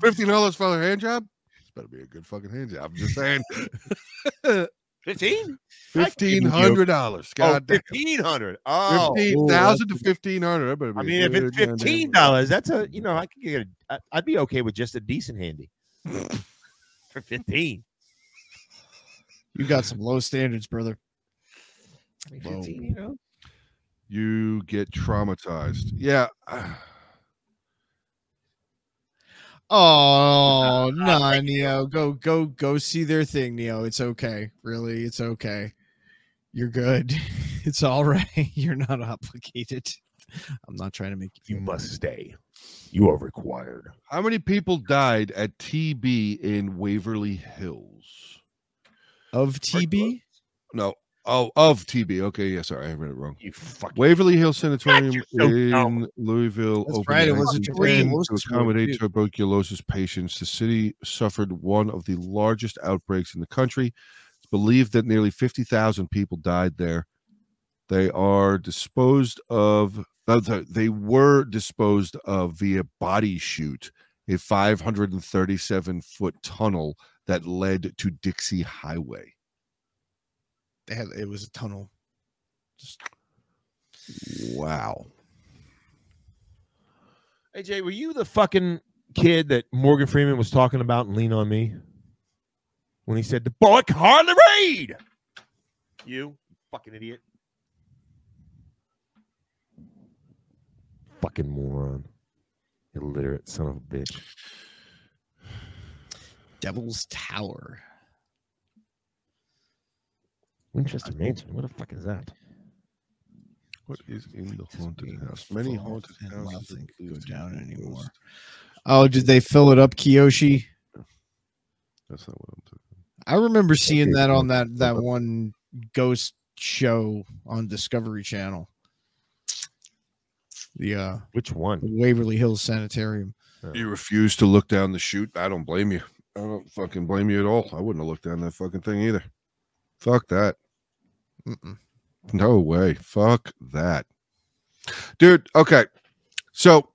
Speaker 4: Fifteen dollars for a hand job? This better be a good fucking hand job. I'm just saying.
Speaker 2: 15?
Speaker 4: Fifteen hundred dollars.
Speaker 2: Oh,
Speaker 4: God damn.
Speaker 2: 1500 Oh,
Speaker 4: Fifteen thousand to fifteen hundred. I better be
Speaker 2: I
Speaker 4: a
Speaker 2: mean, if
Speaker 4: good
Speaker 2: it's
Speaker 4: goddamn
Speaker 2: fifteen
Speaker 4: job.
Speaker 2: dollars, that's a you know I could get a I- I'd be okay with just a decent handy for fifteen.
Speaker 3: You got some low standards, brother.
Speaker 2: I mean, 15, you know.
Speaker 4: you get traumatized. Yeah.
Speaker 3: Oh, no, Neo. Go, go, go see their thing, Neo. It's okay. Really, it's okay. You're good. It's all right. You're not obligated. I'm not trying to make
Speaker 2: You must stay. You are required.
Speaker 4: How many people died at TB in Waverly Hills?
Speaker 3: of TB.
Speaker 4: No. Oh, of TB. Okay. Yeah. Sorry. I read it wrong.
Speaker 2: You fucking.
Speaker 4: Waverly Hill Sanatorium
Speaker 2: you're so dumb.
Speaker 4: in Louisville
Speaker 3: That's
Speaker 4: opened
Speaker 3: right,
Speaker 4: in
Speaker 3: it was a
Speaker 4: 1910 to
Speaker 3: tuberculosis ward,
Speaker 4: accommodate
Speaker 3: too.
Speaker 4: tuberculosis patients. The city suffered one of the largest outbreaks in the country. It's believed that nearly 50,000 people died there. They are disposed of, uh, th- they were disposed of via body chute, a 537 foot tunnel that led to Dixie Highway.
Speaker 3: They had it was a tunnel.
Speaker 4: Wow.
Speaker 2: Hey Jay, were you the fucking kid that Morgan Freeman was talking about in Lean on Me when he said the boy can hardly read? You fucking idiot. Fucking moron. Illiterate son of a bitch.
Speaker 3: Devil's Tower.
Speaker 2: Winchester Mansion. What the fuck is that?
Speaker 4: What is in the haunted
Speaker 3: being
Speaker 4: house? Many
Speaker 3: full
Speaker 4: haunted
Speaker 3: and
Speaker 4: houses. are
Speaker 3: nothing
Speaker 4: believed
Speaker 3: go
Speaker 4: to
Speaker 3: down
Speaker 4: be
Speaker 3: anymore.
Speaker 4: ghost.
Speaker 3: Oh, did they fill it up, Kiyoshi?
Speaker 4: That's not what I'm talking.
Speaker 3: I remember seeing
Speaker 2: did
Speaker 3: that
Speaker 2: fill
Speaker 3: on
Speaker 2: it
Speaker 3: that that one ghost show on Discovery Channel. The uh,
Speaker 2: Which one?
Speaker 3: Waverly Hills Sanitarium.
Speaker 4: You refuse to look down the chute. I don't blame you. I don't fucking blame you at all. I wouldn't have looked down that fucking thing either. Fuck that.
Speaker 3: Mm-mm.
Speaker 4: No way. Fuck that. Dude, okay. So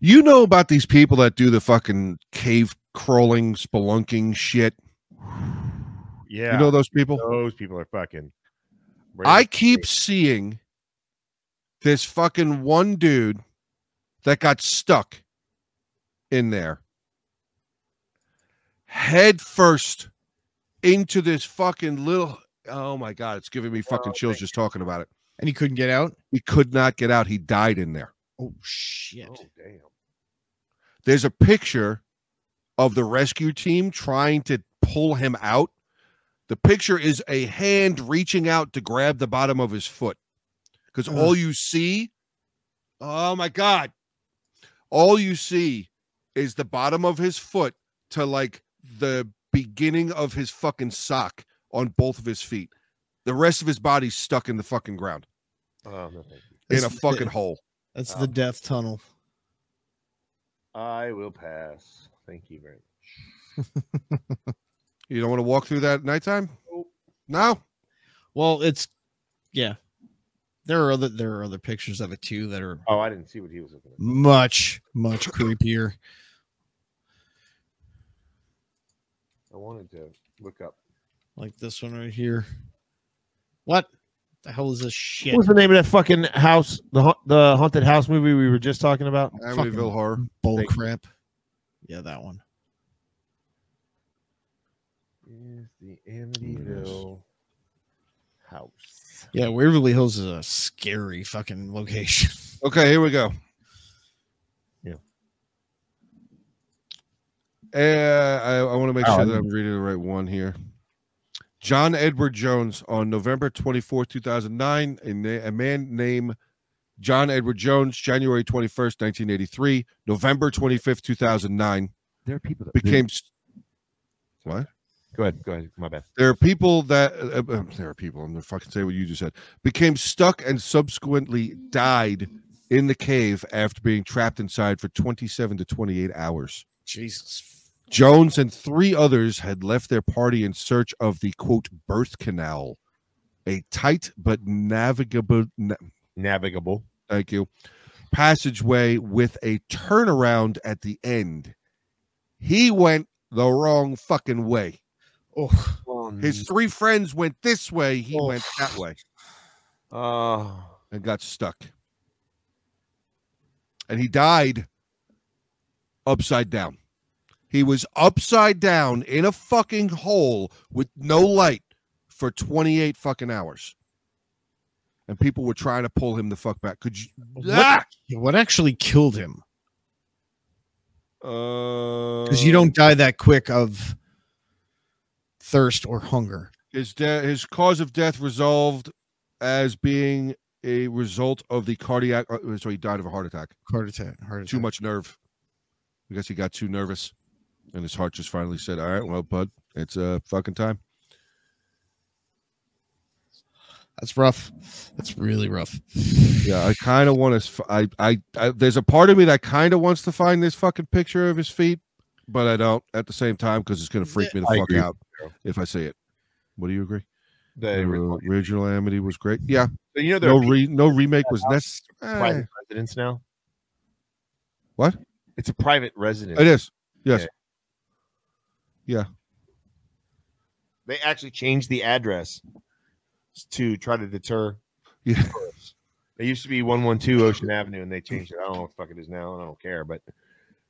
Speaker 4: you know about these people that do the fucking cave crawling, spelunking shit.
Speaker 2: Yeah.
Speaker 4: You know those people?
Speaker 2: those people are fucking.
Speaker 4: I keep seeing this fucking one dude that got stuck in there head first into this fucking little oh my god it's giving me fucking chills just talking about it
Speaker 3: And he couldn't get out.
Speaker 4: he could not get out he died in there
Speaker 3: Oh shit!
Speaker 2: Oh, damn.
Speaker 4: there's a picture of the rescue team trying to pull him out. The picture is a hand reaching out to grab the bottom of his foot because all you see, oh my God, all you see is the bottom of his foot to like the beginning of his fucking sock on both of his feet. The rest of his body's stuck in the fucking ground
Speaker 2: Oh, no, thank you.
Speaker 4: in
Speaker 3: That's
Speaker 4: a
Speaker 3: the-
Speaker 4: fucking hole.
Speaker 3: That's the death tunnel.
Speaker 2: I will pass. Thank you very much.
Speaker 4: You don't want to walk through that at nighttime? No.
Speaker 3: Well, it's yeah. There are other there are other pictures of it too that are
Speaker 2: Oh, I didn't see what he was looking at.
Speaker 3: much much creepier.
Speaker 2: I wanted to look up.
Speaker 3: Like this one right here. What the hell is this shit?
Speaker 2: What was the name of that fucking house? The ha- the haunted house movie we were just talking about.
Speaker 4: Amityville horror.
Speaker 3: Bull
Speaker 2: Thank you.
Speaker 3: crap. Yeah, that one.
Speaker 2: Is the
Speaker 4: Amityville
Speaker 2: house?
Speaker 3: Yeah, Waverly Hills is a scary fucking location.
Speaker 4: Okay, here we go.
Speaker 2: Yeah.
Speaker 4: Uh, I, I want to make
Speaker 2: Oh, I
Speaker 4: sure that
Speaker 2: Oh, didn't-
Speaker 4: I'm reading the right one here. John Edward Jones on November 24, 2009. A, na- a man named John Edward Jones, January 21st, 1983, November 25th, 2009,
Speaker 2: There are people that
Speaker 4: became. s- What?
Speaker 2: Go ahead. Go ahead. My bad.
Speaker 4: There are people that uh, uh, there are people. I'm gonna fucking say what you just said. Became stuck and subsequently died in the cave after being trapped inside for 27 to 28 hours.
Speaker 3: Jesus.
Speaker 4: Jones and three others had left their party in search of the quote birth canal, a tight but navigable. na-
Speaker 2: Navigable.
Speaker 4: thank you. Passageway with a turnaround at the end. He went the wrong fucking way.
Speaker 3: Oh,
Speaker 4: His three friends went this way. He
Speaker 3: Oh.
Speaker 4: went that way
Speaker 2: Oh,
Speaker 4: and got stuck. And he died upside down. He was upside down in a fucking hole with no light for 28 fucking hours. And people were trying to pull him the fuck back. Could you? Ah!
Speaker 3: what, what actually killed him?
Speaker 4: Because
Speaker 3: Because
Speaker 2: Uh,
Speaker 3: you don't die that quick of thirst or hunger.
Speaker 4: his de- his cause of death resolved as being a result of the cardiac uh, so he died of a heart attack
Speaker 3: Heart attack. Heart attack.
Speaker 4: too much nerve i guess he got too nervous and his heart just finally said all right well bud it's uh fucking time
Speaker 3: That's rough. That's really rough.
Speaker 4: yeah i kind of want to I, I i there's a part of me that kind of wants to find this fucking picture of his feet but i don't at the same time because it's gonna freak me the
Speaker 2: I
Speaker 4: fuck
Speaker 2: agree with
Speaker 4: out if i see it what do you agree
Speaker 2: the
Speaker 4: the original amity was great yeah
Speaker 2: so you know there
Speaker 4: no
Speaker 2: are people
Speaker 4: re- no remake was eh,
Speaker 2: in
Speaker 4: necessary
Speaker 2: private residence now.
Speaker 4: What?
Speaker 2: It's a private residence.
Speaker 4: It is. Yes.
Speaker 2: Yeah. They actually changed the address to try to deter.
Speaker 4: Yeah.
Speaker 2: tourists. It used to be one one two Ocean Avenue, and they changed it. I don't know what the fuck it is now, and I don't care, but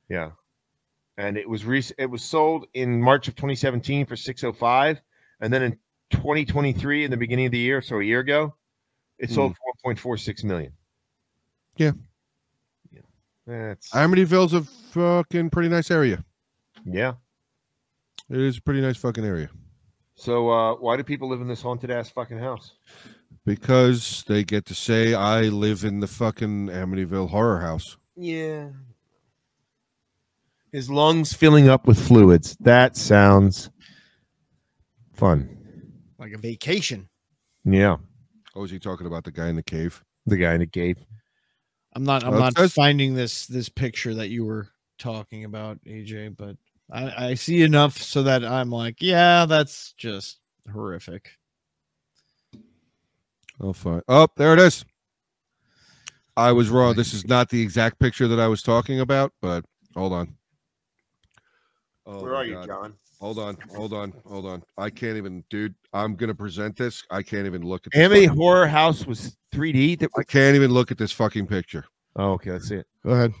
Speaker 2: yeah. And it was rec- it was sold in March of 2017 for 605, and then in 2023, in the beginning of the year, so a year ago, it sold for 1.46 million.
Speaker 4: Yeah.
Speaker 2: yeah, that's
Speaker 4: Amityville's a fucking pretty nice area.
Speaker 2: yeah.
Speaker 4: It is a pretty nice fucking area
Speaker 2: So uh, why do people live in this haunted ass fucking house?
Speaker 4: because they get to say, I live in the fucking Amityville horror house.
Speaker 2: Yeah. His lungs filling up with fluids. That sounds fun.
Speaker 3: Like a vacation.
Speaker 2: Yeah.
Speaker 4: Oh, is he talking about the guy in the cave?
Speaker 2: The guy in the cave.
Speaker 3: I'm not. I'm
Speaker 4: Uh,
Speaker 3: not
Speaker 4: that's-
Speaker 3: finding this this picture that you were talking about, AJ. But I, I see enough so that I'm like, yeah, that's just horrific.
Speaker 4: Oh, fine. Oh, there it is. I was wrong. This is not the exact picture that I was talking about, but hold on. Oh,
Speaker 2: Where
Speaker 4: my
Speaker 2: are you,
Speaker 4: God.
Speaker 2: John?
Speaker 4: Hold on, hold on, hold on. I can't even, dude. I'm gonna present this. I can't even look at. This
Speaker 2: Amity
Speaker 4: fucking-
Speaker 2: Horror House was 3D. That
Speaker 4: I can't even look at this fucking picture.
Speaker 2: oh, okay, let's see it.
Speaker 3: Go ahead.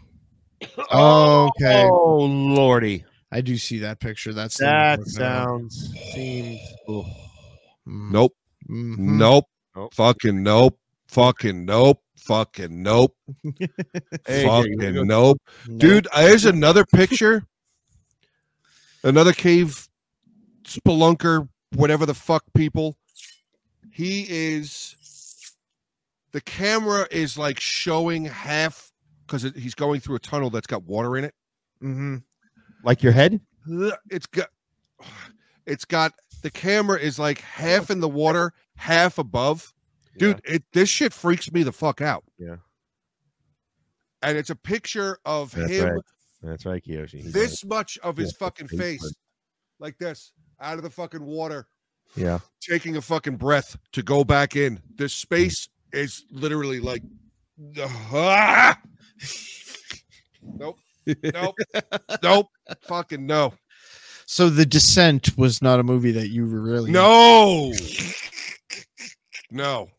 Speaker 3: Okay,
Speaker 2: Oh lordy,
Speaker 3: I do see that picture. That's the one I'm
Speaker 2: that
Speaker 3: looking at.
Speaker 2: sounds seems.
Speaker 3: Mm,
Speaker 4: Nope.
Speaker 3: mhm.
Speaker 4: Nope.
Speaker 2: Nope.
Speaker 4: Fucking nope. Fucking nope. Fucking nope.
Speaker 2: Hey, there you
Speaker 4: fucking
Speaker 2: go.
Speaker 4: nope.
Speaker 3: No.
Speaker 4: Dude, there's another picture. another cave spelunker, whatever the fuck people. He is the camera is like showing half because he's going through a tunnel that's got water in it.
Speaker 3: Mhm.
Speaker 2: Mm-hmm. Like your head?
Speaker 4: It's got it's got the camera is like half in the water, half above. dude it this shit freaks me the fuck out
Speaker 2: Yeah.
Speaker 4: and it's a picture of
Speaker 2: That's
Speaker 4: him
Speaker 2: right. That's right, Kiyoshi. He
Speaker 4: this much of his
Speaker 2: Yeah,
Speaker 4: fucking
Speaker 2: face
Speaker 4: face
Speaker 2: print.
Speaker 4: like this out of the fucking water
Speaker 2: does. Yeah.
Speaker 4: taking a fucking breath to go back in this space is literally like ah! nope nope nope fucking no
Speaker 3: So the descent was not a movie that you really
Speaker 4: no no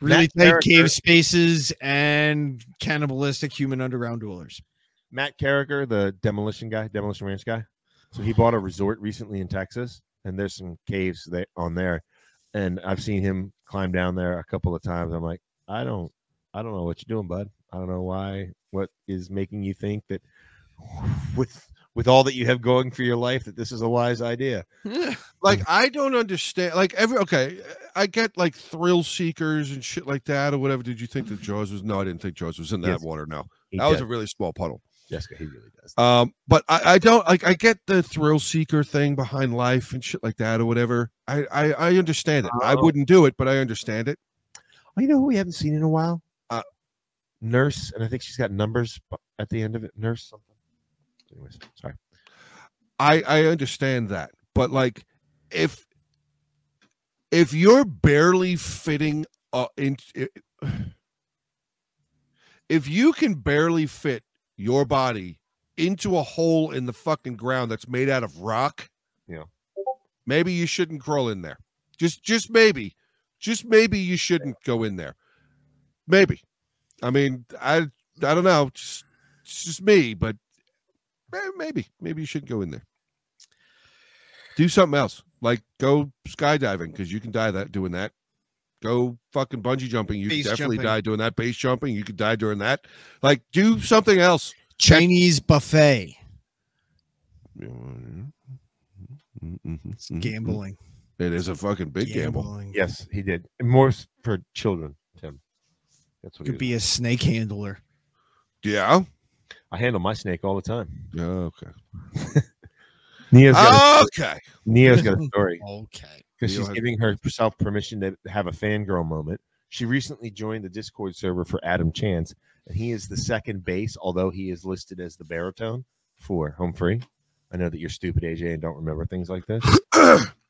Speaker 3: really
Speaker 2: That
Speaker 3: tight
Speaker 2: character-
Speaker 3: cave spaces and cannibalistic human underground duelers.
Speaker 2: Matt Carricker, the demolition guy, demolition ranch guy. So he bought a resort recently in Texas, and there's some caves that on there, and I've seen him climb down there a couple of times. I'm like, I don't, I don't know what you're doing, bud. I don't know why. What is making you think that with with all that you have going for your life that this is a wise idea.
Speaker 4: like I don't understand. Like every okay, I get like thrill seekers and shit like that or whatever. Did you think that Jaws was? No, I didn't think Jaws was in that
Speaker 2: Yes.
Speaker 4: water. No,
Speaker 2: He
Speaker 4: that was
Speaker 2: does.
Speaker 4: a really small puddle.
Speaker 2: Jessica, he really does.
Speaker 4: Um, but I, I don't like. I get the thrill seeker thing behind life and shit like that or whatever. I I, I understand it. I
Speaker 7: Oh.
Speaker 4: wouldn't do it, but I understand it.
Speaker 2: Oh, you know who we haven't seen in a while?
Speaker 4: Uh,
Speaker 2: Nurse, and I think she's got numbers bu- at the end of it. Nurse something. Anyways, sorry.
Speaker 4: I I understand that, but like if if you're barely fitting uh, in, if you can barely fit your body into a hole in the fucking ground that's made out of rock,
Speaker 2: Yeah.
Speaker 4: maybe you shouldn't crawl in there. Just just maybe, just maybe you shouldn't go in there. Maybe, I mean I I don't know. Just, it's just me, but eh, maybe maybe you shouldn't go in there do something else like go skydiving because you can die that doing that go fucking bungee jumping you could
Speaker 3: Base
Speaker 4: definitely
Speaker 3: jumping.
Speaker 4: die doing that base jumping you could die during that like do something else
Speaker 3: Chinese buffet.
Speaker 4: it's
Speaker 3: Gambling.
Speaker 4: it is a fucking Mm-hmm. big gamble
Speaker 3: Gambling.
Speaker 2: Yes, he did. And more s- for children, Tim. That's what he
Speaker 3: Could
Speaker 2: was-
Speaker 3: be a snake handler.
Speaker 4: yeah
Speaker 2: I handle my snake all the time.
Speaker 4: yeah Oh, okay
Speaker 2: Neo's got,
Speaker 4: Oh! okay
Speaker 2: a, Neo's got a story.
Speaker 3: Okay.
Speaker 2: because
Speaker 4: Leo
Speaker 2: she's
Speaker 4: has-
Speaker 2: giving herself permission to have a fangirl moment. She recently joined the Discord server for Adam Chance, and he is the second bass, although he is listed as the baritone for Home Free. I know that you're stupid, AJ, and don't remember things like this.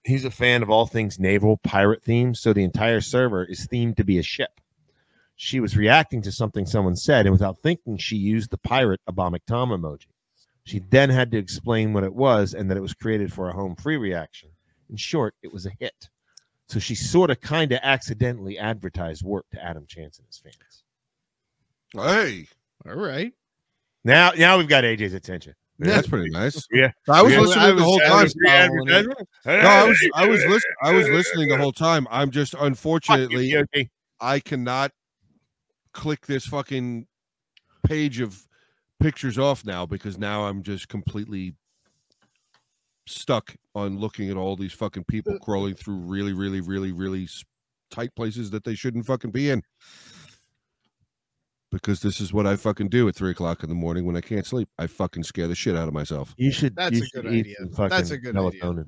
Speaker 2: He's a fan of all things naval pirate themes, so the entire server is themed to be a ship. She was reacting to something someone said, and without thinking, she used the pirate Abomic Tom emoji. She then had to explain what it was and that it was created for a home free reaction. In short, it was a hit. So she sort of kind of accidentally advertised work to Adam Chance and his fans.
Speaker 4: hey
Speaker 3: All right.
Speaker 2: Now now we've got AJ's attention.
Speaker 4: yeah, that's pretty nice
Speaker 2: Yeah.
Speaker 4: i was
Speaker 2: Yeah.
Speaker 4: listening the whole
Speaker 2: I
Speaker 4: time
Speaker 2: was following it.
Speaker 4: no, I was I was listening I was listening the whole time. I'm just
Speaker 2: Fuck you,
Speaker 4: unfortunately
Speaker 2: DOD.
Speaker 4: I cannot click this fucking page of pictures off now because now I'm just completely stuck on looking at all these fucking
Speaker 3: Uh,
Speaker 4: people crawling through really, really, really, really s- tight places that they shouldn't fucking be in. Because this is what I fucking do at three o'clock in the morning when I can't sleep. I fucking scare the shit out of myself.
Speaker 2: You should.
Speaker 3: That's
Speaker 2: you
Speaker 3: a
Speaker 2: should
Speaker 3: good
Speaker 2: eat
Speaker 3: idea.
Speaker 2: some
Speaker 3: That's
Speaker 2: fucking
Speaker 3: a good idea.
Speaker 2: melatonin.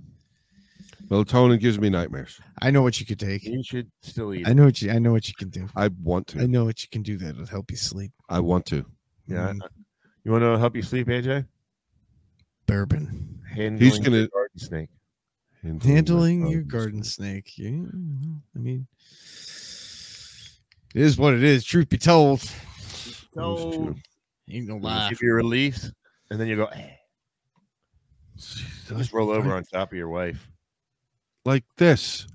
Speaker 4: Melatonin gives me nightmares.
Speaker 3: I know what you could take.
Speaker 2: You should still eat.
Speaker 3: I
Speaker 2: it.
Speaker 3: know what you I know what you can do.
Speaker 4: I want
Speaker 3: I
Speaker 4: to.
Speaker 3: know what you can do that'll help you sleep.
Speaker 4: I want to.
Speaker 2: Yeah. I-
Speaker 3: Mm,
Speaker 2: I- You want to help you sleep, AJ?
Speaker 3: bourbon.
Speaker 2: Handling the
Speaker 4: gonna-
Speaker 2: garden snake.
Speaker 4: Handling my
Speaker 3: Handling your
Speaker 4: problems.
Speaker 3: garden snake. Yeah. well, I mean it is what it is, truth be told.
Speaker 4: Those two.
Speaker 3: Ain't no
Speaker 2: Wow.
Speaker 3: lie.
Speaker 2: Give you a release, and then you go. eh. Just roll over on top of your wife.
Speaker 4: like this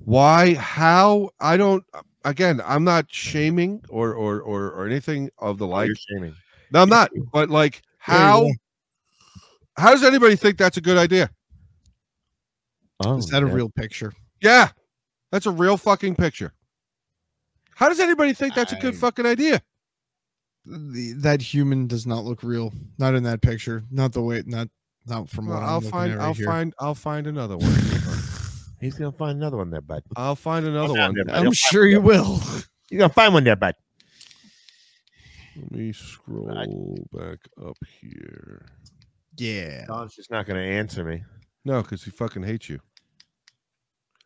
Speaker 4: why how i don't again i'm not shaming or or or, or anything of the like
Speaker 2: You're shaming.
Speaker 4: no i'm not but like how how does anybody think that's a good idea
Speaker 2: Oh,
Speaker 3: Is that a
Speaker 2: yeah.
Speaker 3: real picture?
Speaker 4: yeah that's a real fucking picture how does anybody think that's a good
Speaker 3: I-
Speaker 4: fucking idea
Speaker 3: The, that human does not look real. Not in that picture. Not the way. Not not from what
Speaker 4: Well,
Speaker 3: I'm
Speaker 4: i'll
Speaker 3: looking
Speaker 4: find
Speaker 3: at right
Speaker 4: i'll
Speaker 3: here.
Speaker 4: find i'll find another one
Speaker 2: He's gonna find another one there, bud.
Speaker 4: i'll find another
Speaker 2: Found
Speaker 4: one
Speaker 2: it.
Speaker 3: I'm sure you will.
Speaker 2: You're gonna find one there, bud.
Speaker 4: let me scroll back up here
Speaker 3: Yeah.
Speaker 2: Don's just not gonna answer me.
Speaker 4: no because he fucking hates you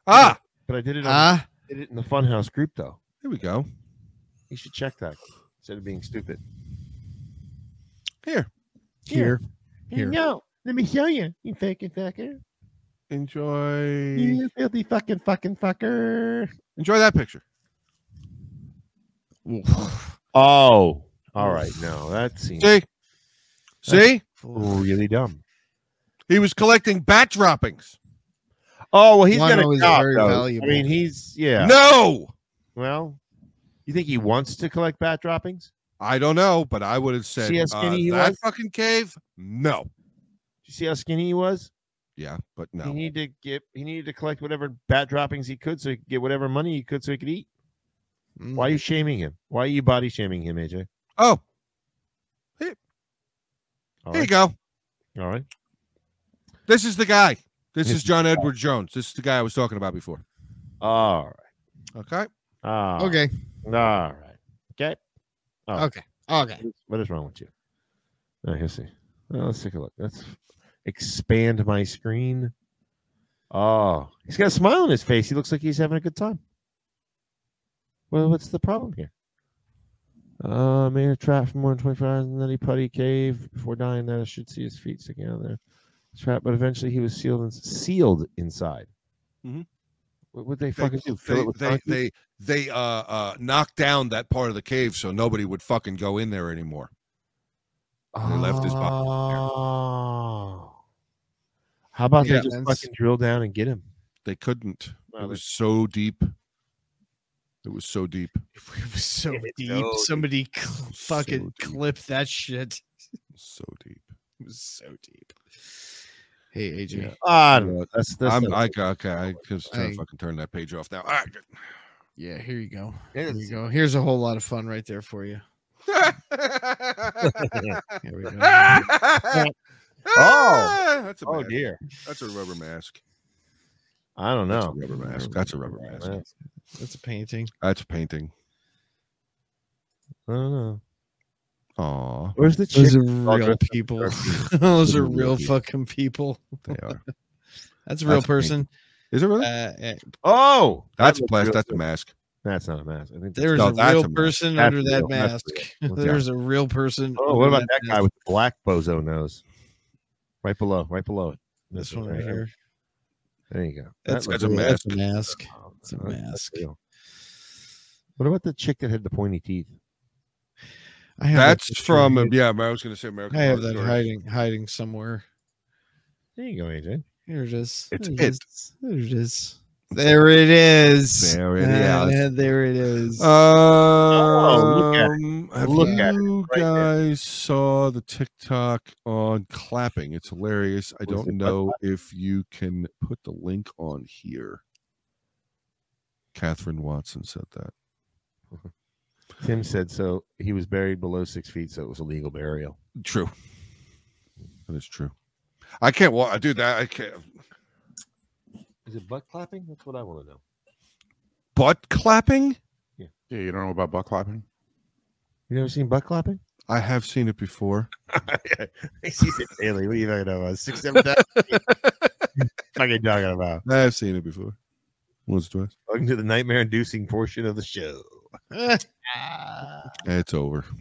Speaker 4: ah
Speaker 2: But I did it. On,
Speaker 3: Ah,
Speaker 2: did it in the Funhouse group, though.
Speaker 4: here we go
Speaker 2: You should check that instead of being stupid.
Speaker 4: here
Speaker 3: here. Here.
Speaker 2: No, let me show you. You fucking fucker.
Speaker 4: enjoy
Speaker 2: filthy fucking fucking fucker.
Speaker 4: Enjoy that picture.
Speaker 3: Oof.
Speaker 2: Oh, all right. No, that seems
Speaker 4: See? See?
Speaker 2: really dumb.
Speaker 4: He was collecting bat droppings.
Speaker 2: Oh well, he's
Speaker 3: One
Speaker 2: got
Speaker 3: was
Speaker 2: a job.
Speaker 3: very
Speaker 2: though.
Speaker 3: valuable.
Speaker 2: I mean, he's yeah.
Speaker 4: No.
Speaker 2: Well, you think he wants to collect bat droppings?
Speaker 4: I don't know, but I would have said
Speaker 2: See how
Speaker 4: uh,
Speaker 2: skinny he
Speaker 4: that
Speaker 2: was?
Speaker 4: fucking cave. No.
Speaker 2: Did you see how skinny he was?
Speaker 4: Yeah, but
Speaker 2: He
Speaker 4: no.
Speaker 2: needed to get. He needed to collect whatever bat droppings he could, so he could get whatever money he could, so he could eat. Why are
Speaker 3: Mm-hmm.
Speaker 2: you shaming him? Why are you body shaming him, AJ?
Speaker 4: Oh,
Speaker 2: All
Speaker 4: there you
Speaker 2: right.
Speaker 4: go.
Speaker 2: All right.
Speaker 4: This is the guy. This
Speaker 2: This
Speaker 4: is John Edward Jones. This is the guy I was talking about before.
Speaker 2: All right.
Speaker 4: Okay.
Speaker 2: Ah,
Speaker 3: Mm. Okay.
Speaker 2: All right. Okay. Oh.
Speaker 3: Okay. Okay.
Speaker 2: What is wrong with you? Oh, here's see. Oh, let's take a look. Let's expand my screen. Oh, he's got a smile on his face. He looks like he's having a good time. Well, what's the problem here? Uh, made a trap for more than 24 hours in the nutty putty cave. Before dying, that I should see his feet sticking out of there. Trap, but eventually he was sealed in, sealed inside.
Speaker 4: Mhm.
Speaker 2: What would they
Speaker 4: They,
Speaker 2: fucking do? Fill
Speaker 4: they,
Speaker 2: it with
Speaker 4: they,
Speaker 2: concrete?
Speaker 4: they, they, uh, uh, knocked down that part of the cave so nobody would fucking go in there anymore. They left his body
Speaker 2: Oh. How about
Speaker 4: Yeah.
Speaker 2: they just
Speaker 3: That's-
Speaker 2: fucking drill down and get him?
Speaker 4: They couldn't.
Speaker 2: Well,
Speaker 4: it was so deep. It was so deep.
Speaker 3: It was so
Speaker 2: It was
Speaker 3: deep.
Speaker 2: so deep.
Speaker 3: Somebody cl-
Speaker 4: So
Speaker 3: fucking
Speaker 4: deep.
Speaker 3: clip that shit.
Speaker 4: So deep.
Speaker 3: It was so deep. Hey AJ.
Speaker 4: Yeah.
Speaker 2: I don't know. That's that's
Speaker 4: I'm,
Speaker 2: not-
Speaker 4: I, okay, I just trying
Speaker 3: I-
Speaker 4: to fucking turn that page off now. All right.
Speaker 3: Yeah, here you go.
Speaker 2: It
Speaker 3: Here
Speaker 2: is-
Speaker 3: you go. Here's a whole lot of fun right there for you. Here we go.
Speaker 4: oh,
Speaker 2: Oh.
Speaker 4: that's a
Speaker 2: oh
Speaker 4: mask.
Speaker 2: dear.
Speaker 4: That's a rubber mask.
Speaker 2: I don't
Speaker 4: That's a
Speaker 2: know.
Speaker 4: rubber mask. That's a rubber mask.
Speaker 2: Yeah.
Speaker 3: That's a painting.
Speaker 4: That's a painting.
Speaker 2: I don't know.
Speaker 4: Aw,
Speaker 2: Where's the
Speaker 3: Those
Speaker 2: chick?
Speaker 3: are real people. Those are real fucking people.
Speaker 4: they are.
Speaker 3: That's a real
Speaker 4: That's a
Speaker 3: person.
Speaker 4: painting. Is it really?
Speaker 3: Uh, eh,
Speaker 2: Oh, that
Speaker 4: that's a
Speaker 2: looks
Speaker 4: plas-
Speaker 2: real
Speaker 4: That's a
Speaker 2: good.
Speaker 4: mask.
Speaker 2: That's not a mask. I think that's-
Speaker 3: there's
Speaker 4: No,
Speaker 3: a
Speaker 4: that's
Speaker 3: real
Speaker 4: a mask.
Speaker 3: person
Speaker 2: That's
Speaker 3: under that
Speaker 2: real. That's
Speaker 3: mask.
Speaker 2: real. Yeah.
Speaker 3: there's a real person.
Speaker 2: Oh,
Speaker 3: under
Speaker 2: what about that guy
Speaker 3: mask.
Speaker 2: with the black bozo nose? Right below, right below it.
Speaker 3: This one right here.
Speaker 2: There you go.
Speaker 3: That's,
Speaker 4: looks
Speaker 2: looks
Speaker 4: a
Speaker 3: real.
Speaker 2: real.
Speaker 3: That's a mask.
Speaker 2: Oh,
Speaker 3: It's a
Speaker 2: that's
Speaker 3: mask.
Speaker 2: real. What about the chick that had the pointy teeth?
Speaker 3: I have that
Speaker 4: That's
Speaker 3: picture
Speaker 4: from
Speaker 3: hiding-
Speaker 4: yeah. I was going to say American.
Speaker 3: I have
Speaker 4: Horror
Speaker 3: that
Speaker 4: Story.
Speaker 3: hiding hiding somewhere.
Speaker 2: There you go, AJ.
Speaker 3: Here it is.
Speaker 4: It's
Speaker 3: there
Speaker 4: it.
Speaker 3: is. There it is. There
Speaker 4: There
Speaker 3: it is.
Speaker 4: it
Speaker 3: Ah,
Speaker 4: is. Uh,
Speaker 3: There it is.
Speaker 2: Oh, look at
Speaker 4: Um, have
Speaker 2: Look
Speaker 4: you
Speaker 2: at right there.
Speaker 4: guys saw the TikTok on clapping? It's hilarious. I
Speaker 2: Was
Speaker 4: don't
Speaker 2: it butt
Speaker 4: know if you can put the link on here. Catherine Watson said that.
Speaker 2: Tim said so. He was buried below six feet, so it was a legal burial.
Speaker 4: True. That is true. I can't walk. I do that. I can't.
Speaker 2: Is it butt clapping? That's what I want to know.
Speaker 4: Butt clapping?
Speaker 6: Yeah, you don't know about butt clapping?
Speaker 2: You never seen butt clapping?
Speaker 4: I have seen it before.
Speaker 2: I see it daily. What are you talking about? uh, Six, seven thousand. fucking talking about.
Speaker 4: I have seen it before. Once or twice.
Speaker 2: Welcome to the nightmare-inducing portion of the show.
Speaker 4: It's over.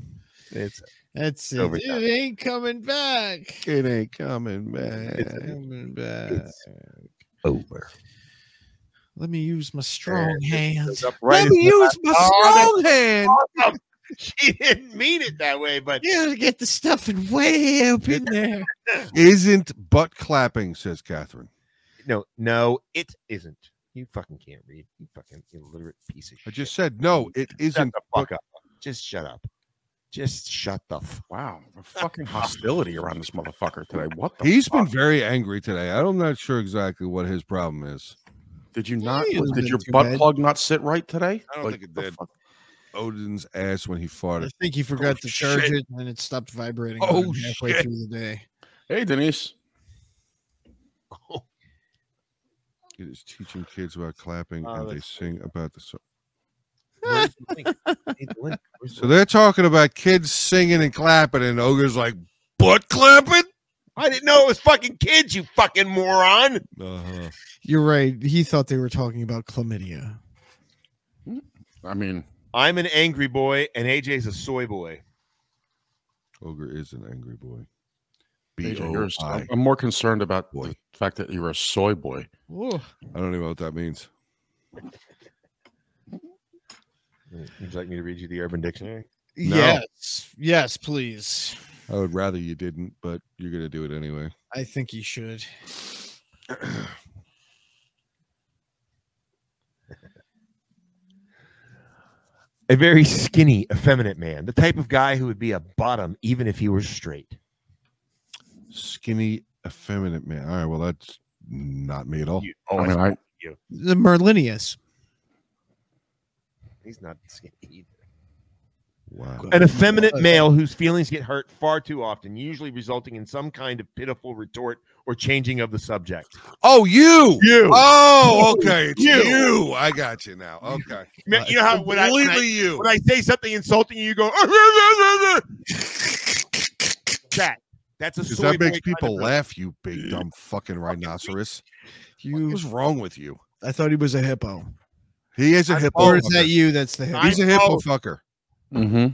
Speaker 2: It's
Speaker 3: Ah, That's it.
Speaker 2: Over
Speaker 3: It
Speaker 2: time.
Speaker 3: ain't coming back.
Speaker 4: It ain't coming back.
Speaker 3: It's coming back.
Speaker 2: it's- over.
Speaker 3: Let me use my strong hand.
Speaker 2: Right
Speaker 4: use my strong hand.
Speaker 2: she didn't mean it that way, but
Speaker 3: You gotta get the stuffing way up in there.
Speaker 4: Isn't butt clapping, says Catherine.
Speaker 2: no, no, it isn't. You fucking can't read. You fucking illiterate piece of
Speaker 4: I
Speaker 2: shit.
Speaker 4: just said no, it
Speaker 2: shut
Speaker 4: isn't
Speaker 2: the
Speaker 4: butt
Speaker 2: fuck up. Just shut up. Just shut the fuck
Speaker 6: Wow, the fucking hostility around this motherfucker today. What the?
Speaker 4: He's
Speaker 6: fuck?
Speaker 4: been very angry today. I'm not sure exactly what his problem is.
Speaker 6: Did you not?
Speaker 3: He hasn't
Speaker 6: Did
Speaker 3: been
Speaker 6: your
Speaker 3: too
Speaker 6: butt
Speaker 3: bad.
Speaker 6: plug not sit right today?
Speaker 4: I don't think it
Speaker 6: the
Speaker 4: did.
Speaker 6: fuck?
Speaker 4: Odin's ass when he
Speaker 3: I
Speaker 4: farted.
Speaker 3: think he forgot
Speaker 6: Oh,
Speaker 3: to charge
Speaker 6: shit.
Speaker 3: it and it stopped vibrating
Speaker 4: Oh,
Speaker 3: about halfway
Speaker 4: shit.
Speaker 3: through the day.
Speaker 6: Hey, Denise.
Speaker 4: It is teaching kids about clapping
Speaker 2: Oh,
Speaker 4: and they
Speaker 2: that's
Speaker 4: sing about the song.
Speaker 2: Where's the link? I need the link. Where's
Speaker 4: So
Speaker 2: the link?
Speaker 4: they're talking about kids singing and clapping, and Ogre's like, butt clapping?
Speaker 2: I didn't know it was fucking kids, you fucking moron.
Speaker 4: Uh-huh.
Speaker 3: You're right. He thought they were talking about chlamydia.
Speaker 6: I mean,
Speaker 2: I'm an angry boy, and AJ's a soy boy.
Speaker 4: Ogre is an angry boy. B
Speaker 6: AJ,
Speaker 4: O
Speaker 6: you're a-
Speaker 4: I.
Speaker 6: I'm more concerned about
Speaker 4: Boy.
Speaker 6: the fact that you're a soy boy.
Speaker 4: I don't even know what that means.
Speaker 2: Would you like me to read you the Urban Dictionary?
Speaker 3: Yes. Yes, please.
Speaker 4: I would rather you didn't, but you're going to do it anyway.
Speaker 3: I think he should.
Speaker 2: A very skinny, effeminate man, the type of guy who would be a bottom even if he were straight.
Speaker 4: Skinny, effeminate man. All right, well, that's not me at all.
Speaker 2: You-
Speaker 6: I mean, I,
Speaker 3: The Merlinius.
Speaker 2: he's not skinny either.
Speaker 4: Wow.
Speaker 2: An effeminate male whose feelings get hurt far too often, usually resulting in some kind of pitiful retort or changing of the subject.
Speaker 4: Oh, you.
Speaker 2: You.
Speaker 4: Oh, okay. It's
Speaker 2: You.
Speaker 4: you. I got you now. Okay.
Speaker 5: Uh,
Speaker 2: Man, you know how when I, when,
Speaker 4: Completely
Speaker 2: I,
Speaker 4: you.
Speaker 2: when I say something insulting, you go. that. That's a
Speaker 4: Because
Speaker 2: soy
Speaker 4: that makes
Speaker 2: boy kind
Speaker 4: people
Speaker 2: of-
Speaker 4: laugh, you big dumb fucking rhinoceros.
Speaker 3: You,
Speaker 4: What's wrong with you?
Speaker 3: I thought he was a hippo.
Speaker 4: He is a hippo.
Speaker 3: Or is
Speaker 4: fucker.
Speaker 3: that you? That's the hippo.
Speaker 2: I-
Speaker 4: He's a hippo fucker.
Speaker 5: Mm-hmm.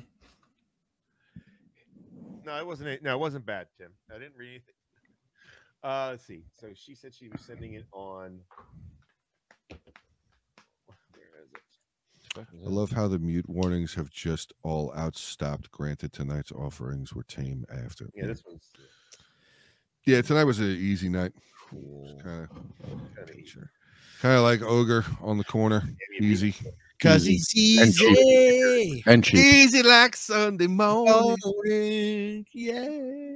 Speaker 2: No, it wasn't. it. No, it wasn't bad, Tim. I didn't read anything. Uh, let's see. So she said she was sending it on. Where is it?
Speaker 4: I love how the mute warnings have just all outstopped. Granted, tonight's offerings were tame after.
Speaker 2: Yeah, this one's
Speaker 4: Yeah, tonight was an easy night.
Speaker 2: cool.
Speaker 4: Kind of,
Speaker 5: Mm-hmm.
Speaker 2: Kinda easy.
Speaker 4: kind of like ogre on the corner.
Speaker 2: Maybe a
Speaker 4: Easy,
Speaker 3: Because he's easy.
Speaker 5: And she.
Speaker 4: easy like Sunday morning.
Speaker 3: Ogre, yeah.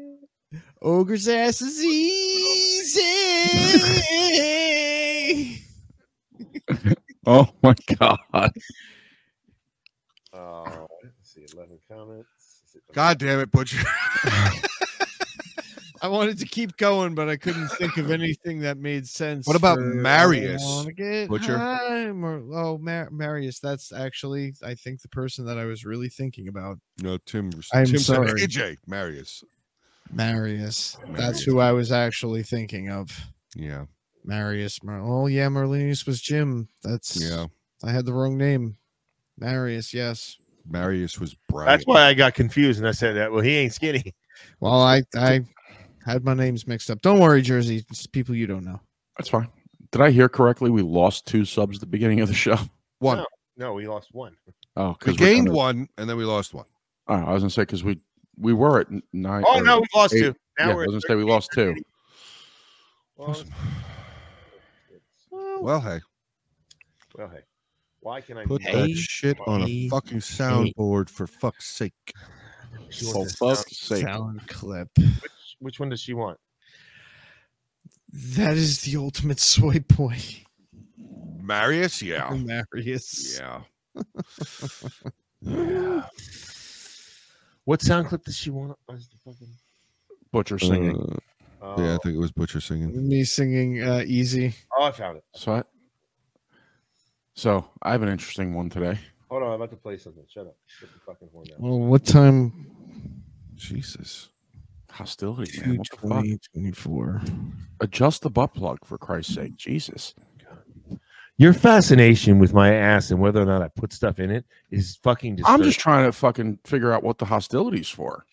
Speaker 3: Ogre's ass is easy.
Speaker 5: Oh my God.
Speaker 2: bit- Uh, let's see. Eleven comments. Is it-
Speaker 4: God damn it, butcher!
Speaker 3: I wanted to keep going, but I couldn't think of anything that made sense.
Speaker 4: What about
Speaker 3: for- I
Speaker 4: Marius,
Speaker 3: wanna get
Speaker 4: Butcher?
Speaker 3: high, Mar- oh, Mar- Marius. That's actually, I think, the person that I was really thinking about.
Speaker 4: No, Tim.
Speaker 3: I'm
Speaker 4: Tim said
Speaker 3: sorry.
Speaker 4: AJ Marius.
Speaker 3: Marius. That's
Speaker 4: Marius.
Speaker 3: who I was actually thinking of.
Speaker 4: Yeah,
Speaker 3: Marius. Mer- oh, yeah. Merlinus was Jim. That's,
Speaker 4: yeah.
Speaker 3: I had the wrong name. Marius, yes.
Speaker 4: Marius was bright.
Speaker 2: That's why I got confused and I said that. Well, he ain't skinny.
Speaker 3: Well, I, I had my names mixed up. Don't worry, Jersey. It's people you don't know.
Speaker 5: That's fine. Did I hear correctly? We lost two subs at the beginning of the show.
Speaker 4: one.
Speaker 2: No, we lost one.
Speaker 5: Oh,
Speaker 4: we
Speaker 5: because
Speaker 4: gained one and then we lost one.
Speaker 5: Oh, I was gonna say because we we were at n- nine.
Speaker 2: Oh
Speaker 5: or-
Speaker 2: no, we lost
Speaker 5: eight.
Speaker 2: two. Now
Speaker 5: yeah, I
Speaker 2: we're
Speaker 5: was
Speaker 2: at
Speaker 5: gonna say we lost two.
Speaker 2: Well, it's-
Speaker 4: Well, hey,
Speaker 2: well, hey, why can Oh, I
Speaker 4: put
Speaker 2: be-
Speaker 4: that shit on a fucking soundboard for fuck's sake.
Speaker 2: She
Speaker 5: For
Speaker 2: wants a-
Speaker 5: fuck's sake.
Speaker 3: Sound clip.
Speaker 2: which, which one does she want?
Speaker 3: That is the ultimate soy boy.
Speaker 4: Marius, yeah,
Speaker 3: Marius.
Speaker 4: yeah.
Speaker 2: What sound clip does she want? Where's the fucking-
Speaker 5: Butcher singing.
Speaker 4: Uh,
Speaker 2: Oh,
Speaker 4: yeah, I think it was Butcher singing.
Speaker 3: Me singing uh, easy.
Speaker 2: oh, I found it.
Speaker 5: so I so I have an interesting one today.
Speaker 2: Hold on, I'm about to play something. Shut up. Get the fucking horn out.
Speaker 3: Well, what time?
Speaker 4: Jesus.
Speaker 5: Hostility, man. What the fuck?
Speaker 3: 2:20, 24.
Speaker 5: Adjust the butt plug for Christ's sake, Jesus.
Speaker 2: Your fascination with my ass and whether or not I put stuff in it is fucking.
Speaker 5: I'm just trying to fucking figure out what the hostility's for.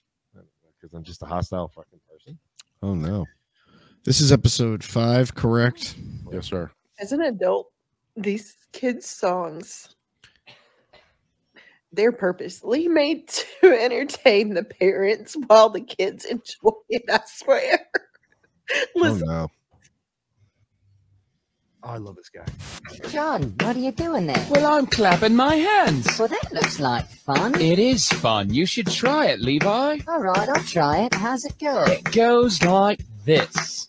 Speaker 2: because I'm just a hostile fucking person.
Speaker 4: Oh no.
Speaker 3: This is episode five, correct?
Speaker 5: Yes, sir.
Speaker 8: As an adult, these kids' songs they're purposely made to entertain the parents while the kids enjoy it. I swear.
Speaker 4: Oh
Speaker 8: Listen,
Speaker 4: no.
Speaker 2: Oh, I love this guy.
Speaker 9: John, what are you doing there?
Speaker 10: Well, I'm clapping my hands.
Speaker 9: Well, that looks like fun.
Speaker 10: It is fun. You should try it, Levi.
Speaker 9: All right, I'll try it. How's it going?
Speaker 10: It goes like this.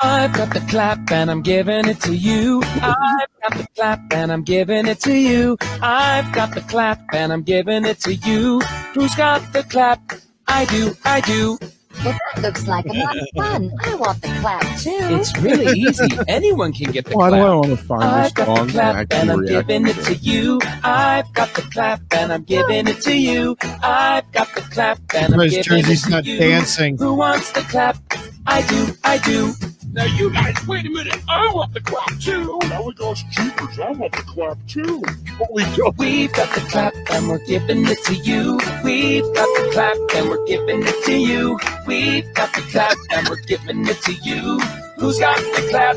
Speaker 10: I've got the clap and I'm giving it to you. I've got the clap and I'm giving it to you. I've got the clap and I'm giving it to you. Who's got the clap? I do, I do.
Speaker 9: Well, that looks like a lot of fun. I want the clap too.
Speaker 10: It's really easy. Anyone can get the
Speaker 5: Why do I
Speaker 10: clap.
Speaker 5: want to find
Speaker 10: I've
Speaker 5: this
Speaker 10: got
Speaker 5: song
Speaker 10: the
Speaker 5: and
Speaker 10: clap and
Speaker 5: actually
Speaker 10: I'm
Speaker 5: react
Speaker 10: giving it
Speaker 5: to
Speaker 10: to
Speaker 5: it?
Speaker 10: you. I've got the clap and I'm giving it to you. I've got the clap and I'm
Speaker 3: Because
Speaker 10: giving
Speaker 3: Jersey's
Speaker 10: it
Speaker 3: not
Speaker 10: to you.
Speaker 3: dancing.
Speaker 10: Who wants the clap? I do, I do.
Speaker 11: Now you guys, wait a minute. I want the clap too. Oh, Now we goes cheapers. I want the clap too. Holy joke.
Speaker 10: We've got the clap and we're giving it to you. We've got the clap and we're giving it to you. We've got the clap and we're giving it to you. Who's got the clap?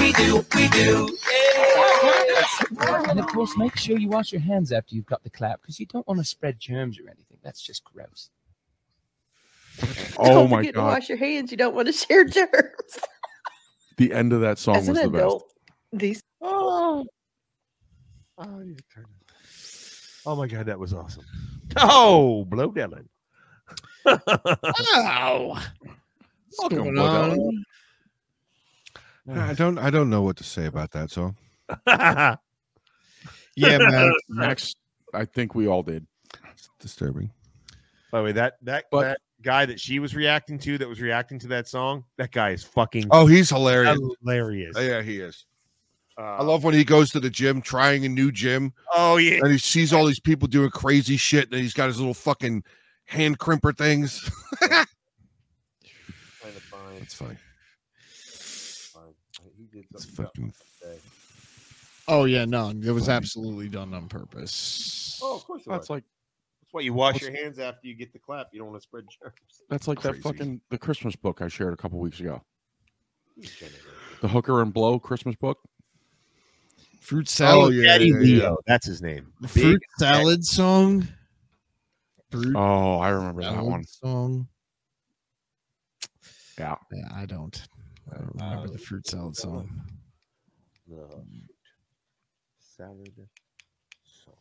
Speaker 10: We do, we do. And of course, make sure you wash your hands after you've got the clap because you don't want to spread germs or anything. That's just gross.
Speaker 5: Oh
Speaker 8: don't
Speaker 5: my
Speaker 8: forget to
Speaker 5: god.
Speaker 8: wash your hands. You don't want to share germs.
Speaker 5: The end of that song
Speaker 8: As
Speaker 5: was
Speaker 8: an
Speaker 5: the best.
Speaker 8: adult, these
Speaker 2: Oh, oh, you turned it- oh my god, that was awesome. Oh, blow Dylan.
Speaker 3: Wow. What's
Speaker 5: Welcome,
Speaker 3: going
Speaker 5: Bodell.
Speaker 3: on?
Speaker 4: I don't I don't know what to say about that song.
Speaker 3: Yeah, man.
Speaker 5: Max, I think we all did.
Speaker 4: disturbing.
Speaker 2: By the way, that that that guy that she was reacting to, that was reacting to that song, that guy is fucking
Speaker 4: Oh, he's hilarious.
Speaker 2: hilarious.
Speaker 4: Oh, yeah, he is.
Speaker 2: Uh,
Speaker 4: I love when he goes to the gym, trying a new gym,
Speaker 2: Oh yeah,
Speaker 4: and he sees all these people doing crazy shit, and he's got his little fucking hand crimper things.
Speaker 6: Trying to find.
Speaker 4: That's fine.
Speaker 6: find- He did
Speaker 4: It's
Speaker 6: something about
Speaker 4: fucking.
Speaker 6: today.
Speaker 3: Oh yeah, no, it was absolutely done on purpose.
Speaker 6: Oh, of course it was.
Speaker 5: That's like
Speaker 2: that's why you wash your hands after you get the clap. You don't want to spread germs.
Speaker 5: that's like
Speaker 4: Crazy.
Speaker 5: that fucking the Christmas book I shared a couple weeks ago.
Speaker 6: He's generous.
Speaker 5: The Hooker and Blow Christmas book.
Speaker 3: Fruit
Speaker 4: Oh,
Speaker 3: salad,
Speaker 4: yeah,
Speaker 2: Daddy
Speaker 4: yeah, yeah.
Speaker 2: Leo, that's his name.
Speaker 3: the
Speaker 2: Big
Speaker 3: fruit salad song. Fruit
Speaker 5: Oh, I remember that
Speaker 3: salad
Speaker 5: one.
Speaker 3: song.
Speaker 5: Yeah.
Speaker 3: Yeah, I don't. I don't remember the fruit salad song.
Speaker 6: No.
Speaker 2: salad song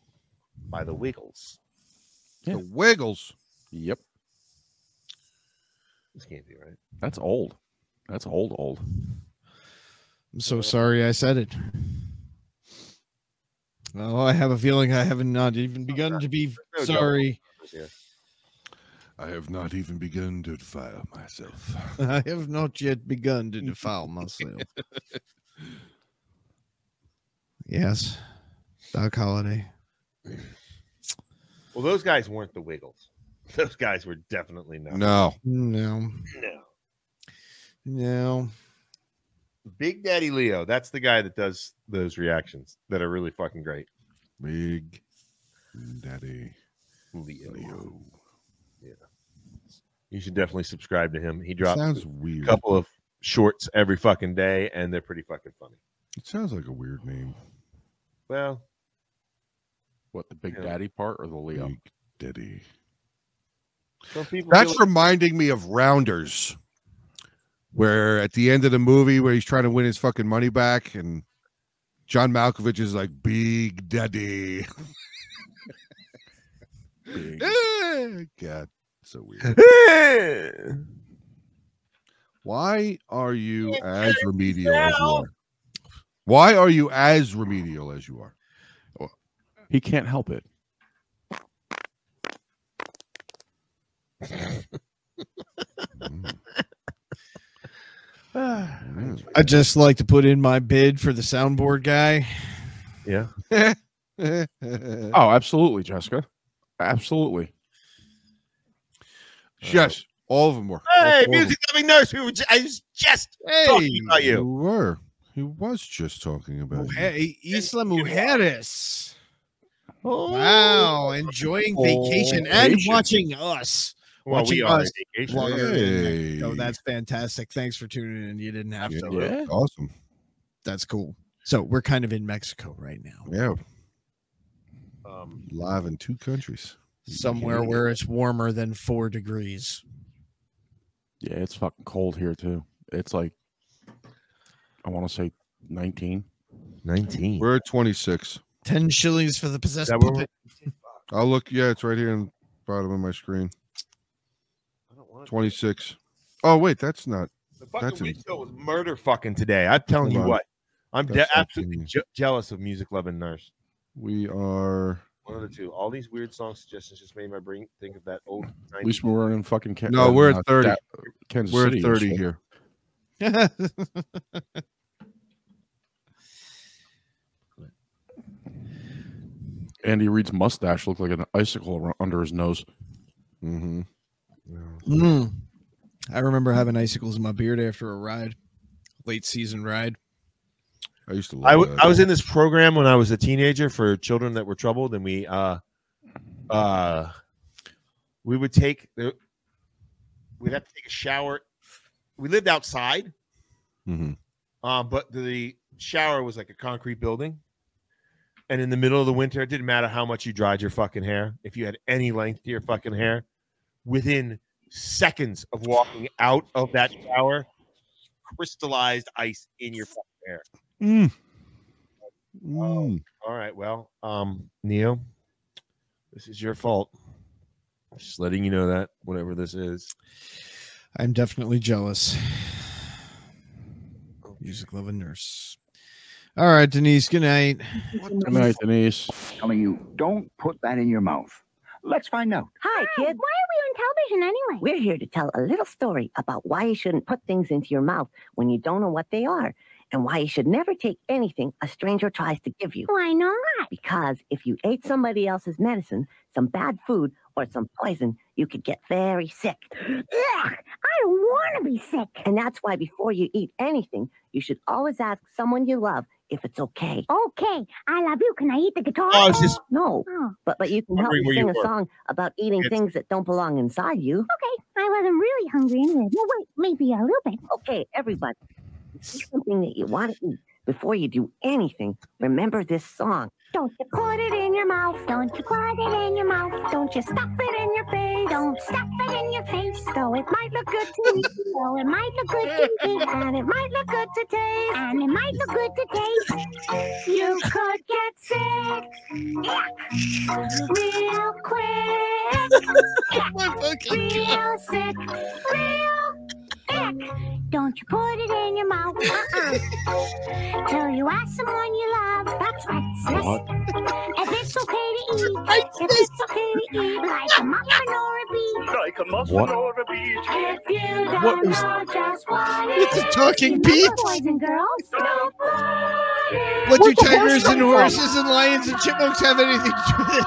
Speaker 2: by the Wiggles.
Speaker 4: The Wiggles.
Speaker 5: Yep.
Speaker 2: This can't be right.
Speaker 5: That's old. That's old, old.
Speaker 3: I'm so sorry I said it. Oh, I have a feeling I haven't not even begun to be
Speaker 2: No doubt.
Speaker 3: sorry.
Speaker 4: I have not even begun to defile myself.
Speaker 3: I have not yet begun to defile myself. yes, Doc Holiday.
Speaker 2: Well, those guys weren't the Wiggles. Those guys were definitely not.
Speaker 4: No,
Speaker 3: No,
Speaker 2: No.
Speaker 3: no.
Speaker 2: Big Daddy Leo. That's the guy that does those reactions that are really fucking great.
Speaker 4: Big Daddy
Speaker 2: Leo.
Speaker 4: Leo.
Speaker 2: You should definitely subscribe to him. He drops
Speaker 4: sounds
Speaker 2: a
Speaker 4: weird.
Speaker 2: couple of shorts every fucking day, and they're pretty fucking funny.
Speaker 4: It sounds like a weird name.
Speaker 2: Well,
Speaker 5: What the Big
Speaker 2: Yeah.
Speaker 5: Daddy part or the Leo?
Speaker 4: Big Daddy.
Speaker 2: some people. feel
Speaker 4: That's
Speaker 2: like-
Speaker 4: reminding me of Rounders, where at the end of the movie where he's trying to win his fucking money back, and John Malkovich is like Big Daddy.
Speaker 5: Big-
Speaker 4: Eh, God, so weird. Why are you as remedial as you are? Why are you as remedial as you are?
Speaker 5: He can't help it.
Speaker 4: Mm, mm.
Speaker 3: I just like to put in my bid for the soundboard guy.
Speaker 2: yeah.
Speaker 5: Oh, absolutely, Jessica. Absolutely. Uh,
Speaker 4: yes, all of them were.
Speaker 2: Hey,
Speaker 4: All of them.
Speaker 2: music loving nurse. Who was- I was just talking about
Speaker 4: You
Speaker 2: you.
Speaker 4: were. He was just talking about. you.
Speaker 3: Hey, Isla Mujeres. Wow, enjoying vacation and
Speaker 5: Vacation.
Speaker 3: watching us.
Speaker 2: Well, we
Speaker 3: watching
Speaker 2: are. on
Speaker 3: us.
Speaker 2: vacation.
Speaker 3: Well,
Speaker 4: Hey.
Speaker 3: Oh, that's fantastic. Thanks for tuning in. You didn't have to.
Speaker 5: Yeah.
Speaker 4: awesome.
Speaker 3: That's cool. So we're kind of in Mexico right now.
Speaker 4: Yeah,
Speaker 2: Um,
Speaker 4: live in two countries.
Speaker 3: Somewhere where it's warmer than four degrees.
Speaker 5: Yeah, it's fucking cold here too. It's like I want to say 19.
Speaker 2: 19.
Speaker 4: We're at 26.
Speaker 3: Ten shillings for the possessed
Speaker 2: That where
Speaker 3: puppet.
Speaker 4: I'll look. Yeah, it's right here in the bottom of my screen.
Speaker 2: I don't want
Speaker 4: 26. Oh wait, that's not.
Speaker 2: The fucking
Speaker 4: That's a-
Speaker 2: wind show was murder fucking today. I'm telling you
Speaker 4: Hold on.
Speaker 2: what. I'm de-
Speaker 4: That's
Speaker 2: absolutely
Speaker 4: fucking-
Speaker 2: je- jealous of Music Loving Nurse.
Speaker 4: We are.
Speaker 2: One of the two. All these weird song suggestions just made my brain think of that old.
Speaker 5: At least
Speaker 2: 90s.
Speaker 5: we weren't in fucking Ken-
Speaker 4: No, we're at
Speaker 5: uh,
Speaker 4: 30.
Speaker 5: Da- Kansas
Speaker 4: We're
Speaker 5: City
Speaker 4: at 30
Speaker 5: yesterday.
Speaker 4: here.
Speaker 5: Andy Reid's mustache looked like an icicle ar- under his nose.
Speaker 4: Mm-hmm.
Speaker 3: Mm. I remember having icicles in my beard after a ride, late season ride.
Speaker 4: I used to. Love
Speaker 2: I, w-
Speaker 4: that.
Speaker 2: I was in this program when I was a teenager for children that were troubled, and we uh uh we would take the we'd have to take a shower. We lived outside,
Speaker 4: Mhm.
Speaker 2: um, but the shower was like a concrete building. And in the middle of the winter, it didn't matter how much you dried your fucking hair. If you had any length to your fucking hair, within seconds of walking out of that shower, crystallized ice in your fucking hair.
Speaker 4: Mm. Mm.
Speaker 2: All right. Well, um, Neo, this is your fault. Just letting you know that whatever this is.
Speaker 3: I'm definitely jealous. Music loving nurse. All right, Denise. Good night.
Speaker 5: Good night, Denise.
Speaker 1: Telling you, don't put that in your mouth.
Speaker 12: Let's find out.
Speaker 9: Hi, kids. Why are we on television anyway? We're here to tell a little story about why you shouldn't put things into your mouth when you don't know what they are and why you should never take anything a stranger tries to give you.
Speaker 13: Why not?
Speaker 9: Because if you ate somebody else's medicine, some bad food, or some poison, you could get very sick.
Speaker 13: Ugh, I don't want to be sick.
Speaker 9: And that's why before you eat anything, you should always ask someone you love if it's okay.
Speaker 13: Okay, I love you. Can I eat the guitar?
Speaker 2: Oh, it's just-
Speaker 9: No, but but you can help
Speaker 2: Wondering
Speaker 9: me
Speaker 2: where you
Speaker 9: sing a
Speaker 2: were.
Speaker 9: song about eating
Speaker 2: It's-
Speaker 9: things that don't belong inside you.
Speaker 13: Okay, I wasn't really hungry anyway. Well, wait, maybe a little bit.
Speaker 9: Okay, everybody, eat something that you want to eat before you do anything. Remember this song.
Speaker 13: Don't you put it in your mouth. Don't you put it in your mouth. Don't you stuff it in your face. Don't stuff it in your face. Though it might look good to eat. Though it might look good to eat. And it might look good to taste. And it might look good to taste. You could get sick. Yuck. Real quick. real sick. Real sick. Don't you put it in your mouth. Uh-uh. Till you ask someone you love. That's right, sis. If it's okay to eat, if it's okay to eat, like a muffin or a bean. Like a muffin
Speaker 14: What?
Speaker 13: or a bean. If you don't
Speaker 14: What is-
Speaker 13: know just what
Speaker 14: It's a
Speaker 13: it is,
Speaker 14: talking
Speaker 13: remember,
Speaker 14: beep.
Speaker 13: Boys and girls, don't
Speaker 3: What do tigers and horses and lions and chipmunks have anything to do with it?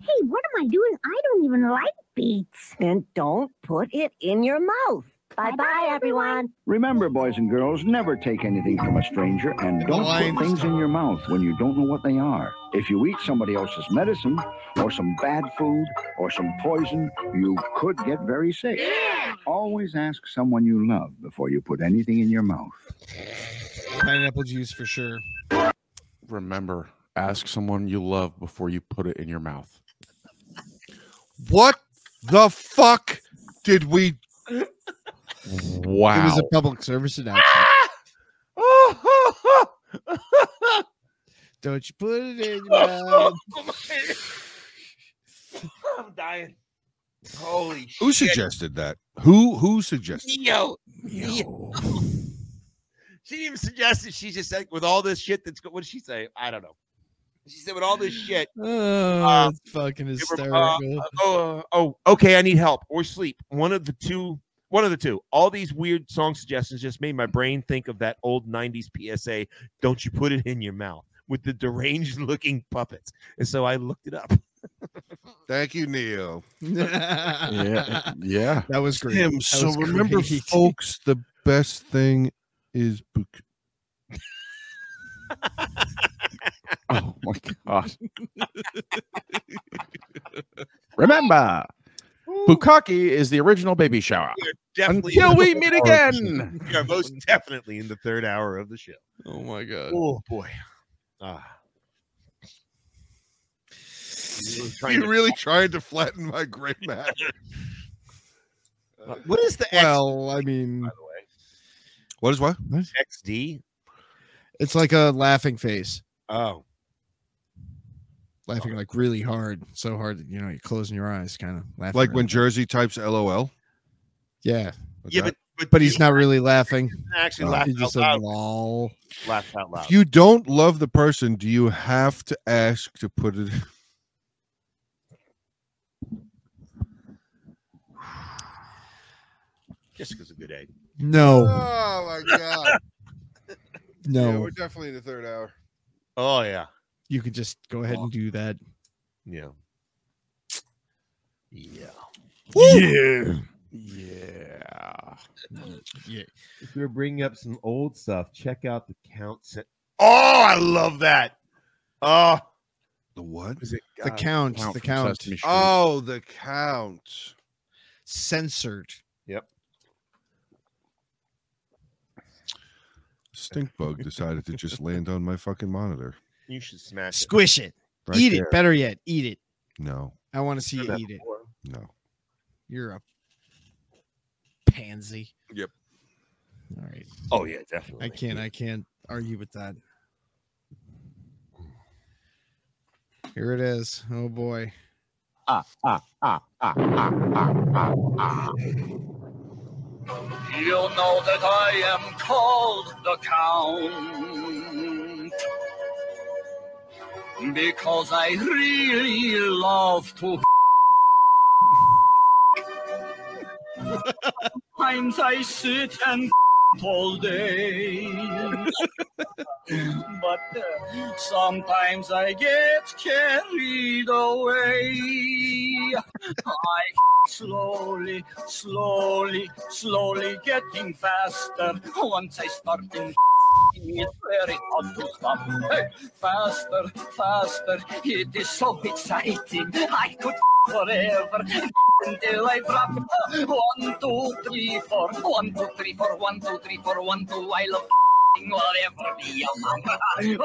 Speaker 13: Hey, what am I doing? I don't even like beets.
Speaker 9: Then don't put it in your mouth. Bye bye, everyone.
Speaker 12: Remember, boys and girls, never take anything from a stranger and don't
Speaker 9: Blind
Speaker 12: put things in your mouth when you don't know what they are. If you eat somebody else's medicine or some bad food or some poison, you could get very sick. Always ask someone you love before you put anything in your mouth.
Speaker 3: Pineapple juice for sure.
Speaker 5: Remember, ask someone you love before you put it in your mouth.
Speaker 4: What the fuck did we?
Speaker 5: Wow.
Speaker 3: It was a public service announcement. Don't you put it in your mouth.
Speaker 2: I'm dying. Holy
Speaker 4: Who suggested that? Who who suggested?
Speaker 2: Yo, she didn't even suggest it. She just said, with all this shit that's go- what did she say? I don't know. She said, with all this shit.
Speaker 3: Oh,
Speaker 2: uh,
Speaker 3: that's fucking
Speaker 2: it were-
Speaker 3: hysterical.
Speaker 2: uh, oh, oh, okay. I need help or sleep. One of the two. One of the two. All these weird song suggestions just made my brain think of that old '90s PSA. Don't you put it in your mouth with the deranged-looking puppets. And so I looked it up.
Speaker 4: Thank you, Neil.
Speaker 5: yeah, yeah.
Speaker 3: That was great.
Speaker 4: Tim,
Speaker 3: That
Speaker 4: so
Speaker 3: was
Speaker 4: remember,
Speaker 3: great.
Speaker 4: folks, the best thing is book.
Speaker 5: Oh my god. Remember, Bukaki is the original baby shower.
Speaker 2: Definitely
Speaker 5: Until we meet again.
Speaker 2: We are most definitely in the third hour of the show.
Speaker 5: Oh my god.
Speaker 2: Oh boy. Ah.
Speaker 4: You really tried to flatten my gray matter.
Speaker 2: uh, what is the
Speaker 3: Well, I mean,
Speaker 4: What is what?
Speaker 2: XD?
Speaker 3: It's like a laughing face,
Speaker 2: Oh,
Speaker 3: laughing like really hard, so hard that you know you're closing your eyes, kind of laughing.
Speaker 4: Like
Speaker 3: really-
Speaker 4: when Jersey types LOL.
Speaker 3: yeah,
Speaker 4: Like
Speaker 2: yeah,
Speaker 4: that?
Speaker 2: but but,
Speaker 3: but he's not really laughing.
Speaker 2: actually
Speaker 3: Uh,
Speaker 2: laugh
Speaker 3: he just
Speaker 2: out
Speaker 3: said
Speaker 2: loud.
Speaker 3: lol.
Speaker 2: Laugh out loud.
Speaker 4: if you don't love the person, do you have to ask to put it?
Speaker 2: Jessica's a good egg.
Speaker 3: No,
Speaker 4: Oh my god!
Speaker 3: no,
Speaker 4: definitely in the third hour.
Speaker 2: Oh yeah,
Speaker 3: you could just go ahead and do that.
Speaker 2: yeah, yeah.
Speaker 3: Yeah,
Speaker 5: Yeah.
Speaker 3: yeah.
Speaker 2: If you're bringing up some old stuff, check out the count. Set. Oh, I love that. Oh,
Speaker 4: The what?
Speaker 2: is it
Speaker 3: The
Speaker 2: uh,
Speaker 3: count,
Speaker 5: Count
Speaker 3: the
Speaker 5: from
Speaker 3: count,
Speaker 5: Sesame Street.
Speaker 4: Oh, the count.
Speaker 3: censored.
Speaker 4: Stink bug decided to just land on my fucking monitor.
Speaker 2: You should smash
Speaker 3: Squish it,
Speaker 4: Right
Speaker 3: eat
Speaker 4: there.
Speaker 3: it. Better yet, eat it.
Speaker 4: No,
Speaker 3: I want to see
Speaker 2: it.
Speaker 3: you eat it.
Speaker 4: no.
Speaker 3: You're a pansy.
Speaker 4: Yep.
Speaker 3: All right.
Speaker 2: Oh yeah, definitely.
Speaker 3: I can't. I can't argue with that. Here it is. Oh boy.
Speaker 14: Ah, ah, ah, ah, ah, ah, ah, ah.
Speaker 10: You know that I am called the Count because I really love to Sometimes I sit and all day. but uh, sometimes I get carried away. I slowly, slowly, slowly getting faster. Once I start in it's very hard to stop. Hey, faster, faster. It is so exciting. I could forever until I drop. One, two, three, four. One, two, three, four. One, two, three, four. One, two. I love whatever be a mama.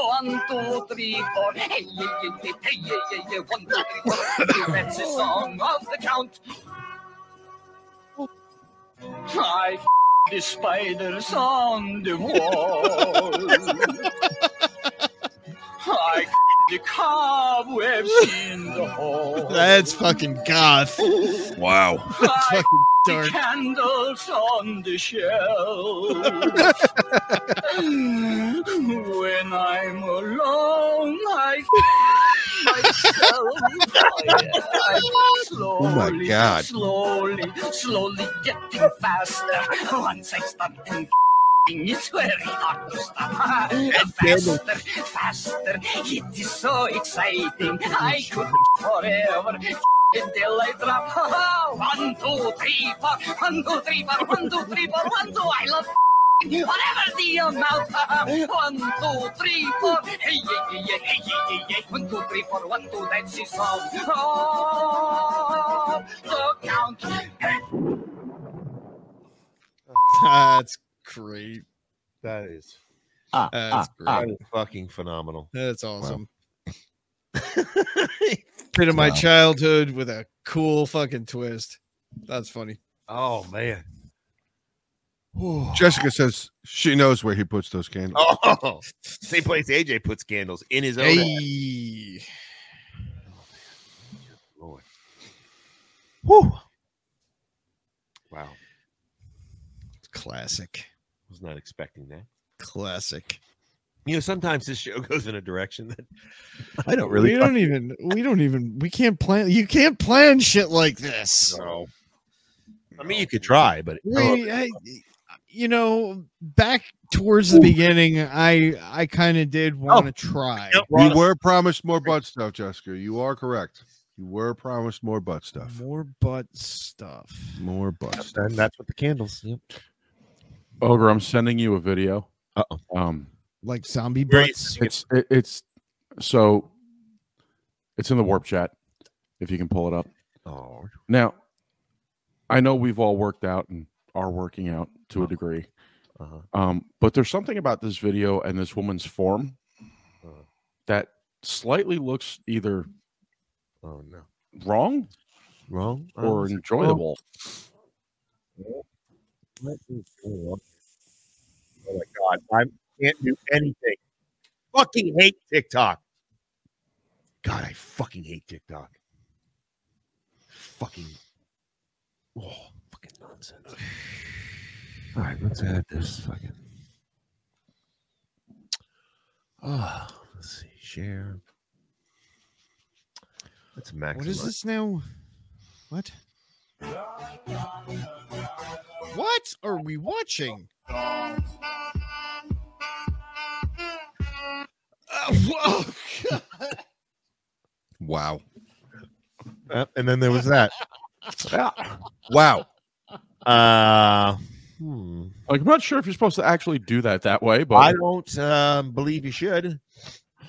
Speaker 10: One, two, three, four. Hey, yeah, yeah, yeah, hey, yeah, yeah, yeah. One, two, three, four. That's the song of the count. I the spiders on the wall. I the cobwebs in the hall.
Speaker 3: That's fucking goth.
Speaker 4: Wow.
Speaker 3: That's fucking
Speaker 10: The
Speaker 3: dark.
Speaker 10: candles on the shelf. when I'm alone, I myself. I, I slowly,
Speaker 4: Oh my God.
Speaker 10: slowly, slowly getting faster. Once I start thinking, it's very hard to stop. Faster, faster, it is so exciting. I could forever. Until I drop one, two, three, four, one, two, three, four, one, two, three, four, one, two. I love whatever the amount. uh, One, two, three, four. Hey, yeah, yeah, yeah, hey, yeah, yeah, yeah. One, two, three, four, one, two. That's his song. Oh, the count.
Speaker 3: That's great.
Speaker 2: That is.
Speaker 3: Ah,
Speaker 2: that's
Speaker 3: ah, ah.
Speaker 2: great. fucking phenomenal.
Speaker 3: That's awesome. Bit of my
Speaker 2: Wow.
Speaker 3: childhood with a cool fucking twist. That's funny.
Speaker 2: Oh man.
Speaker 4: Jessica says she knows where he puts those candles.
Speaker 2: Oh, same place AJ puts candles in his own.
Speaker 3: Hey.
Speaker 2: Lord. Whew. Wow.
Speaker 3: Classic.
Speaker 2: Was not expecting that.
Speaker 3: Classic.
Speaker 2: You know, sometimes this show goes in a direction that
Speaker 3: I don't really. We don't even. We don't even. We can't plan. You can't plan shit like this.
Speaker 2: No. I mean, you could try, but oh,
Speaker 3: We, I, you know, back towards the beginning, I I kind of did want to try.
Speaker 4: You were promised more butt stuff, Jessica. You are correct. You were promised more butt stuff.
Speaker 3: More butt stuff.
Speaker 4: More butt stuff.
Speaker 2: and that's what the candles. Yep.
Speaker 5: Ogre, I'm sending you a video.
Speaker 2: Uh-oh.
Speaker 5: Um,
Speaker 3: Like zombie
Speaker 2: Where you-
Speaker 3: butts.
Speaker 5: it's it, it's so it's in the warp chat if you can pull it up.
Speaker 2: Oh,
Speaker 5: Now, I know we've all worked out and are working out to a degree,
Speaker 2: uh-huh.
Speaker 5: um, but there's something about this video and this woman's form
Speaker 2: Uh-huh.
Speaker 5: that slightly looks either
Speaker 2: oh no,
Speaker 5: wrong
Speaker 2: wrong Uh-huh.
Speaker 5: or enjoyable.
Speaker 2: Oh my god, I can't do anything. Fucking hate TikTok. God, I fucking hate TikTok. Fucking oh, fucking nonsense. All right, let's add this fucking. Oh, let's see. Share. Let's maximize.
Speaker 3: What is this now? What? What are we watching? Uh, whoa.
Speaker 4: Wow.
Speaker 2: Uh, and then there was that.
Speaker 4: Wow.
Speaker 2: Uh, hmm.
Speaker 5: Like, I'm not sure if you're supposed to actually do that that way, but
Speaker 2: I don't um, believe you should.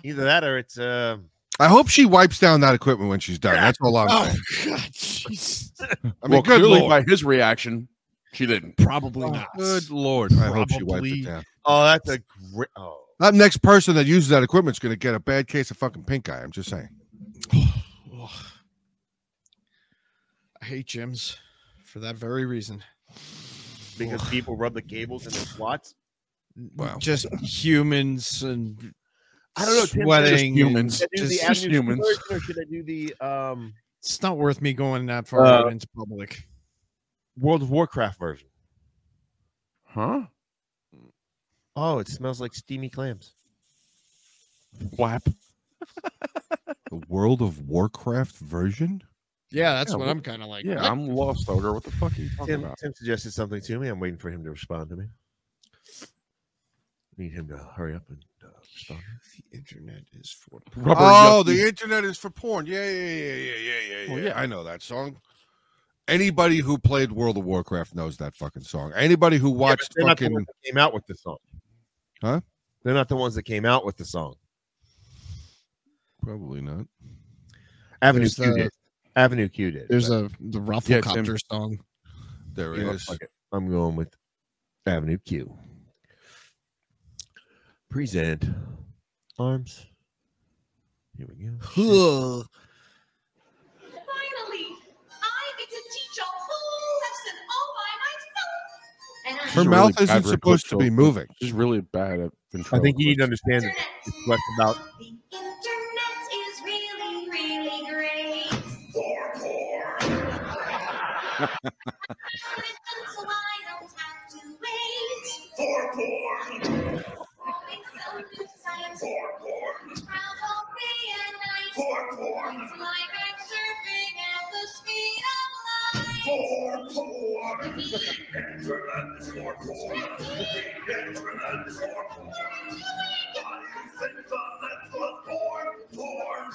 Speaker 2: Either that or it's. Uh,
Speaker 4: I hope she wipes down that equipment when she's done. That's all I'm
Speaker 3: Oh
Speaker 4: saying.
Speaker 3: God, jeez.
Speaker 4: I mean,
Speaker 5: well,
Speaker 4: good
Speaker 5: clearly
Speaker 4: lord.
Speaker 5: by his reaction, she didn't.
Speaker 3: Probably not.
Speaker 4: Good lord. I hope she wipes
Speaker 3: Probably.
Speaker 4: it down.
Speaker 2: oh, that's a great. Oh,
Speaker 4: That next person that uses that equipment's going to get a bad case of fucking pink eye. I'm just saying.
Speaker 3: Ugh. I hate gyms for that very reason.
Speaker 2: because people rub the cables in their slots.
Speaker 4: Wow.
Speaker 3: Just humans and
Speaker 2: I don't know. Tim,
Speaker 3: sweating.
Speaker 5: Just humans.
Speaker 3: and
Speaker 2: Should I do the
Speaker 3: just-
Speaker 5: just
Speaker 2: Avenue C
Speaker 5: humans.
Speaker 2: version or should I do the um,
Speaker 3: it's not worth me going that far
Speaker 2: Uh,
Speaker 3: out into public.
Speaker 2: World of Warcraft version?
Speaker 5: Huh?
Speaker 2: Oh, it smells like steamy clams.
Speaker 5: Whap.
Speaker 4: The World of Warcraft version?
Speaker 3: Yeah, that's what
Speaker 2: we-
Speaker 3: I'm kinda like,
Speaker 5: Yeah,
Speaker 3: what?
Speaker 5: I'm lost over. What the fuck are you talking
Speaker 2: Tim,
Speaker 5: about?
Speaker 2: Tim suggested something to me. I'm waiting for him to respond to me. Need him to hurry up and uh, respond. The internet is for
Speaker 4: oh, the internet is for porn. Yeah, yeah, yeah, yeah, yeah, yeah,
Speaker 2: Well,
Speaker 4: yeah.
Speaker 2: yeah.
Speaker 4: I know that song. Anybody who played World of Warcraft knows that fucking song. Anybody who watched
Speaker 2: Ah, they're not the
Speaker 4: fucking
Speaker 2: ones that came out with the song.
Speaker 4: Huh?
Speaker 2: They're not the ones that came out with the song.
Speaker 4: Probably not.
Speaker 2: Avenue
Speaker 3: There's
Speaker 2: Q
Speaker 3: the-
Speaker 2: did. Avenue Q did.
Speaker 3: There's a the Rufflecopter song.
Speaker 4: There
Speaker 2: You know,
Speaker 4: is.
Speaker 2: fuck it. I'm going with Avenue Q. Present arms. Here we go.
Speaker 13: Finally, I get to teach a whole lesson all by myself. And I
Speaker 5: She's a
Speaker 4: mouth
Speaker 5: bad
Speaker 4: isn't supposed to be
Speaker 5: ventriloquist.
Speaker 4: moving.
Speaker 5: She's really bad at
Speaker 2: I think
Speaker 5: ventriloquy.
Speaker 2: you need to understand that it's less about
Speaker 13: internet is really, really great. So I don't have to wait. For porn. For porn. Travel day and night. For porn. It's like I'm surfing at the speed of light. For porn. Internet for porn. Internet for porn. Why do you think the net was born?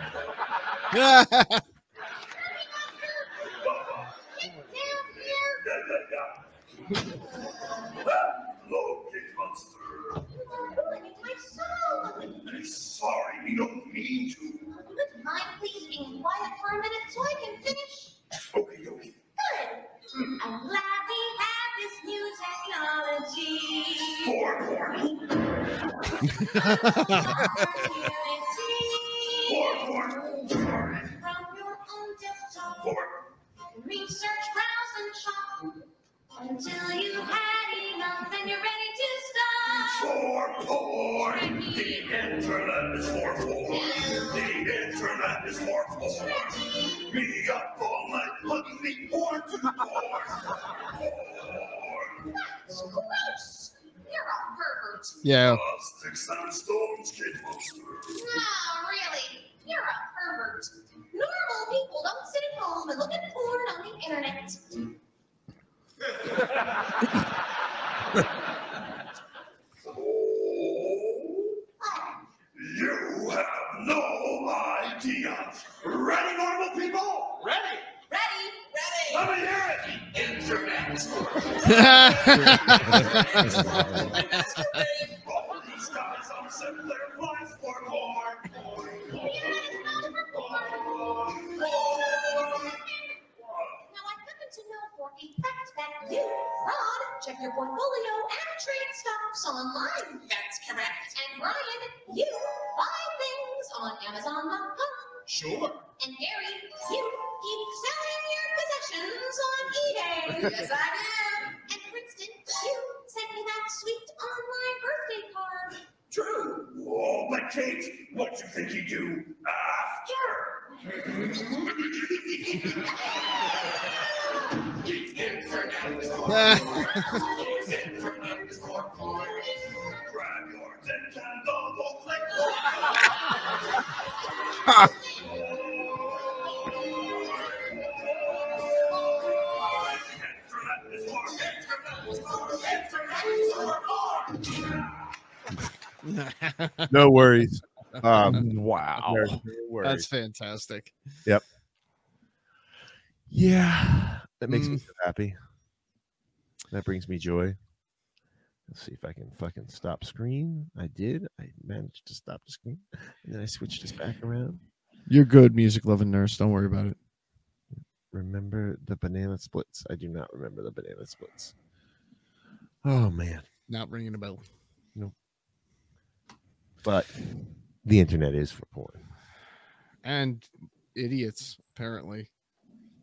Speaker 13: Porn, porn.
Speaker 1: Sorry, we don't mean to.
Speaker 13: Would mind please being quiet for a minute so I can finish? Okay, okay. Good. I'm glad we have this new technology. Four, four. From your own desktop. Research, browse, and shop. Until you've had enough and you're ready to stop.
Speaker 1: For porn. The internet is for porn. The internet is for porn. Me up all night looking me porn to porn.
Speaker 13: That's gross. You're a pervert.
Speaker 3: Yeah.
Speaker 1: Sticks and stones, kid monster.
Speaker 13: No, really. You're a pervert. Normal people don't sit at home and look at porn on the internet.
Speaker 1: You have no idea. Ready, normal people? Ready. Ready. Ready. Let me hear it. Internet. All these guys are setting their lives for porn.
Speaker 13: Now, I happen to know for a fact that you, Rod, check your portfolio and trade stocks online. That's correct. And Ryan, you buy things on Amazon.com.
Speaker 1: Sure.
Speaker 13: And Gary, you keep selling your possessions on eBay.
Speaker 1: Yes, I
Speaker 13: do. And Princeton, you sent me that sweet online birthday card.
Speaker 1: True. Oh, but Kate, what do you think you do after?
Speaker 2: no worries. Um,
Speaker 5: wow,
Speaker 2: no worries.
Speaker 3: That's fantastic.
Speaker 2: Yep. Yeah, that makes me so happy. That brings me joy. Let's see if I can fucking stop screen. I did. I managed to stop the screen, and then I switched this back around.
Speaker 3: You're good, music loving nurse. Don't worry about it.
Speaker 2: Remember the banana splits? I do not remember the banana splits. Oh man!
Speaker 3: Not ringing a bell.
Speaker 2: But the internet is for porn.
Speaker 3: And idiots, apparently.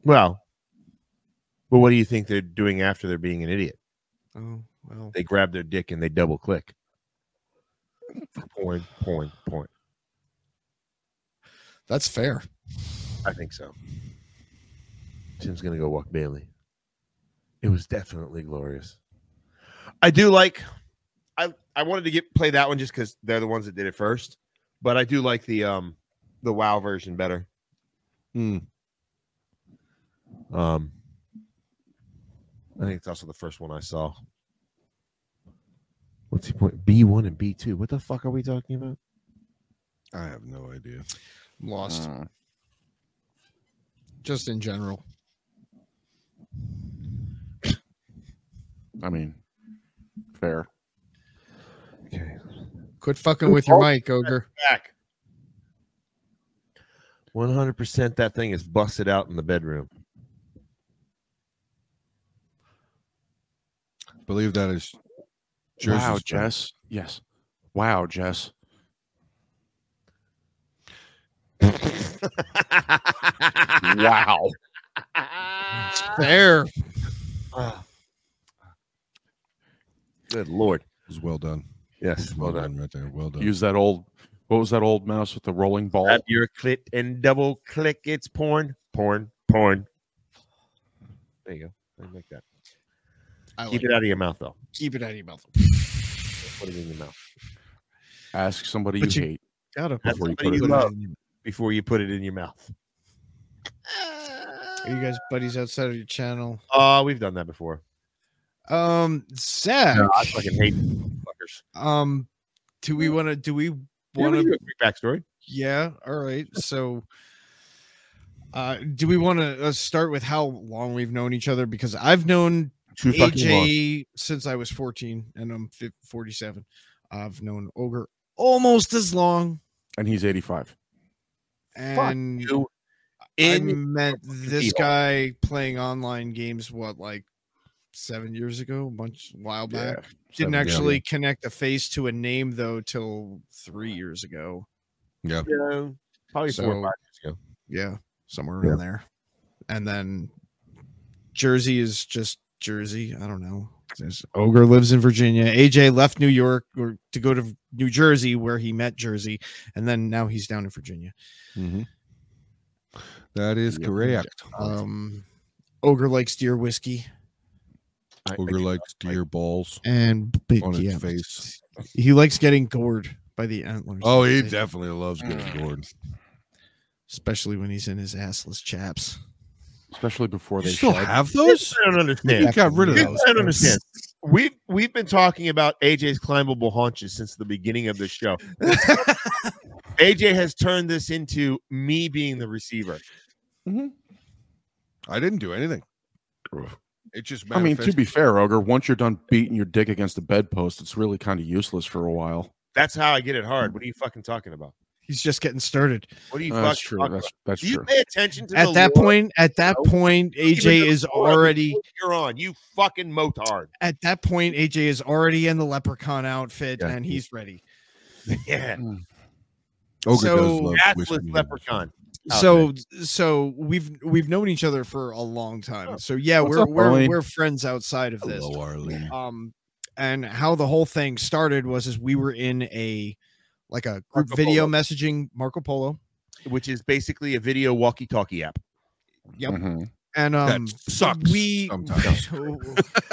Speaker 2: Well, but what do you think they're doing after they're being an idiot?
Speaker 3: Oh, well.
Speaker 2: They grab their dick and they double click. For porn, porn, porn.
Speaker 3: That's fair.
Speaker 2: I think so. Tim's gonna go walk Bailey. It was definitely glorious. I do like. I I wanted to get play that one just because they're the ones that did it first, but I do like the um the WoW version better. Um, I think it's also the first one I saw. What's your point? B one and B two. What the fuck are we talking about?
Speaker 4: I have no idea.
Speaker 2: Uh.
Speaker 3: Lost. Just in general.
Speaker 5: Mm, I mean, fair.
Speaker 3: Quit fucking with your mic, Ogre.
Speaker 2: Back. One hundred percent. That thing is busted out in the bedroom.
Speaker 4: believe that is.
Speaker 5: wow,
Speaker 4: Jersey's back.
Speaker 5: Jess. Yes. Wow, Jess. wow.
Speaker 3: There.
Speaker 2: Good lord.
Speaker 4: It was well done.
Speaker 2: Yes,
Speaker 4: well, done. right there. Well done.
Speaker 5: Use that old. What was that old mouse with the rolling ball?
Speaker 2: Grab your clit and double click. It's porn, porn, porn. There you go. I like that.
Speaker 3: I
Speaker 2: Keep
Speaker 3: like
Speaker 2: it out of your mouth, though.
Speaker 3: Keep it out of your mouth.
Speaker 2: Put it in your mouth.
Speaker 5: Ask somebody
Speaker 3: But
Speaker 5: you,
Speaker 3: you
Speaker 5: hate.
Speaker 3: gotta
Speaker 2: That's
Speaker 5: Before you
Speaker 2: somebody
Speaker 5: put it
Speaker 2: you
Speaker 5: in.
Speaker 2: love before you put it in your mouth.
Speaker 3: Are you guys buddies outside of your channel?
Speaker 2: Oh, we've done that before.
Speaker 3: Um, Zach.
Speaker 2: No, I fucking hate you fuckers.
Speaker 3: Um, do we want to? Do we
Speaker 2: What
Speaker 3: want
Speaker 2: is
Speaker 3: to?
Speaker 2: your quick backstory?
Speaker 3: Yeah. All right. So, uh, do we want to uh, start with how long we've known each other? Because I've known
Speaker 5: Too fucking
Speaker 3: AJ since I was 14, and I'm fif- 47. I've known Ogre almost as long,
Speaker 5: And he's 85.
Speaker 3: and
Speaker 2: you
Speaker 3: I
Speaker 2: in your
Speaker 3: met
Speaker 2: fucking
Speaker 3: this
Speaker 2: beehole.
Speaker 3: guy playing online games. What like seven years ago? A bunch while
Speaker 5: Yeah,
Speaker 3: back.
Speaker 5: seven
Speaker 3: Didn't
Speaker 5: years
Speaker 3: actually connect a face to a name though till three years ago.
Speaker 4: Yeah.
Speaker 2: Yeah, probably four
Speaker 3: So-
Speaker 2: or five years ago.
Speaker 3: Yeah, somewhere around there. And then Jersey is just Jersey. I don't know. There's Ogre lives in Virginia. AJ left New York or to go to New Jersey where he met Jersey, and then now he's down in Virginia.
Speaker 4: Mhm. That is correct.
Speaker 3: Um, Ogre likes deer whiskey
Speaker 4: Ogre likes deer balls
Speaker 3: and big
Speaker 4: on its
Speaker 3: yeah.
Speaker 4: face.
Speaker 3: He likes getting gored by the antlers.
Speaker 4: Oh, he definitely loves getting gored.
Speaker 3: especially when he's in his assless chaps.
Speaker 5: Especially before
Speaker 4: You
Speaker 5: they
Speaker 4: still
Speaker 5: shed.
Speaker 4: have those?
Speaker 2: I don't understand.
Speaker 4: You got rid of
Speaker 2: I
Speaker 4: those.
Speaker 2: don't understand. We've we've been talking about AJ's climbable haunches since the beginning of the show. AJ has turned this into me being the receiver.
Speaker 4: I didn't do anything. It just
Speaker 5: I mean, to
Speaker 4: manifested.
Speaker 5: be fair, Ogre, once you're done beating your dick against the bedpost, it's really kind of useless for a while.
Speaker 2: That's how I get it hard. What are you fucking talking about?
Speaker 3: He's just getting started.
Speaker 2: What are you
Speaker 5: Uh, that's
Speaker 2: fucking
Speaker 5: true.
Speaker 2: talking
Speaker 5: That's
Speaker 2: about?
Speaker 5: that's
Speaker 2: Do you
Speaker 5: true.
Speaker 2: pay attention to
Speaker 3: At
Speaker 2: the
Speaker 3: that
Speaker 2: lore?
Speaker 3: point, at that
Speaker 2: No.
Speaker 3: point,
Speaker 2: Even
Speaker 3: AJ
Speaker 2: though
Speaker 3: is
Speaker 2: the lore of the
Speaker 3: already
Speaker 2: show You're on. You fucking motard.
Speaker 3: at that point, AJ is already in the leprechaun outfit
Speaker 4: Yeah.
Speaker 3: and he's ready.
Speaker 2: Yeah.
Speaker 4: Ogre does
Speaker 3: so-
Speaker 4: love
Speaker 2: Atlas
Speaker 4: whiskey.
Speaker 2: leprechaun. Outfit.
Speaker 3: So so we've we've known each other for a long time. So yeah,
Speaker 5: What's
Speaker 3: we're
Speaker 5: up,
Speaker 3: we're
Speaker 5: Arlene?
Speaker 3: we're friends outside of this.
Speaker 4: Hello, Arlene.
Speaker 3: Um and how the whole thing started was is we were in a like a group
Speaker 2: Marco
Speaker 3: video
Speaker 2: Polo.
Speaker 3: messaging Marco Polo.
Speaker 2: which is basically a video walkie-talkie app.
Speaker 3: Yep.
Speaker 5: Mhm.
Speaker 3: And um
Speaker 4: that sucks.
Speaker 3: we
Speaker 4: sometimes.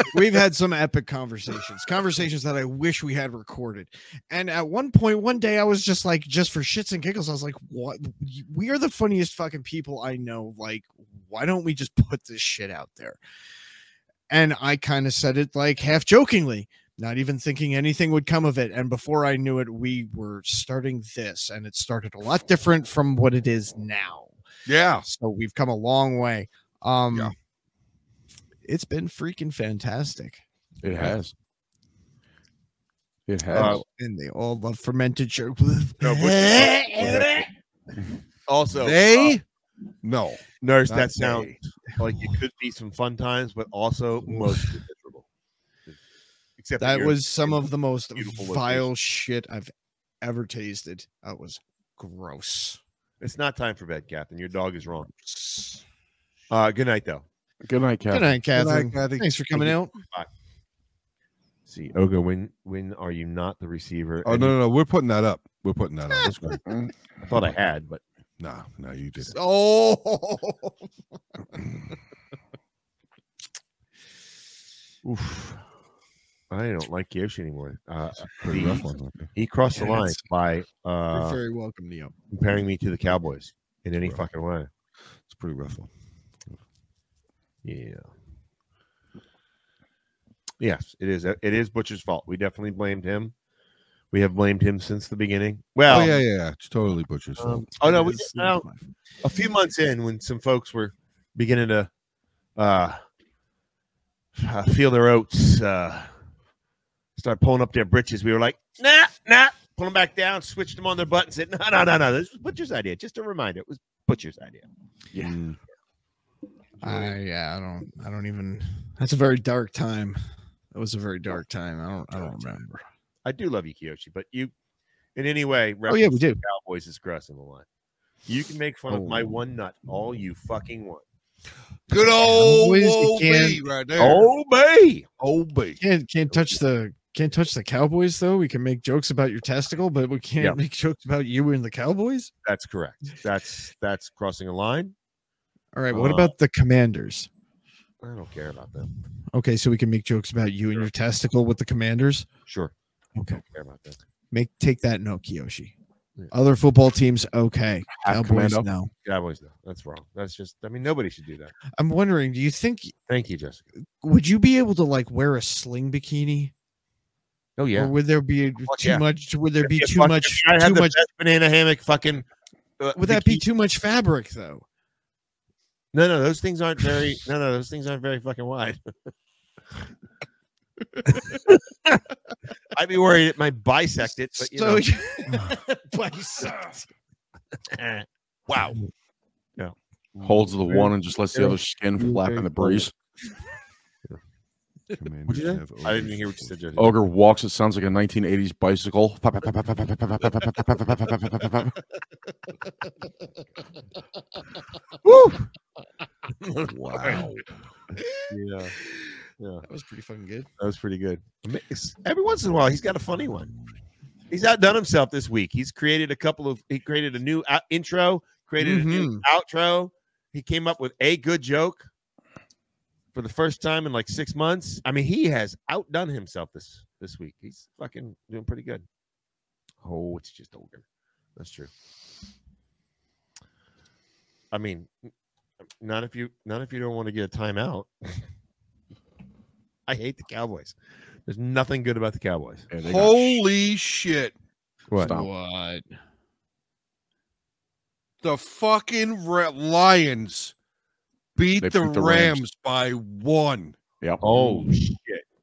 Speaker 3: we've had some epic conversations conversations that i wish we had recorded and at one point one day i was just like just for shits and giggles i was like what we are the funniest fucking people i know like why don't we just put this shit out there and i kind of said it like half jokingly not even thinking anything would come of it and before i knew it we were starting this and it started a lot different from what it is now
Speaker 4: Yeah.
Speaker 3: so we've come a long way um
Speaker 4: Yeah.
Speaker 3: it's been freaking fantastic
Speaker 5: It has. It
Speaker 2: Uh,
Speaker 5: has.
Speaker 3: and they all love fermented sugar.
Speaker 2: No, uh, but- Also,
Speaker 4: They? No.
Speaker 2: nurse,
Speaker 4: not
Speaker 2: that sounds
Speaker 4: they.
Speaker 2: like it could be some fun times, but also mostly miserable. Except
Speaker 3: that
Speaker 2: you're-
Speaker 3: was some of the most
Speaker 2: Beautiful location.
Speaker 3: vile shit I've ever tasted. That was gross.
Speaker 2: It's not time for bed, Captain. Your dog is wrong. Uh, good night, though.
Speaker 5: Good night,
Speaker 3: Good
Speaker 5: Captain.
Speaker 3: night, Catherine.
Speaker 4: Kathy.
Speaker 3: Thanks for coming out.
Speaker 2: See, Oga, when when are you not the receiver?
Speaker 4: Oh,
Speaker 2: And
Speaker 4: no, no, no. We're putting that up. We're putting that up. That's good.
Speaker 2: I thought I had, but
Speaker 4: Nah, no, you did. it.
Speaker 3: Oh,
Speaker 2: oof, I don't like Kyoshi anymore. Uh,
Speaker 4: Pretty
Speaker 2: the-
Speaker 4: rough one. okay.
Speaker 2: he crossed the
Speaker 3: Yeah,
Speaker 2: line
Speaker 3: that's-
Speaker 2: by
Speaker 3: you're
Speaker 2: uh,
Speaker 3: very welcome, Neo.
Speaker 2: comparing me to the Cowboys in any
Speaker 4: Well.
Speaker 2: fucking way.
Speaker 4: It's a pretty rough one.
Speaker 2: Yeah. Yes, it is. It is Butcher's fault. We definitely blamed him. We have blamed him since the beginning. Well,
Speaker 4: oh, yeah, yeah, yeah. It's totally Butcher's fault.
Speaker 2: Um, oh no, we well, a few months in when some folks were beginning to uh, uh, feel their oats, uh, start pulling up their britches. We were like, nah, nah, pull them back down, switched them on their butt, and said, no, no, no, no. This was Butcher's idea. Just a reminder, it was Butcher's idea.
Speaker 4: Yeah.
Speaker 3: I yeah, I don't I don't even that's a very dark time. That was a very dark time. I don't I don't remember.
Speaker 2: I do love you, Kiyoshi, but you, in any way,
Speaker 3: Oh, yeah, we
Speaker 2: reference
Speaker 3: do. Oh.
Speaker 2: the Cowboys is crossing the line. You can make fun of my one nut all you fucking want.
Speaker 4: Good old,
Speaker 3: Cowboys, you
Speaker 4: old B
Speaker 3: can't-
Speaker 4: right there.
Speaker 2: Oh, baby.
Speaker 4: Old B.
Speaker 3: Can't can't touch the can't touch the Cowboys though. We can make jokes about your testicle, but we can't
Speaker 2: Yeah.
Speaker 3: make jokes about you and the Cowboys.
Speaker 2: That's correct. That's that's crossing a line.
Speaker 3: All right, what
Speaker 2: Uh,
Speaker 3: about the Commanders?
Speaker 2: I don't care about them.
Speaker 3: Okay, so we can make jokes about you and your testicle with the Commanders.
Speaker 2: Sure.
Speaker 3: Okay,
Speaker 2: Don't care about them.
Speaker 3: make take that note, Kiyoshi. Other football teams, okay. Cowboys,
Speaker 5: commando.
Speaker 3: no.
Speaker 2: Cowboys, no. That's wrong. That's just. I mean, nobody should do that.
Speaker 3: I'm wondering, do you think
Speaker 2: Thank you, Jessica.
Speaker 3: would you be able to like wear a sling bikini?
Speaker 2: Oh
Speaker 3: Or would there be too
Speaker 2: yeah.
Speaker 3: much? Would there
Speaker 2: If
Speaker 3: be
Speaker 2: you
Speaker 3: too
Speaker 2: fucking-
Speaker 3: much?
Speaker 2: if I had
Speaker 3: Too
Speaker 2: the
Speaker 3: much?
Speaker 2: best banana hammock. Fucking. uh,
Speaker 3: Would that be too much fabric though?
Speaker 2: No, no, those things aren't very. No, no, those things aren't very fucking wide. I'd be worried it might bisect it, but you
Speaker 3: So
Speaker 2: know. Eh.
Speaker 3: bisect.
Speaker 2: wow.
Speaker 5: Holds the one and just lets the other skin
Speaker 2: Very-
Speaker 5: flap in the breeze.
Speaker 4: Commanders
Speaker 2: you say?
Speaker 4: have
Speaker 2: I
Speaker 4: ogres.
Speaker 2: didn't hear what you said, Jessica.
Speaker 5: Ogre walks. It sounds like a 1980s bicycle. Pop, pop, pop, pop, pop, pop, pop, pop, pop, pop, pop, pop, pop, pop, pop.
Speaker 2: Woo!
Speaker 4: Wow.
Speaker 2: Yeah. Yeah.
Speaker 3: That was pretty fucking good.
Speaker 2: That was pretty good. Ama- it's- Every once in a while, he's got a funny one. He's outdone himself this week. He's created a couple of. He created a new out- intro. Created a new
Speaker 3: Mm-hmm.
Speaker 2: outro. He came up with a good joke for the first time in like six months. I mean, he has outdone himself this this week. He's fucking doing pretty good. Oh, it's just older. That's true. I mean, n- not if you not if you don't want to get a timeout. I hate the Cowboys. There's nothing good about the Cowboys.
Speaker 5: Yeah, they got
Speaker 4: Holy shit.
Speaker 2: What?
Speaker 5: stomped.
Speaker 3: What?
Speaker 4: The fucking Ra- Lions beat
Speaker 5: They
Speaker 4: the,
Speaker 5: beat the
Speaker 4: Rams.
Speaker 5: Rams.
Speaker 4: by one.
Speaker 5: Yep.
Speaker 2: Oh shit!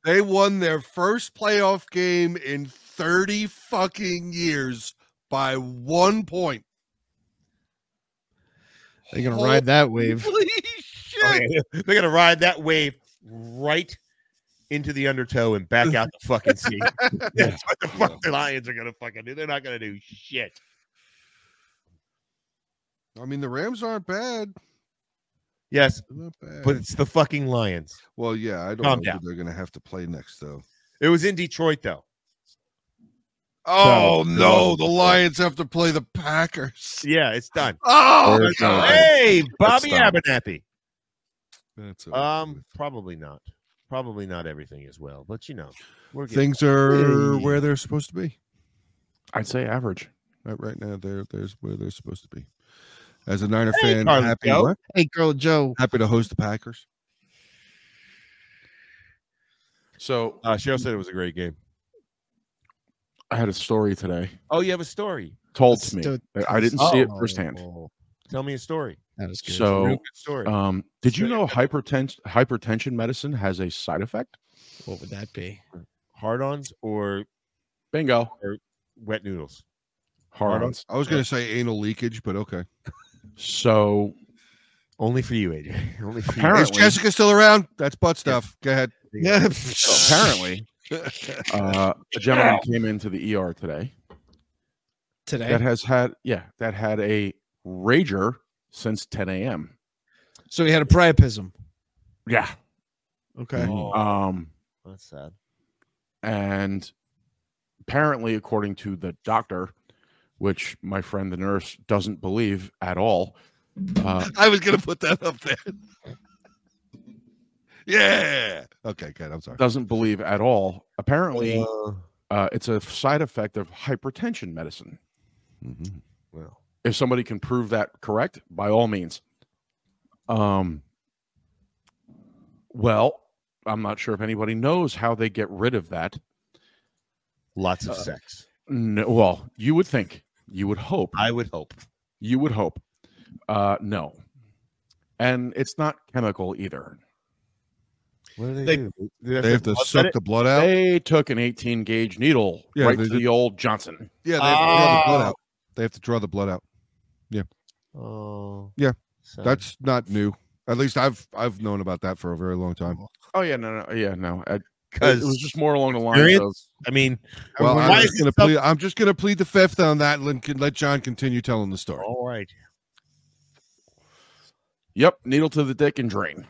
Speaker 4: They won their first playoff game in 30 fucking years by one point.
Speaker 3: They're gonna ride that wave.
Speaker 4: Holy shit.
Speaker 2: Okay, They're gonna ride that wave right into the undertow and back out the fucking sea. That's what the fuck the Lions are gonna fucking do. They're not gonna do shit.
Speaker 4: I mean, the Rams aren't bad.
Speaker 2: Yes,
Speaker 4: They're Not bad.
Speaker 2: but it's the fucking Lions.
Speaker 4: well, yeah, I don't
Speaker 2: Calm
Speaker 4: know
Speaker 2: down.
Speaker 4: who they're going to have to play next, though.
Speaker 2: It was in Detroit though.
Speaker 4: Oh,
Speaker 2: So-
Speaker 4: no. The Lions have to play the Packers.
Speaker 2: Yeah, it's done.
Speaker 4: Oh,
Speaker 5: They're done.
Speaker 2: hey, Bobby
Speaker 5: done.
Speaker 2: Abernathy.
Speaker 4: That's over
Speaker 2: Um, probably not. Probably not everything as well, but you know, we're
Speaker 4: with.
Speaker 2: getting
Speaker 4: things are where they're supposed to be.
Speaker 5: I'd say average.
Speaker 4: Right, right now, they're there's where they're supposed to be. As a Niner
Speaker 2: Hey,
Speaker 4: fan,
Speaker 2: Carlos
Speaker 4: happy,
Speaker 2: Joe.
Speaker 4: what?
Speaker 3: Hey, girl, Joe.
Speaker 4: happy to host the Packers.
Speaker 5: So
Speaker 2: Uh, Cheryl said it was a great game.
Speaker 5: I had a story today
Speaker 2: Oh, you have a story.
Speaker 5: told to me.
Speaker 3: Sto-
Speaker 5: I didn't see it
Speaker 3: Oh.
Speaker 5: firsthand.
Speaker 2: Tell me a story.
Speaker 3: That was good.
Speaker 2: Real
Speaker 5: So,
Speaker 2: good story.
Speaker 4: Uh,
Speaker 5: um, did you
Speaker 2: Sure.
Speaker 5: know hypertension hypertension medicine has a side effect?
Speaker 3: what would that be?
Speaker 2: Hard-ons or
Speaker 5: Bingo.
Speaker 2: wet noodles?
Speaker 5: Hard
Speaker 2: Hard-ons.
Speaker 4: I was going to say anal leakage, but okay.
Speaker 5: So
Speaker 2: Only for you, AJ. Only for
Speaker 5: Apparently-
Speaker 4: Is Jessica still around? That's butt stuff. Go ahead.
Speaker 2: you.
Speaker 3: Yeah.
Speaker 5: apparently, uh, a gentleman came into the ER today
Speaker 3: Today.
Speaker 5: that has had yeah that had a rager since 10 a.m.
Speaker 3: So he had a priapism.
Speaker 5: Yeah.
Speaker 3: Okay.
Speaker 2: Oh,
Speaker 5: Um,
Speaker 2: that's sad.
Speaker 5: and apparently according to the doctor which my friend the nurse doesn't believe at all uh,
Speaker 4: I was going to put that up there. yeah. Okay, good. I'm sorry.
Speaker 5: doesn't believe at all apparently
Speaker 2: Uh,
Speaker 5: uh, it's a side effect of hypertension medicine
Speaker 2: well,
Speaker 5: if somebody can prove that correct by all means um Well, I'm not sure if anybody knows how they get rid of that.
Speaker 2: Lots of sex.
Speaker 5: No, well, you would think, you would hope.
Speaker 2: I would hope.
Speaker 5: You would hope. Uh, no, and it's not chemical either.
Speaker 2: What do
Speaker 3: They-
Speaker 2: they, do?
Speaker 4: They have to suck the blood out.
Speaker 5: They took an 18 gauge needle
Speaker 4: Yeah,
Speaker 5: right
Speaker 4: they
Speaker 5: to
Speaker 4: did.
Speaker 5: the old Johnson.
Speaker 4: Yeah, they have to draw the blood
Speaker 5: Ah.
Speaker 4: out. They have to draw the blood out. Yeah.
Speaker 2: Oh.
Speaker 4: Yeah.
Speaker 2: So-
Speaker 4: That's not new. At least I've I've known about that for a very long time.
Speaker 5: Oh yeah, no, no, yeah, no. I- it
Speaker 4: 'Cause
Speaker 5: was just more along the lines of
Speaker 2: Experience? I mean,
Speaker 4: Well,
Speaker 2: why
Speaker 4: I'm
Speaker 2: is
Speaker 4: just,
Speaker 2: this
Speaker 4: gonna
Speaker 2: stuff-
Speaker 4: plead, I'm just gonna plead the fifth on that and let- let John continue telling the story.
Speaker 2: All right.
Speaker 5: Yep, needle to the dick and drain.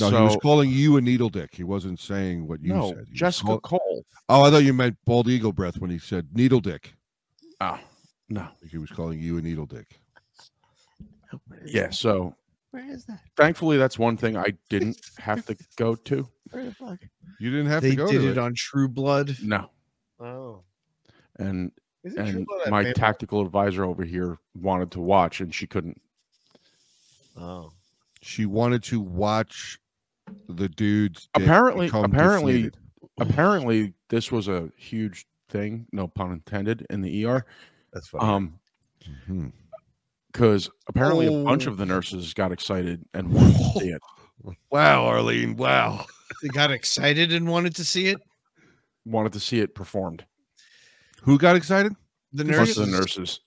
Speaker 4: No,
Speaker 5: so,
Speaker 4: he was calling you a needle dick. He wasn't saying what you
Speaker 5: No,
Speaker 4: said. He was
Speaker 5: Jessica
Speaker 4: call-
Speaker 5: Cole.
Speaker 4: Oh, I thought you meant bald eagle breath when he said needle dick.
Speaker 5: Oh, no.
Speaker 4: He was calling you a needle dick.
Speaker 5: yeah, so
Speaker 2: Where is that?
Speaker 5: thankfully that's one thing I didn't have to go to.
Speaker 2: Where the fuck?
Speaker 4: You didn't have
Speaker 3: They
Speaker 4: to go
Speaker 3: did
Speaker 4: to
Speaker 3: it on True Blood.
Speaker 5: No.
Speaker 2: Oh.
Speaker 5: And
Speaker 2: Is it true
Speaker 5: and
Speaker 2: about that
Speaker 5: my
Speaker 2: vampire-
Speaker 5: tactical advisor over here wanted to watch and she couldn't.
Speaker 2: Oh.
Speaker 4: She wanted to watch the dude's dick
Speaker 5: apparently
Speaker 4: become
Speaker 5: apparently
Speaker 4: deflated.
Speaker 5: apparently this was a huge thing no pun intended in the er
Speaker 2: that's
Speaker 4: Uh,
Speaker 5: fine. um
Speaker 4: Mm-hmm.
Speaker 5: because apparently a bunch
Speaker 3: Oh.
Speaker 5: of the nurses got excited and wanted to see it
Speaker 4: wow arlene wow
Speaker 3: They got excited and wanted to see it.
Speaker 5: wanted to see it performed
Speaker 4: Who got excited?
Speaker 3: The
Speaker 5: a bunch of
Speaker 3: nurses.
Speaker 5: the nurses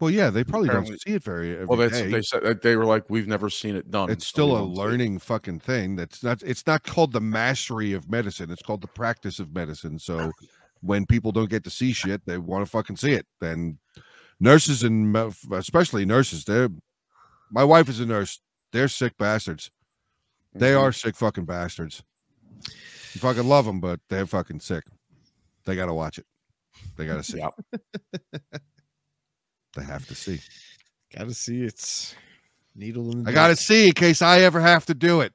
Speaker 4: Well, yeah, they probably
Speaker 5: Apparently-
Speaker 4: don't see it very. Every
Speaker 5: well that's
Speaker 4: day.
Speaker 5: they said that they were like we've never seen it done
Speaker 4: it's
Speaker 5: so
Speaker 4: still a
Speaker 5: we want to see it."
Speaker 4: learning fucking thing. That's not. It's not called the mastery of medicine. It's called the practice of medicine. So, when people don't get to see shit, they want to fucking see it. Then, nurses and me- especially nurses, they're. My wife is a nurse. They're sick bastards. They are sick fucking bastards. You fucking love them, but they're fucking sick. They got to watch it. They got to see.
Speaker 5: Yep.
Speaker 4: They have to see.
Speaker 3: Got to see it's needle in. The
Speaker 4: I got to
Speaker 3: dick.
Speaker 4: see in case I ever have to do it.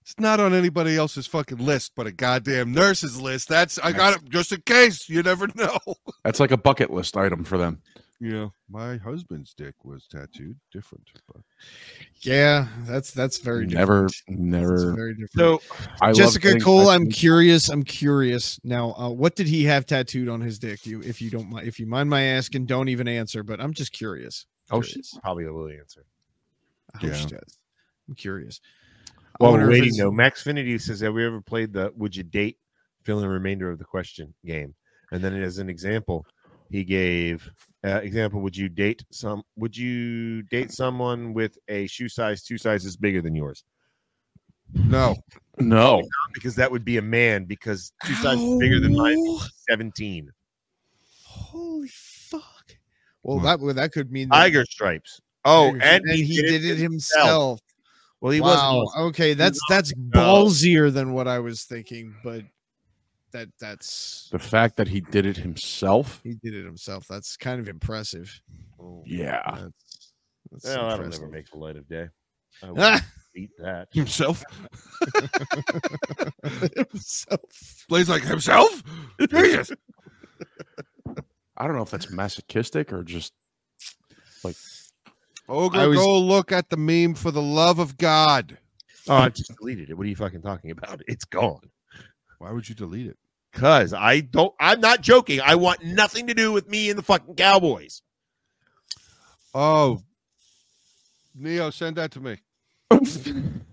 Speaker 4: It's not on anybody else's fucking list, but a goddamn nurse's list. That's I got it just in case. You never know.
Speaker 5: that's like a bucket list item for them
Speaker 4: Yeah, my husband's dick was tattooed different. But
Speaker 3: Yeah, that's that's very
Speaker 5: never
Speaker 3: different.
Speaker 5: never
Speaker 3: That's very different.
Speaker 2: So
Speaker 5: I love
Speaker 3: Jessica
Speaker 5: things
Speaker 3: Cole,
Speaker 5: like
Speaker 3: I'm
Speaker 5: this.
Speaker 3: curious. I'm curious now. Uh, what did he have tattooed on his dick? You, if you don't mind, if you mind my asking, don't even answer. But I'm just curious.
Speaker 2: Oh, she's probably a little answer.
Speaker 3: I hope she
Speaker 4: Yeah.
Speaker 3: does. I'm curious. I
Speaker 2: While
Speaker 3: wonder
Speaker 2: we're
Speaker 3: if
Speaker 2: waiting,
Speaker 3: it's-
Speaker 2: though, Max Finity says, "Have we ever played the Would You Date?" Fill in the remainder of the question game, and then as an example, he gave uh, example: Would you date some? Would you date someone with a shoe size two sizes bigger than yours?
Speaker 4: no,
Speaker 5: no
Speaker 2: Because that would be a man. Because two sizes bigger than mine,
Speaker 3: Oh.
Speaker 2: is seventeen.
Speaker 3: Holy fuck! Well, that would that could mean that-
Speaker 2: Tiger stripes. Oh,
Speaker 3: Tiger
Speaker 2: and,
Speaker 3: stripes. And he did it himself.
Speaker 2: Well, he
Speaker 3: wow.
Speaker 2: was
Speaker 3: okay. That's that's
Speaker 2: himself.
Speaker 3: ballsier than what I was thinking, but that that's
Speaker 5: the fact that he did it himself
Speaker 3: he did it himself. That's kind of impressive.
Speaker 4: Oh.
Speaker 5: yeah
Speaker 3: That's, that's
Speaker 2: Well, that'll
Speaker 3: impressive.
Speaker 2: never make the light of day. I would
Speaker 3: Ah!
Speaker 2: eat that.
Speaker 4: himself.
Speaker 3: himself.
Speaker 4: Blaze like himself. Jesus.
Speaker 5: I don't know if that's masochistic or just like
Speaker 3: I
Speaker 4: Ogre,
Speaker 3: was-
Speaker 4: Oh, go look at the meme for the love of God.
Speaker 2: Oh, I just deleted it. What are you fucking talking about? It's gone.
Speaker 4: Why would you delete it?
Speaker 2: Cause I don't. I'm not joking. I want nothing to do with me and the fucking Cowboys.
Speaker 4: Oh, Neo, send that to me.
Speaker 5: send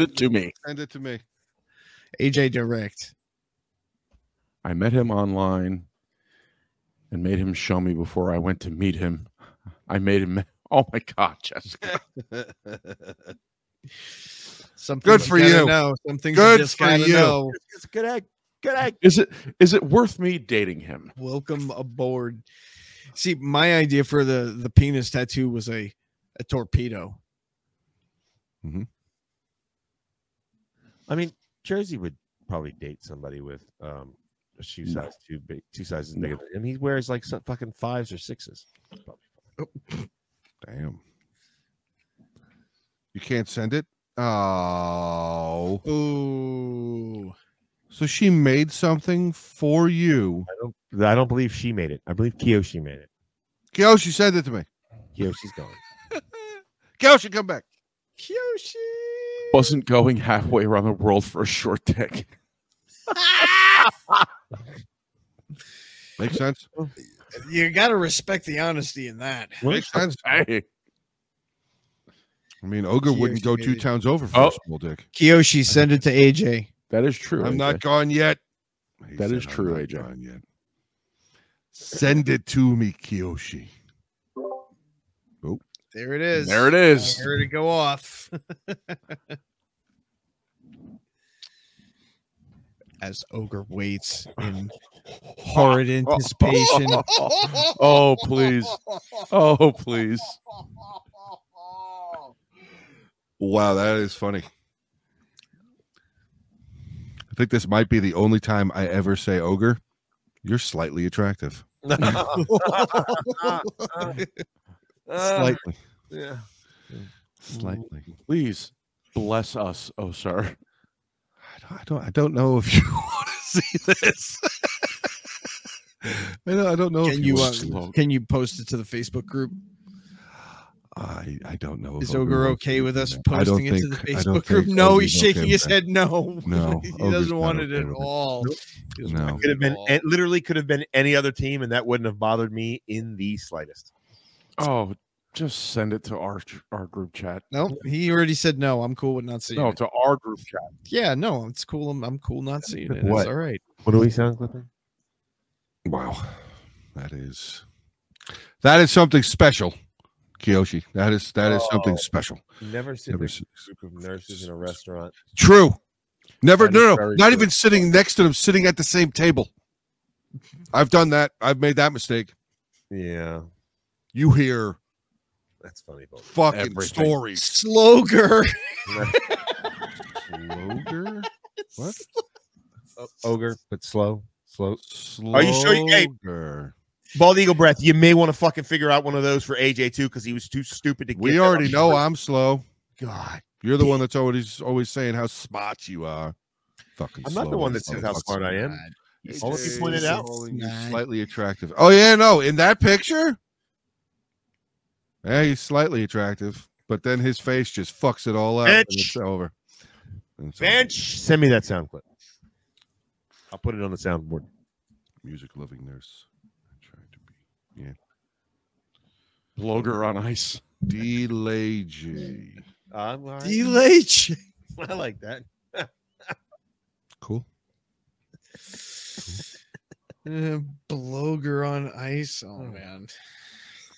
Speaker 5: it to me.
Speaker 4: Send it to me.
Speaker 3: AJ direct.
Speaker 5: I met him online and made him show me before I went to meet him. I made him. Oh my God, Jessica!
Speaker 3: Something
Speaker 4: Good for you.
Speaker 3: Know. Something
Speaker 4: Good
Speaker 3: just
Speaker 4: for
Speaker 3: gotta
Speaker 4: you.
Speaker 3: Know.
Speaker 2: It's good egg. Good egg.
Speaker 5: Is it is it worth me dating him?
Speaker 3: Welcome aboard. See, my idea for the the penis tattoo was a a torpedo.
Speaker 2: I mean, Jersey would probably date somebody with um, a shoe
Speaker 5: No.
Speaker 2: size two big, two sizes
Speaker 5: No.
Speaker 2: bigger than him. He wears like some fucking fives or sixes.
Speaker 4: Damn. You can't send it? Oh.
Speaker 3: Ooh.
Speaker 4: So she made something for you.
Speaker 2: I don't. I don't believe she made it. I believe Kiyoshi made it.
Speaker 4: Kyoshi, send it to me.
Speaker 2: Kiyoshi's gone.
Speaker 4: Kyoshi, come back.
Speaker 5: Wasn't going halfway around the world for a short dick. Oh,
Speaker 4: Makes sense.
Speaker 3: You got to respect the honesty in that.
Speaker 4: Makes sense. I mean, Ogre wouldn't go two towns over for
Speaker 3: Oh.
Speaker 4: a small dick.
Speaker 3: Kiyoshi, send it to AJ.
Speaker 5: That is true.
Speaker 4: I'm not gone yet.
Speaker 5: That is true, AJ.
Speaker 4: Send it to me, Kiyoshi. Oh,
Speaker 3: There it is.
Speaker 4: There it is.
Speaker 3: Here to go off. As Ogre waits in horrid anticipation.
Speaker 5: oh, please. Oh, please.
Speaker 4: wow, that is funny. I think this might be the only time I ever say ogre. You're slightly attractive.
Speaker 3: Uh,
Speaker 4: Slightly.
Speaker 2: Yeah.
Speaker 4: Slightly.
Speaker 5: Please bless us, oh sir.
Speaker 4: I don't. I don't know if you want to see this. I don't. I don't know
Speaker 3: Can
Speaker 4: if
Speaker 3: you
Speaker 4: want to
Speaker 3: uh, can you post it to the Facebook group?
Speaker 4: I, I don't know. if
Speaker 3: Is Ogre
Speaker 4: will
Speaker 3: okay with us
Speaker 4: do that. I don't
Speaker 3: posting it to the
Speaker 4: think- I don't
Speaker 3: Facebook group?
Speaker 4: think
Speaker 3: No,
Speaker 4: Ogre's
Speaker 3: he's shaking
Speaker 4: okay
Speaker 3: his
Speaker 4: with that.
Speaker 3: head no.
Speaker 4: No,
Speaker 3: he
Speaker 4: Ogre's
Speaker 3: doesn't
Speaker 4: not
Speaker 3: want
Speaker 4: okay
Speaker 3: it at
Speaker 4: with it.
Speaker 3: all. He doesn't
Speaker 4: No.
Speaker 3: want
Speaker 2: Could have been.
Speaker 3: at all.
Speaker 2: It literally could have been any other team, and that wouldn't have bothered me in the slightest.
Speaker 5: Oh, just send it to our our group chat.
Speaker 3: Nope, he already said no. I'm cool with not seeing
Speaker 5: No,
Speaker 3: it.
Speaker 5: to our group chat.
Speaker 3: Yeah, no, it's cool. I'm, I'm cool not seeing it.
Speaker 4: What?
Speaker 3: It's all right.
Speaker 2: What do we sound clipping?
Speaker 4: Wow, that is that is something special, Kiyoshi. That is that is something
Speaker 2: Oh.
Speaker 4: special.
Speaker 2: Never sit
Speaker 4: Never
Speaker 2: next to a group of nurses in a restaurant.
Speaker 4: True. Never.
Speaker 2: That is
Speaker 4: No, no,
Speaker 2: very
Speaker 4: not
Speaker 2: true.
Speaker 4: even sitting next to them. Sitting at the same table. I've done that. I've made that mistake.
Speaker 2: Yeah,
Speaker 4: You hear
Speaker 2: that's funny. Both.
Speaker 4: fucking
Speaker 2: Everything.
Speaker 4: stories.
Speaker 3: Sloger.
Speaker 4: Sloger. What?
Speaker 2: Ogre, but slow, slow,
Speaker 4: slow.
Speaker 2: Are you sure? You, hey, bald eagle breath. You may want to fucking figure out one of those for AJ too, because he was too stupid to.
Speaker 4: We
Speaker 2: get
Speaker 4: already
Speaker 2: that.
Speaker 4: know I'm slow.
Speaker 2: God,
Speaker 4: You're the one that's always always saying how smart you are. Fucking.
Speaker 2: I'm not the
Speaker 4: slow
Speaker 2: one that says how
Speaker 4: motherfucker.
Speaker 2: smart I am. All of you pointed out.
Speaker 4: You're slightly attractive. Oh yeah, no, in that picture. Yeah, he's slightly attractive, but then his face just fucks it all up, and
Speaker 2: Bitch.
Speaker 4: it's over. And so-
Speaker 2: Bench, send me that sound clip. I'll put it on the soundboard.
Speaker 4: music loving nurse. I'm trying to be yeah.
Speaker 5: Bloger on ice.
Speaker 4: Delay G.
Speaker 2: Um, all right.
Speaker 3: DLH.
Speaker 2: I like that.
Speaker 4: Cool.
Speaker 3: Uh, bloger on ice. Oh,
Speaker 2: Hmm.
Speaker 3: man.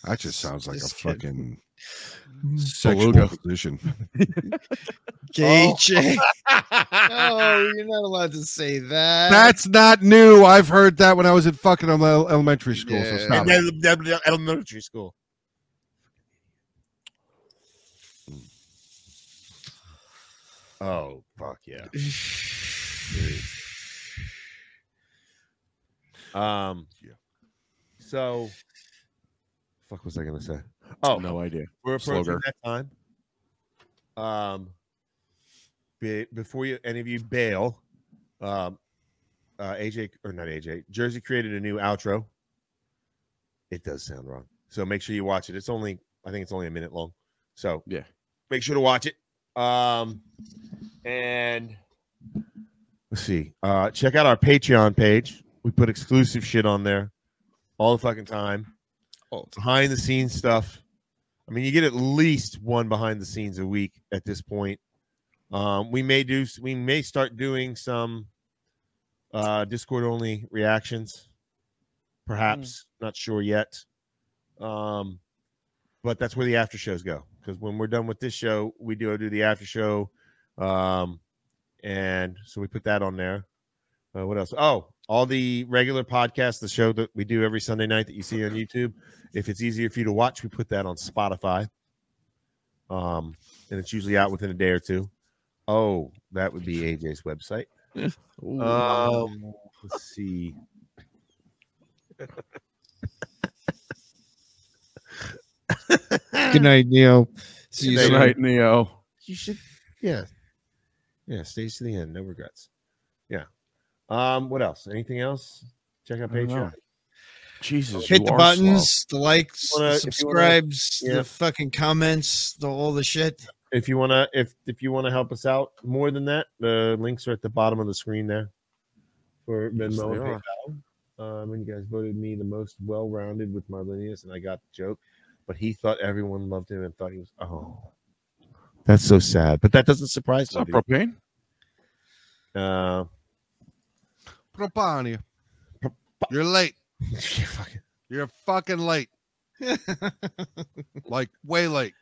Speaker 4: That just sounds like a
Speaker 3: Just kidding.
Speaker 4: fucking sexual
Speaker 5: Beluga.
Speaker 4: position.
Speaker 3: KJ.
Speaker 2: Oh.
Speaker 3: no, you're not allowed to say that.
Speaker 4: That's not new. I've heard that when I was in fucking ele- elementary school. So
Speaker 3: Yeah.
Speaker 4: stop. it.
Speaker 2: Ele- ele- Elementary school. Oh fuck yeah. Um. So, fuck was I gonna say? Oh
Speaker 5: No idea.
Speaker 2: we're approaching
Speaker 5: Sloger.
Speaker 2: that time. Um, be, before you any of you bail, um, uh, AJ or not AJ, Jersey created a new outro. It does sound wrong, so make sure you watch it. It's only I think it's only a minute long, so
Speaker 5: Yeah.
Speaker 2: make sure to watch it. Um, and let's see, uh, check out our Patreon page. We put exclusive shit on there all the fucking time.
Speaker 3: All the
Speaker 2: behind the scenes stuff. I mean, you get at least one behind the scenes a week at this point. Um, we may do, we may start doing some uh, Discord only reactions, perhaps. Not sure yet. Um, but that's where the after shows go because when we're done with this show, we do do the after show, um, and so we put that on there. Uh, what else? Oh, all the regular podcasts, the show that we do every Sunday night that you see on YouTube. If it's easier for you to watch, we put that on Spotify. Um, and it's usually out within a day or two. Oh, that would be AJ's website.
Speaker 3: Ooh.
Speaker 2: Um, let's see.
Speaker 3: Good night, Neo. See you
Speaker 5: Good
Speaker 3: soon.
Speaker 5: night, Neo.
Speaker 2: You should, yeah, yeah. Stays to the end, no regrets. Yeah. Um. What else? Anything else? Check out
Speaker 5: I don't
Speaker 2: Patreon.
Speaker 5: know. Jesus,
Speaker 3: Hit
Speaker 5: you
Speaker 3: the
Speaker 5: are
Speaker 3: buttons, the likes,
Speaker 2: Wanna-
Speaker 3: the
Speaker 2: if you wanna-
Speaker 3: subscribes,
Speaker 2: yeah.
Speaker 3: the fucking comments, the all the shit.
Speaker 2: if you wanna if if you wanna help us out more than that, the links are at the bottom of the screen there for
Speaker 5: Yes,
Speaker 2: Venmo
Speaker 5: they are.
Speaker 2: and PayPal. Um, and you guys voted me the most well-rounded with my lineage, and I got the joke, but he thought everyone loved him and thought he was oh. That's so sad, but that doesn't surprise
Speaker 4: Not
Speaker 2: me.
Speaker 5: propane.
Speaker 2: Uh,
Speaker 4: Put a paw on you. You're late. You're fucking late. like way late.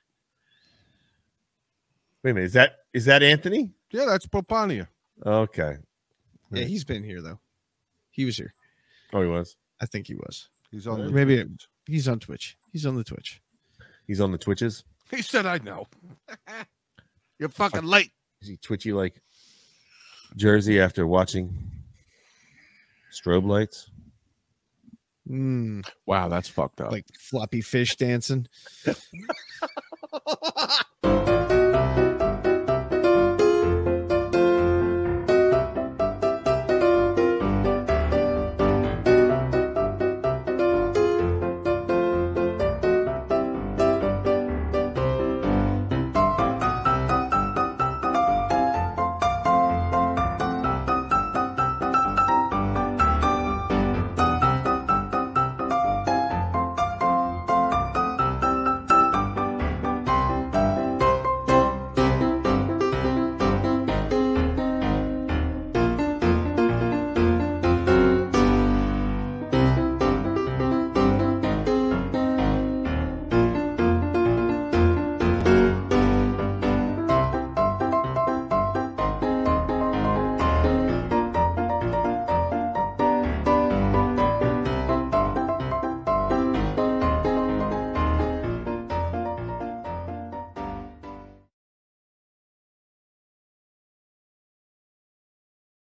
Speaker 2: wait a minute, is that is that Anthony?
Speaker 4: Yeah, that's Popania.
Speaker 2: Okay.
Speaker 3: Yeah, he's been here though. He was here.
Speaker 2: Oh, he was.
Speaker 3: I think he was.
Speaker 4: He's
Speaker 3: Or
Speaker 4: on. The
Speaker 3: maybe it- he's on Twitch. He's on the Twitch.
Speaker 2: He's on the Twitches.
Speaker 4: He said, "I know." You're fucking late.
Speaker 2: Is he twitchy like Jersey after watching strobe lights?
Speaker 3: Mm,
Speaker 5: Wow, that's fucked up.
Speaker 3: like floppy fish dancing.